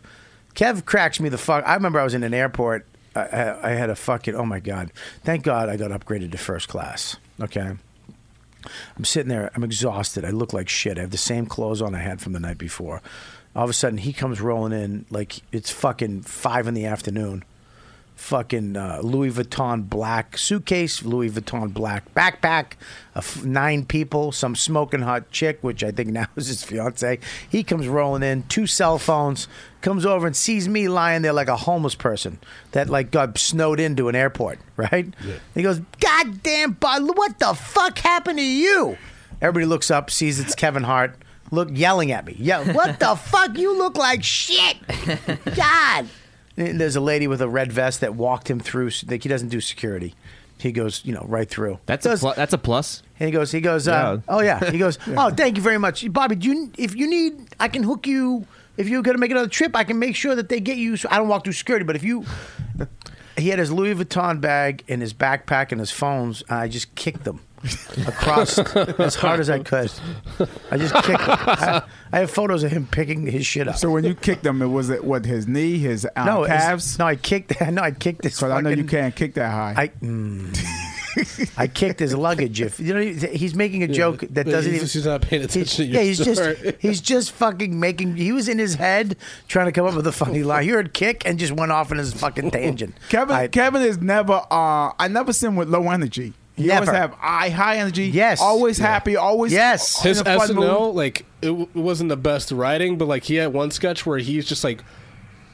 [SPEAKER 2] Kev cracks me the fuck. I remember I was in an airport. I- I, I had a fucking. Oh my god! Thank God I got upgraded to first class. Okay. I'm sitting there. I'm exhausted. I look like shit. I have the same clothes on I had from the night before. All of a sudden, he comes rolling in like it's fucking five in the afternoon. Fucking uh, Louis Vuitton black suitcase, Louis Vuitton black backpack, uh, f- nine people, some smoking hot chick, which I think now is his fiance. He comes rolling in, two cell phones, comes over and sees me lying there like a homeless person that like got snowed into an airport, right? He goes, God damn, Bob, what the fuck happened to you? Everybody looks up, sees it's Kevin Hart, look yelling at me. Yeah, what the fuck? You look like shit. God. And there's a lady with a red vest that walked him through. Like he doesn't do security. He goes, you know, right through. That's a pl-
[SPEAKER 8] that's a plus.
[SPEAKER 2] And he goes, he goes, uh,
[SPEAKER 8] Yeah.
[SPEAKER 2] oh yeah. He goes, oh, thank you very much, Bobby. Do you, if you need, I can hook you. If you're gonna make another trip, I can make sure that they get you. So I don't walk through security, but if you, he had his Louis Vuitton bag and his backpack and his phones. And I just kicked them across as hard as I could. I just kicked. Them. I, I have photos of him picking his shit up.
[SPEAKER 6] So when you kicked him, it was it what his knee, his um,
[SPEAKER 2] No, it's-
[SPEAKER 6] calves.
[SPEAKER 2] No, I kicked. No, I kicked this.
[SPEAKER 6] Because I know you can't kick that high.
[SPEAKER 2] I, mm, I kicked his luggage. If you know, he's making a joke that doesn't
[SPEAKER 7] he's,
[SPEAKER 2] even.
[SPEAKER 7] He's not paying attention to your
[SPEAKER 2] Yeah, he's just
[SPEAKER 7] story.
[SPEAKER 2] he's just fucking making. He was in his head trying to come up with a funny line. He heard kick and just went off in his fucking tangent.
[SPEAKER 6] Kevin
[SPEAKER 2] I-
[SPEAKER 6] Kevin is never. Uh, I never see him with low energy. He always
[SPEAKER 2] Never.
[SPEAKER 6] have high high energy.
[SPEAKER 2] Yes.
[SPEAKER 6] always happy. Always in
[SPEAKER 7] His
[SPEAKER 6] a fun
[SPEAKER 7] SNL,
[SPEAKER 6] mood.
[SPEAKER 7] like, it, w- it wasn't the best writing, but, like, he had one sketch where he's just, like,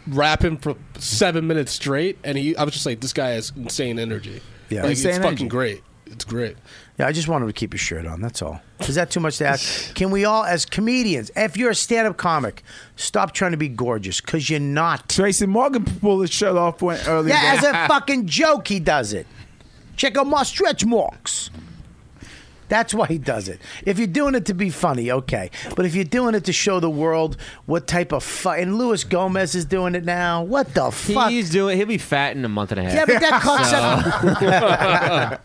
[SPEAKER 7] rapping for seven minutes straight, and he, I was just like, this guy has insane energy.
[SPEAKER 2] Yeah.
[SPEAKER 7] Like,
[SPEAKER 2] Insane
[SPEAKER 7] it's
[SPEAKER 2] energy.
[SPEAKER 7] fucking great. It's great.
[SPEAKER 2] Yeah, I just wanted to keep his shirt on. That's all. Is that too much to ask? Can we all, as comedians, if you're a stand-up comic, stop trying to be gorgeous because you're not.
[SPEAKER 6] Tracy Morgan pulled his shirt off when earlier.
[SPEAKER 2] Yeah, as
[SPEAKER 6] than-
[SPEAKER 2] a fucking joke, he does it. Check out my stretch marks. That's why he does it. If you're doing it to be funny, okay. But if you're doing it to show the world what type of fu- and Luis Gomez is doing it now. What the fuck?
[SPEAKER 8] He's doing. He'll be fat in a month and a half.
[SPEAKER 2] Yeah, but that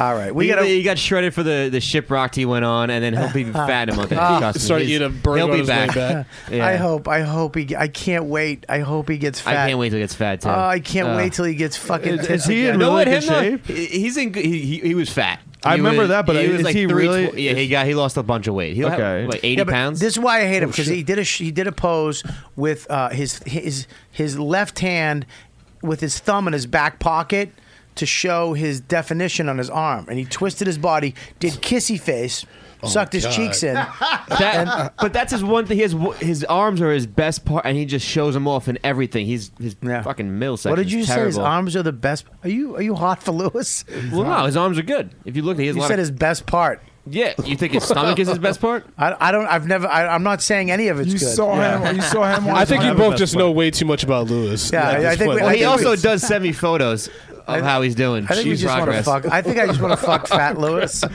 [SPEAKER 2] All right, we
[SPEAKER 8] he,
[SPEAKER 2] gotta-
[SPEAKER 8] he got shredded for the the shipwreck he went on, and then he'll be fat in a month and a half. Trust me,
[SPEAKER 7] Started
[SPEAKER 8] he's-
[SPEAKER 7] eating a burger
[SPEAKER 8] He'll
[SPEAKER 7] on
[SPEAKER 8] be
[SPEAKER 7] his way
[SPEAKER 8] back.
[SPEAKER 7] back.
[SPEAKER 8] Yeah.
[SPEAKER 2] I hope. I hope he. I can't wait. I hope he gets
[SPEAKER 8] I
[SPEAKER 2] fat.
[SPEAKER 8] can't wait till he gets fat too.
[SPEAKER 2] Oh, I can't
[SPEAKER 8] Uh,
[SPEAKER 2] wait till he gets fucking.
[SPEAKER 8] Is-
[SPEAKER 2] tits
[SPEAKER 8] is he in
[SPEAKER 2] again.
[SPEAKER 8] No, really at good him, though, shape? He's in. He, he, he was fat.
[SPEAKER 2] I
[SPEAKER 8] He
[SPEAKER 2] remember that, but
[SPEAKER 8] he was
[SPEAKER 2] is
[SPEAKER 8] like
[SPEAKER 2] he
[SPEAKER 8] three
[SPEAKER 2] really-
[SPEAKER 8] tw- yeah, he got he lost a bunch of weight. He had, like eighty
[SPEAKER 2] Yeah, but
[SPEAKER 8] pounds. Oh,
[SPEAKER 2] This is why I hate him because he did a sh- he did a pose with uh, his his his left hand with his thumb in his back pocket to show his definition on his arm, and he twisted his body, did kissy face,
[SPEAKER 8] Oh
[SPEAKER 2] sucked his cheeks in.
[SPEAKER 8] That- but that's his one thing. His his arms are his best part, and he just shows them off in everything. He's his fucking middle section.
[SPEAKER 2] What did you
[SPEAKER 8] is
[SPEAKER 2] say? His
[SPEAKER 8] terrible.
[SPEAKER 2] arms are the best. Are you are you hot for Lewis?
[SPEAKER 8] Well, no, his arms are good. If you look, he has
[SPEAKER 2] You
[SPEAKER 8] a lot
[SPEAKER 2] said
[SPEAKER 8] of,
[SPEAKER 2] his best part.
[SPEAKER 8] Yeah, you think his stomach is his best part?
[SPEAKER 2] I, I don't. I've never. I, I'm not saying any of it's good.
[SPEAKER 7] I think you both just know way too much about Lewis.
[SPEAKER 2] Yeah,
[SPEAKER 7] at
[SPEAKER 2] I
[SPEAKER 7] this
[SPEAKER 2] think we-
[SPEAKER 7] point.
[SPEAKER 8] Well,
[SPEAKER 2] I
[SPEAKER 8] he
[SPEAKER 2] think
[SPEAKER 8] also
[SPEAKER 2] we-
[SPEAKER 8] does send me photos of how he's doing.
[SPEAKER 2] I think we
[SPEAKER 8] She's
[SPEAKER 2] just want to
[SPEAKER 8] progress.
[SPEAKER 2] fuck. I think I just want to fuck Fat Lewis. All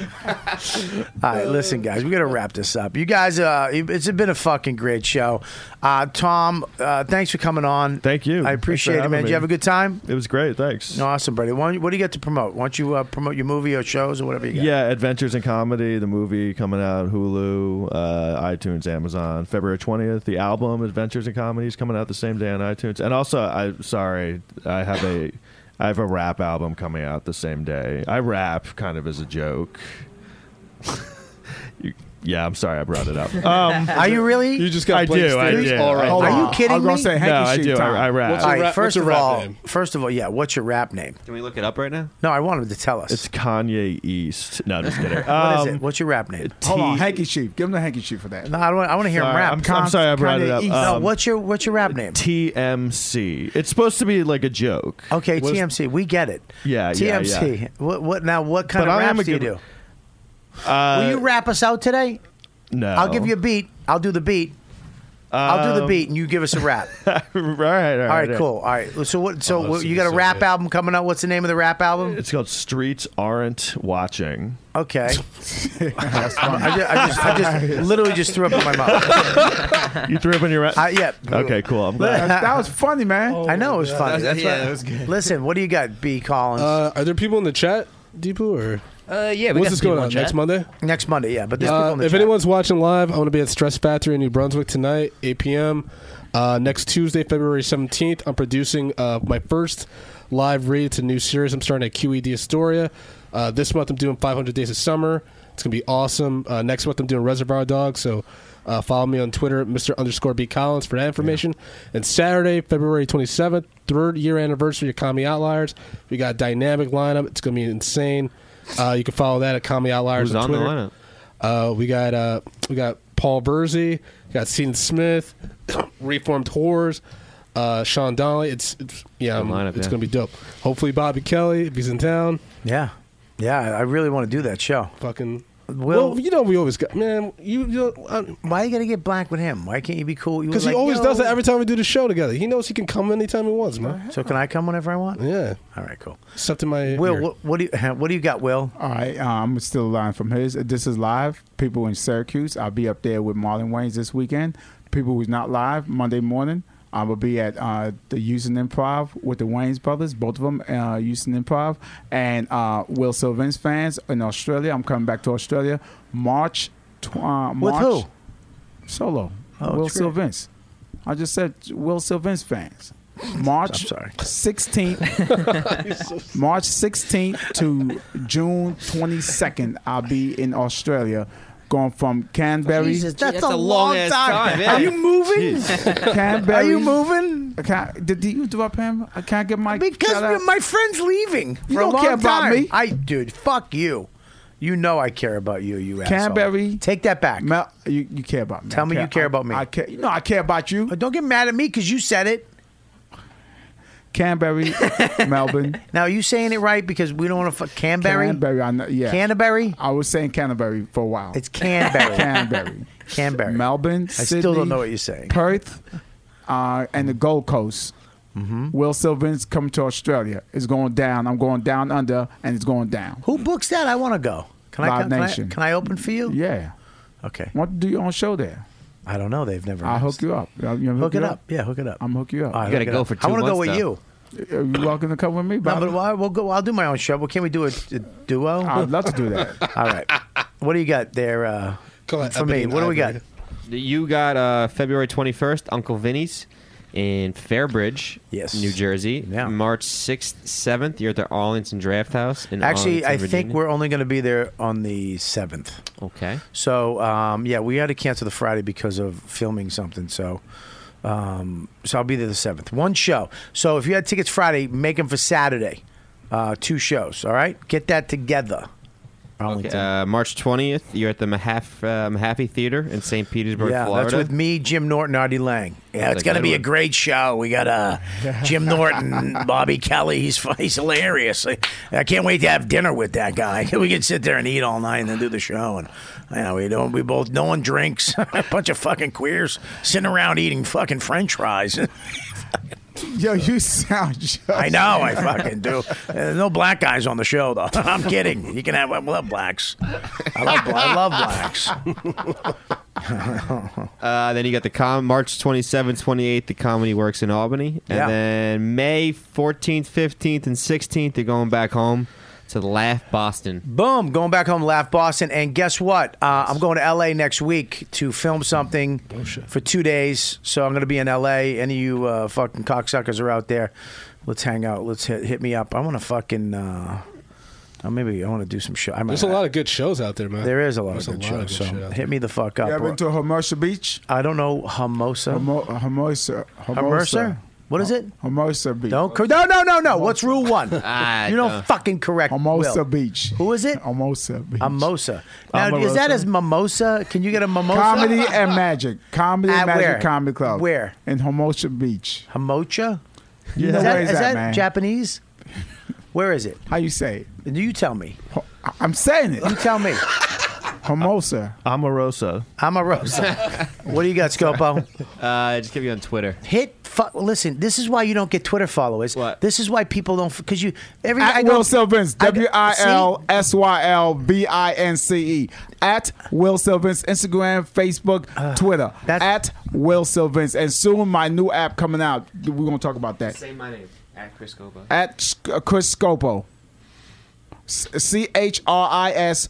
[SPEAKER 2] right, listen, guys, we got to wrap this up. You guys, uh, it's been a fucking great show. Uh, Tom, uh, thanks for coming on. Thank you. I appreciate it,
[SPEAKER 10] having
[SPEAKER 2] man. Did
[SPEAKER 10] me.
[SPEAKER 2] you have a good time?
[SPEAKER 10] It was great. Thanks.
[SPEAKER 2] Awesome, buddy. Why don't you- What do you get to promote? Why don't you uh, promote your movie or shows or whatever you got?
[SPEAKER 10] Yeah, Adventures in Comedy, the movie coming out Hulu, uh, iTunes, Amazon, February twentieth. The album Adventures in Comedy is coming out the same day on iTunes. And also, I sorry, I have a I have a rap album coming out the same day. I rap kind of as a joke. You- yeah, I'm sorry I brought it up. Um,
[SPEAKER 2] Are you really?
[SPEAKER 10] You just got I do. I do. I do.
[SPEAKER 2] Are you kidding me?
[SPEAKER 10] no, I do. I, I rap.
[SPEAKER 2] All right, first of all, first of all, yeah. What's your rap name?
[SPEAKER 8] Can we look it up right now?
[SPEAKER 2] No, I wanted to tell us.
[SPEAKER 10] It's Kanye East. No, I'm just
[SPEAKER 2] What
[SPEAKER 10] kidding.
[SPEAKER 2] is
[SPEAKER 10] Um,
[SPEAKER 2] it? What's your rap name?
[SPEAKER 6] Hold on, hanky chief. Give him the hanky chief for that.
[SPEAKER 2] No, I want. I want to hear him
[SPEAKER 10] Sorry,
[SPEAKER 2] rap.
[SPEAKER 10] I'm- I'm sorry I brought it up.
[SPEAKER 2] Kanye East.
[SPEAKER 10] Um,
[SPEAKER 2] no, what's your what's your rap name?
[SPEAKER 10] TMC. It's supposed to be like a joke.
[SPEAKER 2] Okay,
[SPEAKER 10] Was-
[SPEAKER 2] TMC. We get it.
[SPEAKER 10] Yeah, yeah,
[SPEAKER 2] TMC.
[SPEAKER 10] yeah.
[SPEAKER 2] What, what now? What kind
[SPEAKER 10] But
[SPEAKER 2] of
[SPEAKER 10] I am
[SPEAKER 2] raps
[SPEAKER 10] a
[SPEAKER 2] do you do?
[SPEAKER 10] good- Uh,
[SPEAKER 2] Will you rap us out today?
[SPEAKER 10] No.
[SPEAKER 2] I'll give you a beat. I'll do the beat. I'll do the
[SPEAKER 10] Um,
[SPEAKER 2] beat and you give us a rap.
[SPEAKER 10] all right, all right,
[SPEAKER 2] All right, cool. All right. So what? So
[SPEAKER 10] Oh,
[SPEAKER 2] what-
[SPEAKER 10] this
[SPEAKER 2] you
[SPEAKER 10] would
[SPEAKER 2] got
[SPEAKER 10] be
[SPEAKER 2] a
[SPEAKER 10] so
[SPEAKER 2] rap
[SPEAKER 10] good.
[SPEAKER 2] album coming out? What's the name of the rap album?
[SPEAKER 10] It's called Streets Aren't Watching.
[SPEAKER 2] Okay. I, just, I, just, I just literally just threw up in my mouth.
[SPEAKER 10] you threw up in your rap?
[SPEAKER 2] Uh, yeah.
[SPEAKER 10] Okay, cool. I'm glad.
[SPEAKER 2] That, was funny, man. I know it was
[SPEAKER 10] God.
[SPEAKER 2] funny. That's
[SPEAKER 10] That's- yeah,
[SPEAKER 2] why-
[SPEAKER 10] that was good.
[SPEAKER 2] Listen, what do you got, B Collins?
[SPEAKER 7] Uh, are there people in the chat, Deepu, or
[SPEAKER 3] Uh, yeah,
[SPEAKER 7] what's this going on next Monday?
[SPEAKER 2] Next Monday, yeah. But there's
[SPEAKER 7] Uh,
[SPEAKER 2] people in the
[SPEAKER 7] if
[SPEAKER 2] chat.
[SPEAKER 7] anyone's watching live, I'm going to be at Stress Factory in New Brunswick tonight, 8 p.m. Uh, next Tuesday, February 17th, I'm producing uh, my first live read. It's a new series I'm starting at QED Astoria. Uh, this month, I'm doing 500 Days of Summer. It's going to be awesome. Uh, next month, I'm doing Reservoir Dogs. So uh, follow me on Twitter, Mr. underscore B Collins, for that information. And Saturday, February 27th, third year anniversary of Comedy Outliers. We got a dynamic lineup. It's going to be insane. Uh, you can follow that at Comedy Outliers
[SPEAKER 8] Who's
[SPEAKER 7] on
[SPEAKER 8] on the
[SPEAKER 7] Twitter.
[SPEAKER 8] lineup?
[SPEAKER 7] Uh, we got uh, we got Paul Bursey, got Seton Smith, Reformed Horrors, uh, Sean Donnelly. It's, it's yeah,
[SPEAKER 8] Good lineup,
[SPEAKER 7] it's
[SPEAKER 8] yeah.
[SPEAKER 7] gonna be dope. Hopefully Bobby Kelly if he's in town.
[SPEAKER 2] Yeah, yeah, I really want to do that show.
[SPEAKER 7] Fucking
[SPEAKER 2] Will-
[SPEAKER 7] well, you know we always got man. You, you know,
[SPEAKER 2] why you gotta get black with him? Why can't you be cool? You
[SPEAKER 7] Because
[SPEAKER 2] were
[SPEAKER 7] he
[SPEAKER 2] like,
[SPEAKER 7] always
[SPEAKER 2] "Yo."
[SPEAKER 7] does that every time we do the show together. He knows he can come anytime he wants, man.
[SPEAKER 2] So can I come whenever I want?
[SPEAKER 7] Yeah.
[SPEAKER 2] All right, cool.
[SPEAKER 7] Except in my
[SPEAKER 2] Will,
[SPEAKER 7] ear.
[SPEAKER 2] what, what do you what do you got, Will?
[SPEAKER 6] All right, uh, I'm still lying from his. This is live. People in Syracuse, I'll be up there with Marlon Wayne's this weekend. People who's not live Monday morning, I will be at uh, the Houston Improv with the Wayne's brothers, both of them, uh, Houston Improv, and uh, Will Sylvan's fans in Australia. I'm coming back to Australia March. Tw- uh, March
[SPEAKER 2] With who?
[SPEAKER 6] Solo.
[SPEAKER 2] Oh,
[SPEAKER 6] Will
[SPEAKER 2] that's great.
[SPEAKER 6] Sylvans. I just said Will Sylvans fans. March
[SPEAKER 2] sorry.
[SPEAKER 6] 16th, March 16th to June 22nd, I'll be in Australia, going from Canberra.
[SPEAKER 2] Jesus, that's, a, long, time. Are you moving?
[SPEAKER 6] Canberra.
[SPEAKER 2] Are you moving?
[SPEAKER 6] I can't- did you drop him? I can't get my
[SPEAKER 2] Because
[SPEAKER 6] shout out.
[SPEAKER 2] my friend's leaving. for
[SPEAKER 6] You
[SPEAKER 2] a
[SPEAKER 6] don't
[SPEAKER 2] long
[SPEAKER 6] care about
[SPEAKER 2] time.
[SPEAKER 6] me.
[SPEAKER 2] I dude, fuck you. You know I care about you. You asshole.
[SPEAKER 6] Canberry.
[SPEAKER 2] Take that back.
[SPEAKER 6] Mel, you, you care about me.
[SPEAKER 2] Tell
[SPEAKER 6] I
[SPEAKER 2] me you care
[SPEAKER 6] I-
[SPEAKER 2] about me.
[SPEAKER 6] I care. No, I care about you.
[SPEAKER 2] But don't get mad at me because you said it.
[SPEAKER 6] Canberra, Melbourne,
[SPEAKER 2] Now are you saying it right because we don't want to fuck Canberry.
[SPEAKER 6] Canberra. I know, yeah,
[SPEAKER 2] Canterbury.
[SPEAKER 6] I was saying Canterbury for a while.
[SPEAKER 2] It's Canberry.
[SPEAKER 6] Canberry.
[SPEAKER 2] Canberry.
[SPEAKER 6] Melbourne.
[SPEAKER 2] I still don't know what you're saying.
[SPEAKER 6] Perth, uh, and the Gold Coast.
[SPEAKER 2] Mm-hmm.
[SPEAKER 6] Will Sylvan's coming to Australia. It's going down. I'm going down under, and it's going down.
[SPEAKER 2] Who books that? I want to go. Can I,
[SPEAKER 6] Live
[SPEAKER 2] can, can I
[SPEAKER 6] Nation.
[SPEAKER 2] can I open for you?
[SPEAKER 6] Yeah.
[SPEAKER 2] Okay.
[SPEAKER 6] Want to do your own show there?
[SPEAKER 2] I don't know. They've never.
[SPEAKER 6] I'll hook
[SPEAKER 2] asked.
[SPEAKER 6] you up. You want me to
[SPEAKER 2] Hook it up. Yeah, hook it up.
[SPEAKER 6] I'm hook you up.
[SPEAKER 2] All right,
[SPEAKER 8] You
[SPEAKER 2] hook it
[SPEAKER 8] gotta go
[SPEAKER 2] up.
[SPEAKER 8] for
[SPEAKER 2] I
[SPEAKER 8] two
[SPEAKER 2] wanna go
[SPEAKER 8] months,
[SPEAKER 2] with you.
[SPEAKER 8] though.
[SPEAKER 6] Are you welcome to come with me,
[SPEAKER 2] No,
[SPEAKER 6] Bob?
[SPEAKER 2] but why- we'll go. I'll do my own show. But can we do a, a duo?
[SPEAKER 6] I'd love to do that.
[SPEAKER 2] All right. What do you got there uh,
[SPEAKER 7] Go ahead,
[SPEAKER 2] for me?
[SPEAKER 7] Ebony and
[SPEAKER 2] What do we got?
[SPEAKER 7] Ivory.
[SPEAKER 8] You got uh, February 21st, Uncle Vinny's in Fairbridge,
[SPEAKER 2] Yes.
[SPEAKER 8] New Jersey.
[SPEAKER 2] Yeah.
[SPEAKER 8] March 6th, 7th, you're at the Arlington Draft House. In
[SPEAKER 2] Actually,
[SPEAKER 8] Arlington,
[SPEAKER 2] I think
[SPEAKER 8] Virginia.
[SPEAKER 2] we're only going to be there on the seventh.
[SPEAKER 8] Okay.
[SPEAKER 2] So um, yeah, we had to cancel the Friday because of filming something. So. Um, so I'll be there the seventh. One show. So if you had tickets Friday, make them for Saturday. Uh, two shows. All right, get that together. Arlington.
[SPEAKER 8] Uh, March 20th, you're at the Mahaf, uh, Mahaffey Theater in St. Petersburg,
[SPEAKER 2] yeah,
[SPEAKER 8] Florida.
[SPEAKER 2] that's with me, Jim Norton, Artie Lang. Yeah,
[SPEAKER 8] That's
[SPEAKER 2] it's
[SPEAKER 8] a
[SPEAKER 2] gonna
[SPEAKER 8] good
[SPEAKER 2] be a
[SPEAKER 8] one.
[SPEAKER 2] great show. We got uh, Jim Norton, Bobby Kelly. He's fu- he's hilarious. I, I can't wait to have dinner with that guy. We can sit there and eat all night and then do the show. And yeah, we don't. We both no one drinks. a bunch of fucking queers sitting around eating fucking French fries.
[SPEAKER 6] Yo, you sound just.
[SPEAKER 2] I know, I fucking do. Uh, no black guys on the show though. I'm kidding. You can have. I love blacks. I love. bla- I love blacks.
[SPEAKER 8] Uh, then you got the com- March 27th, 28th, the Comedy Works in Albany. And
[SPEAKER 2] Yeah.
[SPEAKER 8] then May 14th, 15th, and 16th, you're going back home to Laugh Boston.
[SPEAKER 2] Boom, going back home, laugh Boston, and guess what? Uh, I'm going to LA next week to film something for two days. So I'm going to be in LA. Any of you uh, fucking cocksuckers are out there? Let's hang out. Let's hit, hit me up. I want to fucking. Uh, oh, maybe I want to do some show. I might,
[SPEAKER 7] There's a lot of good shows out there, man.
[SPEAKER 2] There is a lot
[SPEAKER 7] There's
[SPEAKER 2] of good shows. so
[SPEAKER 7] shit out
[SPEAKER 2] hit me the fuck up.
[SPEAKER 6] You ever been to Hermosa Beach?
[SPEAKER 2] I don't know Hamosa.
[SPEAKER 6] Hermo- Hermosa.
[SPEAKER 2] Hermosa? What is it?
[SPEAKER 6] Hermosa Beach.
[SPEAKER 2] Don't cor- no no no no. What's rule one?
[SPEAKER 8] I
[SPEAKER 2] you don't
[SPEAKER 8] don't-
[SPEAKER 2] fucking correct.
[SPEAKER 6] Hermosa
[SPEAKER 2] Will.
[SPEAKER 6] Beach.
[SPEAKER 2] Who is it?
[SPEAKER 6] Hermosa Beach.
[SPEAKER 2] Mimosa. Now, is that
[SPEAKER 6] Omarosa.
[SPEAKER 2] as mimosa? Can you get a mimosa?
[SPEAKER 6] Uh,
[SPEAKER 2] Uh,
[SPEAKER 6] Comedy and Magic. Comedy
[SPEAKER 2] At
[SPEAKER 6] and Magic
[SPEAKER 2] where?
[SPEAKER 6] Comedy Club.
[SPEAKER 2] Where?
[SPEAKER 6] In Hermosa Beach.
[SPEAKER 2] Hamocha?
[SPEAKER 6] You know
[SPEAKER 2] Is that,
[SPEAKER 6] where is that,
[SPEAKER 2] that
[SPEAKER 6] man?
[SPEAKER 2] Japanese? Where is it?
[SPEAKER 6] How you say it?
[SPEAKER 2] You tell me.
[SPEAKER 6] I- I'm saying it.
[SPEAKER 2] You tell me.
[SPEAKER 6] Hermosa.
[SPEAKER 8] Amorosa.
[SPEAKER 2] Amorosa. what do you got, Scopo?
[SPEAKER 14] Uh, just keep you on Twitter.
[SPEAKER 2] Hit. Fu- listen, this is why you don't get Twitter followers. This is why people don't because you every I
[SPEAKER 6] At
[SPEAKER 2] go-
[SPEAKER 6] Will Sylvins,
[SPEAKER 2] I go-
[SPEAKER 6] W I L S Y L B I N C E. At Will Sylvins, Instagram, Facebook,
[SPEAKER 2] Uh,
[SPEAKER 6] Twitter. At Will Sylvins. And soon my new app coming out. We're going to talk about that.
[SPEAKER 14] Say my name at Chris Goba.
[SPEAKER 6] At Ch- uh, Chris Scopo. C H R I S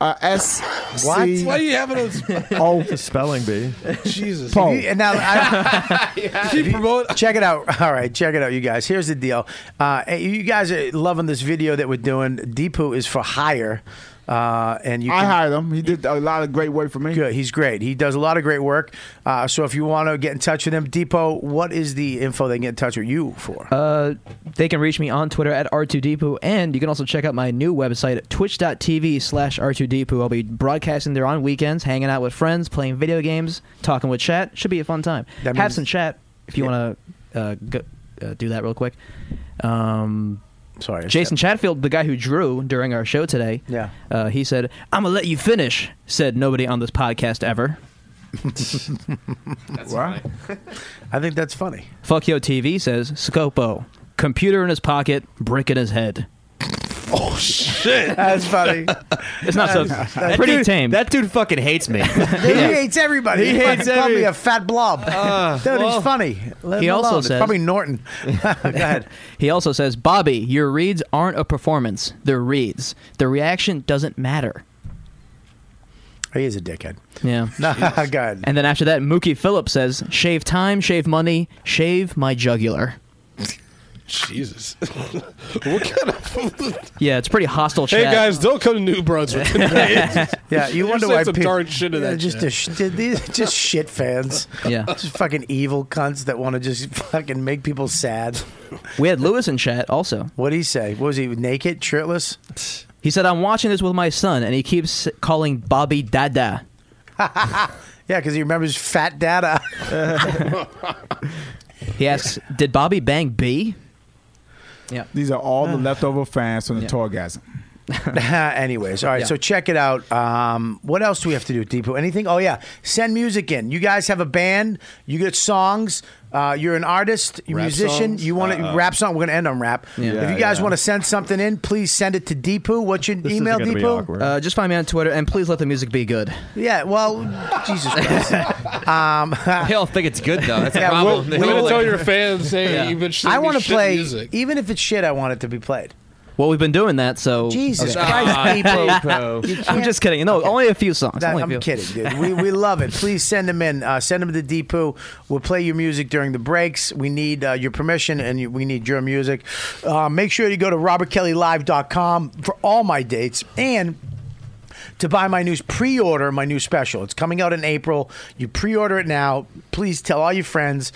[SPEAKER 6] uh, S.
[SPEAKER 2] What?
[SPEAKER 7] Why do you have it on?
[SPEAKER 6] Oh,
[SPEAKER 8] spelling bee.
[SPEAKER 7] Jesus.
[SPEAKER 2] If you- and now I,
[SPEAKER 7] If you promote.
[SPEAKER 2] Check it out. All right, check it out, you guys. Here's the deal. Uh, hey, you guys are loving this video that we're doing. Deepu is for hire. Uh, and you
[SPEAKER 6] I
[SPEAKER 2] can,
[SPEAKER 6] hired him. He did a lot of great work for me.
[SPEAKER 2] Good. He's great. He does a lot of great work. Uh, so if you want to get in touch with him, Depot, what is the info they can get in touch with you for?
[SPEAKER 3] Uh, they can reach me on Twitter at R2Depu, and you can also check out my new website at twitch.tv slash R2Depu. I'll be broadcasting there on weekends, hanging out with friends, playing video games, talking with chat. Should be a fun time.
[SPEAKER 2] That
[SPEAKER 3] Have
[SPEAKER 2] means-
[SPEAKER 3] some chat if you want to uh, go, uh, do that real quick. Um,
[SPEAKER 2] Sorry.
[SPEAKER 3] Jason Chatfield, the guy who drew during our show today,
[SPEAKER 2] Yeah.
[SPEAKER 3] uh, he said, I'm going to let you finish, said nobody on this podcast ever.
[SPEAKER 2] Wow. I think that's funny.
[SPEAKER 3] Fuck Yo TV says, Scopo, computer in his pocket, brick in his head.
[SPEAKER 7] Oh shit!
[SPEAKER 2] That's funny.
[SPEAKER 3] It's not so
[SPEAKER 2] That's-
[SPEAKER 3] that's pretty
[SPEAKER 14] dude,
[SPEAKER 3] tame.
[SPEAKER 14] That dude fucking hates me.
[SPEAKER 2] He hates everybody.
[SPEAKER 14] He
[SPEAKER 2] He,
[SPEAKER 14] hates
[SPEAKER 2] hates called
[SPEAKER 14] every-
[SPEAKER 2] me a fat blob. Dude,
[SPEAKER 14] well,
[SPEAKER 2] he's funny. Let
[SPEAKER 3] he
[SPEAKER 2] him
[SPEAKER 3] also
[SPEAKER 2] alone. It's
[SPEAKER 3] says-
[SPEAKER 2] probably Norton. Go ahead.
[SPEAKER 3] He also says, Bobby, your reads aren't a performance. They're reads. The reaction doesn't matter.
[SPEAKER 2] He is a dickhead.
[SPEAKER 3] Yeah.
[SPEAKER 2] No, go ahead.
[SPEAKER 3] And then after that, Mookie Phillips says, shave time, shave money, shave my jugular.
[SPEAKER 7] Jesus. what kind of?
[SPEAKER 3] Yeah, it's pretty hostile
[SPEAKER 7] hey
[SPEAKER 3] chat.
[SPEAKER 7] guys, don't come to New Brunswick.
[SPEAKER 2] Yeah, you
[SPEAKER 7] There's
[SPEAKER 2] wonder why
[SPEAKER 7] some
[SPEAKER 2] peop-
[SPEAKER 7] dark shit in
[SPEAKER 2] Yeah,
[SPEAKER 7] that.
[SPEAKER 2] Just
[SPEAKER 7] shit.
[SPEAKER 2] a sh- these are just shit fans.
[SPEAKER 3] Yeah.
[SPEAKER 2] just fucking evil cunts that want to just fucking make people sad.
[SPEAKER 3] We had Lewis in chat also.
[SPEAKER 2] What did he say? What was he naked, shirtless?
[SPEAKER 3] He said, I'm watching this with my son, and he keeps calling Bobby Dada.
[SPEAKER 2] Yeah, because he remembers fat data.
[SPEAKER 3] He asks, Did Bobby bang B? Yeah.
[SPEAKER 6] These are all
[SPEAKER 2] Ah.
[SPEAKER 6] the leftover fans from the Torgasm.
[SPEAKER 2] Anyways, all right.
[SPEAKER 3] Yeah.
[SPEAKER 2] So check it out. Um, what else do we have to do, Deepu? Anything? Oh yeah, send music in. You guys have a band. You get songs. Uh, you're an artist, you're a
[SPEAKER 7] Rap
[SPEAKER 2] musician.
[SPEAKER 7] songs?
[SPEAKER 2] You want to
[SPEAKER 7] Uh-uh.
[SPEAKER 2] rap song? We're gonna end on rap.
[SPEAKER 3] Yeah.
[SPEAKER 2] if you
[SPEAKER 3] Yeah,
[SPEAKER 2] guys
[SPEAKER 3] yeah.
[SPEAKER 2] want to send something in, please send it to Deepu. What's your email, Deepu?
[SPEAKER 3] Uh, just find me on Twitter, and please let the music be good.
[SPEAKER 2] Yeah, well, Jesus Christ. Um,
[SPEAKER 14] They all think it's good though. That's
[SPEAKER 2] Yeah,
[SPEAKER 14] a problem.
[SPEAKER 2] we'll-
[SPEAKER 14] They
[SPEAKER 7] We're
[SPEAKER 14] all
[SPEAKER 7] gonna
[SPEAKER 14] like-
[SPEAKER 7] tell your fans, hey,
[SPEAKER 3] Yeah.
[SPEAKER 7] you've been.
[SPEAKER 2] I
[SPEAKER 7] want to
[SPEAKER 2] play, e
[SPEAKER 7] music.
[SPEAKER 2] even if it's shit, I want it to be played.
[SPEAKER 3] Well, we've been doing that, so
[SPEAKER 2] Jesus
[SPEAKER 3] Okay.
[SPEAKER 2] Christ, people. You
[SPEAKER 3] I'm
[SPEAKER 2] can't-
[SPEAKER 3] just kidding. No, only a few songs.
[SPEAKER 2] That-
[SPEAKER 3] only a
[SPEAKER 2] I'm
[SPEAKER 3] few.
[SPEAKER 2] kidding, dude. We, we love it. Please send them in. Uh, send them to Deepu. We'll play your music during the breaks. We need uh, your permission and you, we need your music. Uh, make sure you go to robertkellylive.com for all my dates and to buy my new pre-order my new special. It's coming out in April. You pre-order it now. Please tell all your friends.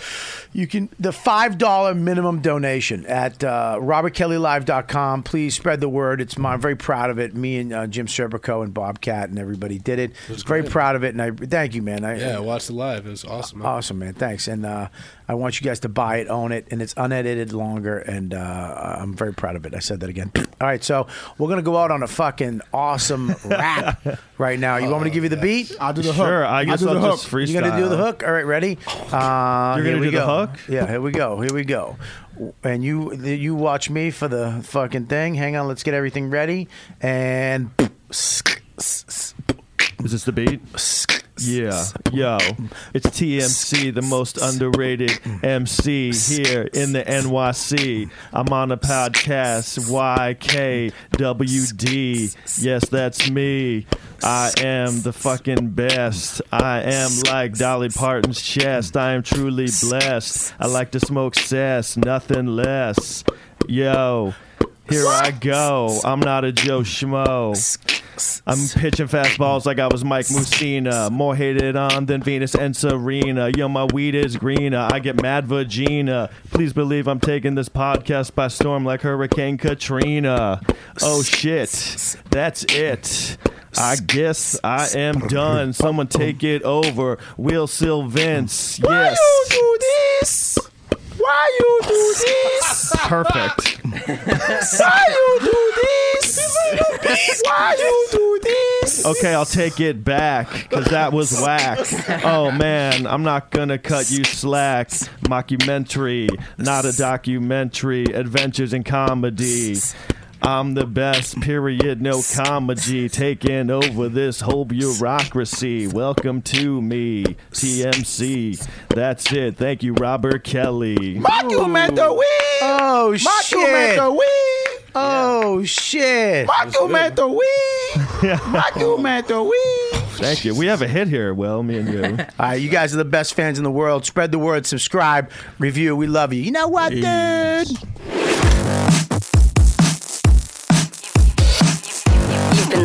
[SPEAKER 2] You can the five dollar minimum donation at uh, robertkellylive.com. Please spread the word. It's my, I'm very proud of it. Me and uh, Jim Serpico and Bobcat and everybody did it. very proud of it. And I thank you, man. I,
[SPEAKER 7] Yeah, I watched it live. It was awesome. man.
[SPEAKER 2] Awesome, man. Thanks. And uh, I want you guys to buy it, own it, and it's unedited longer. And uh, I'm very proud of it. I said that again. All right, so we're going to go out on a fucking awesome rap right now. You want me to give you the beat?
[SPEAKER 6] I'll do the hook.
[SPEAKER 8] Sure, I
[SPEAKER 6] I'll
[SPEAKER 8] guess
[SPEAKER 6] do the
[SPEAKER 8] I'll
[SPEAKER 6] hook.
[SPEAKER 8] Oh, just freestyle.
[SPEAKER 2] You're going to do the hook? All right, ready? Uh,
[SPEAKER 8] You're gonna
[SPEAKER 2] here we
[SPEAKER 8] do the
[SPEAKER 2] go.
[SPEAKER 8] hook?
[SPEAKER 2] Yeah, here we go. Here we go. And you you watch me for the fucking thing. Hang on, let's get everything ready. And
[SPEAKER 8] Is this the beat? Yeah, yo, it's TMC, the most underrated MC here in the NYC. I'm on a podcast, YKWd. Yes, that's me. I am the fucking best. I am like Dolly Parton's chest. I am truly blessed. I like to smoke cess, nothing less. Yo, here I go. I'm not a Joe Schmo. I'm pitching fastballs like I was Mike Mussina. More hated on than Venus and Serena. Yo, my weed is greener. I get mad vagina. Please believe I'm taking this podcast by storm like Hurricane Katrina. Oh shit. That's it. I guess I am done. Someone take it over. Will Sylvins. Yes.
[SPEAKER 6] do this? Why you do this?
[SPEAKER 8] Perfect.
[SPEAKER 6] Why you do this? Why you do this?
[SPEAKER 8] okay, I'll take it back because that was whack. Oh man, I'm not gonna cut you slack. Mockumentary, not a documentary. Adventures in comedy. I'm the best, period. No comedy. Taking over this whole bureaucracy. Welcome to me, TMC. That's it. Thank you, Robert Kelly.
[SPEAKER 6] Mockumentary.
[SPEAKER 2] Oh shit.
[SPEAKER 6] Mockumentary.
[SPEAKER 2] Oh shit.
[SPEAKER 6] Mockumentary. Mockumentary.
[SPEAKER 8] Thank you. We have a hit here, Will, me and you.
[SPEAKER 2] Uh, you guys are the best fans in the world. Spread the word, subscribe, review. We love you. You know what, dude?
[SPEAKER 10] You've been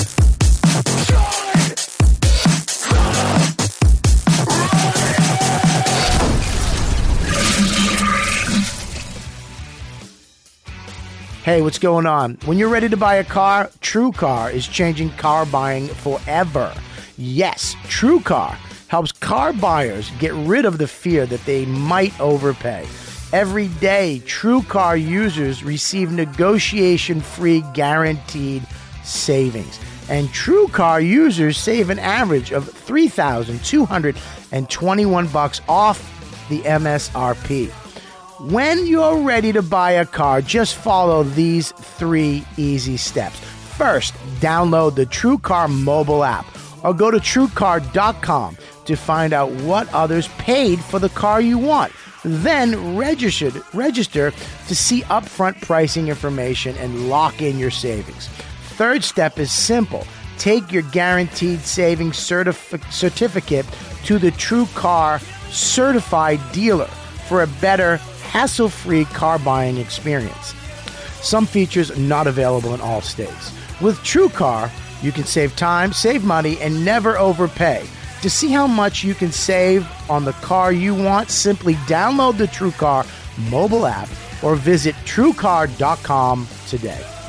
[SPEAKER 2] Hey, what's going on? When you're ready to buy a car, True Car is changing car buying forever. Yes, True Car helps car buyers get rid of the fear that they might overpay. Every day, True Car users receive negotiation free guaranteed savings. And True Car users save an average of 3,221 bucks off the MSRP. When you're ready to buy a car, just follow these three easy steps. First, download the TrueCar mobile app or go to truecar.com to find out what others paid for the car you want. Then registered, register to see upfront pricing information and lock in your savings. Third step is simple. Take your guaranteed savings certifi- certificate to the TrueCar certified dealer for a better hassle free car buying experience. Some features not available in all states. With TrueCar, you can save time, save money, and never overpay. To see how much you can save on the car you want, simply download the TrueCar mobile app or visit truecar.com today.